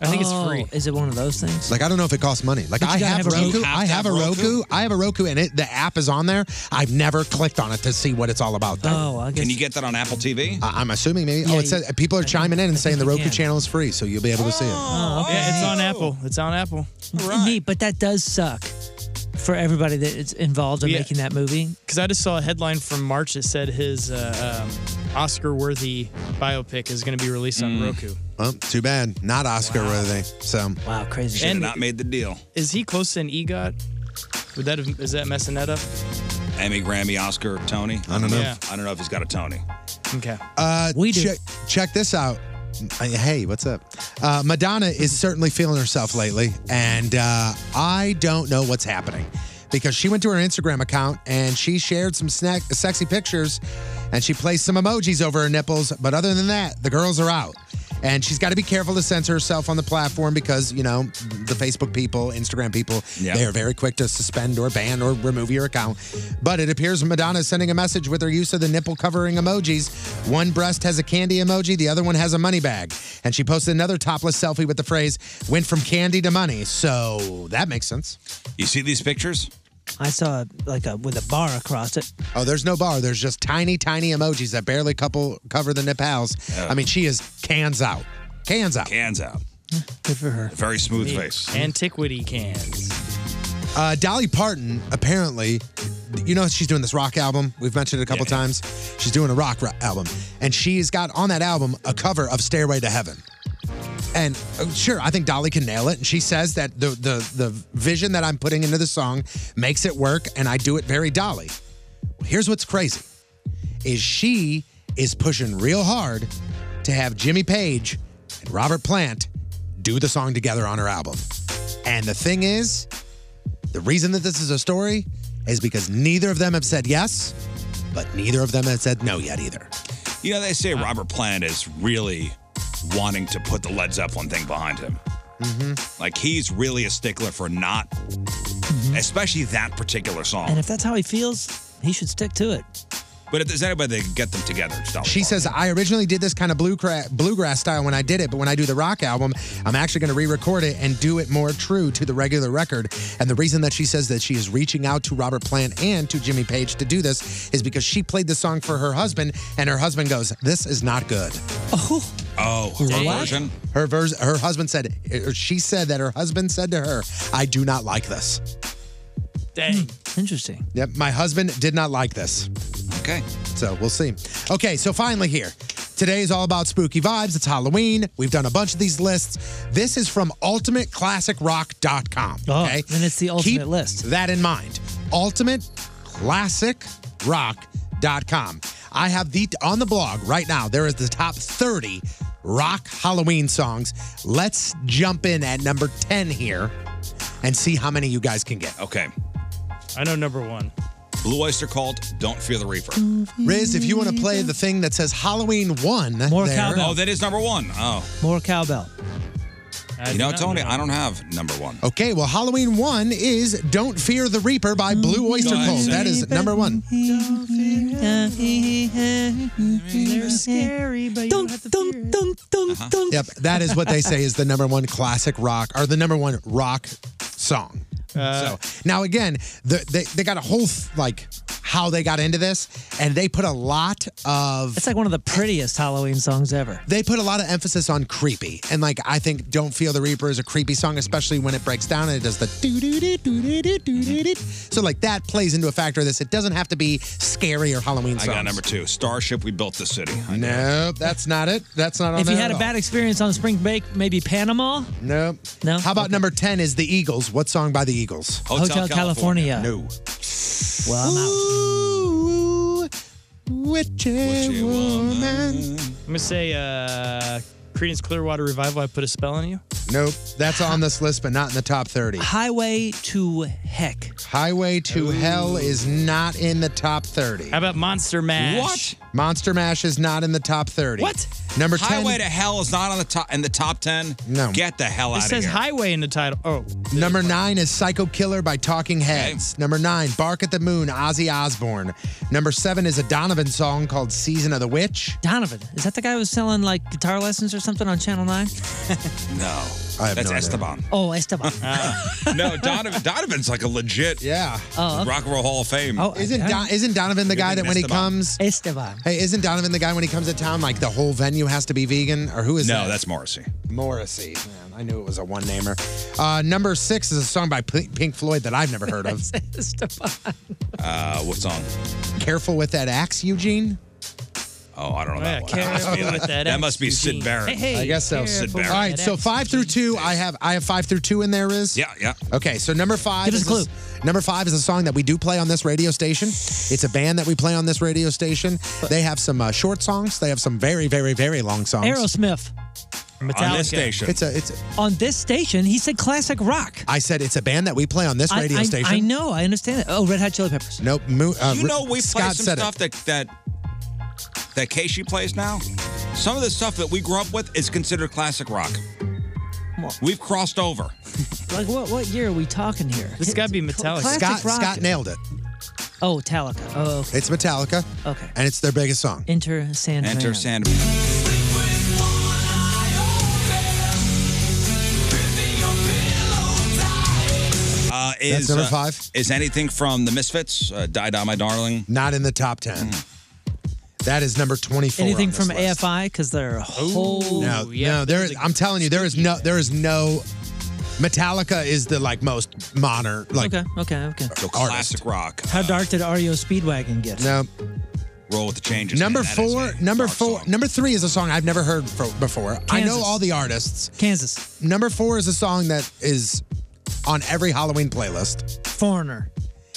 [SPEAKER 8] I think it's free. Oh, Is it one of those things?
[SPEAKER 7] Like I don't know if it costs money. Like
[SPEAKER 8] But you
[SPEAKER 7] I
[SPEAKER 8] gotta
[SPEAKER 7] have,
[SPEAKER 8] have a
[SPEAKER 7] Roku.
[SPEAKER 8] Roku.
[SPEAKER 7] I have a Roku. I have a Roku, and it the app is on there. I've never clicked on it to see what it's all about. Though.
[SPEAKER 8] Oh, I
[SPEAKER 4] Can you get that on Apple TV?
[SPEAKER 7] I- I'm assuming maybe.
[SPEAKER 4] Yeah,
[SPEAKER 7] oh, it says people are chiming in and saying the Roku channel is free, so you'll be able to see it.
[SPEAKER 8] Oh,
[SPEAKER 10] Yeah, it's on Apple. It's on Apple.
[SPEAKER 8] Neat, but that does suck for everybody that is involved in
[SPEAKER 10] Yeah.
[SPEAKER 8] making that movie.
[SPEAKER 10] Because I just saw a headline from March that said his uh, um, Oscar-worthy biopic is going to be released
[SPEAKER 8] Mm.
[SPEAKER 10] on Roku.
[SPEAKER 7] Well, too bad. Not Oscar worthy. So
[SPEAKER 8] wow, crazy.
[SPEAKER 10] Shoulda And- not
[SPEAKER 4] made the deal.
[SPEAKER 10] Is he close to an EGOT? Would that have, is that messing that up?
[SPEAKER 4] Emmy, Grammy, Oscar, Tony. I
[SPEAKER 7] don't know.
[SPEAKER 10] Yeah.
[SPEAKER 4] I don't know if he's got a Tony.
[SPEAKER 10] Okay.
[SPEAKER 7] Uh, we Check, check this out. Uh, Hey, what's up? Uh, Madonna is certainly feeling herself lately, and uh, I don't know what's happening because she went to her Instagram account and she shared some snack, sexy pictures, and she placed some emojis over her nipples. But other than that, the girls are out, and she's got to be careful to censor herself on the platform because you know the Facebook people, Instagram people,
[SPEAKER 4] Yeah.
[SPEAKER 7] they are very quick to suspend or ban or remove your account. But it appears Madonna is sending a message with her use of the nipple covering emojis. One breast has a candy emoji, the other one has a money bag. And she posted another topless selfie with the phrase, went from candy to money. So that makes sense.
[SPEAKER 4] You see these pictures?
[SPEAKER 8] I saw like a with a bar across it.
[SPEAKER 7] Oh, there's no bar. There's just tiny, tiny emojis that barely couple cover the nipples. I mean, she is cans out. Cans out.
[SPEAKER 4] Cans out.
[SPEAKER 8] Good for her.
[SPEAKER 4] Very smooth
[SPEAKER 10] Yeah.
[SPEAKER 4] face.
[SPEAKER 10] Antiquity cans.
[SPEAKER 7] Uh, Dolly Parton, apparently, you know, she's doing this rock album. We've mentioned it a couple times. She's doing a rock ro- album. And she's got on that album a cover of Stairway to Heaven. And uh, sure, I think Dolly can nail it. And she says that the, the, the vision that I'm putting into the song makes it work, and I do it very Dolly. Here's what's crazy is she is pushing real hard to have Jimmy Page and Robert Plant do the song together on her album. And the thing is, the reason that this is a story is because neither of them have said yes, but neither of them have said no yet either.
[SPEAKER 4] You know, they say Robert Plant is really wanting to put the Led Zeppelin thing behind him. Like, he's really a stickler for not, especially that particular song.
[SPEAKER 8] And if that's how he feels, he should stick to it.
[SPEAKER 4] But if there's anybody that can get them together, it's Dolly.
[SPEAKER 7] She says, I originally did this kind of bluegrass, bluegrass style when I did it, but when I do the rock album, I'm actually going to re record it and do it more true to the regular record. And the reason that she says that she is reaching out to Robert Plant and to Jimmy Page to do this is because she played the song for her husband, and her husband goes, This is not good.
[SPEAKER 8] Oh,
[SPEAKER 4] Oh, her version?
[SPEAKER 7] Her, vers- her husband said, or she said that her husband said to her, I do not like this.
[SPEAKER 10] Dang.
[SPEAKER 8] Interesting.
[SPEAKER 7] Yep, my husband did not like this.
[SPEAKER 4] Okay.
[SPEAKER 7] So we'll see. Okay, so finally here. Today is all about spooky vibes. It's Halloween. We've done a bunch of these lists. This is from ultimateclassicrock.com. Okay.
[SPEAKER 8] Oh, then it's the ultimate
[SPEAKER 7] Keep
[SPEAKER 8] list.
[SPEAKER 7] That in mind. Ultimateclassicrock.com. I have the on the blog right now. There is the top 30 rock Halloween songs. Let's jump in at number 10 here and see how many you guys can get.
[SPEAKER 4] Okay.
[SPEAKER 10] I know number one.
[SPEAKER 4] Blue Oyster Cult, Don't Fear the Reaper.
[SPEAKER 7] Riz, if you want to play the thing that says Halloween 1, more
[SPEAKER 4] Oh, that is number one. Oh.
[SPEAKER 8] More cowbell.
[SPEAKER 4] you know, Tony, I don't have number one.
[SPEAKER 7] Okay, well, Halloween 1 is Don't Fear the Reaper by
[SPEAKER 8] Mm-hmm.
[SPEAKER 7] Blue Oyster
[SPEAKER 4] Nice.
[SPEAKER 7] Cult. That is number one.
[SPEAKER 8] They're scary, but you have to dun, dun, dun, dun.
[SPEAKER 7] Yep, that is what they say is the number one classic rock or the number one rock song. so now again, the, they they got a whole th- like how they got into this, and they put a lot of
[SPEAKER 8] It's like one of the prettiest Halloween songs ever.
[SPEAKER 7] they put a lot of emphasis on creepy, and like I think "Don't Feel the Reaper" is a creepy song, especially when it breaks down and it does the doo doo doo doo doo doo doo doo doo. So like that plays into a factor of this. It doesn't have to be scary or Halloween
[SPEAKER 4] I
[SPEAKER 7] songs.
[SPEAKER 4] got number two, Starship, We Built the City.
[SPEAKER 7] Nope, that's not it. That's not on
[SPEAKER 8] If you
[SPEAKER 7] there
[SPEAKER 8] had
[SPEAKER 7] at
[SPEAKER 8] a
[SPEAKER 7] all.
[SPEAKER 8] bad experience on Spring Break, maybe Panama.
[SPEAKER 7] Nope.
[SPEAKER 8] No.
[SPEAKER 7] How about number 10 is the Eagles? What song by the Eagles?
[SPEAKER 8] Hotel Hotel California.
[SPEAKER 7] No.
[SPEAKER 8] Well, I'm out.
[SPEAKER 2] Witchy woman.
[SPEAKER 10] I'm gonna say uh, Credence Clearwater Revival. I put a spell on you.
[SPEAKER 7] Nope, that's on this list, but not in the top 30.
[SPEAKER 8] Highway to Heck.
[SPEAKER 7] Highway to Hell is not in the top 30.
[SPEAKER 10] How about Monster Mash? What?
[SPEAKER 7] Monster Mash is not in the top 30.
[SPEAKER 10] What?
[SPEAKER 7] Number 10.
[SPEAKER 4] Highway to Hell is not on the top in the top ten.
[SPEAKER 7] No.
[SPEAKER 4] Get the hell
[SPEAKER 7] It
[SPEAKER 4] out
[SPEAKER 7] says
[SPEAKER 4] of here.
[SPEAKER 10] Highway in the title. Oh.
[SPEAKER 7] Number nine is Psycho Killer by Talking Heads. Number nine, Bark at the Moon, Ozzy Osbourne. Number seven is a Donovan song called Season of the Witch.
[SPEAKER 8] Donovan, is that the guy who was selling like guitar lessons or something on Channel Nine?
[SPEAKER 4] No.
[SPEAKER 7] I have
[SPEAKER 4] That's
[SPEAKER 7] no idea.
[SPEAKER 4] Esteban.
[SPEAKER 8] oh, Esteban.
[SPEAKER 4] no, Donovan. Donovan's like a legit.
[SPEAKER 7] Yeah.
[SPEAKER 8] Oh, okay.
[SPEAKER 4] Rock and Roll Hall of Fame.
[SPEAKER 7] isn't Don, isn't Donovan the guy that
[SPEAKER 4] thinking
[SPEAKER 7] when he
[SPEAKER 4] Esteban.
[SPEAKER 7] comes?
[SPEAKER 8] Esteban.
[SPEAKER 7] Hey, isn't Donovan the guy when he comes to town like the whole venue has to be vegan or who is
[SPEAKER 4] no,
[SPEAKER 7] that?
[SPEAKER 4] that's Morrissey.
[SPEAKER 7] Morrissey. Man, I knew it was a one namer. Uh, number six is a song by P- Pink Floyd that I've never heard of.
[SPEAKER 4] Uh, what song?
[SPEAKER 7] Careful with that axe, Eugene.
[SPEAKER 4] Oh, I don't know that one. That
[SPEAKER 7] Yeah,
[SPEAKER 4] must be,
[SPEAKER 7] careful with that
[SPEAKER 4] that must be
[SPEAKER 7] axe,
[SPEAKER 4] Sid
[SPEAKER 7] Eugene.
[SPEAKER 4] Barrett.
[SPEAKER 7] Hey, hey, I guess so.
[SPEAKER 4] Sid
[SPEAKER 7] All
[SPEAKER 4] Barrett.
[SPEAKER 7] right, so five through two, I have I have five through two in there is.
[SPEAKER 4] Yeah, yeah.
[SPEAKER 7] Okay, so number five
[SPEAKER 4] Give us
[SPEAKER 7] is
[SPEAKER 4] a clue.
[SPEAKER 7] s- number five is a song that we do play on this radio station. It's a band that we play on this radio station. They have some uh, short songs. They have some very, very, very long songs.
[SPEAKER 8] Aerosmith.
[SPEAKER 7] On this station. It's a- it's
[SPEAKER 8] on this station. He said classic rock.
[SPEAKER 7] I said it's a band that we play on this
[SPEAKER 8] I-
[SPEAKER 7] radio
[SPEAKER 8] I,
[SPEAKER 7] station.
[SPEAKER 8] I know. I understand that. Oh, Red Hot Chili Peppers.
[SPEAKER 7] Nope. Mo- uh,
[SPEAKER 4] you know we
[SPEAKER 7] Scott
[SPEAKER 4] play some
[SPEAKER 7] said it.
[SPEAKER 4] stuff that that that Casey plays now. Some of the stuff that we grew up with is considered classic rock. We've crossed over.
[SPEAKER 8] Like what? What year are we talking here?
[SPEAKER 10] This gotta be
[SPEAKER 8] Metallica.
[SPEAKER 7] Scott, Scott nailed it.
[SPEAKER 8] Oh, Metallica. Oh, okay.
[SPEAKER 7] It's Metallica.
[SPEAKER 8] Okay.
[SPEAKER 7] And it's their biggest song.
[SPEAKER 8] Enter Sandman.
[SPEAKER 4] Enter Sandman. Uh, is
[SPEAKER 7] number
[SPEAKER 4] uh,
[SPEAKER 7] five.
[SPEAKER 4] Is anything from the Misfits? Uh, Die Die My Darling.
[SPEAKER 7] Not in the top ten. That is number twenty-four. on
[SPEAKER 8] Anything
[SPEAKER 7] this
[SPEAKER 8] from
[SPEAKER 7] list.
[SPEAKER 8] AFI? Because they're a whole.
[SPEAKER 7] no, no. There is. I'm telling you, there is no. There is no. Metallica is the like most modern. Like
[SPEAKER 8] okay. Okay. Okay.
[SPEAKER 4] So classic rock.
[SPEAKER 8] How dark did REO Speedwagon get?
[SPEAKER 7] No.
[SPEAKER 4] Roll with the changes.
[SPEAKER 7] Number
[SPEAKER 4] man. That is
[SPEAKER 7] four, number four, number three is a song I've never heard fro- before. I know
[SPEAKER 8] Kansas.
[SPEAKER 7] all the artists.
[SPEAKER 8] Kansas.
[SPEAKER 7] Number four is a song that is on every Halloween playlist.
[SPEAKER 8] Foreigner.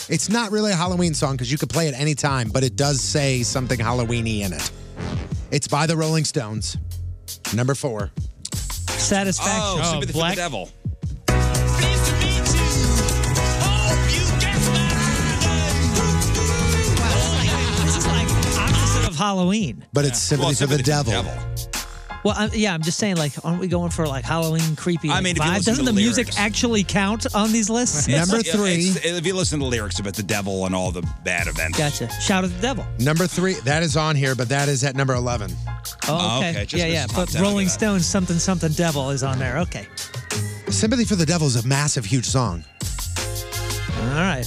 [SPEAKER 7] It's not really a Halloween song because you could play it any time, but it does say something Halloweeny in it. It's by the Rolling Stones. Number four.
[SPEAKER 8] Satisfaction.
[SPEAKER 4] Oh, Sleeping with the
[SPEAKER 8] Black-
[SPEAKER 4] Devil.
[SPEAKER 8] This is like opposite of Halloween.
[SPEAKER 7] But it's Sympathy
[SPEAKER 4] Well,
[SPEAKER 7] for the
[SPEAKER 4] Sympathy for the
[SPEAKER 7] Devil.
[SPEAKER 8] Well, i yeah, I'm just saying, like, aren't we going for like Halloween creepy
[SPEAKER 4] I mean, if you
[SPEAKER 8] vibe?
[SPEAKER 4] listen to
[SPEAKER 8] Doesn't the
[SPEAKER 4] the
[SPEAKER 8] music
[SPEAKER 4] lyrics.
[SPEAKER 8] actually count on these lists?
[SPEAKER 4] It's- yeah, it's- if you listen to lyrics about the devil and all the bad events.
[SPEAKER 8] Gotcha. Shout at the devil.
[SPEAKER 7] Number three, that is on here, but that is at number 11.
[SPEAKER 8] Oh, okay. yeah, yeah. But Rolling Stones, something, something, devil is on there. Okay.
[SPEAKER 7] Sympathy for the Devil is a massive, huge song.
[SPEAKER 8] All right.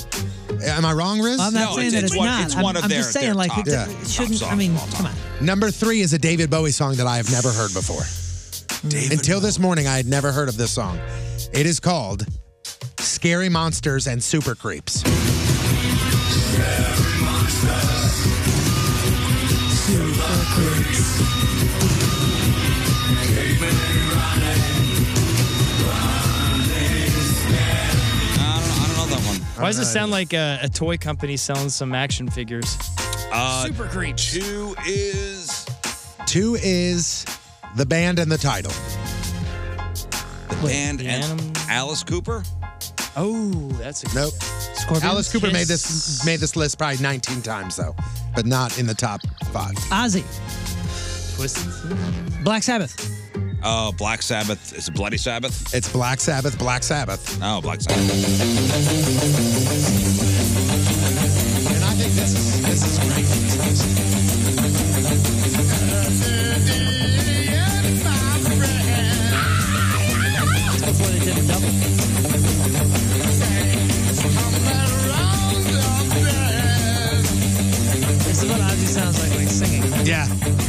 [SPEAKER 7] Am I wrong, Riz?
[SPEAKER 8] I'm not saying that it's, not. I'm, I'm just saying, like, it
[SPEAKER 7] Yeah.
[SPEAKER 8] shouldn't. I mean, come on.
[SPEAKER 7] Number three is a David Bowie song that I have never heard before. Until this morning, I had never heard of this song. It is called Scary Monsters and Super Creeps.
[SPEAKER 4] I don't know that one.
[SPEAKER 10] Why does it sound like a, a toy company selling some action figures?
[SPEAKER 4] Uh,
[SPEAKER 10] Super creeps.
[SPEAKER 4] Two is
[SPEAKER 7] Two is the band and the title.
[SPEAKER 4] the band and Alice Cooper?
[SPEAKER 10] Oh, that's a
[SPEAKER 7] Nope. Alice Cooper made this made this list probably 19 times though, but not in the top five.
[SPEAKER 8] Ozzy,
[SPEAKER 10] Twisted.
[SPEAKER 8] Black Sabbath.
[SPEAKER 4] Oh, Black Sabbath. It's Bloody Sabbath.
[SPEAKER 7] It's Black Sabbath, Black Sabbath.
[SPEAKER 4] Oh, Black Sabbath.
[SPEAKER 7] And I think this is this is
[SPEAKER 8] Before they did the double. This is what Ozzy sounds like when he's singing.
[SPEAKER 7] Yeah.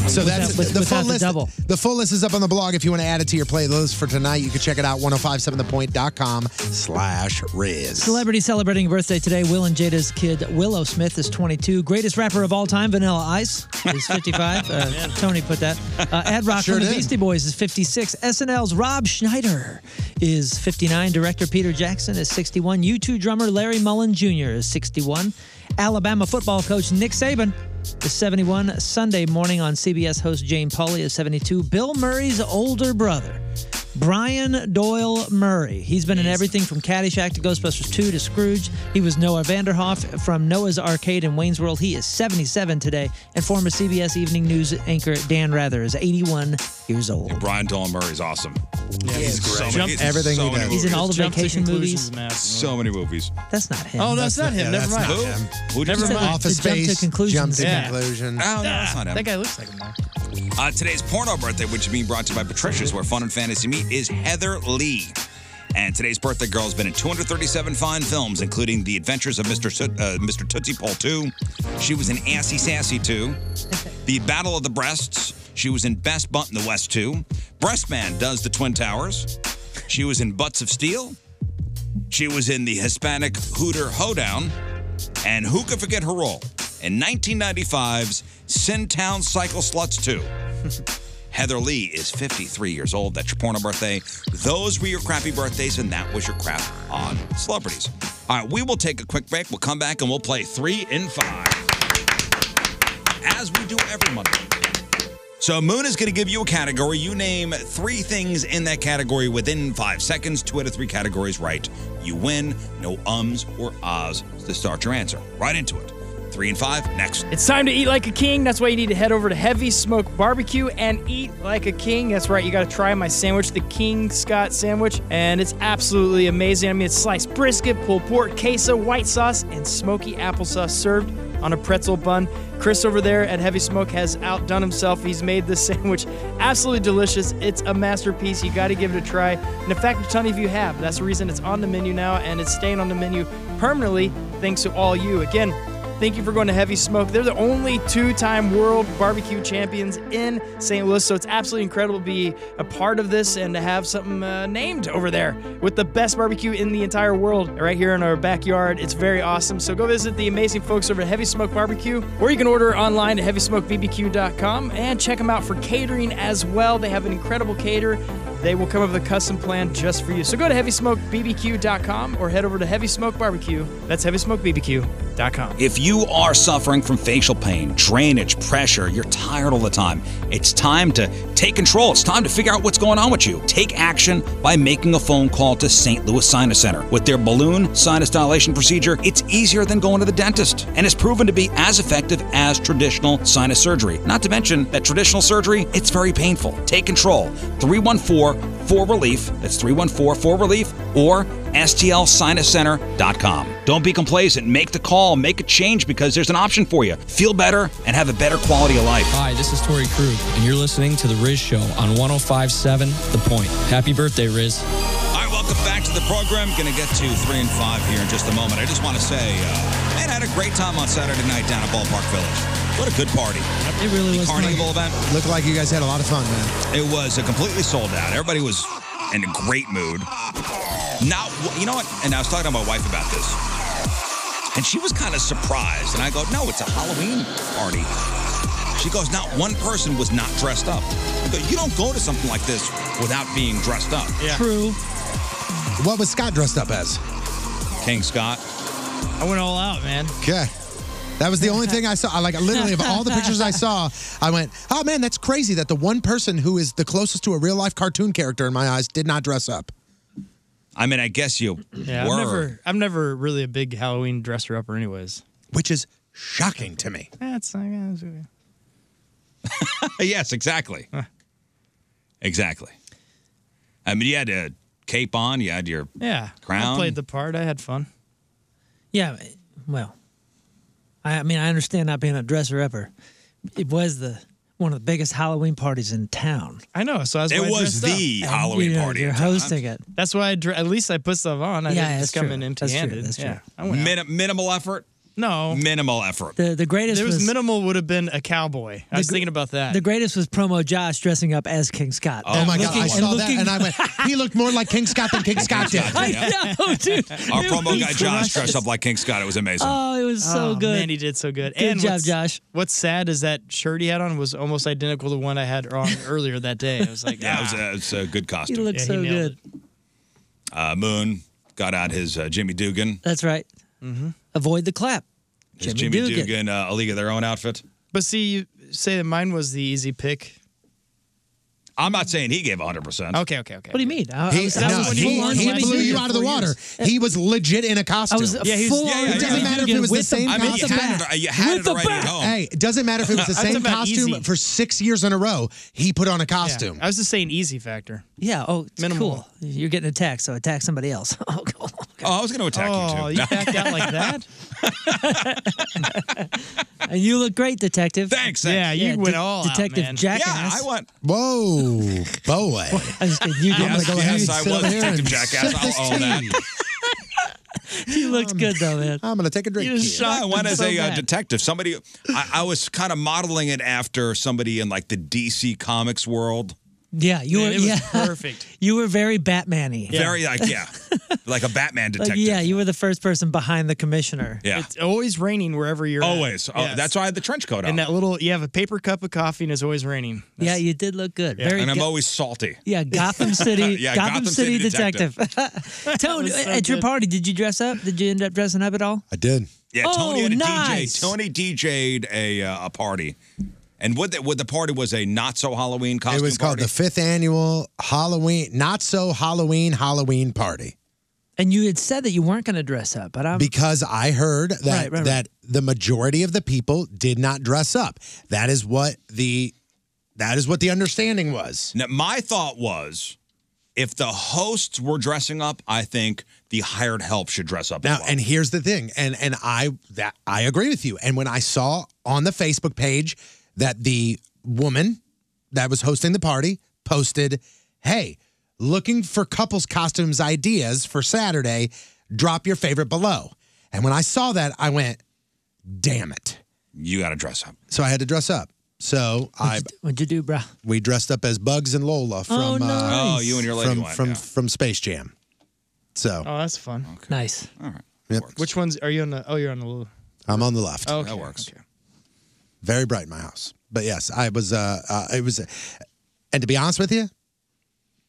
[SPEAKER 7] So
[SPEAKER 8] Without-
[SPEAKER 7] that's
[SPEAKER 8] with-
[SPEAKER 7] the
[SPEAKER 8] without
[SPEAKER 7] full
[SPEAKER 8] the
[SPEAKER 7] list.
[SPEAKER 8] double.
[SPEAKER 7] The full list is up on the blog. If you want to add it to your playlist for tonight, you can check it out 1057thepoint.com slash Riz.
[SPEAKER 8] Celebrity celebrating a birthday today. Will and Jada's kid Willow Smith is 22. Greatest rapper of all time, Vanilla Ice, is 55. Uh, Tony put that. Uh, Ed Rock
[SPEAKER 15] Sure
[SPEAKER 8] from the
[SPEAKER 15] did.
[SPEAKER 8] Beastie Boys is 56. SNL's Rob Schneider is 59. Director Peter Jackson is 61. U2 drummer Larry Mullen Jr. is 61. Alabama football coach Nick Saban is 71. Sunday morning on CBS host Jane Pauley is 72. Bill Murray's older brother, Brian Doyle Murray. He's been in everything from Caddyshack to Ghostbusters 2 to Scrooge. He was Noah Vanderhoff from Noah's Arcade and Wayne's World. He is 77 today. And former CBS Evening News anchor Dan Rather is 81 years old.
[SPEAKER 4] Brian Dolan Murray's awesome. Yeah, he's great.
[SPEAKER 8] Jump
[SPEAKER 4] He's in
[SPEAKER 8] everything
[SPEAKER 4] so
[SPEAKER 8] he
[SPEAKER 4] many
[SPEAKER 8] does. He's in
[SPEAKER 4] movies.
[SPEAKER 8] all the Jump to vacation conclusions, movies. Matt.
[SPEAKER 4] So many movies.
[SPEAKER 8] That's not him.
[SPEAKER 10] Oh, that's, not him. Never mind.
[SPEAKER 4] Who? Who did you say?
[SPEAKER 10] The jump to conclusions. Yeah.
[SPEAKER 4] Oh, no, that's not him.
[SPEAKER 10] Ah, That guy looks like him. though.
[SPEAKER 4] Uh, today's porno birthday, which is being brought to you by Patricia's, where fun and fantasy meet, is Heather Lee. And today's birthday girl has been in 237 fine films, including The Adventures of Mr. Soot, uh, Mr. Tootsie Pole 2. She was in Assy Sassy 2. The Battle of the Breasts. She was in Best Butt in the West 2. Breastman does the Twin Towers. She was in Butts of Steel. She was in the Hispanic Hooter Hoedown. And who could forget her role in 1995's Sin Town Cycle Sluts 2? Heather Lee is 53 years old. That's your porno birthday. Those were your crappy birthdays, and that was your crap on celebrities. All right, we will take a quick break. We'll come back and we'll play three in five, as we do every Monday. So, Moon is going to give you a category. You name three things in that category within five seconds. Two out of three categories right. You win. No ums or ahs to start your answer. Right into it. Three and five, next.
[SPEAKER 15] It's time to eat like a king. That's why you need to head over to Heavy Smoke Barbecue and eat like a king. That's right, you got to try my sandwich, the King Scott sandwich, and it's absolutely amazing. I mean, it's sliced brisket, pulled pork, queso, white sauce, and smoky applesauce served on a pretzel bun. Chris over there at Heavy Smoke has outdone himself. He's made this sandwich absolutely delicious. It's a masterpiece. You got to give it a try. And in fact, a ton of you have. That's the reason it's on the menu now and it's staying on the menu permanently thanks to all you. Again, Thank you for going to Heavy Smoke. They're the only two time world barbecue champions in St. Louis, so it's absolutely incredible to be a part of this and to have something uh, named over there with the best barbecue in the entire world right here in our backyard. It's very awesome. So go visit the amazing folks over at Heavy Smoke Barbecue, or you can order online at heavysmokebbq.com and check them out for catering as well. They have an incredible cater. They will come up with a custom plan just for you. So go to heavysmokebbq.com or head over to Heavy Smoke Barbecue. That's heavysmokebbq.com.
[SPEAKER 4] If you are suffering from facial pain, drainage, pressure, you're tired all the time, it's time to take control. It's time to figure out what's going on with you. Take action by making a phone call to St. Louis Sinus Center. With their balloon sinus dilation procedure, it's easier than going to the dentist and it's proven to be as effective as traditional sinus surgery. Not to mention that traditional surgery, it's very painful. Take control. 314 4 Relief. That's 314 4 Relief or stlsinuscenter.com. Don't be complacent. Make the call, make a change because there's an option for you. Feel better and have a better quality of life.
[SPEAKER 11] Hi, this is Tori Krug, and you're listening to The Riz Show on 1057 The Point. Happy birthday, Riz.
[SPEAKER 4] All right, welcome back to the program. Going to get to three and five here in just a moment. I just want to say, uh, man, I had a great time on Saturday night down at Ballpark Village. What a good party.
[SPEAKER 8] It really
[SPEAKER 4] was. The Carnival event.
[SPEAKER 7] Looked like you guys had a lot of fun, man.
[SPEAKER 4] It was uh, completely sold out. Everybody was in a great mood. Now, you know what? And I was talking to my wife about this, and she was kind of surprised. And I go, "No, it's a Halloween party." She goes, "Not one person was not dressed up." I go, "You don't go to something like this without being dressed up."
[SPEAKER 8] True.
[SPEAKER 7] What was Scott dressed up as?
[SPEAKER 4] King Scott.
[SPEAKER 10] I went all out, man.
[SPEAKER 7] Okay. That was the only thing I saw. I like literally of all the pictures I saw, I went, "Oh man, that's crazy that the one person who is the closest to a real life cartoon character in my eyes did not dress up."
[SPEAKER 4] I mean, I guess you
[SPEAKER 10] Yeah,
[SPEAKER 4] were.
[SPEAKER 10] I'm never, I'm never really a big Halloween dresser upper, anyways.
[SPEAKER 7] Which is shocking to me.
[SPEAKER 10] That's
[SPEAKER 4] yes, exactly. Exactly. I mean, you had a cape on. You had your
[SPEAKER 10] yeah. I
[SPEAKER 4] Crown?
[SPEAKER 10] played the part. I had fun.
[SPEAKER 8] Yeah, well, I, I mean, I understand not being a dresser upper. It was the one of the biggest Halloween parties in town.
[SPEAKER 10] I know. So I was.
[SPEAKER 8] It
[SPEAKER 10] why I
[SPEAKER 8] was
[SPEAKER 10] dressed
[SPEAKER 8] the
[SPEAKER 10] up.
[SPEAKER 8] Halloween And, you know, party you're in town. hosting it.
[SPEAKER 10] That's why I dre- at least I put stuff on. Oh, I
[SPEAKER 8] Yeah,
[SPEAKER 10] didn't
[SPEAKER 8] that's
[SPEAKER 10] just come
[SPEAKER 8] true.
[SPEAKER 10] in
[SPEAKER 8] That's true,
[SPEAKER 10] empty-handed.
[SPEAKER 8] that's true.
[SPEAKER 10] Yeah, I went out.
[SPEAKER 4] Min- minimal effort.
[SPEAKER 10] No.
[SPEAKER 4] Minimal effort.
[SPEAKER 8] The the greatest
[SPEAKER 10] There was,
[SPEAKER 8] was,
[SPEAKER 10] minimal would have been a cowboy. I
[SPEAKER 8] The
[SPEAKER 10] was
[SPEAKER 8] gr-
[SPEAKER 10] thinking about that.
[SPEAKER 8] the greatest was promo Josh dressing up as King Scott.
[SPEAKER 10] Oh my God, I saw that and I
[SPEAKER 7] went, he looked more like King Scott than King Scott did.
[SPEAKER 8] I know, dude.
[SPEAKER 4] Our
[SPEAKER 8] It
[SPEAKER 4] promo
[SPEAKER 8] was
[SPEAKER 4] guy Josh
[SPEAKER 8] delicious.
[SPEAKER 4] dressed up like King Scott. It was amazing.
[SPEAKER 8] Oh, it was so
[SPEAKER 10] Oh,
[SPEAKER 8] good.
[SPEAKER 10] Man, he did so good.
[SPEAKER 8] Good job,
[SPEAKER 10] what's, Josh. What's sad is that shirt he had on was almost identical to one I had on earlier that day. I was like,
[SPEAKER 4] yeah, it was, a, it was a good costume.
[SPEAKER 8] He looked so good.
[SPEAKER 4] Uh, Moon got out his uh, Jimmy Dugan,
[SPEAKER 8] That's right. Avoid the clap.
[SPEAKER 4] his Jimmy, Dugan, uh, A League of Their Own outfit.
[SPEAKER 16] But see, you say that mine was the easy pick.
[SPEAKER 4] I'm not saying he gave 100. percent
[SPEAKER 8] Oh,
[SPEAKER 16] Okay, okay, okay.
[SPEAKER 8] What do you mean? I, I
[SPEAKER 7] He,
[SPEAKER 8] was- that
[SPEAKER 7] no,
[SPEAKER 8] was when
[SPEAKER 7] he,
[SPEAKER 8] full on
[SPEAKER 7] he
[SPEAKER 8] Jimmy
[SPEAKER 7] blew
[SPEAKER 8] Jr.
[SPEAKER 7] you out of the
[SPEAKER 8] for
[SPEAKER 7] water.
[SPEAKER 8] years.
[SPEAKER 7] He was legit in a costume.
[SPEAKER 8] I was Yeah, he's- full yeah, on yeah,
[SPEAKER 7] it doesn't
[SPEAKER 8] Jimmy
[SPEAKER 7] matter if
[SPEAKER 8] Jr.
[SPEAKER 7] it was the
[SPEAKER 8] with the-
[SPEAKER 7] same
[SPEAKER 8] I mean, you
[SPEAKER 7] costume.
[SPEAKER 8] had it- you had With it the already at bat. home.
[SPEAKER 7] Hey, it doesn't matter if it was the
[SPEAKER 16] That's
[SPEAKER 7] same
[SPEAKER 16] about
[SPEAKER 7] costume
[SPEAKER 16] easy.
[SPEAKER 7] for six years in a row. He put on a costume.
[SPEAKER 16] Yeah, I was just saying easy factor.
[SPEAKER 8] Yeah. Oh, it's
[SPEAKER 16] Minimal.
[SPEAKER 8] cool. You're getting attacked, so attack somebody else. Oh, cool.
[SPEAKER 4] Oh, I was going to attack
[SPEAKER 16] Oh, you backed out like that?
[SPEAKER 8] and you look great, detective.
[SPEAKER 4] Thanks.
[SPEAKER 8] Yeah,
[SPEAKER 16] you
[SPEAKER 8] yeah,
[SPEAKER 16] went
[SPEAKER 8] de-
[SPEAKER 16] all out,
[SPEAKER 8] Detective
[SPEAKER 16] man.
[SPEAKER 8] Jackass.
[SPEAKER 16] Yeah, I went-
[SPEAKER 7] Whoa, boy.
[SPEAKER 8] I was kidding. You
[SPEAKER 4] Yes,
[SPEAKER 8] didn't look
[SPEAKER 4] yes,
[SPEAKER 8] like
[SPEAKER 4] I
[SPEAKER 8] you sit
[SPEAKER 4] was
[SPEAKER 8] over here
[SPEAKER 4] Detective
[SPEAKER 8] and
[SPEAKER 4] Jackass.
[SPEAKER 8] set this
[SPEAKER 4] I'll own that.
[SPEAKER 8] scene. you looked good though, man.
[SPEAKER 7] I'm gonna take a drink.
[SPEAKER 8] You just
[SPEAKER 4] Yeah, I
[SPEAKER 8] shocked
[SPEAKER 4] went
[SPEAKER 8] him
[SPEAKER 4] as
[SPEAKER 8] so
[SPEAKER 4] a uh,
[SPEAKER 8] bad.
[SPEAKER 4] detective. Somebody, I, I was kind of modeling it after somebody in like the DC Comics world.
[SPEAKER 8] Yeah, you
[SPEAKER 4] Man,
[SPEAKER 8] were
[SPEAKER 4] it was
[SPEAKER 8] yeah.
[SPEAKER 4] perfect.
[SPEAKER 8] You were very Batman-y.
[SPEAKER 4] Very like yeah, like a Batman
[SPEAKER 8] Like,
[SPEAKER 4] detective.
[SPEAKER 8] yeah, you were the first person behind the commissioner.
[SPEAKER 4] yeah.
[SPEAKER 16] It's always raining wherever you're
[SPEAKER 4] Always.
[SPEAKER 16] At.
[SPEAKER 4] Oh,
[SPEAKER 16] Yes.
[SPEAKER 4] That's why I had the trench coat on.
[SPEAKER 16] And that little, you have a paper cup of coffee and it's always raining.
[SPEAKER 8] Yeah, you did look good. Very
[SPEAKER 4] and I'm
[SPEAKER 8] go-
[SPEAKER 4] always salty.
[SPEAKER 8] Yeah, Gotham City,
[SPEAKER 4] Yeah,
[SPEAKER 8] Gotham,
[SPEAKER 4] Gotham
[SPEAKER 8] City,
[SPEAKER 4] City
[SPEAKER 8] detective. Tony,
[SPEAKER 4] was so
[SPEAKER 8] at your
[SPEAKER 4] good.
[SPEAKER 8] party, did you dress up? Did you end up dressing up at all?
[SPEAKER 7] I did.
[SPEAKER 4] Yeah,
[SPEAKER 8] Oh,
[SPEAKER 4] Tony had a
[SPEAKER 8] nice.
[SPEAKER 4] DJ. Tony DJ'd a uh, a party, and what the, what the party was a not so Halloween costume.
[SPEAKER 7] It was called
[SPEAKER 4] party.
[SPEAKER 7] the fifth annual Halloween, not so Halloween Halloween party.
[SPEAKER 8] And you had said that you weren't going to dress up, but I'm
[SPEAKER 7] because I heard that
[SPEAKER 8] Right, right, right.
[SPEAKER 7] that the majority of the people did not dress up. That is what the that is what the understanding was.
[SPEAKER 4] Now, my thought was, if the hosts were dressing up, I think the hired help should dress up.
[SPEAKER 7] Now, and here's the thing, and and I that I agree with you. And when I saw on the Facebook page that the woman that was hosting the party posted, "Hey, looking for couples costumes ideas for Saturday, drop your favorite below." And when I saw that, I went, "Damn it!"
[SPEAKER 4] You got to dress up.
[SPEAKER 7] So I had to dress up. So I
[SPEAKER 8] what'd you do, bro?
[SPEAKER 7] we dressed up as Bugs and Lola from
[SPEAKER 8] Oh,
[SPEAKER 7] uh,
[SPEAKER 8] nice. Oh, you and your
[SPEAKER 4] lady
[SPEAKER 7] from
[SPEAKER 4] went,
[SPEAKER 7] from,
[SPEAKER 4] yeah.
[SPEAKER 7] from Space Jam. So
[SPEAKER 16] Oh, that's fun.
[SPEAKER 8] Nice.
[SPEAKER 4] All right.
[SPEAKER 7] yep,
[SPEAKER 16] Which ones are you on the? Oh, you're on the little.
[SPEAKER 7] I'm on the left.
[SPEAKER 16] Oh, okay. That works.
[SPEAKER 7] very bright in my house. But yes, I was. Uh, uh, it was, and to be honest with you,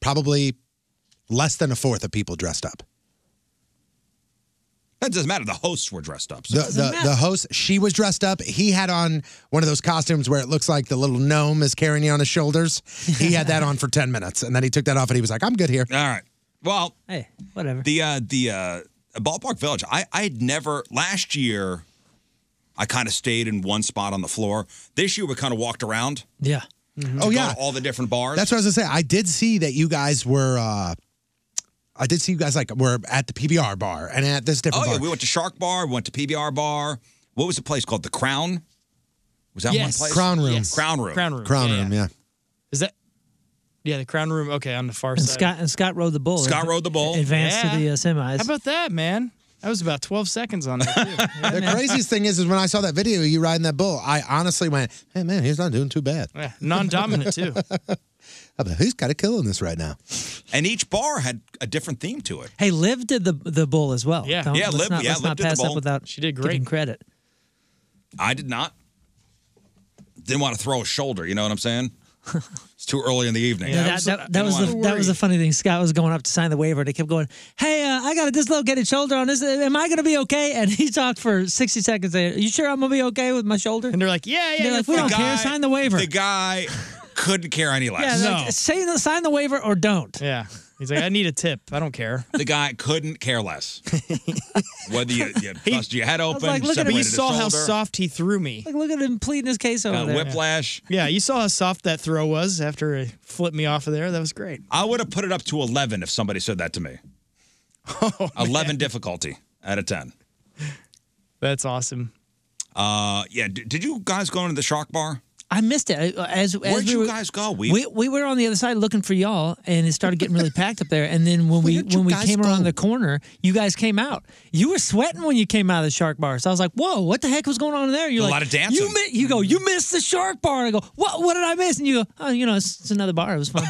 [SPEAKER 7] probably less than a fourth of people dressed up.
[SPEAKER 4] That doesn't matter. The hosts were dressed up.
[SPEAKER 7] The the, the host, she was dressed up. He had on one of those costumes where it looks like the little gnome is carrying you on his shoulders. He had that on for ten minutes, and then he took that off, and he was like, "I'm good here."
[SPEAKER 4] All right. Well,
[SPEAKER 8] hey, whatever.
[SPEAKER 4] The uh, the uh, ballpark village. I I had never last year. I kind of stayed in one spot on the floor. This year we kind of walked around.
[SPEAKER 8] Yeah.
[SPEAKER 4] to
[SPEAKER 7] Oh
[SPEAKER 4] go
[SPEAKER 7] yeah,
[SPEAKER 4] to all the different bars.
[SPEAKER 7] That's what I was gonna say. I did see that you guys were. uh I did see you guys like were at the PBR bar and at this
[SPEAKER 4] Oh
[SPEAKER 7] different
[SPEAKER 4] yeah,
[SPEAKER 7] bar.
[SPEAKER 4] we went to Shark Bar. We went to PBR Bar. What was the place called? The Crown. Was that
[SPEAKER 16] Yes.
[SPEAKER 4] one place?
[SPEAKER 7] Crown room.
[SPEAKER 4] Crown room.
[SPEAKER 16] Crown room.
[SPEAKER 7] Crown
[SPEAKER 16] Yeah,
[SPEAKER 7] room, yeah.
[SPEAKER 16] Is that? Yeah, the crown room. Okay, on the far
[SPEAKER 8] And
[SPEAKER 16] side.
[SPEAKER 8] Scott and Scott rode the bull.
[SPEAKER 16] Scott
[SPEAKER 8] Ad-
[SPEAKER 16] rode the bull.
[SPEAKER 8] Advanced
[SPEAKER 16] Yeah.
[SPEAKER 8] to the uh, semis.
[SPEAKER 16] How about that, man? That was about 12 seconds on there. Too.
[SPEAKER 7] The craziest thing is, is when I saw that video of you riding that bull, I honestly went, "Hey man, he's not doing too bad."
[SPEAKER 16] Yeah, non-dominant, too.
[SPEAKER 8] Oh,
[SPEAKER 7] But who's got a kill in this right now?
[SPEAKER 4] And each bar had a different theme to it.
[SPEAKER 8] Hey, Liv did the the bull as well.
[SPEAKER 4] Yeah.
[SPEAKER 8] Don't-
[SPEAKER 4] Yeah,
[SPEAKER 8] let's
[SPEAKER 4] Liv-
[SPEAKER 8] Not,
[SPEAKER 4] yeah,
[SPEAKER 8] let's
[SPEAKER 4] Liv
[SPEAKER 8] not
[SPEAKER 4] did the
[SPEAKER 8] pass up
[SPEAKER 4] bull.
[SPEAKER 8] without
[SPEAKER 4] She did
[SPEAKER 8] giving
[SPEAKER 4] great.
[SPEAKER 8] credit.
[SPEAKER 4] I did not. Didn't want to throw a shoulder. You know what I'm saying? it's too early in the evening.
[SPEAKER 8] Yeah, that, that, that was the, that was the funny thing. Scott was going up to sign the waiver, and he kept going, "Hey, uh, I got a dislocated shoulder on this. Uh, Am I going to be okay?" And he talked for sixty seconds. There, you sure I'm going to be okay with my shoulder? And
[SPEAKER 16] they're like, "Yeah,
[SPEAKER 8] They're like, "We don't care. Sign the waiver."
[SPEAKER 4] The guy couldn't care any less.
[SPEAKER 8] yeah, they're like, say the, sign the waiver or don't.
[SPEAKER 16] Yeah. He's like, I need a tip. I don't care.
[SPEAKER 4] The guy couldn't care less. Whether you, you bust your head open,
[SPEAKER 16] like, look at him.
[SPEAKER 4] separated
[SPEAKER 16] You
[SPEAKER 4] his
[SPEAKER 16] saw how
[SPEAKER 4] shoulder,
[SPEAKER 16] soft he threw me.
[SPEAKER 8] Like, look at him pleading his case over
[SPEAKER 4] got
[SPEAKER 8] there.
[SPEAKER 4] whiplash.
[SPEAKER 16] Yeah, you saw how soft that throw was after he flipped me off of there. That was great.
[SPEAKER 4] I would have put it up to 11 if somebody said that to me.
[SPEAKER 16] Oh,
[SPEAKER 4] 11 difficulty out of 10.
[SPEAKER 16] That's awesome.
[SPEAKER 4] Uh, yeah. D- did you guys go into the shark bar?
[SPEAKER 8] I missed it. I- uh, As, as
[SPEAKER 4] Where'd
[SPEAKER 8] we
[SPEAKER 4] you
[SPEAKER 8] were,
[SPEAKER 4] guys go?
[SPEAKER 8] We,
[SPEAKER 4] We-
[SPEAKER 8] we were on the other side looking for y'all, and it started getting really packed up there. And then when we when we came around the corner, you guys came out. You were sweating when you came out of the shark bar. So I was like, "Whoa, what the heck was going on there?" You're
[SPEAKER 4] A
[SPEAKER 8] like,
[SPEAKER 4] lot of dancing.
[SPEAKER 8] You mi- you go, you missed the shark bar. And I go, "What? What did I miss?" And you go, "Oh, you know, it's, it's another bar. It was fun.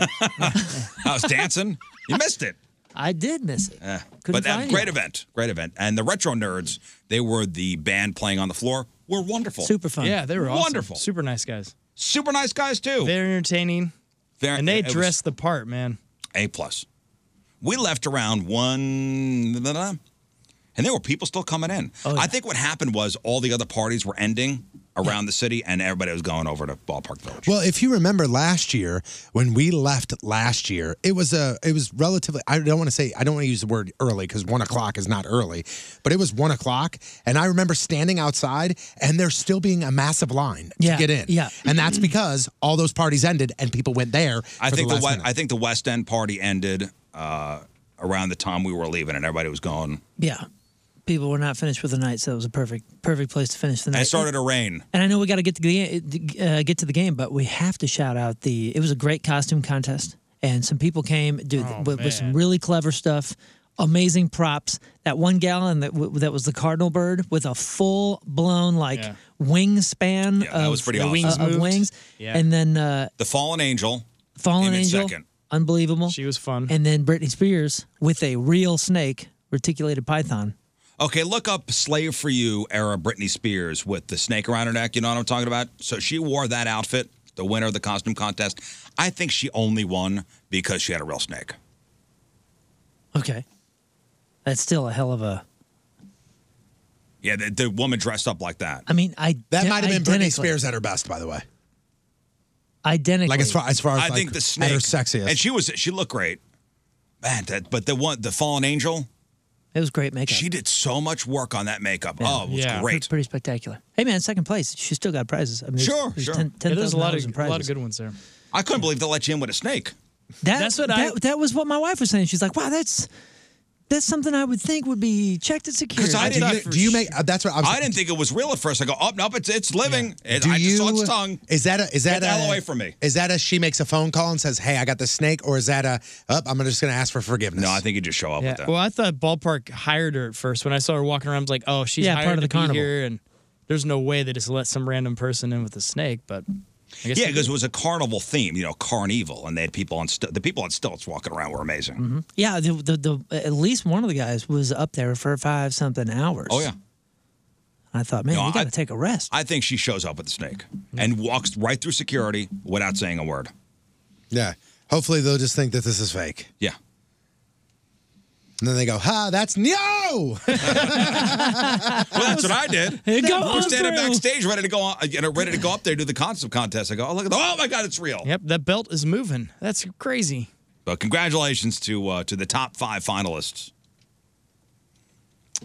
[SPEAKER 4] I was dancing. You missed it.
[SPEAKER 8] I did miss it."
[SPEAKER 4] Yeah.
[SPEAKER 8] Couldn't
[SPEAKER 4] But that
[SPEAKER 8] find
[SPEAKER 4] great
[SPEAKER 8] you.
[SPEAKER 4] event. Great event. And the Retro Nerds, they were the band playing on the floor, were wonderful.
[SPEAKER 16] Yeah, they were awesome.
[SPEAKER 4] Wonderful.
[SPEAKER 16] Super nice guys.
[SPEAKER 4] Super nice guys too.
[SPEAKER 16] Very entertaining.
[SPEAKER 4] Very-
[SPEAKER 16] and they
[SPEAKER 4] it was-
[SPEAKER 16] dressed the part, man.
[SPEAKER 4] A plus. We left around one, da, da,
[SPEAKER 7] Oh,
[SPEAKER 4] da, and there were people still coming in. I think what happened was all the other parties were ending, around the city, and everybody was going over to Ballpark Village.
[SPEAKER 7] Well, if you remember last year when we left last year, it was a it was relatively. I don't want to say I don't want to use the word early because one o'clock is not early, but it was one o'clock, and I remember standing outside and there still being a massive line
[SPEAKER 8] Yeah,
[SPEAKER 7] to get in.
[SPEAKER 8] yeah.
[SPEAKER 7] and that's because all those parties ended and people went there.
[SPEAKER 4] I
[SPEAKER 7] for
[SPEAKER 4] think
[SPEAKER 7] the,
[SPEAKER 4] the,
[SPEAKER 7] last
[SPEAKER 4] West,
[SPEAKER 7] minute.
[SPEAKER 4] I think the West End party ended uh, around the time we were leaving, and everybody was going.
[SPEAKER 8] Yeah. People were not finished with the night, so it was a perfect, perfect place to finish the
[SPEAKER 4] And
[SPEAKER 8] night.
[SPEAKER 4] it started to rain.
[SPEAKER 8] And I know we got to get to the uh, get to the game, but we have to shout out the. It was a great costume contest, and some people came, dude,
[SPEAKER 17] Oh,
[SPEAKER 8] with, with some
[SPEAKER 17] man.
[SPEAKER 8] really clever stuff, amazing props. That one gal in that w- that was the cardinal bird with a full blown like
[SPEAKER 4] Yeah.
[SPEAKER 8] wingspan
[SPEAKER 4] that
[SPEAKER 8] of
[SPEAKER 4] was pretty
[SPEAKER 8] uh,
[SPEAKER 4] awesome. The wings
[SPEAKER 8] of
[SPEAKER 4] moved.
[SPEAKER 8] wings,
[SPEAKER 4] Yeah.
[SPEAKER 8] and then uh,
[SPEAKER 4] The Fallen Angel.
[SPEAKER 8] fallen
[SPEAKER 4] came in
[SPEAKER 8] angel,
[SPEAKER 4] second.
[SPEAKER 8] unbelievable. She was fun, and then Britney Spears with a real snake, reticulated python.
[SPEAKER 4] Okay, look up "Slave for You" era Britney Spears with the snake around her neck. You know what I'm talking about? So she wore that outfit, the winner of the costume contest. I think she only won because she had a real snake.
[SPEAKER 8] Okay, that's still a hell of a.
[SPEAKER 4] Yeah, the, the woman dressed up like that.
[SPEAKER 8] I mean, I
[SPEAKER 4] That might have been Britney
[SPEAKER 7] Spears at her best, by the way.
[SPEAKER 8] Identical.
[SPEAKER 7] Like, as far- as far as,
[SPEAKER 4] I
[SPEAKER 7] like,
[SPEAKER 4] think
[SPEAKER 7] at
[SPEAKER 4] the snake
[SPEAKER 7] her sexiest.
[SPEAKER 4] and she was she looked great, man. That but the one the fallen angel,
[SPEAKER 8] It was great makeup.
[SPEAKER 4] she did so much work on that makeup. Oh, it was great.
[SPEAKER 8] Pretty, pretty spectacular. Hey man, second place. She still got prizes. I mean, there's-
[SPEAKER 4] Sure,
[SPEAKER 8] there's
[SPEAKER 4] sure.
[SPEAKER 8] Ten,
[SPEAKER 4] Yeah, there's a lot
[SPEAKER 8] $10,000 in
[SPEAKER 4] of-
[SPEAKER 8] prizes.
[SPEAKER 4] lot of good
[SPEAKER 10] ones there.
[SPEAKER 4] I couldn't believe they let you in with a snake.
[SPEAKER 8] That, that's what that, I. That was what my wife was saying. She's like, "Wow, that's that's something I would think would be checked and secured."
[SPEAKER 4] Because I did not- Do you make-
[SPEAKER 7] uh, that's what I,
[SPEAKER 4] I, didn't think it was real at first. I go, oh nope, it's it's living. It,
[SPEAKER 7] Do
[SPEAKER 4] I just saw
[SPEAKER 7] you-
[SPEAKER 4] its tongue.
[SPEAKER 7] Is that a is
[SPEAKER 4] Get
[SPEAKER 7] that
[SPEAKER 4] the
[SPEAKER 7] a,
[SPEAKER 4] hell away from me?
[SPEAKER 7] Is that a she makes a phone call and says, "Hey, I got the snake," or is that a up? I'm just going to ask for forgiveness. No, I
[SPEAKER 4] think you just show up
[SPEAKER 10] Yeah. Well, I thought Ballpark hired her at first. When I saw her walking around, I was like, "Oh, she's
[SPEAKER 8] Yeah,
[SPEAKER 10] hired
[SPEAKER 8] part of
[SPEAKER 10] to
[SPEAKER 8] the carnival.
[SPEAKER 10] be here." And there's no way they just let some random person in with a snake. But I guess
[SPEAKER 4] Yeah,
[SPEAKER 10] they
[SPEAKER 4] because
[SPEAKER 10] did.
[SPEAKER 4] it was a carnival theme, you know, carnival, and they had people on st- the people on stilts walking around were amazing.
[SPEAKER 8] Yeah, the, the the at least one of the guys was up there for five something hours.
[SPEAKER 4] Oh yeah,
[SPEAKER 8] I thought, man,
[SPEAKER 4] No,
[SPEAKER 8] you got to
[SPEAKER 4] I-
[SPEAKER 8] take a rest.
[SPEAKER 4] I think she shows up with the snake and walks right through security without saying a word.
[SPEAKER 7] Yeah. Hopefully they'll just think that this is fake.
[SPEAKER 4] Yeah.
[SPEAKER 7] And then they go, "Ha, that's no."
[SPEAKER 4] Well, that's what I did.
[SPEAKER 7] Hey, go
[SPEAKER 4] We're
[SPEAKER 7] on
[SPEAKER 4] standing
[SPEAKER 7] through.
[SPEAKER 4] backstage, ready to go, on, uh, you know, ready to go up there do the concept contest. I go, oh look at that! Oh my God, it's real.
[SPEAKER 10] Yep, that belt is moving. That's crazy.
[SPEAKER 4] But congratulations to uh, to the top five finalists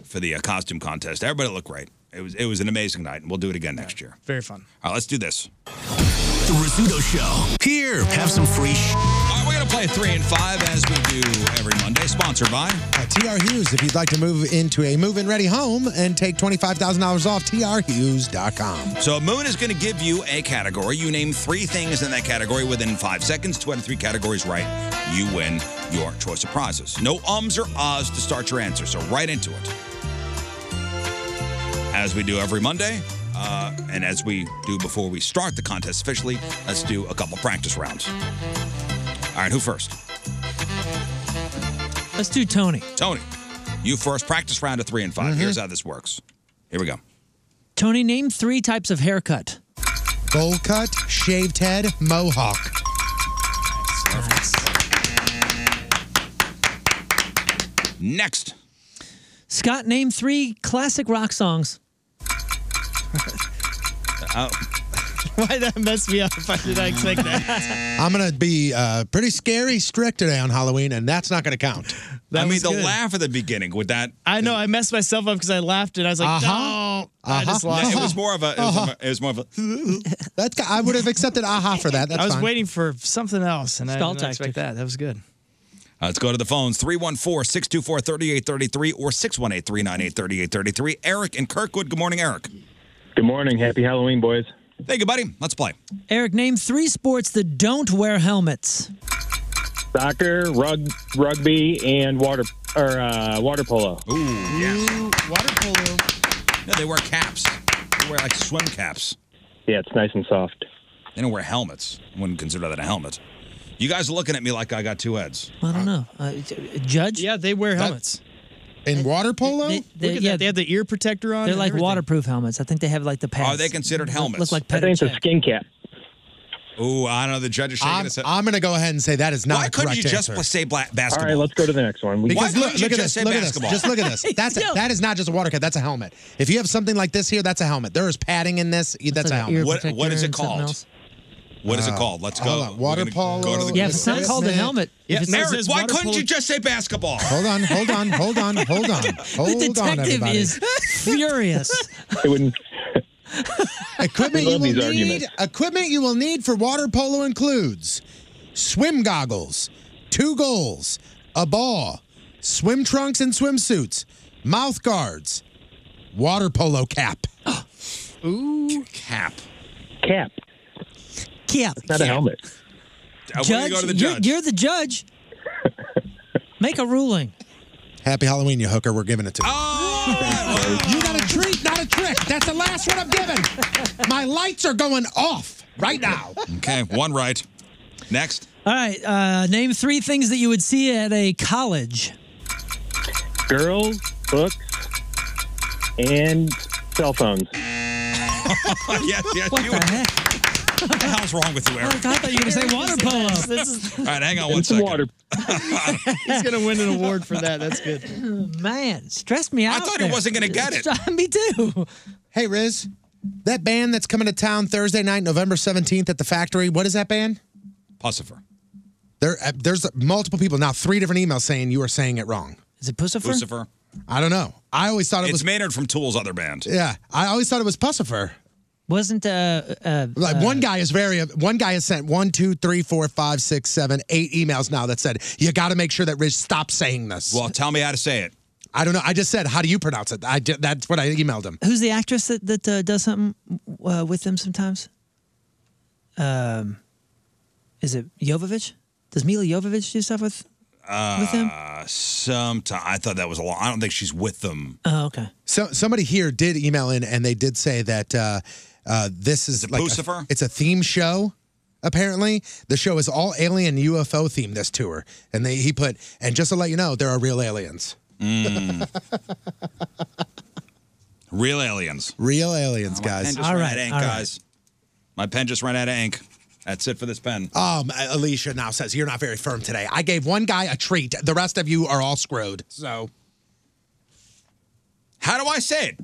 [SPEAKER 4] for the uh, costume contest. Everybody looked great. It was it was an amazing night, and we'll do it again next year.
[SPEAKER 10] Very fun.
[SPEAKER 4] All right, let's do this.
[SPEAKER 1] The Rizzuto Show. Here, have some free sh.
[SPEAKER 4] All right, we're gonna play three and five as we do every Monday. Sponsored by.
[SPEAKER 7] Uh, TR Hughes, if you'd like to move into a move-in ready home and take $25,000 off trhughes.com.
[SPEAKER 4] So Moon is going to give you a category. You name three things in that category within five seconds. Two out of three categories right, you win your choice of prizes. No ums or ahs to start your answer. So right into it. As we do every Monday, uh, and as we do before we start the contest officially, let's do a couple practice rounds. All right, who first?
[SPEAKER 8] Let's do Tony.
[SPEAKER 4] Tony, you first. Practice round of three and 5 Here's
[SPEAKER 7] Mm-hmm.
[SPEAKER 4] how this works. Here we go.
[SPEAKER 8] Tony, name three types of haircut.
[SPEAKER 7] Bowl cut, shaved head, mohawk.
[SPEAKER 4] Next.
[SPEAKER 8] Scott, name three classic rock songs.
[SPEAKER 4] Oh.
[SPEAKER 10] Why that messed me up? I did not expect that.
[SPEAKER 7] I'm going to be uh, pretty scary strict today on Halloween, and that's not going to count.
[SPEAKER 4] I mean, the laugh at the beginning with that.
[SPEAKER 10] I know I messed myself up because I laughed and I was like,
[SPEAKER 7] Uh-huh.
[SPEAKER 10] "No, I just
[SPEAKER 7] Uh-huh.
[SPEAKER 10] lost."
[SPEAKER 4] It was more of a. It was, it was more of a.
[SPEAKER 7] That's, I would have accepted aha for that. That's
[SPEAKER 10] I was
[SPEAKER 7] fine.
[SPEAKER 10] waiting for something else, and I
[SPEAKER 4] Stall
[SPEAKER 10] didn't expect
[SPEAKER 4] tactic.
[SPEAKER 10] that. That was good.
[SPEAKER 4] Uh, let's go to the phones 314 624 3833 or 618 398 3833. Eric in Kirkwood. Good morning, Eric.
[SPEAKER 18] Good morning. Happy Halloween, boys.
[SPEAKER 4] Thank you, buddy. Let's play.
[SPEAKER 8] Eric, name three sports that don't wear helmets.
[SPEAKER 18] Soccer, rug, rugby, and water or uh, water polo.
[SPEAKER 4] Ooh, yeah. water polo. No, they wear caps. They wear like swim caps.
[SPEAKER 18] Yeah, it's nice and soft.
[SPEAKER 4] They don't wear helmets. I wouldn't consider that a helmet. You guys are looking at me like I got two heads.
[SPEAKER 8] I don't know. Uh, j- judge?
[SPEAKER 10] Yeah, they wear helmets.
[SPEAKER 7] In water polo?
[SPEAKER 10] Look at that. They have the ear protector on.
[SPEAKER 8] They're
[SPEAKER 10] and
[SPEAKER 8] like
[SPEAKER 10] everything.
[SPEAKER 8] waterproof helmets. I think they have like the pads.
[SPEAKER 4] Are they considered
[SPEAKER 8] Look-
[SPEAKER 4] helmets?
[SPEAKER 8] Look like
[SPEAKER 4] I think it's a
[SPEAKER 8] Petr Cech.
[SPEAKER 18] skin cap.
[SPEAKER 4] Ooh, I don't know. The judge is shaking
[SPEAKER 7] I'm,
[SPEAKER 4] his head.
[SPEAKER 7] I'm going to go ahead and say that is not
[SPEAKER 4] Why
[SPEAKER 7] a
[SPEAKER 4] couldn't
[SPEAKER 7] correct
[SPEAKER 4] you just
[SPEAKER 7] answer.
[SPEAKER 4] say black basketball?
[SPEAKER 19] go to the next one.
[SPEAKER 7] Because
[SPEAKER 4] Why
[SPEAKER 7] look,
[SPEAKER 4] couldn't you
[SPEAKER 7] look at
[SPEAKER 4] just
[SPEAKER 7] this.
[SPEAKER 4] say
[SPEAKER 7] Look at this.
[SPEAKER 4] basketball?
[SPEAKER 7] Just look at this. That's it. That is not just a water cap. That's a helmet. If you have something like this here, that's a helmet. There is padding in this. That's, a helmet.
[SPEAKER 4] What, what is it called? What is it called? Let's go.
[SPEAKER 7] uh, hold on. Water
[SPEAKER 4] We're gonna Go to
[SPEAKER 7] polo,
[SPEAKER 4] the
[SPEAKER 7] Yeah, if it's not equipment. called a helmet,
[SPEAKER 4] Yeah,
[SPEAKER 7] if it
[SPEAKER 4] Merritt,
[SPEAKER 7] says
[SPEAKER 4] why
[SPEAKER 7] water
[SPEAKER 4] couldn't
[SPEAKER 7] polo-
[SPEAKER 4] you just say basketball?
[SPEAKER 7] Hold on, hold on, hold on, hold on. Hold on, everybody.
[SPEAKER 8] furious.
[SPEAKER 19] It wouldn't.
[SPEAKER 7] Equipment
[SPEAKER 19] I
[SPEAKER 7] you
[SPEAKER 19] love
[SPEAKER 7] will
[SPEAKER 19] these
[SPEAKER 7] need.
[SPEAKER 19] arguments.
[SPEAKER 7] Equipment you will need for water polo includes swim goggles, two goals, a ball, swim trunks and swimsuits, mouth guards, water polo cap.
[SPEAKER 4] Ooh. Cap.
[SPEAKER 19] Cap.
[SPEAKER 8] Cap.
[SPEAKER 19] It's not a helmet.
[SPEAKER 4] Uh, we're gonna
[SPEAKER 8] Judge,
[SPEAKER 4] go to the
[SPEAKER 8] you're-
[SPEAKER 4] judge.
[SPEAKER 8] You're, the judge. Make a ruling.
[SPEAKER 7] Happy Halloween, you hooker. We're giving it to you.
[SPEAKER 4] Oh!
[SPEAKER 8] Oh.
[SPEAKER 4] You
[SPEAKER 7] got a treat, not a trick. That's the last one I'm giving. My lights are going off right now.
[SPEAKER 4] Okay, one right. Next.
[SPEAKER 8] All right. Uh, name three things that you would see at a college.
[SPEAKER 19] Girls, books, and cell phones.
[SPEAKER 4] yes, yes, you
[SPEAKER 8] the
[SPEAKER 4] What the hell's wrong with you, Eric?
[SPEAKER 8] I thought you were going to say water polo.
[SPEAKER 4] All right, hang on
[SPEAKER 8] And
[SPEAKER 4] one
[SPEAKER 8] some
[SPEAKER 4] second.
[SPEAKER 8] water.
[SPEAKER 20] He's gonna win an award for that. That's good.
[SPEAKER 8] Man, stressed me out.
[SPEAKER 4] thought he
[SPEAKER 8] there.
[SPEAKER 4] wasn't gonna get it.
[SPEAKER 8] me too.
[SPEAKER 7] Hey, Riz, that band that's coming to town Thursday night, November 17th at the factory, what is that band?
[SPEAKER 4] Pussifer.
[SPEAKER 7] There, uh, There's multiple people now, three different emails saying you are saying it wrong.
[SPEAKER 8] Is it Pussifer?
[SPEAKER 4] Lucifer.
[SPEAKER 7] I don't know. I always thought it
[SPEAKER 4] It's
[SPEAKER 7] was.
[SPEAKER 4] Maynard from Tool's other band.
[SPEAKER 7] Yeah, I always thought it was Pussifer.
[SPEAKER 8] Wasn't uh, uh
[SPEAKER 7] like one guy is very one guy has sent one two three four five six seven eight emails now that said you got to make sure that Riz stops saying this.
[SPEAKER 4] Well, tell me how to say it.
[SPEAKER 7] I don't know. I just said how do you pronounce it? I ju- that's what I emailed him.
[SPEAKER 8] Who's the actress that that uh, does something uh, with them sometimes? Um, is it Jovovich? Does Mila Jovovich do stuff with?
[SPEAKER 4] Uh,
[SPEAKER 8] With him?
[SPEAKER 4] Sometime. I thought that was a lot. I don't think she's with them.
[SPEAKER 8] Oh, okay.
[SPEAKER 7] So somebody here did email in and they did say that uh, uh, this is like a-
[SPEAKER 4] Lucifer?
[SPEAKER 7] it's a theme show. Apparently, the show is all alien UFO themed this tour, and they he put and just to let you know, there are real aliens.
[SPEAKER 4] Mm. Real aliens.
[SPEAKER 7] Real aliens,
[SPEAKER 4] My pen
[SPEAKER 7] guys.
[SPEAKER 4] Oh, just ran out of ink, guys. My pen just ran out of ink. That's it for this pen.
[SPEAKER 7] Um, Alicia now says you're not very firm today. I gave one guy a treat. The rest of you are all screwed. So,
[SPEAKER 4] how do I say it?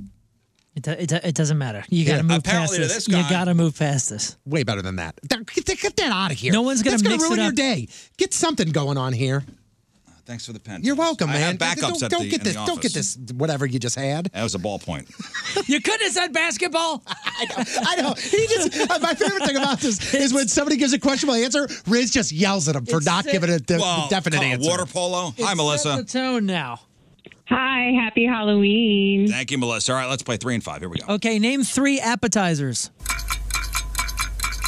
[SPEAKER 8] It, do- it, do- it doesn't matter. You got
[SPEAKER 7] Yeah.
[SPEAKER 8] to move past
[SPEAKER 7] Apparently to
[SPEAKER 8] this.
[SPEAKER 7] this guy-
[SPEAKER 8] You got to move past this.
[SPEAKER 7] Way better than that. Get, get that out of here.
[SPEAKER 8] No one's gonna
[SPEAKER 7] That's gonna
[SPEAKER 8] mix it
[SPEAKER 7] ruin your
[SPEAKER 8] up.
[SPEAKER 7] day. Get something going on here.
[SPEAKER 4] Thanks for the pen.
[SPEAKER 7] You're welcome,
[SPEAKER 4] I have
[SPEAKER 7] man.
[SPEAKER 4] backups
[SPEAKER 7] Don't,
[SPEAKER 4] at
[SPEAKER 7] don't
[SPEAKER 4] the-
[SPEAKER 7] get
[SPEAKER 4] in
[SPEAKER 7] this.
[SPEAKER 4] the
[SPEAKER 7] don't get
[SPEAKER 4] office.
[SPEAKER 7] this. Whatever you just had.
[SPEAKER 4] That was a ballpoint.
[SPEAKER 8] You couldn't have said basketball.
[SPEAKER 7] I know. I know. He just. uh, my favorite thing about this is when somebody gives a questionable answer, Riz just yells at him for
[SPEAKER 8] It's
[SPEAKER 7] not
[SPEAKER 8] sick.
[SPEAKER 7] giving a de-
[SPEAKER 4] Well,
[SPEAKER 7] definite
[SPEAKER 4] come on,
[SPEAKER 7] answer.
[SPEAKER 4] water polo. Hi, Melissa.
[SPEAKER 8] tone now.
[SPEAKER 21] Hi, happy Halloween.
[SPEAKER 4] Thank you, Melissa. All right, let's play three and five. Here we go.
[SPEAKER 8] Okay, name three appetizers.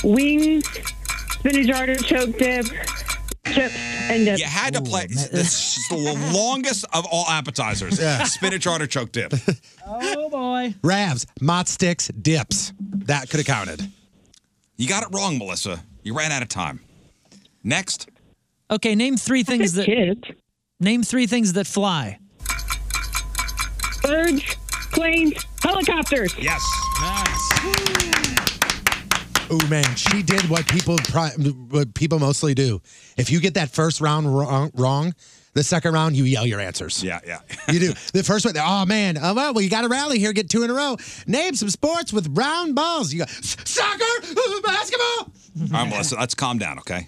[SPEAKER 21] Wings, spinach artichoke dip, chips, and dip.
[SPEAKER 4] You had to play. This is the longest of all appetizers.
[SPEAKER 7] Yeah.
[SPEAKER 4] Spinach artichoke dip.
[SPEAKER 8] Oh boy.
[SPEAKER 7] Ravs, mott sticks, dips. That could have counted.
[SPEAKER 4] You got it wrong, Melissa. You ran out of time. Next.
[SPEAKER 8] Okay, name three things that.
[SPEAKER 21] Kid.
[SPEAKER 8] Name three things that fly.
[SPEAKER 21] Birds, planes, helicopters.
[SPEAKER 4] Yes.
[SPEAKER 21] Nice.
[SPEAKER 7] Oh man, she did what people pri- what people mostly do. If you get that first round wrong, wrong the second round you yell your answers.
[SPEAKER 4] Yeah, yeah.
[SPEAKER 7] you do. The first one, oh man, oh well, well, you got to rally here, get two in a row. Name some sports with round balls. You go "S- soccer, uh, basketball.
[SPEAKER 4] All right, Melissa. Let's calm down, okay?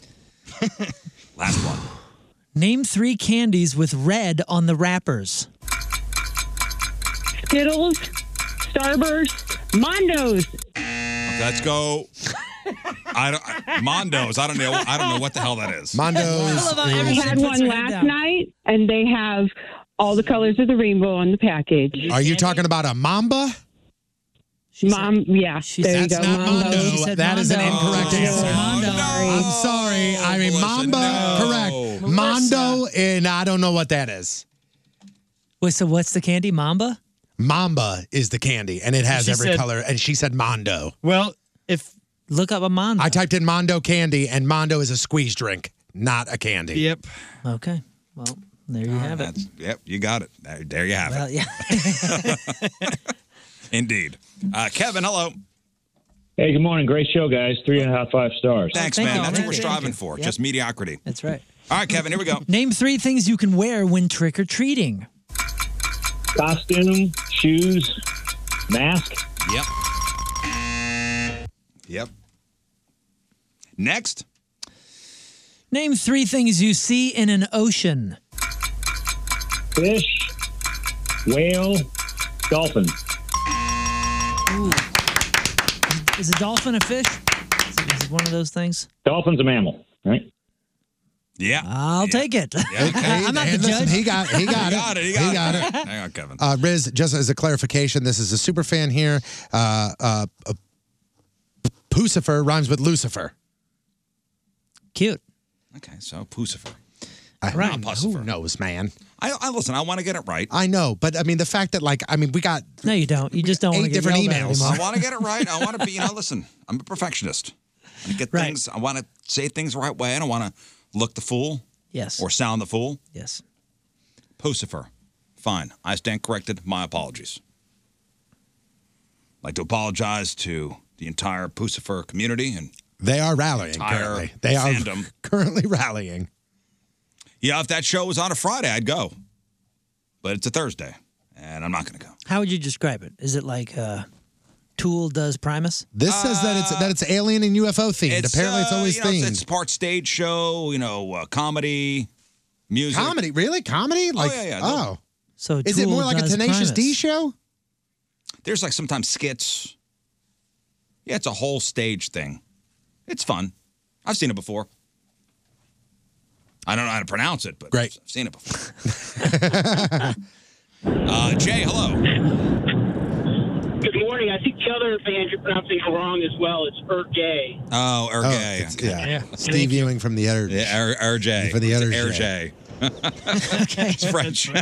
[SPEAKER 4] Last one.
[SPEAKER 8] Name three candies with red on the wrappers.
[SPEAKER 21] Skittles, Starburst, Mondos.
[SPEAKER 4] Let's go. I don't. I- Mondo's. I don't know. I don't know what the hell that is.
[SPEAKER 21] I had one last night, and they have all the colors of the rainbow on the package.
[SPEAKER 7] Are you talking about a mamba?
[SPEAKER 21] Mom, yeah. there you
[SPEAKER 7] That's
[SPEAKER 21] go.
[SPEAKER 7] not
[SPEAKER 21] Mom
[SPEAKER 7] Mondo.
[SPEAKER 21] knows.
[SPEAKER 7] That is an
[SPEAKER 4] Oh,
[SPEAKER 7] incorrect answer. I'm sorry.
[SPEAKER 21] Oh,
[SPEAKER 7] I mean, Mamba, correct. Mondo, and I don't know what that is.
[SPEAKER 8] Wait, so what's the candy? Mamba?
[SPEAKER 7] Mamba is the candy, and it has
[SPEAKER 8] She
[SPEAKER 7] every
[SPEAKER 8] said-
[SPEAKER 7] color. And she said Mondo.
[SPEAKER 8] Well, if look up a Mondo,
[SPEAKER 7] I typed in Mondo candy, and Mondo is a squeeze drink, not a candy.
[SPEAKER 20] Yep.
[SPEAKER 8] Okay. Well, there you have it.
[SPEAKER 4] Ah, Yep, you got it. There, there you have
[SPEAKER 8] Well,
[SPEAKER 4] it.
[SPEAKER 8] yeah.
[SPEAKER 4] Indeed. Uh, Kevin, hello.
[SPEAKER 22] Hey, good morning. Great show, guys. Three and a half, five stars.
[SPEAKER 4] Thanks, man. That's what we're striving for. Just mediocrity.
[SPEAKER 8] That's right.
[SPEAKER 4] All right, Kevin, here we go.
[SPEAKER 8] Name three things you can wear when trick or treating.
[SPEAKER 22] Costume, shoes, mask.
[SPEAKER 4] Yep. Yep. Next.
[SPEAKER 8] Name three things you see in an ocean.
[SPEAKER 22] Fish, whale, dolphin.
[SPEAKER 8] Is a dolphin a fish? Is it- is it one of those things?
[SPEAKER 22] Dolphin's a mammal, right?
[SPEAKER 4] Yeah.
[SPEAKER 7] Ah.
[SPEAKER 8] I'll take it. I'm not the
[SPEAKER 2] and listen,
[SPEAKER 8] judge.
[SPEAKER 2] he got- he got He it. got it, he got He got it.
[SPEAKER 4] Hang on, Kevin.
[SPEAKER 7] Uh, Riz, just as a clarification, this is a super fan here. Uh, uh, uh, Pucifer rhymes with Lucifer.
[SPEAKER 8] Cute.
[SPEAKER 4] Okay, so Pucifer.
[SPEAKER 7] Right. Who knows, man?
[SPEAKER 4] I, I listen. I want to get it right.
[SPEAKER 7] I know, but I mean the fact that like I mean we got
[SPEAKER 8] no, you don't. You just don't
[SPEAKER 7] eight
[SPEAKER 8] want to get
[SPEAKER 7] different
[SPEAKER 8] yelled at
[SPEAKER 7] emails.
[SPEAKER 8] anymore.
[SPEAKER 4] I want to get it right. I want to be, you know, listen, I'm a perfectionist. I get things, I want to say things the right way. I don't want to look the fool.
[SPEAKER 8] Yes.
[SPEAKER 4] Or sound the fool.
[SPEAKER 8] Yes.
[SPEAKER 4] Pucifer. Fine. I stand corrected. My apologies. I'd like to apologize to the entire Pucifer community and
[SPEAKER 7] They are rallying
[SPEAKER 4] Entire
[SPEAKER 7] currently. They are
[SPEAKER 4] fandom.
[SPEAKER 7] currently rallying.
[SPEAKER 4] yeah, if that show was on a Friday, I'd go. But it's a Thursday, and I'm not going to go.
[SPEAKER 8] How would you describe it? Is it like uh, Tool does Primus?
[SPEAKER 7] This says that it's that it's alien and UFO themed. Apparently, it's
[SPEAKER 4] uh,
[SPEAKER 7] always
[SPEAKER 4] you know, it's-
[SPEAKER 7] themed.
[SPEAKER 4] It's part stage show, you know, uh, comedy, music.
[SPEAKER 7] comedy, really? Comedy? Like,
[SPEAKER 4] oh, yeah, yeah.
[SPEAKER 7] oh.
[SPEAKER 8] So
[SPEAKER 7] is it more like a Tenacious D show?
[SPEAKER 4] There's like sometimes skits. Yeah, it's a whole stage thing. It's fun. I've seen it before. I don't know how to pronounce it, but Great. I've seen it before. uh, Jay, hello.
[SPEAKER 23] Good morning. I think the other band you're pronouncing it wrong as well. It's Ergay.
[SPEAKER 4] Oh, Ergay.
[SPEAKER 7] it's- yeah. Steve Ewing from the Utter.
[SPEAKER 4] Yeah, Ergay.
[SPEAKER 7] For the
[SPEAKER 4] It's
[SPEAKER 7] Utter.
[SPEAKER 4] Ergay. it's French.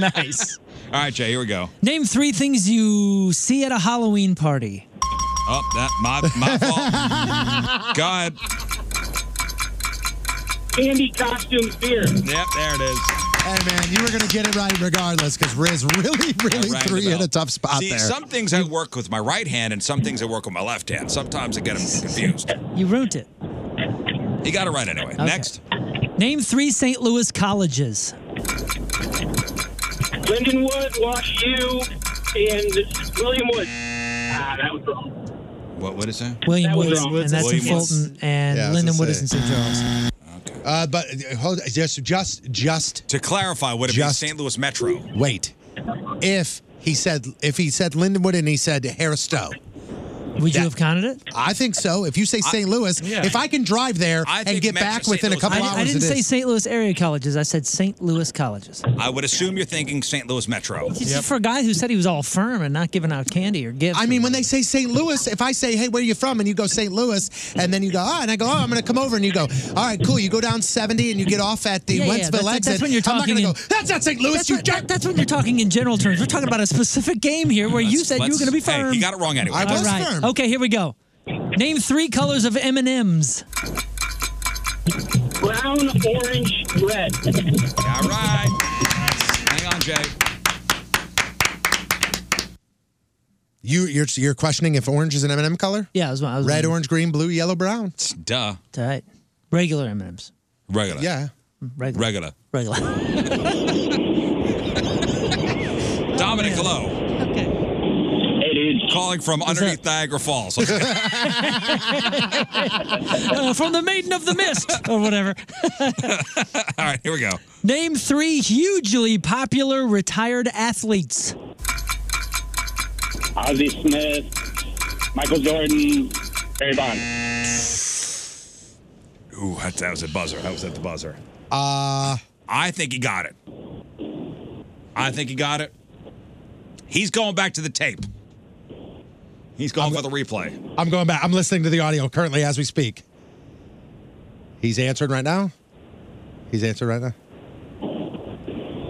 [SPEAKER 8] nice.
[SPEAKER 4] All right, Jay, here we go.
[SPEAKER 8] Name three things you see at a Halloween party.
[SPEAKER 4] Oh, that my my fault. go ahead.
[SPEAKER 23] Candy costumes beer.
[SPEAKER 4] Yep, there it is.
[SPEAKER 7] Hey, man, you were going to get it right regardless because Riz really, really
[SPEAKER 4] rang the
[SPEAKER 7] threw you in
[SPEAKER 4] bell.
[SPEAKER 7] a tough spot
[SPEAKER 4] See,
[SPEAKER 7] there.
[SPEAKER 4] some things I work with my right hand, and some things I work with my left hand. Sometimes I get them confused.
[SPEAKER 8] You ruined it.
[SPEAKER 4] He got it right anyway.
[SPEAKER 8] Okay.
[SPEAKER 4] Next,
[SPEAKER 8] Name three St. Louis colleges.
[SPEAKER 23] Lindenwood, Wash U, and William Wood. Ah, that was wrong.
[SPEAKER 4] what what is that?
[SPEAKER 8] William
[SPEAKER 23] That was
[SPEAKER 8] Woods,
[SPEAKER 23] wrong.
[SPEAKER 8] and that's in
[SPEAKER 4] William Woods.
[SPEAKER 8] Fulton, and
[SPEAKER 7] Yeah, I was
[SPEAKER 8] Lyndon Wood
[SPEAKER 7] gonna say.
[SPEAKER 8] is in St. Charles.
[SPEAKER 7] uh, but uh, hold, just, just, just
[SPEAKER 4] to clarify, would it
[SPEAKER 7] Just-
[SPEAKER 4] be St. Louis Metro?
[SPEAKER 7] wait. If he said, if he said Lindenwood and he said Harris Stowe.
[SPEAKER 8] Would you have counted it?
[SPEAKER 7] I think so. If you say
[SPEAKER 8] I-
[SPEAKER 7] St. Louis,
[SPEAKER 8] Yeah.
[SPEAKER 7] if I can drive there
[SPEAKER 4] I
[SPEAKER 7] and
[SPEAKER 4] think
[SPEAKER 7] get
[SPEAKER 4] Metro-
[SPEAKER 7] back
[SPEAKER 4] St.
[SPEAKER 7] within a
[SPEAKER 4] Louis-
[SPEAKER 7] couple
[SPEAKER 8] I,
[SPEAKER 7] hours,
[SPEAKER 8] I didn't
[SPEAKER 7] it
[SPEAKER 8] say
[SPEAKER 7] is.
[SPEAKER 8] St. Louis area colleges. I said St. Louis colleges.
[SPEAKER 4] I would assume you're thinking St. Louis Metro.
[SPEAKER 8] It's just for a guy who said he was all firm and not giving out candy or gifts.
[SPEAKER 7] I mean, when they say St. Louis, if I say, hey, where are you from? And you go, St. Louis. And then you go, oh, and I go, oh, I'm going to come over. And you go, all right, cool. You go down 70 and you get off at the
[SPEAKER 8] Yeah, yeah,
[SPEAKER 7] Wentzville
[SPEAKER 8] that's-
[SPEAKER 7] exit.
[SPEAKER 8] that's when you're
[SPEAKER 7] I'm not
[SPEAKER 8] talking
[SPEAKER 7] going
[SPEAKER 8] in-
[SPEAKER 7] to go, that's not St. Louis,
[SPEAKER 8] That's,
[SPEAKER 7] you
[SPEAKER 8] what- that- that's when you're talking in general terms. We're talking about a specific game here where you
[SPEAKER 4] Let's-
[SPEAKER 8] said you were
[SPEAKER 4] let's-
[SPEAKER 8] going to be
[SPEAKER 4] hey,
[SPEAKER 8] firm.
[SPEAKER 4] he got it wrong anyway. I
[SPEAKER 8] All
[SPEAKER 4] was
[SPEAKER 8] right.
[SPEAKER 4] firm.
[SPEAKER 8] Okay, here we go. Name three colors of M and M's.
[SPEAKER 23] Brown, orange, red.
[SPEAKER 4] All right. Hang on, Jay.
[SPEAKER 7] You, you're, you're questioning if orange is an M&M color?
[SPEAKER 8] Yeah, I was, I was
[SPEAKER 7] Red, orange, green, blue, yellow, brown.
[SPEAKER 4] Duh.
[SPEAKER 8] All right. Regular M and M's.
[SPEAKER 4] Regular.
[SPEAKER 7] Yeah.
[SPEAKER 8] Regular.
[SPEAKER 4] Regular.
[SPEAKER 8] Regular.
[SPEAKER 4] Dominic, hello. Okay. Calling from underneath Niagara Falls.
[SPEAKER 8] Uh, from the Maiden of the Mist or whatever.
[SPEAKER 4] All right, here we go.
[SPEAKER 8] Name three hugely popular retired athletes.
[SPEAKER 23] Ozzie Smith, Michael Jordan, Barry Bond.
[SPEAKER 4] Ooh, that, that was a buzzer. That was at the buzzer.
[SPEAKER 7] Uh,
[SPEAKER 4] I think he got it. I think he got it. He's going back to the tape. He's going for the replay.
[SPEAKER 7] I'm going back. I'm listening to the audio currently as we speak. He's answering right now. He's answering right now.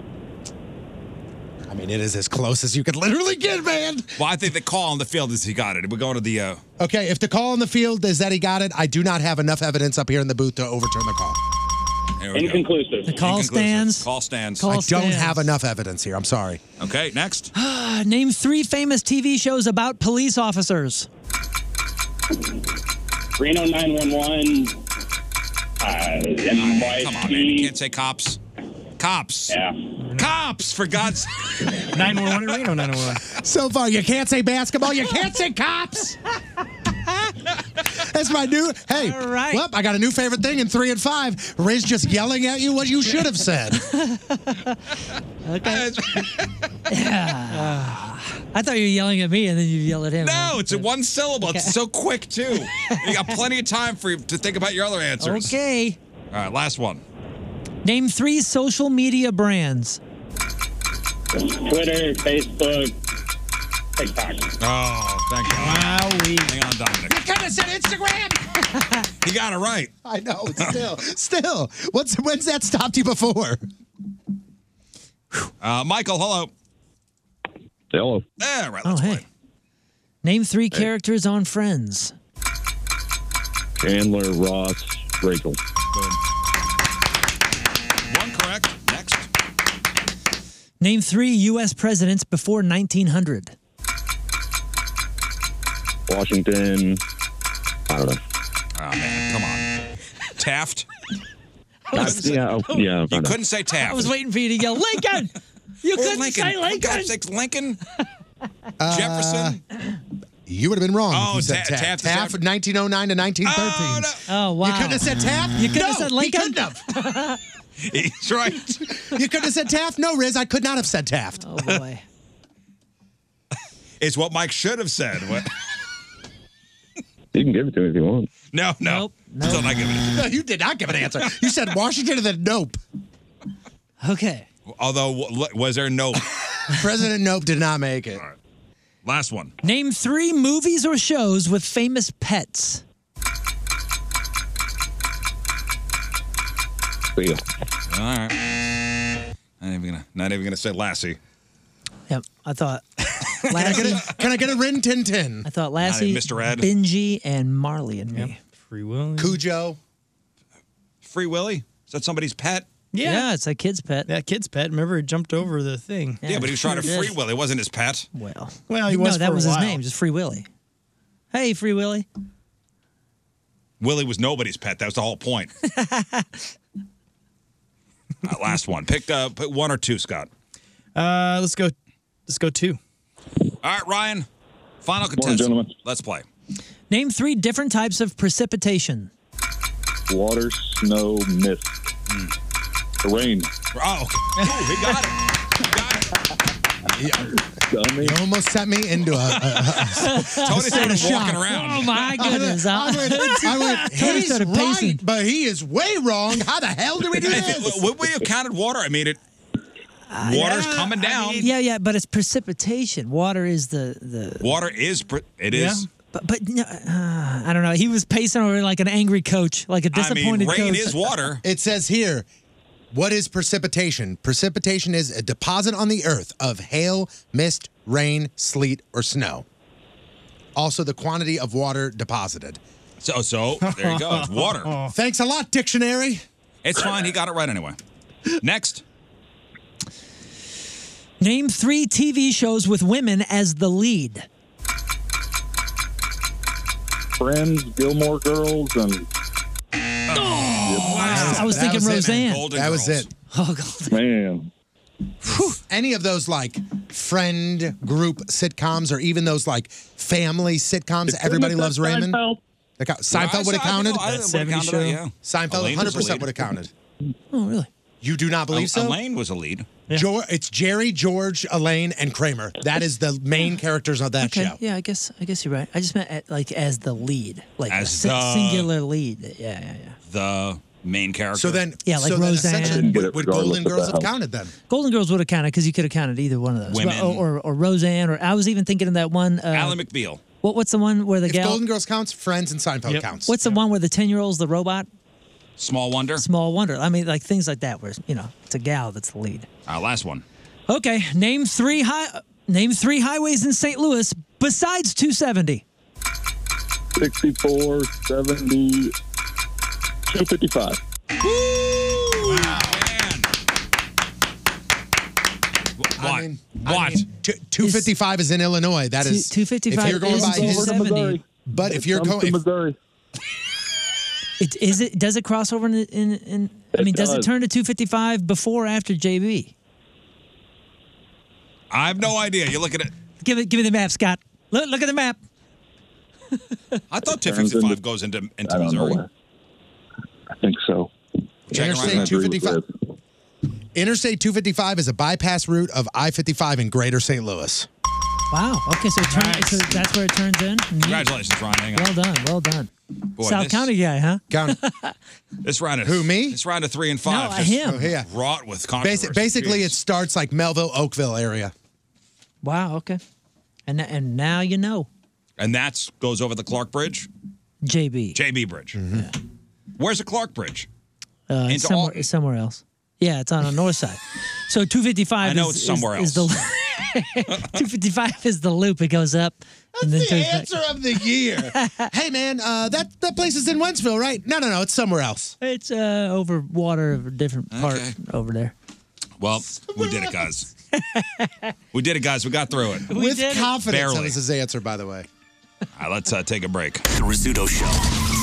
[SPEAKER 7] I mean, it is as close as you could literally get, man.
[SPEAKER 4] Well, I think the call on the field is he got it. We're going to the. Uh,
[SPEAKER 7] Okay, if the call on the field is that he got it, I do not have enough evidence up here in the booth to overturn the call.
[SPEAKER 4] there we go.
[SPEAKER 23] Inconclusive.
[SPEAKER 8] The call
[SPEAKER 4] Inconclusive.
[SPEAKER 8] stands.
[SPEAKER 4] Call stands.
[SPEAKER 8] Call
[SPEAKER 7] I don't
[SPEAKER 8] stands.
[SPEAKER 7] have enough evidence here. I'm sorry.
[SPEAKER 4] Okay, next.
[SPEAKER 8] Uh, Name three famous TV shows about police officers.
[SPEAKER 6] Reno 911.
[SPEAKER 4] NYC. Come on, man. You can't say cops. Cops. Cops, for God's
[SPEAKER 24] 911 Reno 911.
[SPEAKER 7] So far, you can't say basketball. You can't say cops. That's my new. Hey, All right. well, I got a new favorite thing in three and five. Riz just yelling at you what you should have said.
[SPEAKER 8] Okay. yeah. I thought you were yelling at me, and then you yell at him.
[SPEAKER 4] No, it's in one syllable. It's so quick, too. You got plenty of time for you to think about your other answers.
[SPEAKER 8] Okay.
[SPEAKER 4] All right, last one.
[SPEAKER 8] Name three social media brands.
[SPEAKER 6] Twitter, Facebook, TikTok.
[SPEAKER 4] Oh, thank God. Hang on, Dominic.
[SPEAKER 7] You could have said Instagram.
[SPEAKER 4] You got it right.
[SPEAKER 7] I know. Still, still. What's when's that stopped you before?
[SPEAKER 4] Uh, Michael, hello.
[SPEAKER 25] Hello.
[SPEAKER 4] Yeah, right.
[SPEAKER 8] oh, hey. Name three characters on Friends.
[SPEAKER 25] Chandler, Ross, Rachel.
[SPEAKER 4] One correct. Next.
[SPEAKER 8] Name three U.S. presidents before 1900.
[SPEAKER 25] Washington. I don't know.
[SPEAKER 4] Oh, man. Come on. Taft.
[SPEAKER 25] That's-
[SPEAKER 7] uh,
[SPEAKER 25] yeah, oh, yeah, I
[SPEAKER 4] You
[SPEAKER 25] know.
[SPEAKER 4] couldn't say Taft.
[SPEAKER 8] I was waiting for you to yell Lincoln. You
[SPEAKER 4] Or
[SPEAKER 8] couldn't
[SPEAKER 4] Oh, Lincoln.
[SPEAKER 8] say
[SPEAKER 4] For
[SPEAKER 8] Lincoln. Uh,
[SPEAKER 4] God's sakes, Lincoln. Jefferson.
[SPEAKER 7] You would have been wrong.
[SPEAKER 4] Oh,
[SPEAKER 7] if you said
[SPEAKER 4] Ta- Taft
[SPEAKER 7] Taft.
[SPEAKER 4] is
[SPEAKER 7] Taft, 1909 to 1913.
[SPEAKER 8] Oh, wow.
[SPEAKER 7] You couldn't have said Taft.
[SPEAKER 8] You couldn't have
[SPEAKER 7] No,
[SPEAKER 8] said
[SPEAKER 7] he
[SPEAKER 8] Lincoln.
[SPEAKER 7] couldn't have.
[SPEAKER 4] He's right.
[SPEAKER 7] You couldn't have said Taft. No, Riz, I could not have said Taft.
[SPEAKER 8] Oh boy.
[SPEAKER 4] It's what Mike should have said. What?
[SPEAKER 25] You can give it to me if you want.
[SPEAKER 4] No, no. Still not giving it.
[SPEAKER 7] No, you did not give an answer. You said Washington and then nope.
[SPEAKER 8] Okay.
[SPEAKER 4] Although, w- was there no
[SPEAKER 7] President Nope did not make it.
[SPEAKER 4] last one?
[SPEAKER 8] Name three movies or shows with famous pets.
[SPEAKER 4] All right. Not even gonna. Not even gonna say Lassie.
[SPEAKER 8] Yep, I thought.
[SPEAKER 7] Can I, get
[SPEAKER 8] Lassie,
[SPEAKER 7] a, can I get a Rin Tin Tin?
[SPEAKER 8] I thought Lassie,
[SPEAKER 4] Mr. Ed.
[SPEAKER 8] Benji, and Marley and me.
[SPEAKER 4] Free Willy.
[SPEAKER 7] Cujo.
[SPEAKER 4] Free Willy. Is that somebody's pet?
[SPEAKER 24] Yeah.
[SPEAKER 8] it's a kid's pet.
[SPEAKER 24] That kid's pet. Remember, it jumped over the thing.
[SPEAKER 4] Yeah, but he was trying to free Willy. It wasn't his pet.
[SPEAKER 8] Well,
[SPEAKER 24] Well, he was
[SPEAKER 8] no, that
[SPEAKER 24] for a
[SPEAKER 8] was his
[SPEAKER 24] while.
[SPEAKER 8] name, just Free Willy. Hey, Free Willy.
[SPEAKER 4] Willie was nobody's pet. That was the whole point. Uh, last one. Pick uh, pick one or two, Scott.
[SPEAKER 24] Uh, let's go. Let's go two.
[SPEAKER 4] All right, Ryan. Final
[SPEAKER 24] Morning,
[SPEAKER 4] contestant.
[SPEAKER 24] gentlemen.
[SPEAKER 4] Let's play.
[SPEAKER 8] Name three different types of precipitation.
[SPEAKER 25] Water, snow, mist. Rain.
[SPEAKER 4] Oh, oh he got it.
[SPEAKER 7] You almost sent me into a. a, a,
[SPEAKER 4] Tony
[SPEAKER 7] a state
[SPEAKER 4] started
[SPEAKER 7] of shock.
[SPEAKER 4] walking around. Oh, my
[SPEAKER 8] goodness.
[SPEAKER 7] I went, I went,
[SPEAKER 8] Tony
[SPEAKER 7] he's
[SPEAKER 8] started pacing.
[SPEAKER 7] right, but he is way wrong. How the hell do we do
[SPEAKER 4] If it-
[SPEAKER 7] this?
[SPEAKER 4] Would we have counted water? I mean, it. Water's coming down.
[SPEAKER 8] Yeah, yeah, but it's precipitation. Water is the the.
[SPEAKER 4] water is. Pre- it is.
[SPEAKER 8] But but no, uh, I don't know. He was pacing over like an angry coach, like a
[SPEAKER 4] I mean,
[SPEAKER 8] disappointed
[SPEAKER 4] rain
[SPEAKER 8] coach.
[SPEAKER 4] is water.
[SPEAKER 7] It says here, what is precipitation? Precipitation is a deposit on the earth of hail, mist, rain, sleet, or snow. Also, the quantity of water deposited.
[SPEAKER 4] So so there you go. It's water.
[SPEAKER 7] Thanks a lot, dictionary.
[SPEAKER 4] It's fine. He got it right anyway. Next.
[SPEAKER 8] Name three TV shows with women as the lead.
[SPEAKER 25] Friends, Gilmore Girls, and
[SPEAKER 8] I was thinking Roseanne.
[SPEAKER 7] that was it.
[SPEAKER 8] Oh God.
[SPEAKER 25] man.
[SPEAKER 7] Any of those like friend group sitcoms or even those like family sitcoms, Everybody Loves Raymond. That count- Seinfeld would have counted. Seinfeld 100% would have counted.
[SPEAKER 8] Oh, really?
[SPEAKER 7] You do not believe so?
[SPEAKER 4] Elaine was a lead.
[SPEAKER 7] Geor- it's Jerry, George, Elaine, and Kramer. That is the main characters of that
[SPEAKER 8] Okay.
[SPEAKER 7] show.
[SPEAKER 8] Yeah, I guess I guess you're right. I just meant at, like as the lead, like a
[SPEAKER 4] As
[SPEAKER 8] si-
[SPEAKER 4] the-
[SPEAKER 8] singular lead. Yeah, yeah, yeah.
[SPEAKER 4] The main character.
[SPEAKER 7] So then,
[SPEAKER 8] Yeah, like
[SPEAKER 7] so then
[SPEAKER 8] Roseanne.
[SPEAKER 7] essentially,
[SPEAKER 8] Didn't get
[SPEAKER 7] Would,
[SPEAKER 8] it
[SPEAKER 7] would
[SPEAKER 8] regardless
[SPEAKER 7] Golden
[SPEAKER 8] of
[SPEAKER 7] Girls
[SPEAKER 8] the
[SPEAKER 7] have
[SPEAKER 8] house.
[SPEAKER 7] counted then?
[SPEAKER 8] Golden Girls would have counted because you could have counted either one of those,
[SPEAKER 4] Women.
[SPEAKER 8] or, or, or Roseanne, or I was even thinking of that one. Uh,
[SPEAKER 4] Alan McBeal.
[SPEAKER 8] what what's the one where the
[SPEAKER 7] If
[SPEAKER 8] gal?
[SPEAKER 7] Golden Girls counts, Friends and Seinfeld counts.
[SPEAKER 8] what's the one where the ten year old's the robot?
[SPEAKER 4] Small wonder.
[SPEAKER 8] Small wonder. I mean, like things like that, where you know it's a gal that's the lead.
[SPEAKER 4] Our Uh, last one.
[SPEAKER 8] Okay, name three high name three highways in St. Louis besides 270.
[SPEAKER 25] 64, 70, 255.
[SPEAKER 4] Oh, What?
[SPEAKER 7] what? Two fifty-five is in Illinois. That
[SPEAKER 8] Two-
[SPEAKER 7] is
[SPEAKER 8] 255
[SPEAKER 7] If you're going
[SPEAKER 8] is
[SPEAKER 7] by
[SPEAKER 8] in
[SPEAKER 7] his,
[SPEAKER 8] 270.
[SPEAKER 7] But if
[SPEAKER 8] It
[SPEAKER 7] you're
[SPEAKER 8] comes
[SPEAKER 7] going,
[SPEAKER 8] to
[SPEAKER 7] if-
[SPEAKER 8] It is it does it cross over in in, in I
[SPEAKER 4] It
[SPEAKER 8] mean does. it
[SPEAKER 4] does.
[SPEAKER 8] turn to 255 before or after JB?
[SPEAKER 4] I have no idea. You look at it.
[SPEAKER 8] Give it give me the map, Scott. Look look at the map.
[SPEAKER 4] I thought
[SPEAKER 22] It turns
[SPEAKER 4] 255
[SPEAKER 22] into-
[SPEAKER 4] goes into
[SPEAKER 22] I
[SPEAKER 4] into
[SPEAKER 22] don't know
[SPEAKER 4] Missouri.
[SPEAKER 22] where. I think so.
[SPEAKER 7] Interstate 255. Interstate 255 is a bypass route of I-55 in Greater St. Louis.
[SPEAKER 8] Wow. Okay, so, it turn, so that's where it turns in.
[SPEAKER 4] Congratulations, Ron. Hang on.
[SPEAKER 8] Well done. Well done.
[SPEAKER 4] Boy,
[SPEAKER 8] South
[SPEAKER 4] this-
[SPEAKER 8] County guy, huh?
[SPEAKER 7] County.
[SPEAKER 4] This round of who me? This round of three and five.
[SPEAKER 7] No,
[SPEAKER 4] just
[SPEAKER 7] him. Oh, yeah.
[SPEAKER 4] Wrought with controversy.
[SPEAKER 7] Basi- basically, it starts like Melville, Oakville area.
[SPEAKER 8] Wow, okay. And and now you know.
[SPEAKER 4] and that's goes over the Clark Bridge,
[SPEAKER 8] JB.
[SPEAKER 4] JB Bridge. Where's the Clark Bridge?
[SPEAKER 8] Uh,
[SPEAKER 4] Into
[SPEAKER 8] it's somewhere, it's somewhere else. Yeah, it's on the north side. So 255
[SPEAKER 4] I know
[SPEAKER 8] is,
[SPEAKER 4] it's somewhere
[SPEAKER 8] is, is the 255 is the loop. It goes up and then
[SPEAKER 7] That's the
[SPEAKER 8] turns back.
[SPEAKER 7] answer of the year. hey, man, uh, that, that place is in Wentzville, right? No, no, no, it's somewhere else.
[SPEAKER 8] It's uh, over water of a different part over there.
[SPEAKER 4] Well, we did it, guys. we did it, guys. We got through it
[SPEAKER 7] With confidence, that
[SPEAKER 4] Barely.
[SPEAKER 7] was his answer, by the way.
[SPEAKER 4] All right, let's uh, take a break. The Rizzuto Show.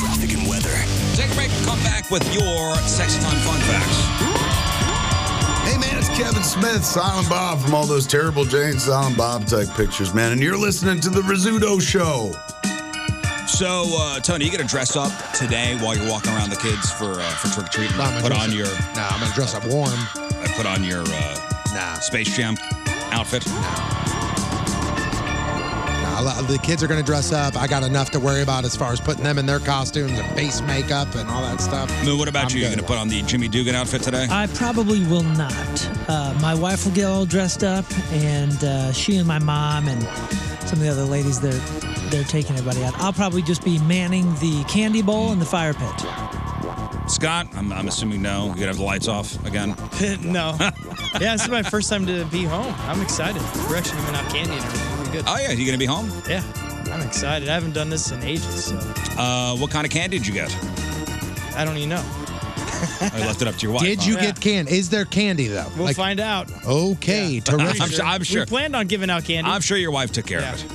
[SPEAKER 4] Traffic and weather. Take a break. Come back with your sexy time fun facts.
[SPEAKER 26] Hey man, it's Kevin Smith, Silent Bob from all those terrible Jane Silent Bob type pictures, man. And you're listening to the Rizzuto Show.
[SPEAKER 4] So, uh, Tony, you gonna dress up today while you're walking around the kids for uh, for trick or treating?
[SPEAKER 7] No, I'm gonna
[SPEAKER 4] put
[SPEAKER 7] dress
[SPEAKER 4] on
[SPEAKER 7] up-
[SPEAKER 4] your.
[SPEAKER 7] Nah, I'm gonna dress up warm.
[SPEAKER 4] I put on your uh, Space Jam outfit.
[SPEAKER 7] Nah, a lot- the kids are gonna dress up. I got enough to worry about as far as putting them in their costumes and face makeup and all that stuff.
[SPEAKER 4] Moo, what about
[SPEAKER 7] I'm
[SPEAKER 4] you? You
[SPEAKER 7] good.
[SPEAKER 4] gonna put on the Jimmy Dugan outfit today?
[SPEAKER 8] I probably will not. Uh, my wife will get all dressed up, and uh, she and my mom and some of the other ladies they're they're taking everybody out. I'll probably just be manning the candy bowl and the fire pit.
[SPEAKER 4] Scott, I'm, I'm assuming no. You gonna have the lights off again?
[SPEAKER 10] no. yeah, this is my first time to be home. I'm excited. We're actually giving out candy and everything. We're good.
[SPEAKER 4] Oh yeah, you gonna be home?
[SPEAKER 10] Yeah, I'm excited. I haven't done this in ages, so
[SPEAKER 4] Uh, what kind of candy did you get?
[SPEAKER 10] I don't even know.
[SPEAKER 4] I left it up to your wife.
[SPEAKER 7] Did
[SPEAKER 4] huh?
[SPEAKER 7] you get candy? Is there candy though?
[SPEAKER 10] We'll find out.
[SPEAKER 7] Okay, terrific.
[SPEAKER 4] I'm, sure- I'm sure.
[SPEAKER 10] We planned on giving out candy.
[SPEAKER 4] I'm sure your wife took care of it.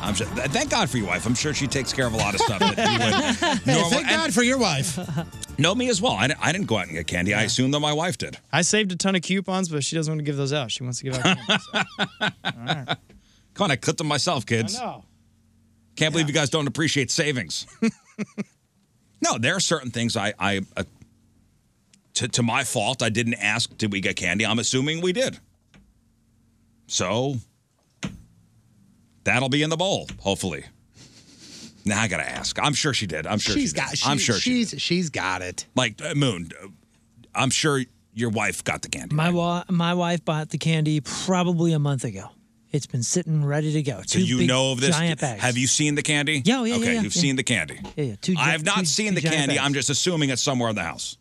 [SPEAKER 4] I'm sure. th- Thank God for your wife. I'm sure she takes care of a lot of stuff. That you wouldn't
[SPEAKER 7] Hey,
[SPEAKER 4] normally-
[SPEAKER 7] thank God for your wife.
[SPEAKER 4] and know me as well. I didn't, I didn't go out and get candy. I assumed that my wife did.
[SPEAKER 10] I saved a ton of coupons, but she doesn't want to give those out. She wants to give out candy.
[SPEAKER 4] Come on, I clipped them myself, kids.
[SPEAKER 10] I know.
[SPEAKER 4] Can't believe you guys don't appreciate savings. no, there are certain things I, I uh, to, to my fault, I didn't ask, did we get candy? I'm assuming we did. So that'll be in the bowl, hopefully. Now I got to ask. I'm sure she did. I'm sure
[SPEAKER 7] she's
[SPEAKER 4] she did.
[SPEAKER 7] got. She,
[SPEAKER 4] I'm sure she
[SPEAKER 7] she's she's got it.
[SPEAKER 4] Like, uh, Moon, uh, I'm sure your wife got the candy.
[SPEAKER 8] My wa- my wife bought the candy probably a month ago. It's been sitting ready to go.
[SPEAKER 4] So
[SPEAKER 8] Two
[SPEAKER 4] you
[SPEAKER 8] big,
[SPEAKER 4] know of this?
[SPEAKER 8] giant bags.
[SPEAKER 4] Have you seen the candy?
[SPEAKER 8] Yeah, oh, yeah, yeah,
[SPEAKER 4] Okay,
[SPEAKER 8] yeah,
[SPEAKER 4] you've
[SPEAKER 8] yeah.
[SPEAKER 4] seen the candy.
[SPEAKER 8] Yeah, yeah, two gi-
[SPEAKER 4] I have not
[SPEAKER 8] two-
[SPEAKER 4] seen
[SPEAKER 8] two
[SPEAKER 4] the
[SPEAKER 8] giant
[SPEAKER 4] candy.
[SPEAKER 8] bags.
[SPEAKER 4] I'm just assuming it's somewhere in the house.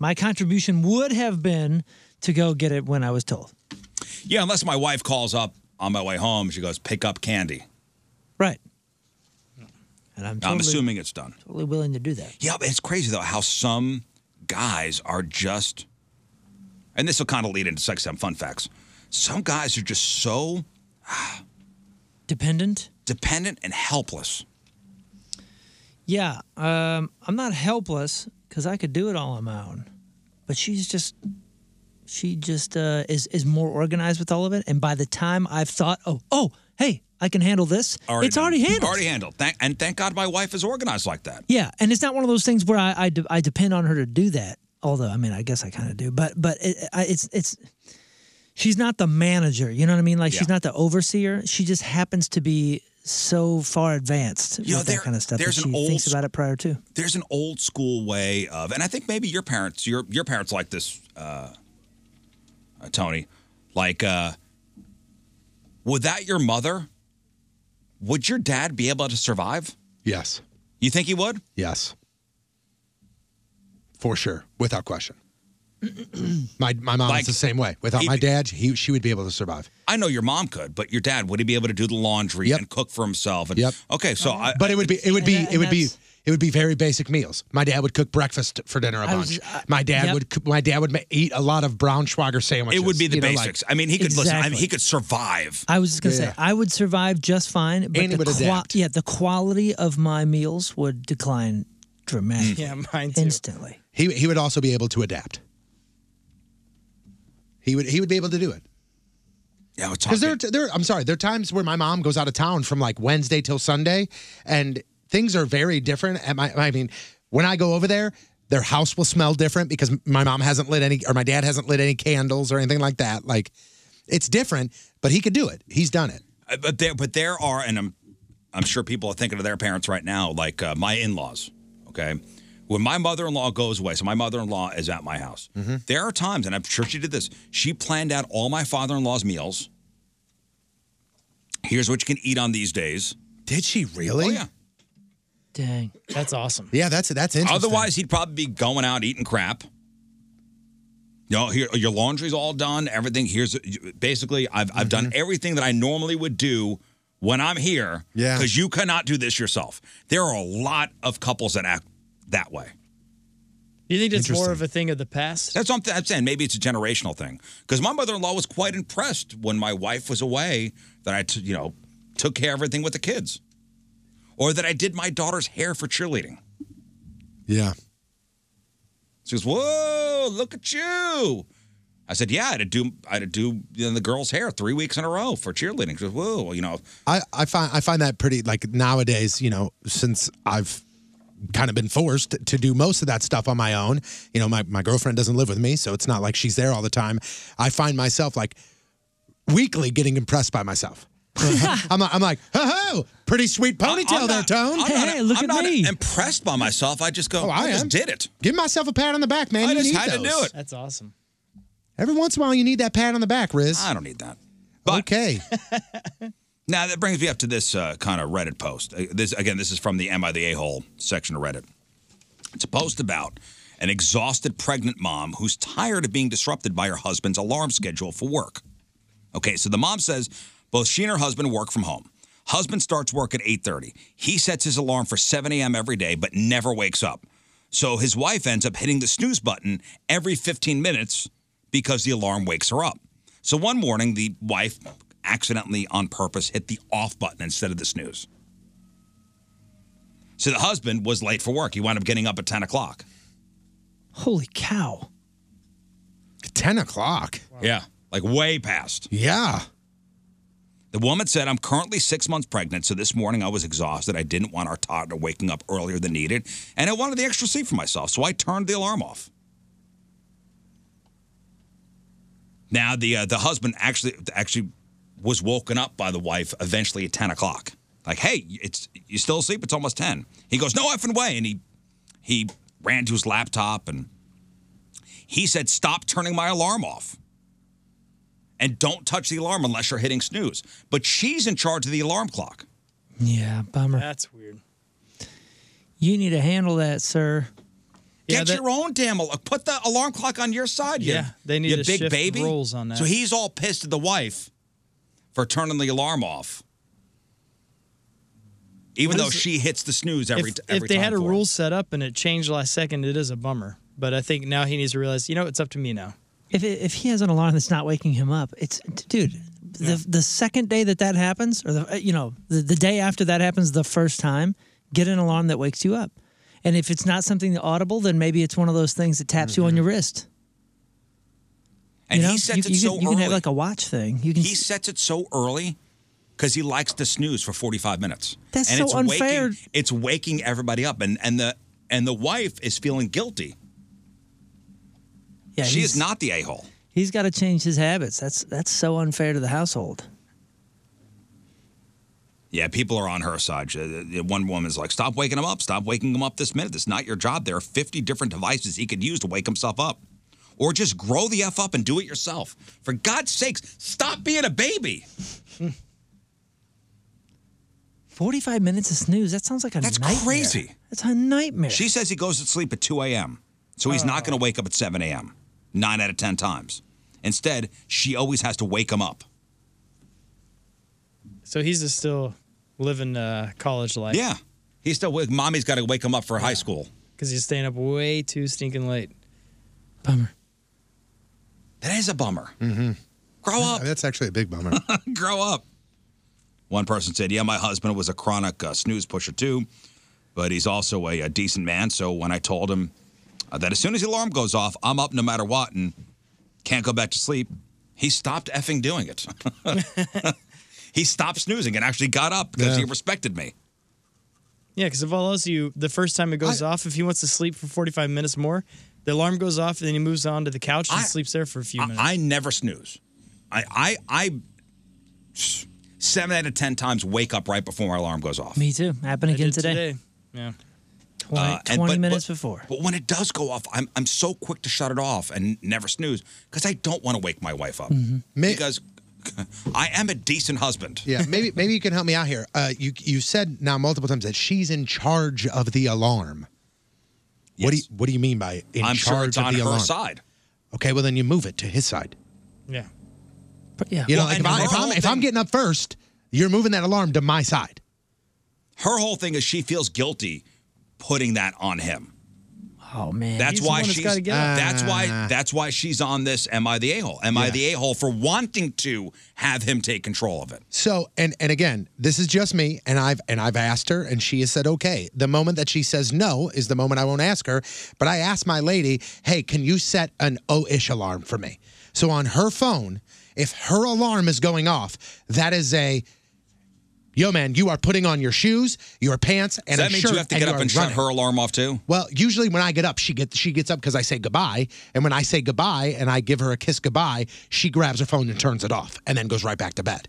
[SPEAKER 8] My contribution would have been to go get it when I was told.
[SPEAKER 4] Yeah, unless my wife calls up on my way home, she goes, pick up candy.
[SPEAKER 8] Right. And I'm, totally,
[SPEAKER 4] I'm assuming it's done.
[SPEAKER 8] totally willing to do that.
[SPEAKER 4] Yeah, but it's crazy though how some guys are just, and this will kind of lead into sex time fun facts. Some guys are just so
[SPEAKER 8] Dependent.
[SPEAKER 4] dependent and helpless.
[SPEAKER 8] Yeah, um, I'm not helpless because I could do it all on my own. But she's just, she just uh, is is more organized with all of it. And by the time I've thought, oh, oh, hey, I can handle this. it's
[SPEAKER 4] done.
[SPEAKER 8] already handled.
[SPEAKER 4] Already handled. Thank, and thank God my wife is organized like that.
[SPEAKER 8] Yeah, and it's not one of those things where I I, de- I depend on her to do that. Although I mean, I guess I kind of do, but but it, I, it's it's she's not the manager. You know what I mean? Like she's not the overseer. She just happens to be so far advanced
[SPEAKER 4] You know,
[SPEAKER 8] with
[SPEAKER 4] there-
[SPEAKER 8] that kind of stuff that
[SPEAKER 4] there's
[SPEAKER 8] she
[SPEAKER 4] an old
[SPEAKER 8] thinks about it prior to.
[SPEAKER 4] there's an old school way of, and I think maybe your parents, your your parents like this, uh, uh, Tony, like uh, without your mother, would your dad be able to survive?
[SPEAKER 7] Yes.
[SPEAKER 4] You think he would?
[SPEAKER 7] Yes. For sure, without question. my my mom
[SPEAKER 4] Like,
[SPEAKER 7] is the same way. Without
[SPEAKER 4] he-
[SPEAKER 7] my dad, he she would be able to survive.
[SPEAKER 4] I know your mom could, but your dad would he be able to do the laundry and cook for himself? And,
[SPEAKER 7] Yep.
[SPEAKER 4] Okay, so I,
[SPEAKER 7] But it would be it would be it would be It would be very basic meals. My dad would cook breakfast for dinner a
[SPEAKER 4] I was
[SPEAKER 7] bunch.
[SPEAKER 8] uh,
[SPEAKER 4] just- I-
[SPEAKER 7] my dad
[SPEAKER 4] yep.
[SPEAKER 7] would cook- my dad would ma- eat a lot of Braunschweiger sandwiches.
[SPEAKER 4] It would be the
[SPEAKER 7] you know, like-
[SPEAKER 4] basics. I mean, he could listen. I mean, he
[SPEAKER 7] Exactly.
[SPEAKER 4] could survive.
[SPEAKER 8] I was just gonna
[SPEAKER 7] Yeah.
[SPEAKER 8] say I would survive just fine, but
[SPEAKER 7] And
[SPEAKER 8] the
[SPEAKER 7] he would adapt.
[SPEAKER 8] yeah, the quality of my meals would decline dramatically.
[SPEAKER 10] Yeah, mine
[SPEAKER 8] too. Instantly.
[SPEAKER 7] He he would also be able to adapt. He would he would be able to do it.
[SPEAKER 4] Yeah,
[SPEAKER 7] because there, there. I'm sorry, there are times where my mom goes out of town from like Wednesday till Sunday, and things are very different. And my, I mean, when I go over there, their house will smell different because my mom hasn't lit any, or my dad hasn't lit any candles or anything like that. Like, it's different, but he could do it. He's done it.
[SPEAKER 4] Uh, But there, but there are, and I'm, I'm sure people are thinking of their parents right now, like uh, my in-laws. Okay, when my mother-in-law goes away, so my mother-in-law is at my house. There are times, and I'm sure she did this. She planned out all my father-in-law's meals. Here's what you can eat on these days.
[SPEAKER 7] Did she really?
[SPEAKER 4] Oh, yeah.
[SPEAKER 8] Dang,
[SPEAKER 10] that's awesome.
[SPEAKER 7] Yeah, that's that's
[SPEAKER 4] Otherwise, he'd probably be going out eating crap. You know, here your laundry's all done. Everything here's basically I've I've done everything that I normally would do when I'm here.
[SPEAKER 7] Yeah.
[SPEAKER 4] because you cannot do this yourself. There are a lot of couples that act that way.
[SPEAKER 10] Do you think it's more
[SPEAKER 4] Interesting.
[SPEAKER 10] of a thing of the past?
[SPEAKER 4] That's what I'm, th- I'm saying. Maybe it's a generational thing. Because my mother-in-law was quite impressed when my wife was away that I, t- you know, took care of everything with the kids, or that I did my daughter's hair for cheerleading.
[SPEAKER 7] Yeah.
[SPEAKER 4] She goes, "Whoa, look at you!" I said, "Yeah, I had to do I had to do you know, the girl's hair three weeks in a row for cheerleading." She goes, "Whoa, you know."
[SPEAKER 7] I, I find I find that pretty like nowadays, you know, since I've kind of been forced to do most of that stuff on my own. You know, my, my girlfriend doesn't live with me, so it's not like she's there all the time. I find myself like weekly getting impressed by myself. I'm like, I'm like, oh, pretty sweet ponytail there, Tone.
[SPEAKER 4] I'm not, I'm not impressed by myself. I just go,
[SPEAKER 7] Oh,
[SPEAKER 4] I,
[SPEAKER 7] I
[SPEAKER 4] just
[SPEAKER 7] am.
[SPEAKER 4] did it.
[SPEAKER 7] Give myself a pat on the back, man.
[SPEAKER 4] I
[SPEAKER 7] You
[SPEAKER 4] just
[SPEAKER 7] need
[SPEAKER 4] had to
[SPEAKER 7] those.
[SPEAKER 4] do it.
[SPEAKER 10] That's awesome.
[SPEAKER 7] Every once in a while, you need that pat on the back, Riz.
[SPEAKER 4] I don't need that.
[SPEAKER 7] okay.
[SPEAKER 4] Now that brings me up to this uh, kind of Reddit post. Uh, This again, this is from the "Am I the A-hole?" section of Reddit. It's a post about an exhausted pregnant mom who's tired of being disrupted by her husband's alarm schedule for work. Okay, so the mom says both she and her husband work from home. Husband starts work at 8:30. He sets his alarm for 7 a.m. every day, but never wakes up. So his wife ends up hitting the snooze button every 15 minutes because the alarm wakes her up. So one morning, the wife accidentally, on purpose, hit the off button instead of the snooze. So the husband was late for work. He wound up getting up at 10 o'clock.
[SPEAKER 8] Holy cow.
[SPEAKER 7] 10 o'clock.
[SPEAKER 4] Yeah, like way past.
[SPEAKER 7] Yeah.
[SPEAKER 4] The woman said, I'm currently six months pregnant, so this morning I was exhausted. I didn't want our toddler waking up earlier than needed, and I wanted the extra sleep for myself, so I turned the alarm off. Now, the, uh, the husband actually, actually was woken up by the wife eventually at 10 o'clock. Like, hey, it's you still asleep? It's almost 10. He goes, no effing way. And he, he ran to his laptop and he said, stop turning my alarm off and don't touch the alarm unless you're hitting snooze. But she's in charge of the alarm clock.
[SPEAKER 8] Yeah, bummer.
[SPEAKER 10] That's weird.
[SPEAKER 8] You need to handle that, sir.
[SPEAKER 4] Get your own damn alarm. Put the alarm clock on your side. you-
[SPEAKER 10] Yeah, they need
[SPEAKER 4] you
[SPEAKER 10] to
[SPEAKER 4] big
[SPEAKER 10] shift
[SPEAKER 4] baby.
[SPEAKER 10] roles on that.
[SPEAKER 4] So he's all pissed at the wife for turning the alarm off, even
[SPEAKER 10] What
[SPEAKER 4] though
[SPEAKER 10] is it-
[SPEAKER 4] she hits the snooze every
[SPEAKER 10] if,
[SPEAKER 4] t- every
[SPEAKER 10] if they
[SPEAKER 4] time.
[SPEAKER 10] had a
[SPEAKER 4] for him.
[SPEAKER 10] rule set up and it changed last second, it is a bummer. But I think now he needs to realize, you know, it's up to me now.
[SPEAKER 8] If it, if he has an alarm that's not waking him up, it's d- dude. The the second day that that happens, or the uh, you know the, the day after that happens, the first time, get an alarm that wakes you up. And if it's not something audible, then maybe it's one of those things that taps you on your wrist.
[SPEAKER 4] and
[SPEAKER 8] you know,
[SPEAKER 4] he sets
[SPEAKER 8] you,
[SPEAKER 4] it
[SPEAKER 8] you
[SPEAKER 4] so
[SPEAKER 8] can, you can have
[SPEAKER 4] early.
[SPEAKER 8] like a watch thing. You can.
[SPEAKER 4] he sets it so early because he likes to snooze for 45 minutes.
[SPEAKER 8] That's
[SPEAKER 4] and
[SPEAKER 8] so
[SPEAKER 4] it's
[SPEAKER 8] unfair.
[SPEAKER 4] Waking, it's waking everybody up, and, and the and the wife is feeling guilty.
[SPEAKER 8] Yeah,
[SPEAKER 4] she is
[SPEAKER 8] he's-
[SPEAKER 4] not the a hole.
[SPEAKER 8] He's got to change his habits. That's that's so unfair to the household.
[SPEAKER 4] Yeah, people are on her side. She- uh, uh, One woman's like, "Stop waking him up! Stop waking him up this minute. It's not your job. There are 50 different devices he could use to wake himself up, or just grow the f up and do it yourself. For God's sakes, stop being a baby."
[SPEAKER 8] Forty-five minutes of snooze. That sounds like a
[SPEAKER 4] That's
[SPEAKER 8] nightmare.
[SPEAKER 4] crazy.
[SPEAKER 8] That's a nightmare.
[SPEAKER 4] She says he goes to sleep at 2 a.m., so he's not going to wake up at 7 a.m. Nine out of ten times. Instead, she always has to wake him up.
[SPEAKER 10] So he's just still living uh, college life.
[SPEAKER 4] Yeah. He's still with mommy's got to wake him up for high school.
[SPEAKER 10] because he's staying up way too stinking late.
[SPEAKER 4] That is a bummer.
[SPEAKER 7] Mm-hmm.
[SPEAKER 4] Grow up.
[SPEAKER 7] That's actually a big bummer.
[SPEAKER 4] Grow up. One person said, Yeah, my husband was a chronic uh, snooze pusher too, but he's also a, a decent man. So when I told him uh, that as soon as the alarm goes off, I'm up no matter what and can't go back to sleep, he stopped effing doing it. he stopped snoozing and actually got up because he respected me.
[SPEAKER 10] Yeah, because if all else, you the first time it goes off, if he wants to sleep for 45 minutes more, the alarm goes off, and then he moves on to the couch and sleeps there for a few minutes.
[SPEAKER 4] I never snooze. I, I, I, seven out of 10 times wake up right before my alarm goes off.
[SPEAKER 8] Me too. Happened again today.
[SPEAKER 10] Yeah.
[SPEAKER 8] 20,
[SPEAKER 4] Uh, and-
[SPEAKER 8] 20
[SPEAKER 4] but-
[SPEAKER 8] minutes
[SPEAKER 4] but-
[SPEAKER 8] before.
[SPEAKER 4] But when it does go off, I'm I'm so quick to shut it off and never snooze because I don't want to wake my wife up
[SPEAKER 10] Mm-hmm.
[SPEAKER 4] because I am a decent husband.
[SPEAKER 7] Yeah, maybe maybe you can help me out here. Uh, you you said now multiple times that she's in charge of the alarm. What do you, what do you mean by in
[SPEAKER 4] I'm sure
[SPEAKER 7] charge
[SPEAKER 4] it's on
[SPEAKER 7] of the
[SPEAKER 4] her
[SPEAKER 7] alarm?
[SPEAKER 4] side.
[SPEAKER 7] Okay, well then you move it to his side.
[SPEAKER 10] Yeah.
[SPEAKER 8] yeah.
[SPEAKER 7] You know, like if, I, if I'm if I'm getting up first, you're moving that alarm to my side.
[SPEAKER 4] Her whole thing is she feels guilty putting that on him.
[SPEAKER 8] Oh man,
[SPEAKER 4] that's
[SPEAKER 10] He's the
[SPEAKER 4] why
[SPEAKER 10] one that's
[SPEAKER 4] she's
[SPEAKER 10] gotta get up.
[SPEAKER 4] that's why
[SPEAKER 10] Ah.
[SPEAKER 4] that's why she's on this. Am I the a hole? Am I
[SPEAKER 7] Yeah.
[SPEAKER 4] the a hole for wanting to have him take control of it?
[SPEAKER 7] So and and again, this is just me, and I've and I've asked her, and she has said okay. The moment that she says no is the moment I won't ask her. But I asked my lady, hey, can you set an O-ish alarm for me? So on her phone, if her alarm is going off, that is a yo man, you are putting on your shoes, your pants,
[SPEAKER 4] Does
[SPEAKER 7] and
[SPEAKER 4] that
[SPEAKER 7] a
[SPEAKER 4] mean
[SPEAKER 7] shirt,
[SPEAKER 4] you have to get
[SPEAKER 7] you
[SPEAKER 4] up
[SPEAKER 7] are
[SPEAKER 4] and
[SPEAKER 7] running."
[SPEAKER 4] shut her alarm off too?
[SPEAKER 7] Well, usually when I get up, she gets she gets up because I say goodbye, and when I say goodbye and I give her a kiss goodbye, she grabs her phone and turns it off, and then goes right back to bed.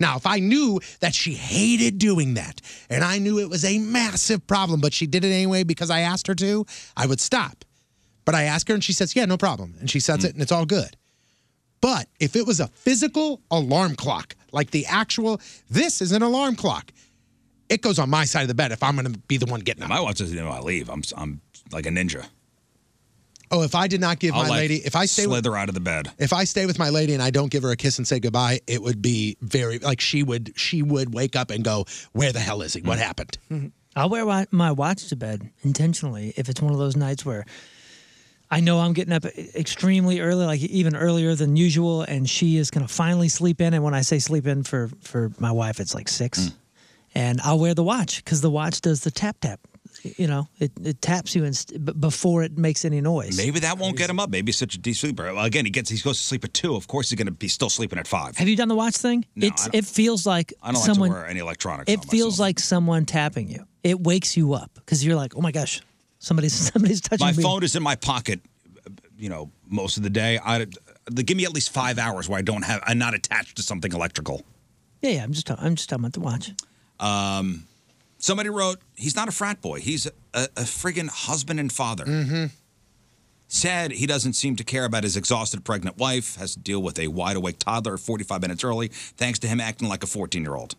[SPEAKER 7] Now, if I knew that she hated doing that, and I knew it was a massive problem, but she did it anyway because I asked her to, I would stop. But I ask her, and she says, "Yeah, no problem," and she sets it, and it's all good. But if it was a physical alarm clock, like the actual, this is an alarm clock. It goes on my side of the bed if I'm going to be the one getting up.
[SPEAKER 4] My wife doesn't know I leave. I'm I'm like a ninja.
[SPEAKER 7] Oh, if I did not give
[SPEAKER 4] I'll
[SPEAKER 7] my
[SPEAKER 4] like
[SPEAKER 7] lady, if I stay with,
[SPEAKER 4] slither out of the bed.
[SPEAKER 7] if I stay with my lady and I don't give her a kiss and say goodbye, it would be very like she would she would wake up and go, "Where the hell is he?
[SPEAKER 4] Hmm.
[SPEAKER 7] What happened?"
[SPEAKER 8] Hmm. I'll wear wa- my watch to bed intentionally if it's one of those nights where I know I'm getting up e- extremely early, like even earlier than usual, and she is going to finally sleep in. And when I say sleep in for, for my wife, it's like six.
[SPEAKER 4] Mm.
[SPEAKER 8] And I'll wear the watch because the watch does the tap tap. You know, it, it taps you in st- b- before it makes any noise.
[SPEAKER 4] Maybe that won't get him up. Maybe he's such a deep sleeper. Well, Again, he gets he goes to sleep at two. Of course, he's going to be still sleeping at five.
[SPEAKER 8] Have you done the watch thing?
[SPEAKER 4] No,
[SPEAKER 8] it's
[SPEAKER 4] I don't-
[SPEAKER 8] it feels like
[SPEAKER 4] I don't
[SPEAKER 8] someone.
[SPEAKER 4] like to wear any electronics.
[SPEAKER 8] it feels like someone tapping you. It wakes you up because you're like, oh my gosh, somebody's somebody's touching
[SPEAKER 4] my
[SPEAKER 8] me.
[SPEAKER 4] phone is in my pocket. You know, most of the day. I the, give me at least five hours where I don't have. I'm not attached to something electrical.
[SPEAKER 8] Yeah, yeah. I'm just talking. I'm just talking about the watch.
[SPEAKER 4] Um, somebody wrote, he's not a frat boy. He's a, a, a friggin' husband and father. Mm-hmm. Sad he doesn't seem to care about his exhausted pregnant wife, has to deal with a wide awake toddler 45 minutes early, thanks to him acting like a 14 year old.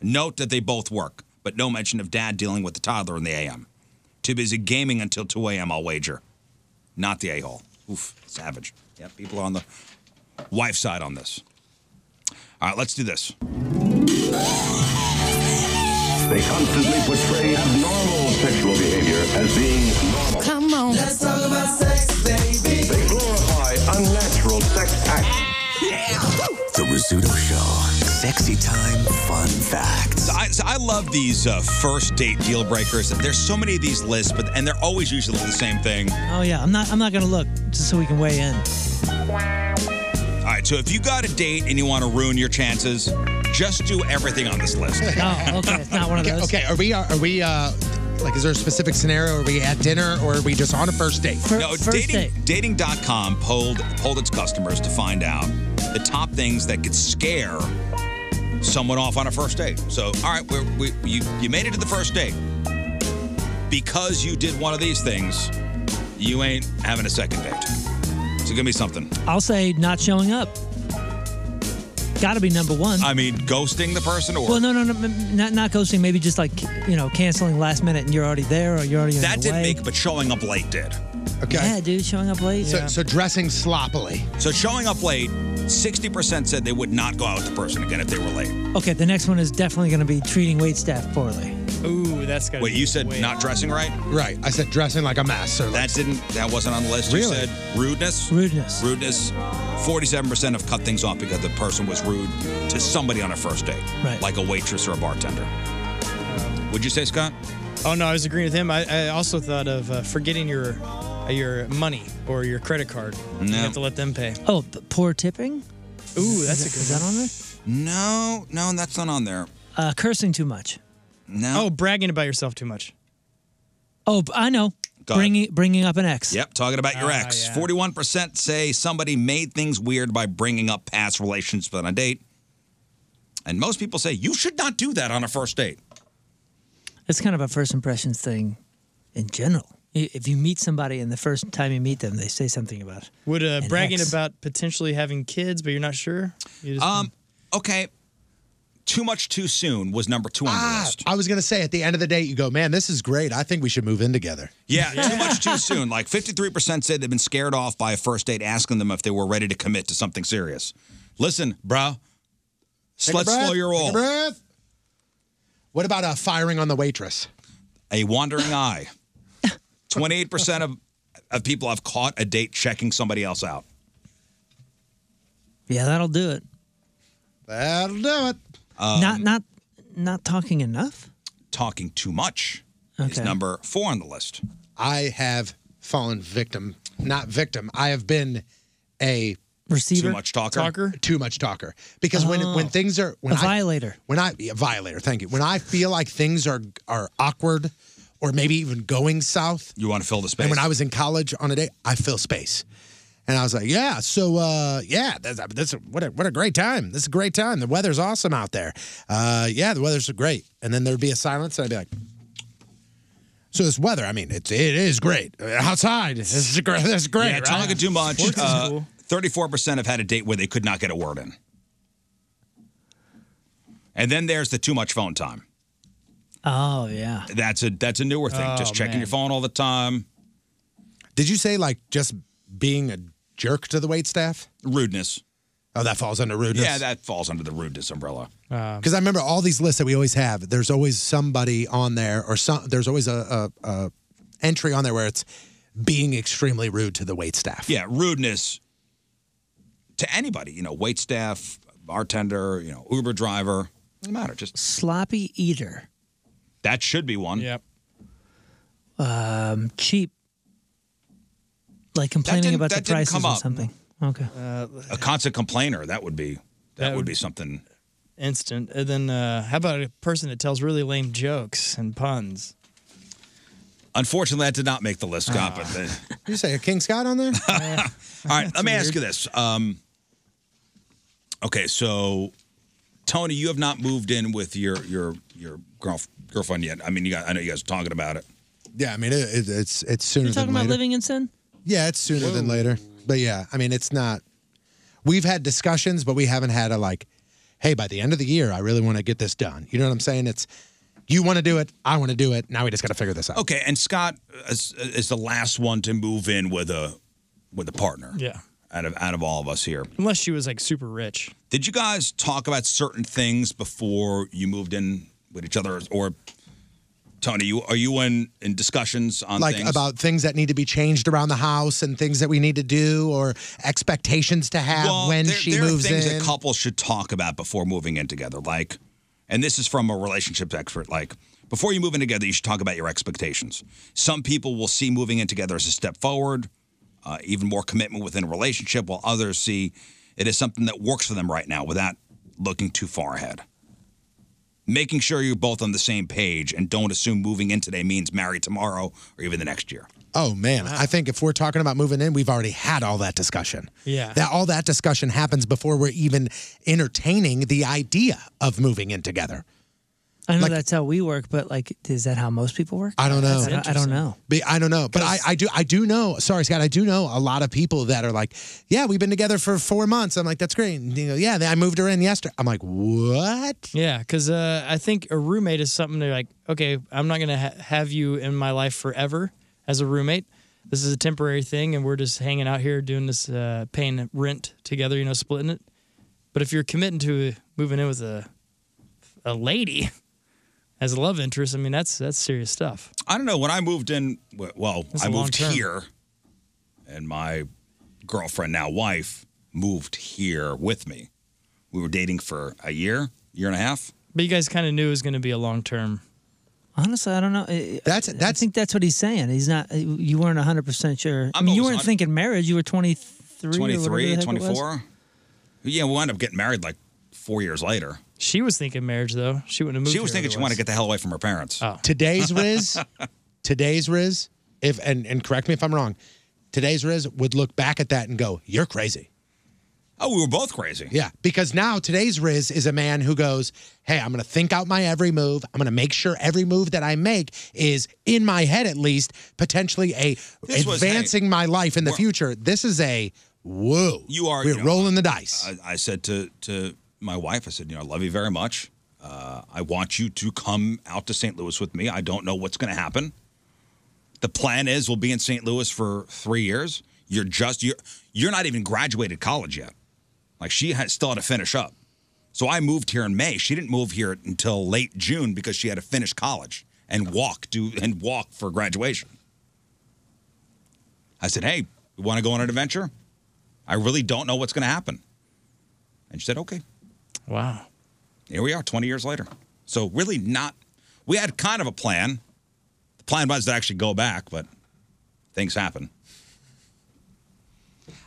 [SPEAKER 4] Note that they both work, but no mention of dad dealing with the toddler in the AM. Too busy gaming until 2 a.m., I'll wager. Not the a hole. Oof, savage. Yeah, people are on the wife side on this. All right, let's do this.
[SPEAKER 27] They constantly portray abnormal sexual behavior as being normal.
[SPEAKER 13] Come on. Let's talk about sex, baby.
[SPEAKER 27] They glorify unnatural sex acts.
[SPEAKER 9] The Rizzuto Show. Sexy time fun facts.
[SPEAKER 4] So I, so I love these uh, first date deal breakers. There's so many of these lists, but and they're always usually the same thing.
[SPEAKER 8] Oh yeah, I'm not. I'm not gonna look just so we can weigh in.
[SPEAKER 4] All right, so if you got a date and you want to ruin your chances, just do everything on this list.
[SPEAKER 8] Oh, okay. It's not one of
[SPEAKER 7] Okay,
[SPEAKER 8] those.
[SPEAKER 7] okay, are we are we uh like is there a specific scenario? Are we at dinner or are we just on a first date?
[SPEAKER 4] no, dating, dating.com polled polled its customers to find out the top things that could scare someone off on a first date. So, all right, we're, we you you made it to the first date because you did one of these things. You ain't having a second date. So give me something.
[SPEAKER 8] I'll say not showing up. Got to be number one.
[SPEAKER 4] I mean, ghosting the person or
[SPEAKER 8] well, no, no, no, m- not not ghosting. Maybe just like you know, canceling last minute, and you're already there, or you're already on
[SPEAKER 4] that
[SPEAKER 8] your
[SPEAKER 4] didn't
[SPEAKER 8] way.
[SPEAKER 4] make, it, but showing up late did.
[SPEAKER 7] Okay.
[SPEAKER 8] Yeah, dude, showing up late.
[SPEAKER 7] So, so dressing sloppily.
[SPEAKER 4] So showing up late, sixty percent said they would not go out with the person again if they were late.
[SPEAKER 8] okay, the next one is definitely going to be treating wait staff poorly.
[SPEAKER 10] Ooh, that's gotta
[SPEAKER 4] Wait,
[SPEAKER 10] be
[SPEAKER 4] you said
[SPEAKER 10] way-
[SPEAKER 4] not dressing right?
[SPEAKER 7] Right. I said dressing like a mess. Or
[SPEAKER 4] that didn't. That wasn't on the list. You
[SPEAKER 7] Really?
[SPEAKER 4] said rudeness. Rudeness. Rudeness. Forty-seven percent have cut things off because the person was rude to somebody on a first date,
[SPEAKER 10] Right.
[SPEAKER 4] like a waitress or a bartender. Would you say, Scott?
[SPEAKER 10] Oh no, I was agreeing with him. I, I also thought of uh, forgetting your uh, your money or your credit card. You
[SPEAKER 4] No.
[SPEAKER 10] have to let them pay.
[SPEAKER 8] Oh, p- poor tipping?
[SPEAKER 10] Ooh, that's a good
[SPEAKER 8] Is that on there?
[SPEAKER 4] No, no, that's not on there.
[SPEAKER 8] Uh, cursing too much.
[SPEAKER 4] No.
[SPEAKER 10] Oh, bragging about yourself too much.
[SPEAKER 8] Oh, b- I know.
[SPEAKER 4] Got it.
[SPEAKER 8] Bringing bringing up an ex.
[SPEAKER 4] Yep, talking about your ex. Forty-one percent say somebody made things weird by bringing up past relationships on a date, and most people say you should not do that on a first date.
[SPEAKER 8] It's kind of a first impressions thing, in general. I- If you meet somebody and the first time you meet them, they say something about it.
[SPEAKER 10] Would uh,
[SPEAKER 8] An
[SPEAKER 10] bragging
[SPEAKER 8] ex.
[SPEAKER 10] about potentially having kids, but you're not sure? You just-
[SPEAKER 4] Um, okay. Ah, Too much too soon was number two on the list.
[SPEAKER 7] I was going to say at the end of the day, you go, man, this is great. I think we should move in together.
[SPEAKER 4] Yeah, too much too soon. Like 53% said they've been scared off by a first date asking them if they were ready to commit to something serious. Listen, bro,
[SPEAKER 7] Take a
[SPEAKER 4] let's
[SPEAKER 7] breath,
[SPEAKER 4] slow your
[SPEAKER 7] take a
[SPEAKER 4] roll.
[SPEAKER 7] breath. What about uh, firing on the waitress?
[SPEAKER 4] A wandering eye. 28% of, of people have caught a date checking somebody else out.
[SPEAKER 8] Yeah, that'll do it.
[SPEAKER 7] That'll do it.
[SPEAKER 4] Um,
[SPEAKER 8] not not not talking enough.
[SPEAKER 4] Talking too much is
[SPEAKER 7] Okay.
[SPEAKER 4] number four on the list.
[SPEAKER 7] I have fallen victim, not victim. I have been a
[SPEAKER 8] receiver,
[SPEAKER 7] too much
[SPEAKER 4] talker,
[SPEAKER 7] too much talker. Because when when
[SPEAKER 8] Oh.
[SPEAKER 7] things are when
[SPEAKER 8] A
[SPEAKER 7] I-
[SPEAKER 8] violator.
[SPEAKER 7] when I yeah, violator, thank you. When I feel like things are are awkward, or maybe even going south,
[SPEAKER 4] You want to fill the space.
[SPEAKER 7] And when I was in college on a date, I fill space. And I was like, yeah, so uh, yeah, that's, that's what a, what a great time. This is a great time. The weather's awesome out there. Uh, yeah, the weather's great. And then there'd be a silence, and I'd be like, so this weather, I mean, it's it is great outside. This is great. This is great.
[SPEAKER 4] Yeah,
[SPEAKER 7] right?
[SPEAKER 4] talking too much.
[SPEAKER 7] Sports is
[SPEAKER 4] Uh,
[SPEAKER 7] cool.
[SPEAKER 4] 34% have had a date where they could not get a word in. And then there's the too much phone time.
[SPEAKER 8] Oh yeah.
[SPEAKER 4] That's a that's a newer thing.
[SPEAKER 8] Oh,
[SPEAKER 4] just checking
[SPEAKER 8] man.
[SPEAKER 4] your phone all the time.
[SPEAKER 7] Did you say like just being a jerk to the wait staff?
[SPEAKER 4] Rudeness.
[SPEAKER 7] Oh, that falls under rudeness.
[SPEAKER 4] Yeah, that falls under the rudeness umbrella.
[SPEAKER 7] Because I remember all these lists that we always have. There's always somebody on there, or some. There's always a, a, a entry on there where it's being extremely rude to the wait staff.
[SPEAKER 4] Yeah, rudeness to anybody. You know, wait staff, bartender, you know, Uber driver. Doesn't matter. Just
[SPEAKER 8] sloppy eater.
[SPEAKER 4] that should be one. Yep.
[SPEAKER 8] Um, cheap. Like complaining
[SPEAKER 4] didn't-
[SPEAKER 8] about the
[SPEAKER 4] that didn't
[SPEAKER 8] prices
[SPEAKER 4] come
[SPEAKER 8] or
[SPEAKER 4] up.
[SPEAKER 8] something. Okay.
[SPEAKER 4] A constant complainer. That would be that, would, be something.
[SPEAKER 10] Instant. And then uh, how about a person that tells really lame jokes and puns?
[SPEAKER 4] Unfortunately, that did not make the list, Scott. But the-
[SPEAKER 7] You say a King Scott on there?
[SPEAKER 4] all right, let me ask
[SPEAKER 7] weird.
[SPEAKER 4] you this. Um, okay, so Tony, you have not moved in with your your your girl, girlfriend yet. I mean, you got I know you guys are talking about it.
[SPEAKER 7] yeah, I mean it, it, it's it's sooner
[SPEAKER 8] You're talking
[SPEAKER 7] than
[SPEAKER 8] about
[SPEAKER 7] later.
[SPEAKER 8] living in sin?
[SPEAKER 7] yeah, it's sooner than later. But yeah, I mean it's not. We've had discussions, but we haven't had a like, hey, by the end of the year, I really want to get this done. You know what I'm saying? It's you want to do it, I want to do it. Now we just got to figure this out.
[SPEAKER 4] Okay, and Scott is, is the last one to move in with a with a partner
[SPEAKER 10] Yeah.
[SPEAKER 4] out of out of all of us here.
[SPEAKER 10] Unless she was like super rich.
[SPEAKER 4] Did you guys talk about certain things before you moved in with each other, or Tony? You are you in in discussions on
[SPEAKER 7] like
[SPEAKER 4] things?
[SPEAKER 7] about things that need to be changed around the house and things that we need to do or expectations to have
[SPEAKER 4] Well,
[SPEAKER 7] when
[SPEAKER 4] there,
[SPEAKER 7] she
[SPEAKER 4] there
[SPEAKER 7] moves
[SPEAKER 4] are things
[SPEAKER 7] in.
[SPEAKER 4] that couples should talk about before moving in together. Like, and this is from a relationship expert. Like, before you move in together, you should talk about your expectations. Some people will see moving in together as a step forward, uh, even more commitment within a relationship, while others see it as something that works for them right now without looking too far ahead. Making sure you're both on the same page and don't assume moving in today means married tomorrow or even the next year.
[SPEAKER 7] oh man,
[SPEAKER 10] Uh-huh.
[SPEAKER 7] I think if we're talking about moving in, we've already had all that discussion.
[SPEAKER 4] Yeah.
[SPEAKER 7] That all that discussion happens before we're even entertaining the idea of moving in together.
[SPEAKER 8] I know that's how we work, but like, is that how most people work?
[SPEAKER 7] I don't know.
[SPEAKER 8] I don't, I don't know.
[SPEAKER 7] But I don't know. But I, I do I do know. Sorry, Scott. I do know a lot of people that are like, yeah, we've been together for four months. I'm like, that's great. And, you know, yeah, I moved her in yesterday. I'm like, what?
[SPEAKER 10] Yeah, because uh, I think a roommate is something they're like, okay, I'm not going to ha- have you in my life forever as a roommate. This is a temporary thing, and we're just hanging out here doing this, uh, paying rent together, you know, splitting it. But if you're committing to moving in with a, a lady, as a love interest. I mean, that's that's serious stuff.
[SPEAKER 4] I don't know. When I moved in, w- well,
[SPEAKER 10] That's
[SPEAKER 4] I
[SPEAKER 10] a long
[SPEAKER 4] moved
[SPEAKER 10] term.
[SPEAKER 4] here, and my girlfriend, now wife, moved here with me. We were dating for a year, year and a half.
[SPEAKER 10] But you guys kind of knew it was going to be a long term.
[SPEAKER 8] Honestly, I don't know. That's, that's I think that's what he's saying. He's not. uh, You weren't hundred percent sure. I mean, you weren't thinking marriage. You were twenty three.
[SPEAKER 4] 23, 24. Yeah, we wound up getting married like four years later.
[SPEAKER 10] She was thinking marriage though. She wouldn't have moved.
[SPEAKER 4] She was
[SPEAKER 10] here
[SPEAKER 4] thinking she wanted to get the hell away from her parents. Oh.
[SPEAKER 7] Today's Riz, today's Riz, if and, and correct me if I'm wrong, today's Riz would look back at that and go, You're crazy.
[SPEAKER 4] Oh, we were both crazy.
[SPEAKER 7] Yeah, because now today's Riz is a man who goes, Hey, I'm going to think out my every move. I'm going to make sure every move that I make is, in my head at least, potentially a
[SPEAKER 4] This was-
[SPEAKER 7] advancing my life in the
[SPEAKER 4] Well-
[SPEAKER 7] future. This is a whoa.
[SPEAKER 4] You are. Uh,
[SPEAKER 7] We're
[SPEAKER 4] you know,
[SPEAKER 7] rolling the dice.
[SPEAKER 4] I, I said to to my wife, I said, you know, I love you very much. Uh, I want you to come out to St. Louis with me. I don't know what's going to happen. The plan is we'll be in St. Louis for three years. You're just you're you're not even graduated college yet. Like she had, still had to finish up. So I moved here in May. She didn't move here until late June because she had to finish college and walk do and walk for graduation. I said, "Hey, you want to go on an adventure? I really don't know what's going to happen." And she said, "Okay."
[SPEAKER 10] Wow.
[SPEAKER 4] Here we are, 20 years later. So really, not. We had kind of a plan. The plan was to actually go back, but things happen.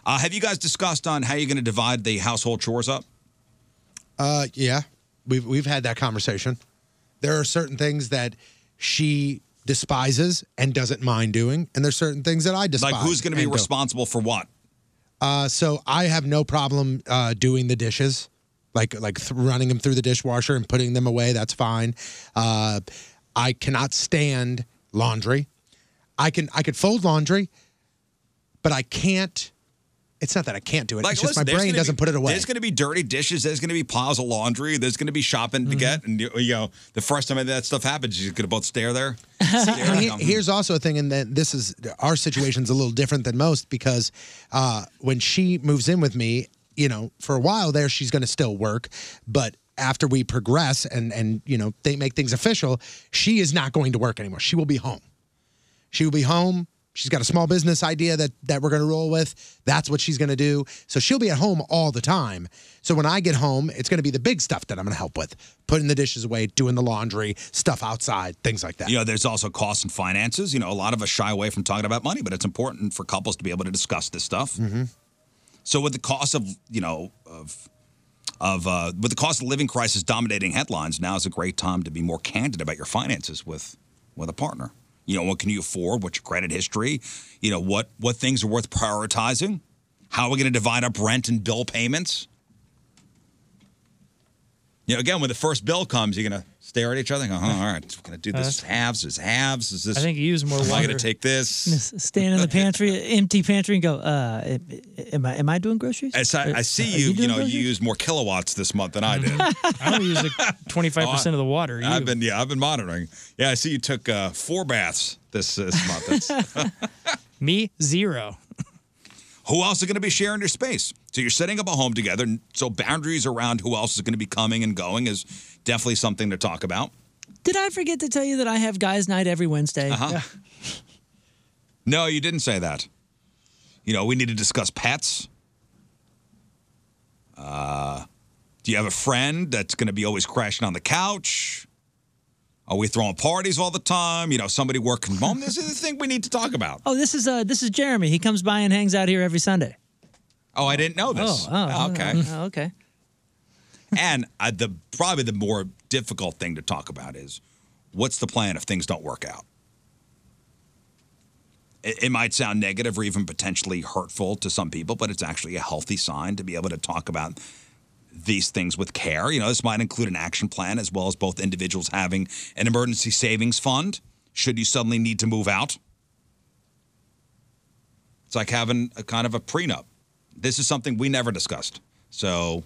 [SPEAKER 4] Uh, have you guys discussed on how you're going to divide the household chores up?
[SPEAKER 7] Uh, yeah, we've we've had that conversation. There are certain things that she despises and doesn't mind doing, and there's certain things that I despise.
[SPEAKER 4] Like, who's going to be
[SPEAKER 7] and don't.
[SPEAKER 4] responsible for what?
[SPEAKER 7] Uh, so I have no problem uh, doing the dishes, like like th- running them through the dishwasher and putting them away. That's fine. Uh, I cannot stand laundry. I can I could fold laundry, but I can't. It's not that I can't do it.
[SPEAKER 4] Like,
[SPEAKER 7] it's just
[SPEAKER 4] listen,
[SPEAKER 7] my
[SPEAKER 4] there's
[SPEAKER 7] brain
[SPEAKER 4] gonna
[SPEAKER 7] doesn't
[SPEAKER 4] be-
[SPEAKER 7] put it away.
[SPEAKER 4] There's going to be dirty dishes. There's going to be piles of laundry. There's going to be shopping
[SPEAKER 7] Mm-hmm.
[SPEAKER 4] to get. And you you know, the first time that stuff happens, you're going to both stare there. stare at
[SPEAKER 7] And he-
[SPEAKER 4] them.
[SPEAKER 7] here's also a thing, and then this is our situation's a little different than most because uh, when she moves in with me, you know, for a while there, she's going to still work, but after we progress and and you know they make things official, she is not going to work anymore. She will be home. She will be home. She's got a small business idea that that we're going to roll with. That's what she's going to do. So she'll be at home all the time. So when I get home, it's going to be the big stuff that I'm going to help with: putting the dishes away, doing the laundry, stuff outside, things like that.
[SPEAKER 4] You know, there's also costs and finances. You know, a lot of us shy away from talking about money, but it's important for couples to be able to discuss this stuff. So, with the cost of you know of of uh, with the cost of living crisis dominating headlines, now is a great time to be more candid about your finances with with a partner. You know, what can you afford? What's your credit history? You know, what what things are worth prioritizing? How are we going to divide up rent and bill payments? You know, again, when the first bill comes, you're going to stare at each other and go, huh, all right, we're going to do this halves, is halves, is this.
[SPEAKER 8] Uh, I think you use more
[SPEAKER 4] Am I going
[SPEAKER 8] water.
[SPEAKER 4] to take this?
[SPEAKER 8] Stand in the pantry, empty pantry, and go. Uh, am I am I doing groceries?
[SPEAKER 4] As I, I see you, you know, you used more kilowatts this month than I
[SPEAKER 8] Mm-hmm.
[SPEAKER 4] did.
[SPEAKER 10] I only use like twenty five percent of the water.
[SPEAKER 4] I've been, yeah, I've been monitoring. Yeah, I see you took uh, four baths this uh, this month. That's-
[SPEAKER 10] Me zero.
[SPEAKER 4] who else is going to be sharing your space? So you're setting up a home together. and So boundaries around who else is going to be coming and going is definitely something to talk about.
[SPEAKER 8] Did I forget to tell you that I have guys' night every Wednesday?
[SPEAKER 4] Uh-huh. No, you didn't say that. You know, we need to discuss pets. Uh, do you have a friend that's going to be always crashing on the couch? Are we throwing parties all the time? You know, somebody working from home. This is the thing we need to talk about.
[SPEAKER 8] Oh, this is uh, this is Jeremy. He comes by and hangs out here every Sunday.
[SPEAKER 4] Oh, I didn't know this.
[SPEAKER 8] Oh, oh,
[SPEAKER 4] okay.
[SPEAKER 8] oh, okay.
[SPEAKER 4] and uh, the probably the more difficult thing to talk about is what's the plan if things don't work out. It, it might sound negative or even potentially hurtful to some people, but it's actually a healthy sign to be able to talk about these things with care. You know, this might include an action plan as well as both individuals having an emergency savings fund should you suddenly need to move out. It's like having a kind of a prenup. This is something we never discussed. So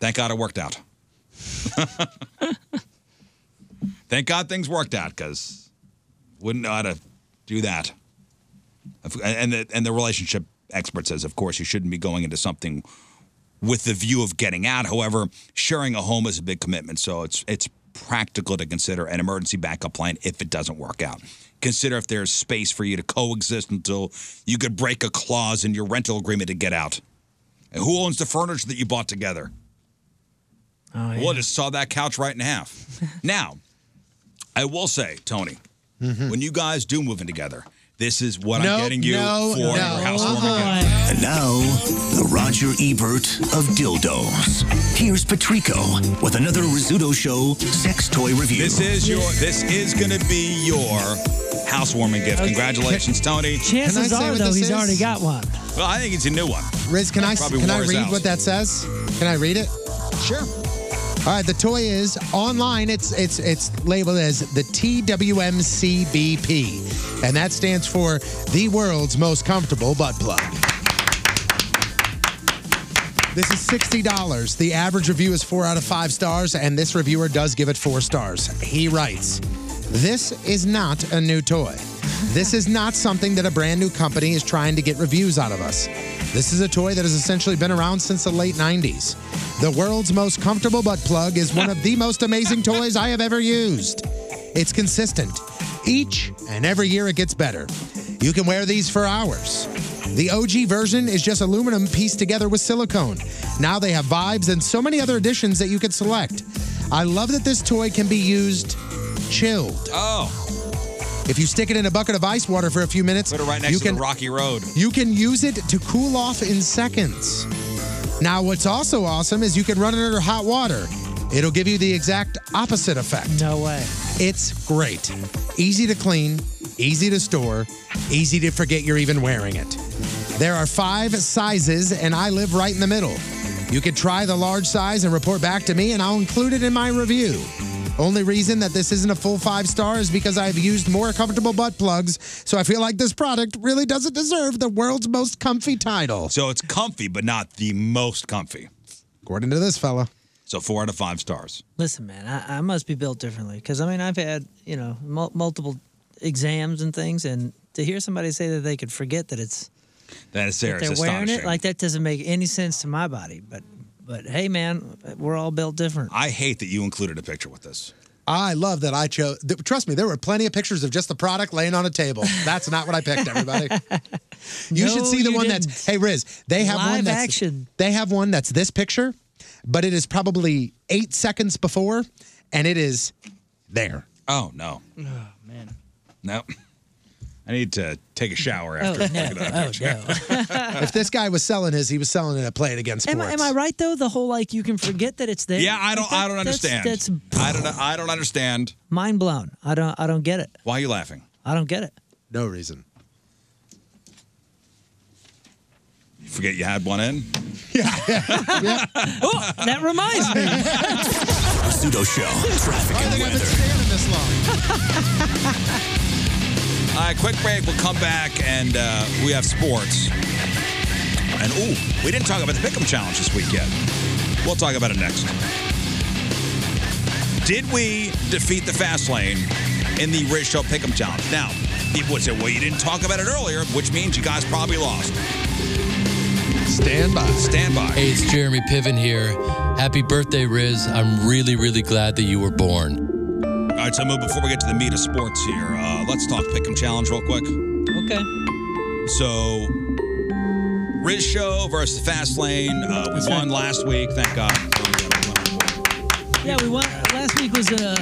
[SPEAKER 4] Thank God it worked out. Thank God things worked out because wouldn't know how to do that. If- And the, and the relationship expert says, of course, you shouldn't be going into something with the view of getting out. However, sharing a home is a big commitment, so it's it's practical to consider an emergency backup plan if it doesn't work out. Consider if there's space for you to coexist until you could break a clause in your rental agreement to get out. And who owns the furniture that you bought together?
[SPEAKER 8] Oh,
[SPEAKER 4] We'll just saw that couch right in half. now, I will say, Tony, when you guys do move in together, this is what
[SPEAKER 9] Nope,
[SPEAKER 4] I'm getting you
[SPEAKER 9] no,
[SPEAKER 4] for
[SPEAKER 9] no. Uh-uh.
[SPEAKER 4] your housewarming gift.
[SPEAKER 9] And now, the Roger Ebert of dildos. Here's Patrico with another Rizzuto Show sex toy review.
[SPEAKER 4] This is your. This is going to be your housewarming gift. Congratulations, Tony.
[SPEAKER 8] Chances are, though, he's already got one.
[SPEAKER 4] Well, I think it's a new one.
[SPEAKER 7] Riz, can I
[SPEAKER 4] Probably
[SPEAKER 7] can I
[SPEAKER 4] wore his
[SPEAKER 7] read
[SPEAKER 4] out.
[SPEAKER 7] what that says? Can I read it? Sure. All right, the toy is online. It's it's it's labeled as the TWMCBP, and that stands for the world's most comfortable butt plug. This is $60. The average review is four out of five stars, and this reviewer does give it four stars. He writes This is not a new toy. This is not something that a brand new company is trying to get reviews out of us. This is a toy that has essentially been around since the late 90s. The world's most comfortable butt plug is one of the most amazing toys I have ever used. It's consistent. Each and every year it gets better. You can wear these for hours. The OG version is just aluminum pieced together with silicone. Now they have vibes and so many other additions that you could select. I love that this toy can be used chilled.
[SPEAKER 4] Oh,
[SPEAKER 7] If you stick it in a bucket of ice water for a few minutes,
[SPEAKER 4] put it right next
[SPEAKER 7] you
[SPEAKER 4] to
[SPEAKER 7] can
[SPEAKER 4] the rocky road.
[SPEAKER 7] you can use it to cool off in seconds. Now, what's also awesome is you can run it under hot water. It'll give you the exact opposite effect. No way. It's great. Easy to clean, easy to store, easy to forget you're even wearing it. There are five sizes, and I live right in the middle. You can try the large size and report back to me, and I'll include it in my review. Only reason that this isn't a full five star is because I've used more comfortable butt plugs, so I feel like this product really doesn't deserve the world's most comfy title.
[SPEAKER 4] So it's comfy, but not the most comfy.
[SPEAKER 7] According to this fella.
[SPEAKER 4] So four out of five stars.
[SPEAKER 8] Listen, man, I, I must be built differently because I mean I've had you know mul- multiple exams and things, and to hear somebody say that they could forget that it's
[SPEAKER 4] That is
[SPEAKER 8] that
[SPEAKER 4] there.
[SPEAKER 8] they're
[SPEAKER 4] It's
[SPEAKER 8] wearing
[SPEAKER 4] astonishing.
[SPEAKER 8] it like that doesn't make any sense to my body. But but hey, man, we're all built different.
[SPEAKER 4] I hate that you included a picture with this.
[SPEAKER 7] I love that I chose. th- trust me, there were plenty of pictures of just the product laying on a table. That's not what I picked, everybody. You should
[SPEAKER 8] No,
[SPEAKER 7] see the
[SPEAKER 8] you
[SPEAKER 7] one that's. Hey, Riz, they have one
[SPEAKER 8] Live
[SPEAKER 7] that's.
[SPEAKER 8] action.
[SPEAKER 7] They have one that's this picture, but it is probably eight seconds before, and it is there.
[SPEAKER 4] Oh no,
[SPEAKER 10] Oh, man.
[SPEAKER 4] no. I need to take a shower
[SPEAKER 8] Oh,
[SPEAKER 4] after.
[SPEAKER 8] no.
[SPEAKER 4] looking at that picture.
[SPEAKER 7] if this guy was selling his, he was selling it at Play It Against
[SPEAKER 8] Am,
[SPEAKER 7] Sports.
[SPEAKER 8] I- am I right though? The whole like you can forget that it's there.
[SPEAKER 4] yeah, I don't.
[SPEAKER 8] Like, that-
[SPEAKER 4] I don't
[SPEAKER 8] that's-
[SPEAKER 4] understand.
[SPEAKER 8] That's,
[SPEAKER 4] I don't. I don't understand.
[SPEAKER 8] mind blown. I don't. I don't get it.
[SPEAKER 4] Why are you laughing?
[SPEAKER 8] I don't get it.
[SPEAKER 7] No reason.
[SPEAKER 4] You forget you had one in.
[SPEAKER 8] oh, that reminds me.
[SPEAKER 9] Rizzuto Show. Traffic and weather.
[SPEAKER 4] All right, quick break. We'll come back and uh, we have sports. And ooh, we didn't talk about the Pick'em Challenge this week yet. We'll talk about it next. Did we defeat the fast lane in the Rich Show Pick'em Challenge? Now, people would say, well, you didn't talk about it earlier, which means you guys probably lost.
[SPEAKER 7] Stand by.
[SPEAKER 4] Stand by.
[SPEAKER 28] Hey, it's Jeremy Piven here. Happy birthday, Riz. I'm really, really glad that you were born.
[SPEAKER 4] All right, so Mo, before we get to the meat of sports here, uh, let's talk Pick'em Challenge real quick.
[SPEAKER 8] Okay.
[SPEAKER 4] So, Riz Show versus the Fast Lane. Uh, we won last week, thank God.
[SPEAKER 8] Yeah, we won. Last week was a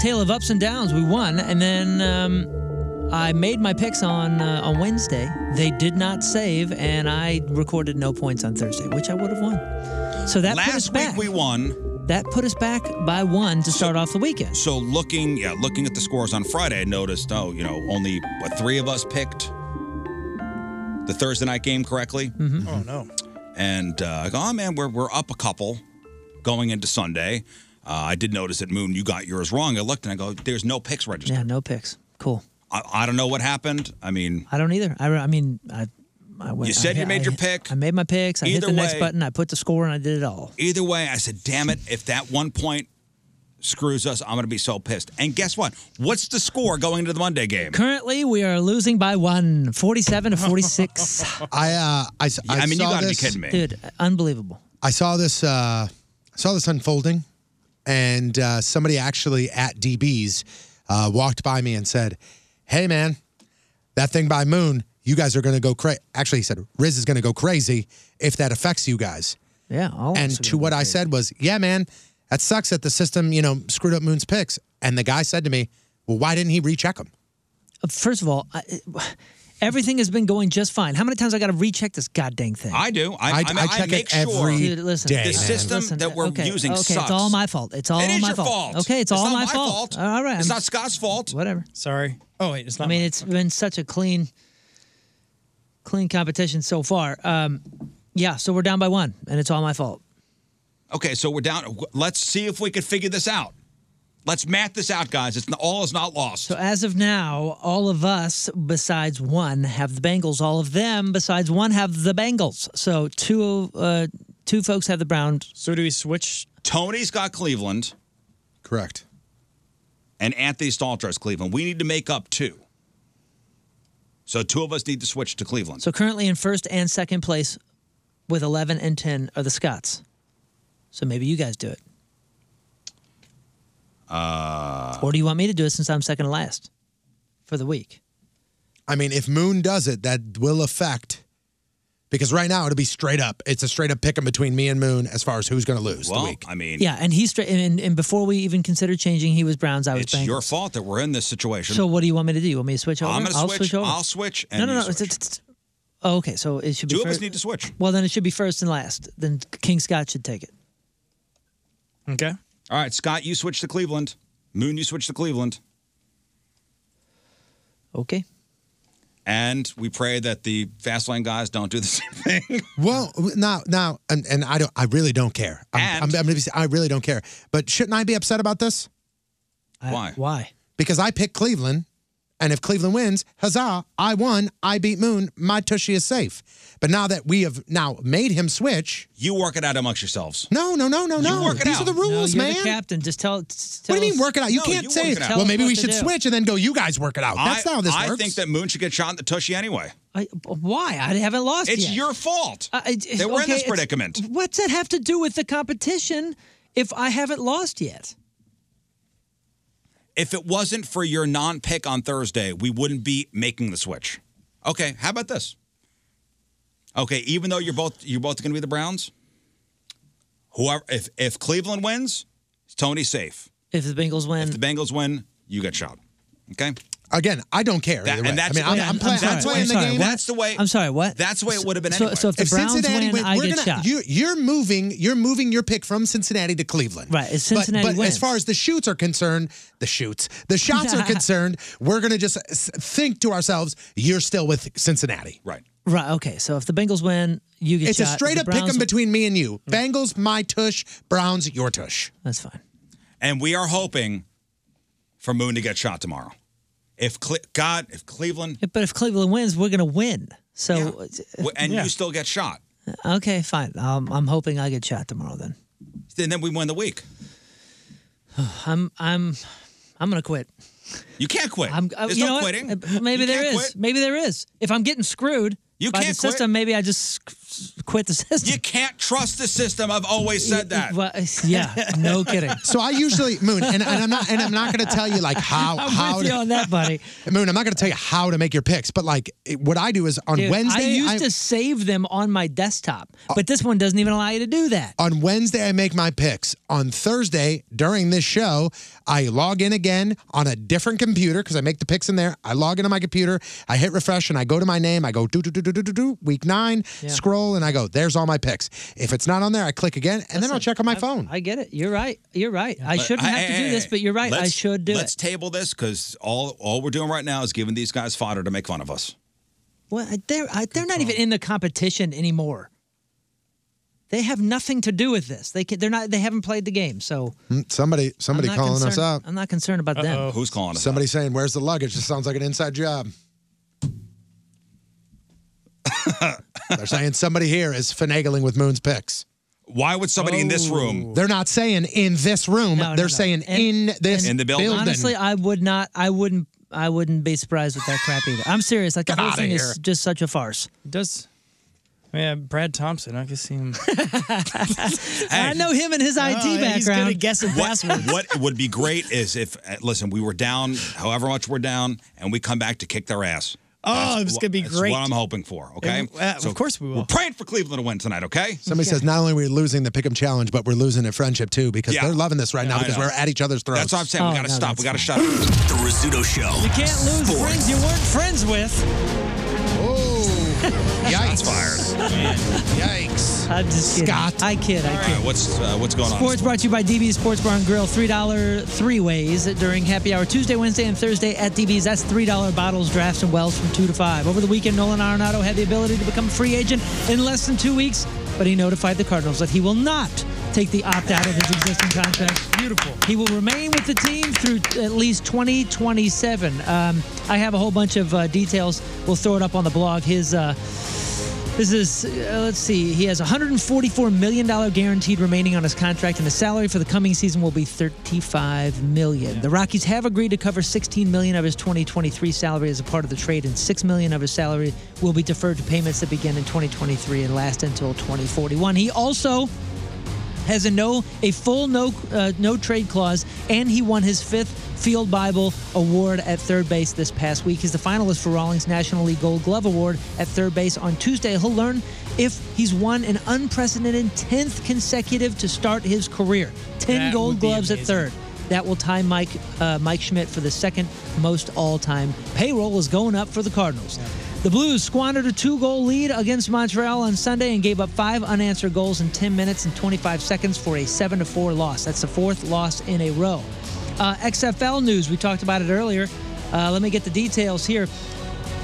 [SPEAKER 8] tale of ups and downs. We won, and then um, I made my picks on uh, on Wednesday. They did not save, and I recorded no points on Thursday, which I would have won. So that put us
[SPEAKER 4] last
[SPEAKER 8] back.
[SPEAKER 4] week we won.
[SPEAKER 8] that put us back by one to start off the weekend.
[SPEAKER 4] So looking, yeah, looking at the scores on Friday, I noticed, oh, you know, only what three of us picked the Thursday night game correctly,
[SPEAKER 8] Hmm.
[SPEAKER 29] Oh no.
[SPEAKER 4] and uh, I go, oh man, we're we're up a couple going into Sunday. Uh, I did notice that Moon, you got yours wrong. I looked and I go, there's no picks registered.
[SPEAKER 8] Yeah, no picks. Cool.
[SPEAKER 4] I, I don't know what happened. I mean,
[SPEAKER 8] I don't either. I, I mean, I, I went.
[SPEAKER 4] You said
[SPEAKER 8] I-
[SPEAKER 4] you made
[SPEAKER 8] I-
[SPEAKER 4] your pick.
[SPEAKER 8] I made my picks. I hit
[SPEAKER 4] Either
[SPEAKER 8] the next
[SPEAKER 4] way-
[SPEAKER 8] button. I put the score, and I did it all.
[SPEAKER 4] Either way, I said, damn it, if that one point screws us, I'm going to be so pissed. And guess what? What's the score going into the Monday game?
[SPEAKER 8] Currently, we are losing by one, 47 to 46.
[SPEAKER 7] I, uh, I,
[SPEAKER 4] I mean, you
[SPEAKER 7] saw
[SPEAKER 4] gotta be
[SPEAKER 7] this-
[SPEAKER 4] kidding me.
[SPEAKER 8] Dude, unbelievable.
[SPEAKER 7] I saw this. Uh, I saw this unfolding, and uh, somebody actually at DB's uh, walked by me and said, "Hey, man, that thing by Moon, you guys are going to go crazy." Actually, he said, "Riz is going to go crazy if that affects you guys."
[SPEAKER 8] Yeah. all of us are
[SPEAKER 7] and to
[SPEAKER 8] gonna
[SPEAKER 7] what
[SPEAKER 8] be
[SPEAKER 7] I
[SPEAKER 8] crazy.
[SPEAKER 7] said was, "Yeah, man, that sucks that the system, you know, screwed up Moon's picks." And the guy said to me, "Well, why didn't he recheck them?"
[SPEAKER 8] Uh, First of all, I, uh, everything has been going just fine. How many times I got to recheck this goddamn thing?
[SPEAKER 4] I do. I, I,
[SPEAKER 8] I-
[SPEAKER 4] I,
[SPEAKER 8] I check it
[SPEAKER 4] make sure
[SPEAKER 8] every Dude, listen,
[SPEAKER 4] the
[SPEAKER 8] man.
[SPEAKER 4] system
[SPEAKER 8] Listen,
[SPEAKER 4] that we're
[SPEAKER 8] okay,
[SPEAKER 4] using
[SPEAKER 8] okay, it's
[SPEAKER 4] sucks.
[SPEAKER 8] all my fault. It's all
[SPEAKER 4] It is
[SPEAKER 8] my
[SPEAKER 4] your
[SPEAKER 8] fault.
[SPEAKER 4] fault.
[SPEAKER 8] Okay, it's all
[SPEAKER 4] not
[SPEAKER 8] my fault. All right,
[SPEAKER 4] It's
[SPEAKER 8] I'm-
[SPEAKER 4] not Scott's fault.
[SPEAKER 8] Whatever.
[SPEAKER 10] Sorry. Oh wait, it's not.
[SPEAKER 8] I mean, it's been such a clean, clean competition so far. Um, yeah, so we're down by one, and it's all my fault.
[SPEAKER 4] Okay, so we're down. Let's see if we can figure this out. Let's math this out, guys. It's not, all is not lost.
[SPEAKER 8] So as of now, all of us besides one have the Bengals. All of them besides one have the Bengals. So two, uh, two folks have the Browns.
[SPEAKER 10] So do we switch?
[SPEAKER 4] Tony's got Cleveland.
[SPEAKER 7] Correct.
[SPEAKER 4] And Anthony Stalter has Cleveland. We need to make up two. So two of us need to switch to Cleveland.
[SPEAKER 8] So currently in first and second place, with eleven and ten are the Scots. So maybe you guys do it,
[SPEAKER 4] Uh,
[SPEAKER 8] or do you want me to do it since I'm second to last for the week?
[SPEAKER 7] I mean, if Moon does it, that will affect because right now it'll be straight up. It's a straight up pick 'em between me and Moon as far as who's going to lose
[SPEAKER 4] Well,
[SPEAKER 7] the week.
[SPEAKER 4] I mean,
[SPEAKER 8] Yeah, and he's straight. And, and before we even considered changing, he was Browns. I was
[SPEAKER 4] it's
[SPEAKER 8] Bengals.
[SPEAKER 4] your fault that we're in this situation.
[SPEAKER 8] So what do you want me to do? You want me to switch over?
[SPEAKER 4] I'm going to
[SPEAKER 8] I'll
[SPEAKER 4] switch.
[SPEAKER 8] over.
[SPEAKER 4] I'll switch. And
[SPEAKER 8] no, no,
[SPEAKER 4] you
[SPEAKER 8] no.
[SPEAKER 4] switch.
[SPEAKER 8] it's- it's- it's- oh, okay, so it should be
[SPEAKER 4] Two of us
[SPEAKER 8] fir-
[SPEAKER 4] need to switch.
[SPEAKER 8] Well, then it should be first and last. Then King Scott should take it.
[SPEAKER 10] Okay.
[SPEAKER 4] All right, Scott, you switch to Cleveland. Moon, you switch to Cleveland.
[SPEAKER 8] Okay.
[SPEAKER 4] And we pray that the fast lane guys don't do the same thing.
[SPEAKER 7] Well, now, now, and, and I don't. I really don't care. I'm, I'm, I'm gonna be, I really don't care. But shouldn't I be upset about this?
[SPEAKER 4] Why?
[SPEAKER 8] Why?
[SPEAKER 7] Because I picked Cleveland, and if Cleveland wins, huzzah! I won. I beat Moon. My tushy is safe. But now that we have now made him switch,
[SPEAKER 4] You work it out amongst yourselves.
[SPEAKER 7] no, no, no, no, no.
[SPEAKER 4] work it
[SPEAKER 7] These
[SPEAKER 4] out.
[SPEAKER 7] are the
[SPEAKER 4] No,
[SPEAKER 7] rules,
[SPEAKER 8] you're
[SPEAKER 7] man.
[SPEAKER 8] the captain. Just tell.
[SPEAKER 7] what do you mean work it out? You can't say, well, maybe we should switch and then go. You guys work it out. That's
[SPEAKER 4] I,
[SPEAKER 7] not how this
[SPEAKER 4] I
[SPEAKER 7] works.
[SPEAKER 4] think that Moon should get shot in the tushy anyway.
[SPEAKER 8] I, why? I haven't lost
[SPEAKER 4] It's
[SPEAKER 8] yet.
[SPEAKER 4] your fault.
[SPEAKER 8] I- I- it's-
[SPEAKER 4] They were in
[SPEAKER 8] Uh, okay,
[SPEAKER 4] this
[SPEAKER 8] it's-
[SPEAKER 4] predicament.
[SPEAKER 8] What's that have to do with the competition if I haven't lost yet?
[SPEAKER 4] If it wasn't for your non-pick on Thursday, we wouldn't be making the switch. Okay, how about this? Okay, even though you're both you're both going to be the Browns, whoever if if Cleveland wins, Tony's safe.
[SPEAKER 8] If the Bengals win,
[SPEAKER 4] If the Bengals win, you get shot. Okay.
[SPEAKER 7] Again, I don't care.
[SPEAKER 4] That-
[SPEAKER 7] either way.
[SPEAKER 4] and that's
[SPEAKER 7] I mean, I'm,
[SPEAKER 4] the way-
[SPEAKER 7] I'm playing,
[SPEAKER 4] I'm sorry,
[SPEAKER 7] I'm playing
[SPEAKER 4] I'm
[SPEAKER 7] the
[SPEAKER 4] sorry,
[SPEAKER 7] game.
[SPEAKER 4] what? That's the way-
[SPEAKER 8] I'm sorry. What?
[SPEAKER 4] That's the way it would have been
[SPEAKER 8] So,
[SPEAKER 4] anyway.
[SPEAKER 8] so if the
[SPEAKER 4] If
[SPEAKER 8] Browns
[SPEAKER 7] Cincinnati
[SPEAKER 8] win,
[SPEAKER 7] wins,
[SPEAKER 8] I
[SPEAKER 7] we're
[SPEAKER 8] get
[SPEAKER 7] gonna,
[SPEAKER 8] shot.
[SPEAKER 7] You, you're moving. You're moving your pick from Cincinnati to Cleveland.
[SPEAKER 8] Right, if Cincinnati
[SPEAKER 7] but, but
[SPEAKER 8] wins.
[SPEAKER 7] as far as the shoots are concerned, the shoots, the shots are concerned, we're gonna just s- think to ourselves, "You're still with Cincinnati."
[SPEAKER 4] Right.
[SPEAKER 8] Right. Okay. So if the Bengals win, you get
[SPEAKER 7] It's
[SPEAKER 8] shot.
[SPEAKER 7] a
[SPEAKER 8] If
[SPEAKER 7] straight
[SPEAKER 8] the
[SPEAKER 7] up pick 'em
[SPEAKER 8] Browns- Mm.
[SPEAKER 7] between me and you. Bengals, my tush. Browns, your tush.
[SPEAKER 8] That's fine.
[SPEAKER 4] And we are hoping for Moon to get shot tomorrow. If Cle- God, if Cleveland
[SPEAKER 8] But if Cleveland wins, we're gonna win. So
[SPEAKER 4] w- and
[SPEAKER 8] Uh, Yeah.
[SPEAKER 4] you still get shot,
[SPEAKER 8] okay, fine. Um, I'm hoping I get shot tomorrow. Then
[SPEAKER 4] then then we win the week.
[SPEAKER 8] I'm I'm I'm gonna quit.
[SPEAKER 4] You can't quit.
[SPEAKER 8] I'm, uh,
[SPEAKER 4] There's
[SPEAKER 8] you
[SPEAKER 4] no
[SPEAKER 8] know what?
[SPEAKER 4] quitting.
[SPEAKER 8] Uh, Maybe
[SPEAKER 4] You
[SPEAKER 8] there is.
[SPEAKER 4] can't quit.
[SPEAKER 8] Maybe there is. If I'm getting screwed
[SPEAKER 4] You
[SPEAKER 8] by the
[SPEAKER 4] can't quit.
[SPEAKER 8] system, maybe I just s- quit the system.
[SPEAKER 4] You can't trust the system. I've always said that.
[SPEAKER 8] Well, uh, yeah, no kidding.
[SPEAKER 7] So I usually Moon, and, and I'm not, and I'm not going to tell you like how
[SPEAKER 8] I'm
[SPEAKER 7] how
[SPEAKER 8] with
[SPEAKER 7] to,
[SPEAKER 8] you on that, buddy.
[SPEAKER 7] Moon, I'm not going to tell you how to make your picks, but like it- what I do is on
[SPEAKER 8] Dude,
[SPEAKER 7] Wednesday,
[SPEAKER 8] I used
[SPEAKER 7] I-
[SPEAKER 8] to save them on my desktop,
[SPEAKER 4] Oh.
[SPEAKER 8] but this one doesn't even allow you to do that.
[SPEAKER 7] On Wednesday, I make my picks. On Thursday, during this show, I log in again on a different computer because I make the picks in there. I log into my computer, I hit refresh, and I go to my name. I go do do do do do do do week nine,
[SPEAKER 8] Yeah.
[SPEAKER 7] scroll, and I go. There's all my picks. If it's not on there, I click again, and then I'll
[SPEAKER 8] Listen,
[SPEAKER 7] check on my
[SPEAKER 8] I-
[SPEAKER 7] phone.
[SPEAKER 8] I get it. You're right. You're right. I shouldn't
[SPEAKER 4] Hey,
[SPEAKER 8] have to
[SPEAKER 4] hey,
[SPEAKER 8] do
[SPEAKER 4] hey,
[SPEAKER 8] this,
[SPEAKER 4] hey.
[SPEAKER 8] but you're right. I
[SPEAKER 4] Let's-
[SPEAKER 8] should do
[SPEAKER 4] Let's
[SPEAKER 8] it.
[SPEAKER 4] table this because all all we're doing right now is giving these guys fodder to make fun of us.
[SPEAKER 8] Well, I- they're I, they're not even in the competition anymore. They have nothing to do with this. They can, they're not. They haven't played the game. So
[SPEAKER 7] Hmm, Somebody, somebody
[SPEAKER 8] I'm not
[SPEAKER 7] calling us
[SPEAKER 8] concerned-
[SPEAKER 7] up.
[SPEAKER 8] I'm not concerned about them.
[SPEAKER 4] Who's calling us?
[SPEAKER 7] Somebody saying, "Where's the luggage?" This sounds like an inside job. They're saying somebody here is finagling with Moon's picks.
[SPEAKER 4] Why would somebody in this
[SPEAKER 8] Oh.
[SPEAKER 4] room?
[SPEAKER 7] They're not saying in this room.
[SPEAKER 8] No, no,
[SPEAKER 7] They're
[SPEAKER 8] no.
[SPEAKER 7] saying
[SPEAKER 8] And-
[SPEAKER 7] in this
[SPEAKER 4] In the building.
[SPEAKER 7] building.
[SPEAKER 8] Honestly, I would not. I wouldn't. I wouldn't be surprised with that crap either. I'm serious. Like the
[SPEAKER 7] Get
[SPEAKER 8] whole
[SPEAKER 7] outta
[SPEAKER 8] thing
[SPEAKER 7] here.
[SPEAKER 8] is just such a farce.
[SPEAKER 10] Does Yeah, Brad Thompson. I can see him. Oh,
[SPEAKER 8] I know him and his IT background.
[SPEAKER 4] what, what would be great is if, uh, listen, we were down however much we're down, and we come back to kick their ass.
[SPEAKER 10] Oh,
[SPEAKER 4] That's
[SPEAKER 10] it's
[SPEAKER 4] wha-
[SPEAKER 10] gonna be
[SPEAKER 4] that's
[SPEAKER 10] great.
[SPEAKER 4] what I'm hoping for, okay?
[SPEAKER 10] And, uh, of course we will.
[SPEAKER 4] We're praying for Cleveland to win tonight, okay?
[SPEAKER 7] Somebody says not only are we losing the Pick'em Challenge, but we're losing in friendship too because
[SPEAKER 4] Yeah.
[SPEAKER 7] they're loving this right
[SPEAKER 4] Yeah,
[SPEAKER 7] now
[SPEAKER 4] I
[SPEAKER 7] because
[SPEAKER 4] know.
[SPEAKER 7] we're at each other's throats.
[SPEAKER 4] That's what I'm saying.
[SPEAKER 8] Oh,
[SPEAKER 4] we got to stop. We got to shut up.
[SPEAKER 9] The Rizzuto Show.
[SPEAKER 8] You can't lose friends you weren't friends with.
[SPEAKER 7] Oh,
[SPEAKER 4] Shots fired.
[SPEAKER 8] Yikes! I'm just kidding. Scott. I kid. I
[SPEAKER 4] All
[SPEAKER 8] kid.
[SPEAKER 4] right, what's, uh, what's going on?
[SPEAKER 8] Sports brought to you by DB's Sports Bar and Grill. $3 three ways during happy hour Tuesday, Wednesday, and Thursday at DB's. That's $3 bottles, drafts, and wells from 2 to 5. Over the weekend, Nolan Arenado had the ability to become a free agent in less than two weeks, but he notified the Cardinals that he will not take the opt out of his existing contract. Beautiful. He will remain with the team through at least 2027. Um, I have a whole bunch of uh, details. We'll throw it up on the blog. His. Uh, this is, uh, let's see, he has $144 million guaranteed remaining on his contract, and the salary for the coming season will be $35 million. The Rockies have agreed to cover $16 million of his 2023 salary as a part of the trade, and $6 million of his salary will be deferred to payments that begin in 2023 and last until 2041. He also has a no a full no uh, no trade clause, and he won his fifth Field Bible Award at third base this past week. He's the finalist for Rawlings National League Gold Glove Award at third base on Tuesday. He'll learn if he's won an unprecedented 10th consecutive to start his career. 10
[SPEAKER 10] That
[SPEAKER 8] gold
[SPEAKER 10] would be
[SPEAKER 8] gloves at
[SPEAKER 10] amazing.
[SPEAKER 8] third. That will tie Mike uh, Mike Schmidt for the second most all-time. Payroll is going up for the Cardinals. The Blues squandered a two-goal lead against Montreal on Sunday and gave up five unanswered goals in 10 minutes and 25 seconds for a 7-4 loss. That's the fourth loss in a row. Uh, XFL news. We talked about it earlier. Uh, let me get the details here.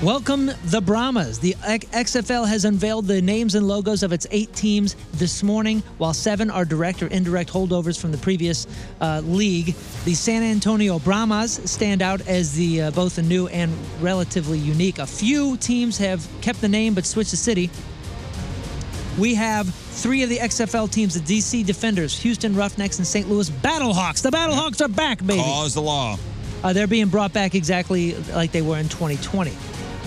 [SPEAKER 8] Welcome the Brahmas. The XFL has unveiled the names and logos of its eight teams this morning, while seven are direct or indirect holdovers from the previous uh, league. The San Antonio Brahmas stand out as the uh, both a new and relatively unique. A few teams have kept the name but switched the city. We have three of the XFL teams: the DC Defenders, Houston Roughnecks, and St. Louis Battlehawks. The Battlehawks are back, baby.
[SPEAKER 4] Cause the law.
[SPEAKER 8] Uh, they're being brought back exactly like they were in 2020.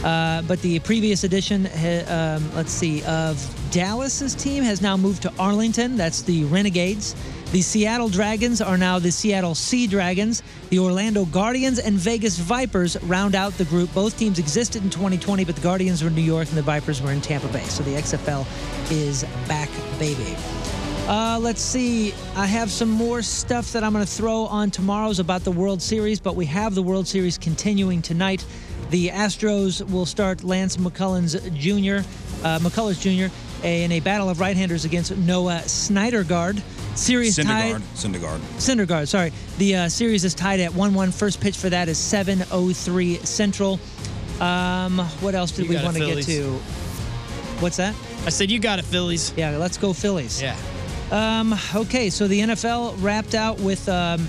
[SPEAKER 8] Uh, but the previous edition, ha- um, let's see, of Dallas's team has now moved to Arlington. That's the Renegades. The Seattle Dragons are now the Seattle Sea Dragons. The Orlando Guardians and Vegas Vipers round out the group. Both teams existed in 2020, but the Guardians were in New York and the Vipers were in Tampa Bay. So the XFL is back, baby. Uh, let's see. I have some more stuff that I'm going to throw on tomorrow's about the World Series, but we have the World Series continuing tonight. The Astros will start Lance McCullers Jr. Uh, McCullers Jr. in a battle of right-handers against Noah Snydergaard. Series tied.
[SPEAKER 4] Syndergaard. Syndergaard.
[SPEAKER 8] Syndergaard, sorry. The uh, series is tied at 1 1. First pitch for that is 7.03 Central. Um, what else did
[SPEAKER 10] You
[SPEAKER 8] we
[SPEAKER 10] got it,
[SPEAKER 8] want to
[SPEAKER 10] Phillies.
[SPEAKER 8] get to? What's that?
[SPEAKER 10] I said you got it, Phillies.
[SPEAKER 8] Yeah, let's go Phillies.
[SPEAKER 10] Yeah.
[SPEAKER 8] Um, okay, so the NFL wrapped out with um,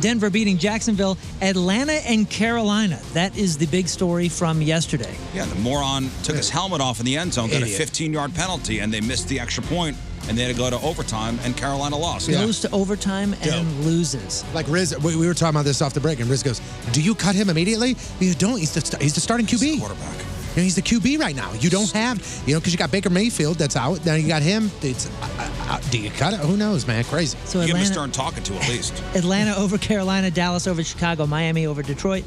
[SPEAKER 8] Denver beating Jacksonville, Atlanta, and Carolina. That is the big story from yesterday.
[SPEAKER 4] Yeah, the moron took his helmet off in the end zone, got a
[SPEAKER 8] Idiot.
[SPEAKER 4] 15 yard penalty, and they missed the extra point, and they had to go to overtime, and Carolina lost.
[SPEAKER 8] Goes to overtime and loses.
[SPEAKER 7] Like Riz, we, we were talking about this off the break, and Riz goes, "Do you cut him immediately? You don't. He's the st- he's the starting QB
[SPEAKER 4] quarterback.
[SPEAKER 7] And he's the QB right now. You don't have you know because you got Baker Mayfield that's out. Now you got him. It's uh, uh, uh, do you cut it? Who knows, man? Crazy.
[SPEAKER 8] So
[SPEAKER 4] Give him a
[SPEAKER 8] Atlanta-
[SPEAKER 4] stern talking to at least.
[SPEAKER 8] Atlanta over Carolina, Dallas over Chicago, Miami over Detroit,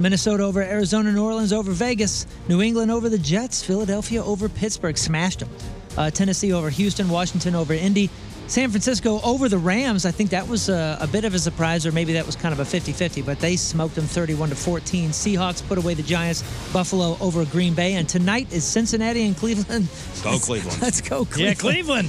[SPEAKER 8] Minnesota over Arizona, New Orleans over Vegas, New England over the Jets, Philadelphia over Pittsburgh, smashed them. Uh, Tennessee over Houston, Washington over Indy, San Francisco over the Rams. I think that was uh, a, a bit of a surprise, or maybe that was kind of a 50 50, but they smoked them 31 to 14. Seahawks put away the Giants, Buffalo over Green Bay, and tonight is Cincinnati and Cleveland.
[SPEAKER 4] Go Cleveland.
[SPEAKER 8] Let's go,
[SPEAKER 10] Yeah,
[SPEAKER 8] Cleveland.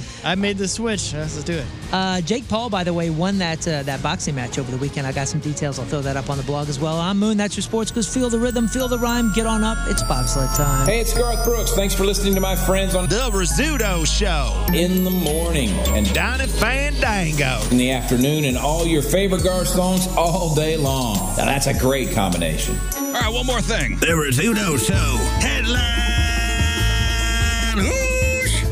[SPEAKER 10] Cleveland. I made the switch. Let's do it.
[SPEAKER 8] Uh, Jake Paul, by the way, won that uh, that boxing match over the weekend. I got some details. I'll throw that up on the blog as well. I'm Moon. That's your sports because feel the rhythm, feel the rhyme. Get on up. It's bobsled time.
[SPEAKER 30] Hey, it's Garth Brooks. Thanks for listening to my friends on The Rizzuto Show. In the morning. And Donnie Fandango. In the afternoon, and all your favorite Garth songs all day long. Now, that's a great combination.
[SPEAKER 4] All right, one more thing.
[SPEAKER 9] The Rizzuto Show. Headline.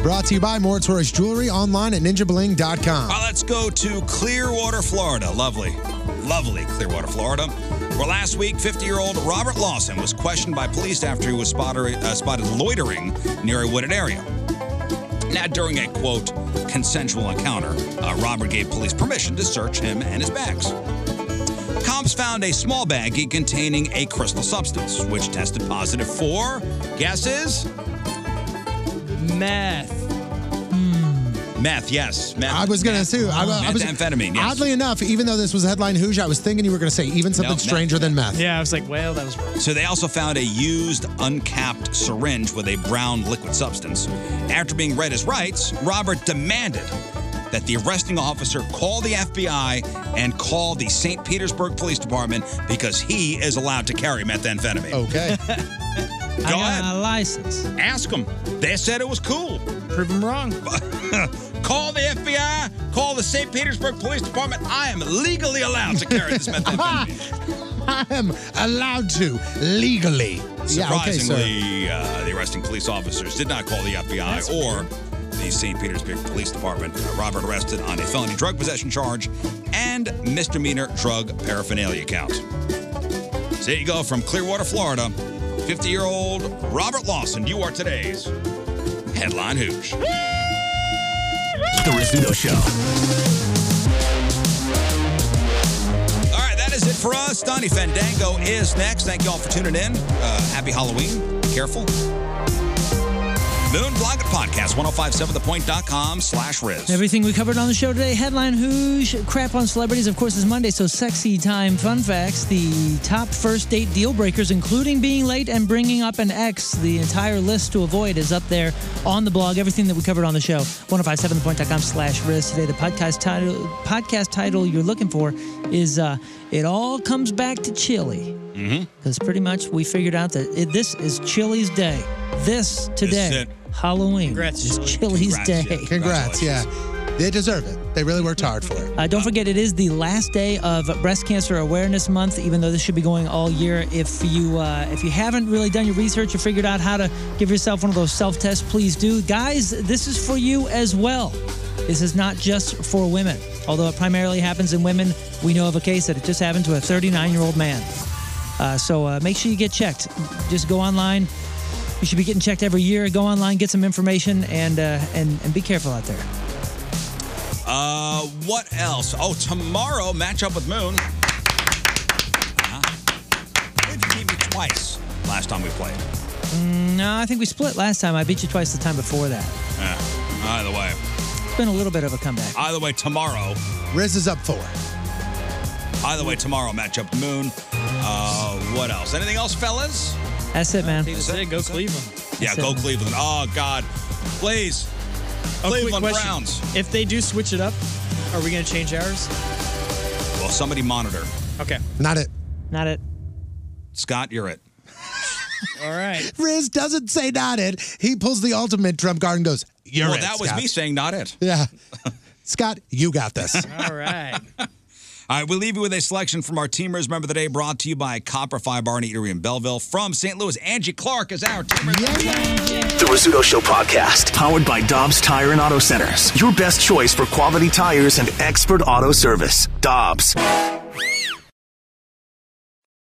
[SPEAKER 7] Brought to you by Moritz Horse Jewelry online at ninjabling.com.
[SPEAKER 4] Uh, let's go to Clearwater, Florida. Lovely, lovely Clearwater, Florida. Well, last week, 50 year old Robert Lawson was questioned by police after he was spotter, uh, spotted loitering near a wooded area. Now, during a quote, consensual encounter, uh, Robert gave police permission to search him and his bags. Cops found a small baggie containing a crystal substance, which tested positive for guesses?
[SPEAKER 10] Meth.
[SPEAKER 4] Meth, yes. Meth.
[SPEAKER 7] I was gonna say I, I was
[SPEAKER 4] Methamphetamine, yes.
[SPEAKER 7] Oddly enough, even though this was headline Hoosier, I was thinking you were gonna say even something
[SPEAKER 4] meth.
[SPEAKER 7] stranger than meth.
[SPEAKER 10] Yeah, I was like, well, that was wrong.
[SPEAKER 4] So they also found a used, uncapped syringe with a brown liquid substance. After being read his rights, Robert demanded that the arresting officer call the FBI and call the St. Petersburg Police Department because he is allowed to carry methamphetamine.
[SPEAKER 7] Okay.
[SPEAKER 4] Go I got a license. Ask them. They said it was cool.
[SPEAKER 10] Prove them wrong.
[SPEAKER 4] call the FBI. Call the St. Petersburg Police Department. I am legally allowed to carry this methamphetamine.
[SPEAKER 7] I am allowed to legally.
[SPEAKER 4] Surprisingly, uh, the arresting police officers did not call the FBI or the St. Petersburg Police Department. Uh, Robert arrested on a felony drug possession charge and misdemeanor drug paraphernalia count. So there you go from Clearwater, Florida. 50 year old Robert Lawson, you are today's headline hoosh.
[SPEAKER 9] The Rizzuto Show.
[SPEAKER 4] All right, that is it for us. Donnie Fandango is next. Thank you all for tuning in. Uh, happy Halloween. Be careful. Moon Blog Podcast, 1057thepoint.com slash Riz.
[SPEAKER 8] Everything we covered on the show today headline Hoosh, crap on celebrities. Of course, is Monday, so sexy time fun facts, the top first date deal breakers, including being late and bringing up an ex. The entire list to avoid is up there on the blog. Everything that we covered on the show, 1057thepoint.com slash Riz. Today, the podcast title, podcast title you're looking for is uh, It All Comes Back to Chili. Because pretty much we figured out that it, this is Chili's Day. This today,
[SPEAKER 7] it.
[SPEAKER 8] Halloween, is Chili's Day.
[SPEAKER 7] Congrats, yeah. They deserve it. They really worked hard for it.
[SPEAKER 8] Uh, don't forget, it is the last day of Breast Cancer Awareness Month. Even though this should be going all year, if you uh, if you haven't really done your research or figured out how to give yourself one of those self tests, please do, guys. This is for you as well. This is not just for women. Although it primarily happens in women, we know of a case that it just happened to a 39 year old man. Uh, so uh, make sure you get checked. Just go online. You should be getting checked every year. Go online, get some information, and uh, and and be careful out there.
[SPEAKER 4] Uh, what else? Oh, tomorrow match up with Moon. Ah. Uh-huh. We've beat you twice last time we played.
[SPEAKER 8] Mm, no, I think we split last time. I beat you twice the time before that.
[SPEAKER 4] Yeah. Eh, Either way,
[SPEAKER 8] It's been a little bit of a comeback.
[SPEAKER 4] either way, tomorrow.
[SPEAKER 7] Riz is up four.
[SPEAKER 4] Either way, tomorrow match up with Moon. Uh, what else? Anything else, fellas?
[SPEAKER 8] That's it, man.
[SPEAKER 10] go Cleveland.
[SPEAKER 4] Yeah,
[SPEAKER 8] That's it,
[SPEAKER 4] go
[SPEAKER 8] man.
[SPEAKER 4] Cleveland. Oh God, please, Cleveland Browns.
[SPEAKER 10] If they do switch it up, are we going to change ours?
[SPEAKER 4] Well, somebody monitor.
[SPEAKER 10] Okay.
[SPEAKER 7] Not it.
[SPEAKER 8] Not it.
[SPEAKER 4] Scott, you're it.
[SPEAKER 10] All right.
[SPEAKER 7] Riz doesn't say not it. He pulls the ultimate trump card and goes, You're
[SPEAKER 4] well,
[SPEAKER 7] it.
[SPEAKER 4] that was
[SPEAKER 7] Scott.
[SPEAKER 4] me saying not it.
[SPEAKER 7] Yeah. Scott, you got this.
[SPEAKER 10] All right.
[SPEAKER 4] All right, we leave you with a selection from our Teamers Remember the Day brought to you by Copper Five Bar and Eatery in Belleville. From St. Louis, Angie Clark is our Teamers.
[SPEAKER 1] The Rizzuto Show podcast, powered by Dobbs Tire and Auto Centers. Your best choice for quality tires and expert auto service. Dobbs.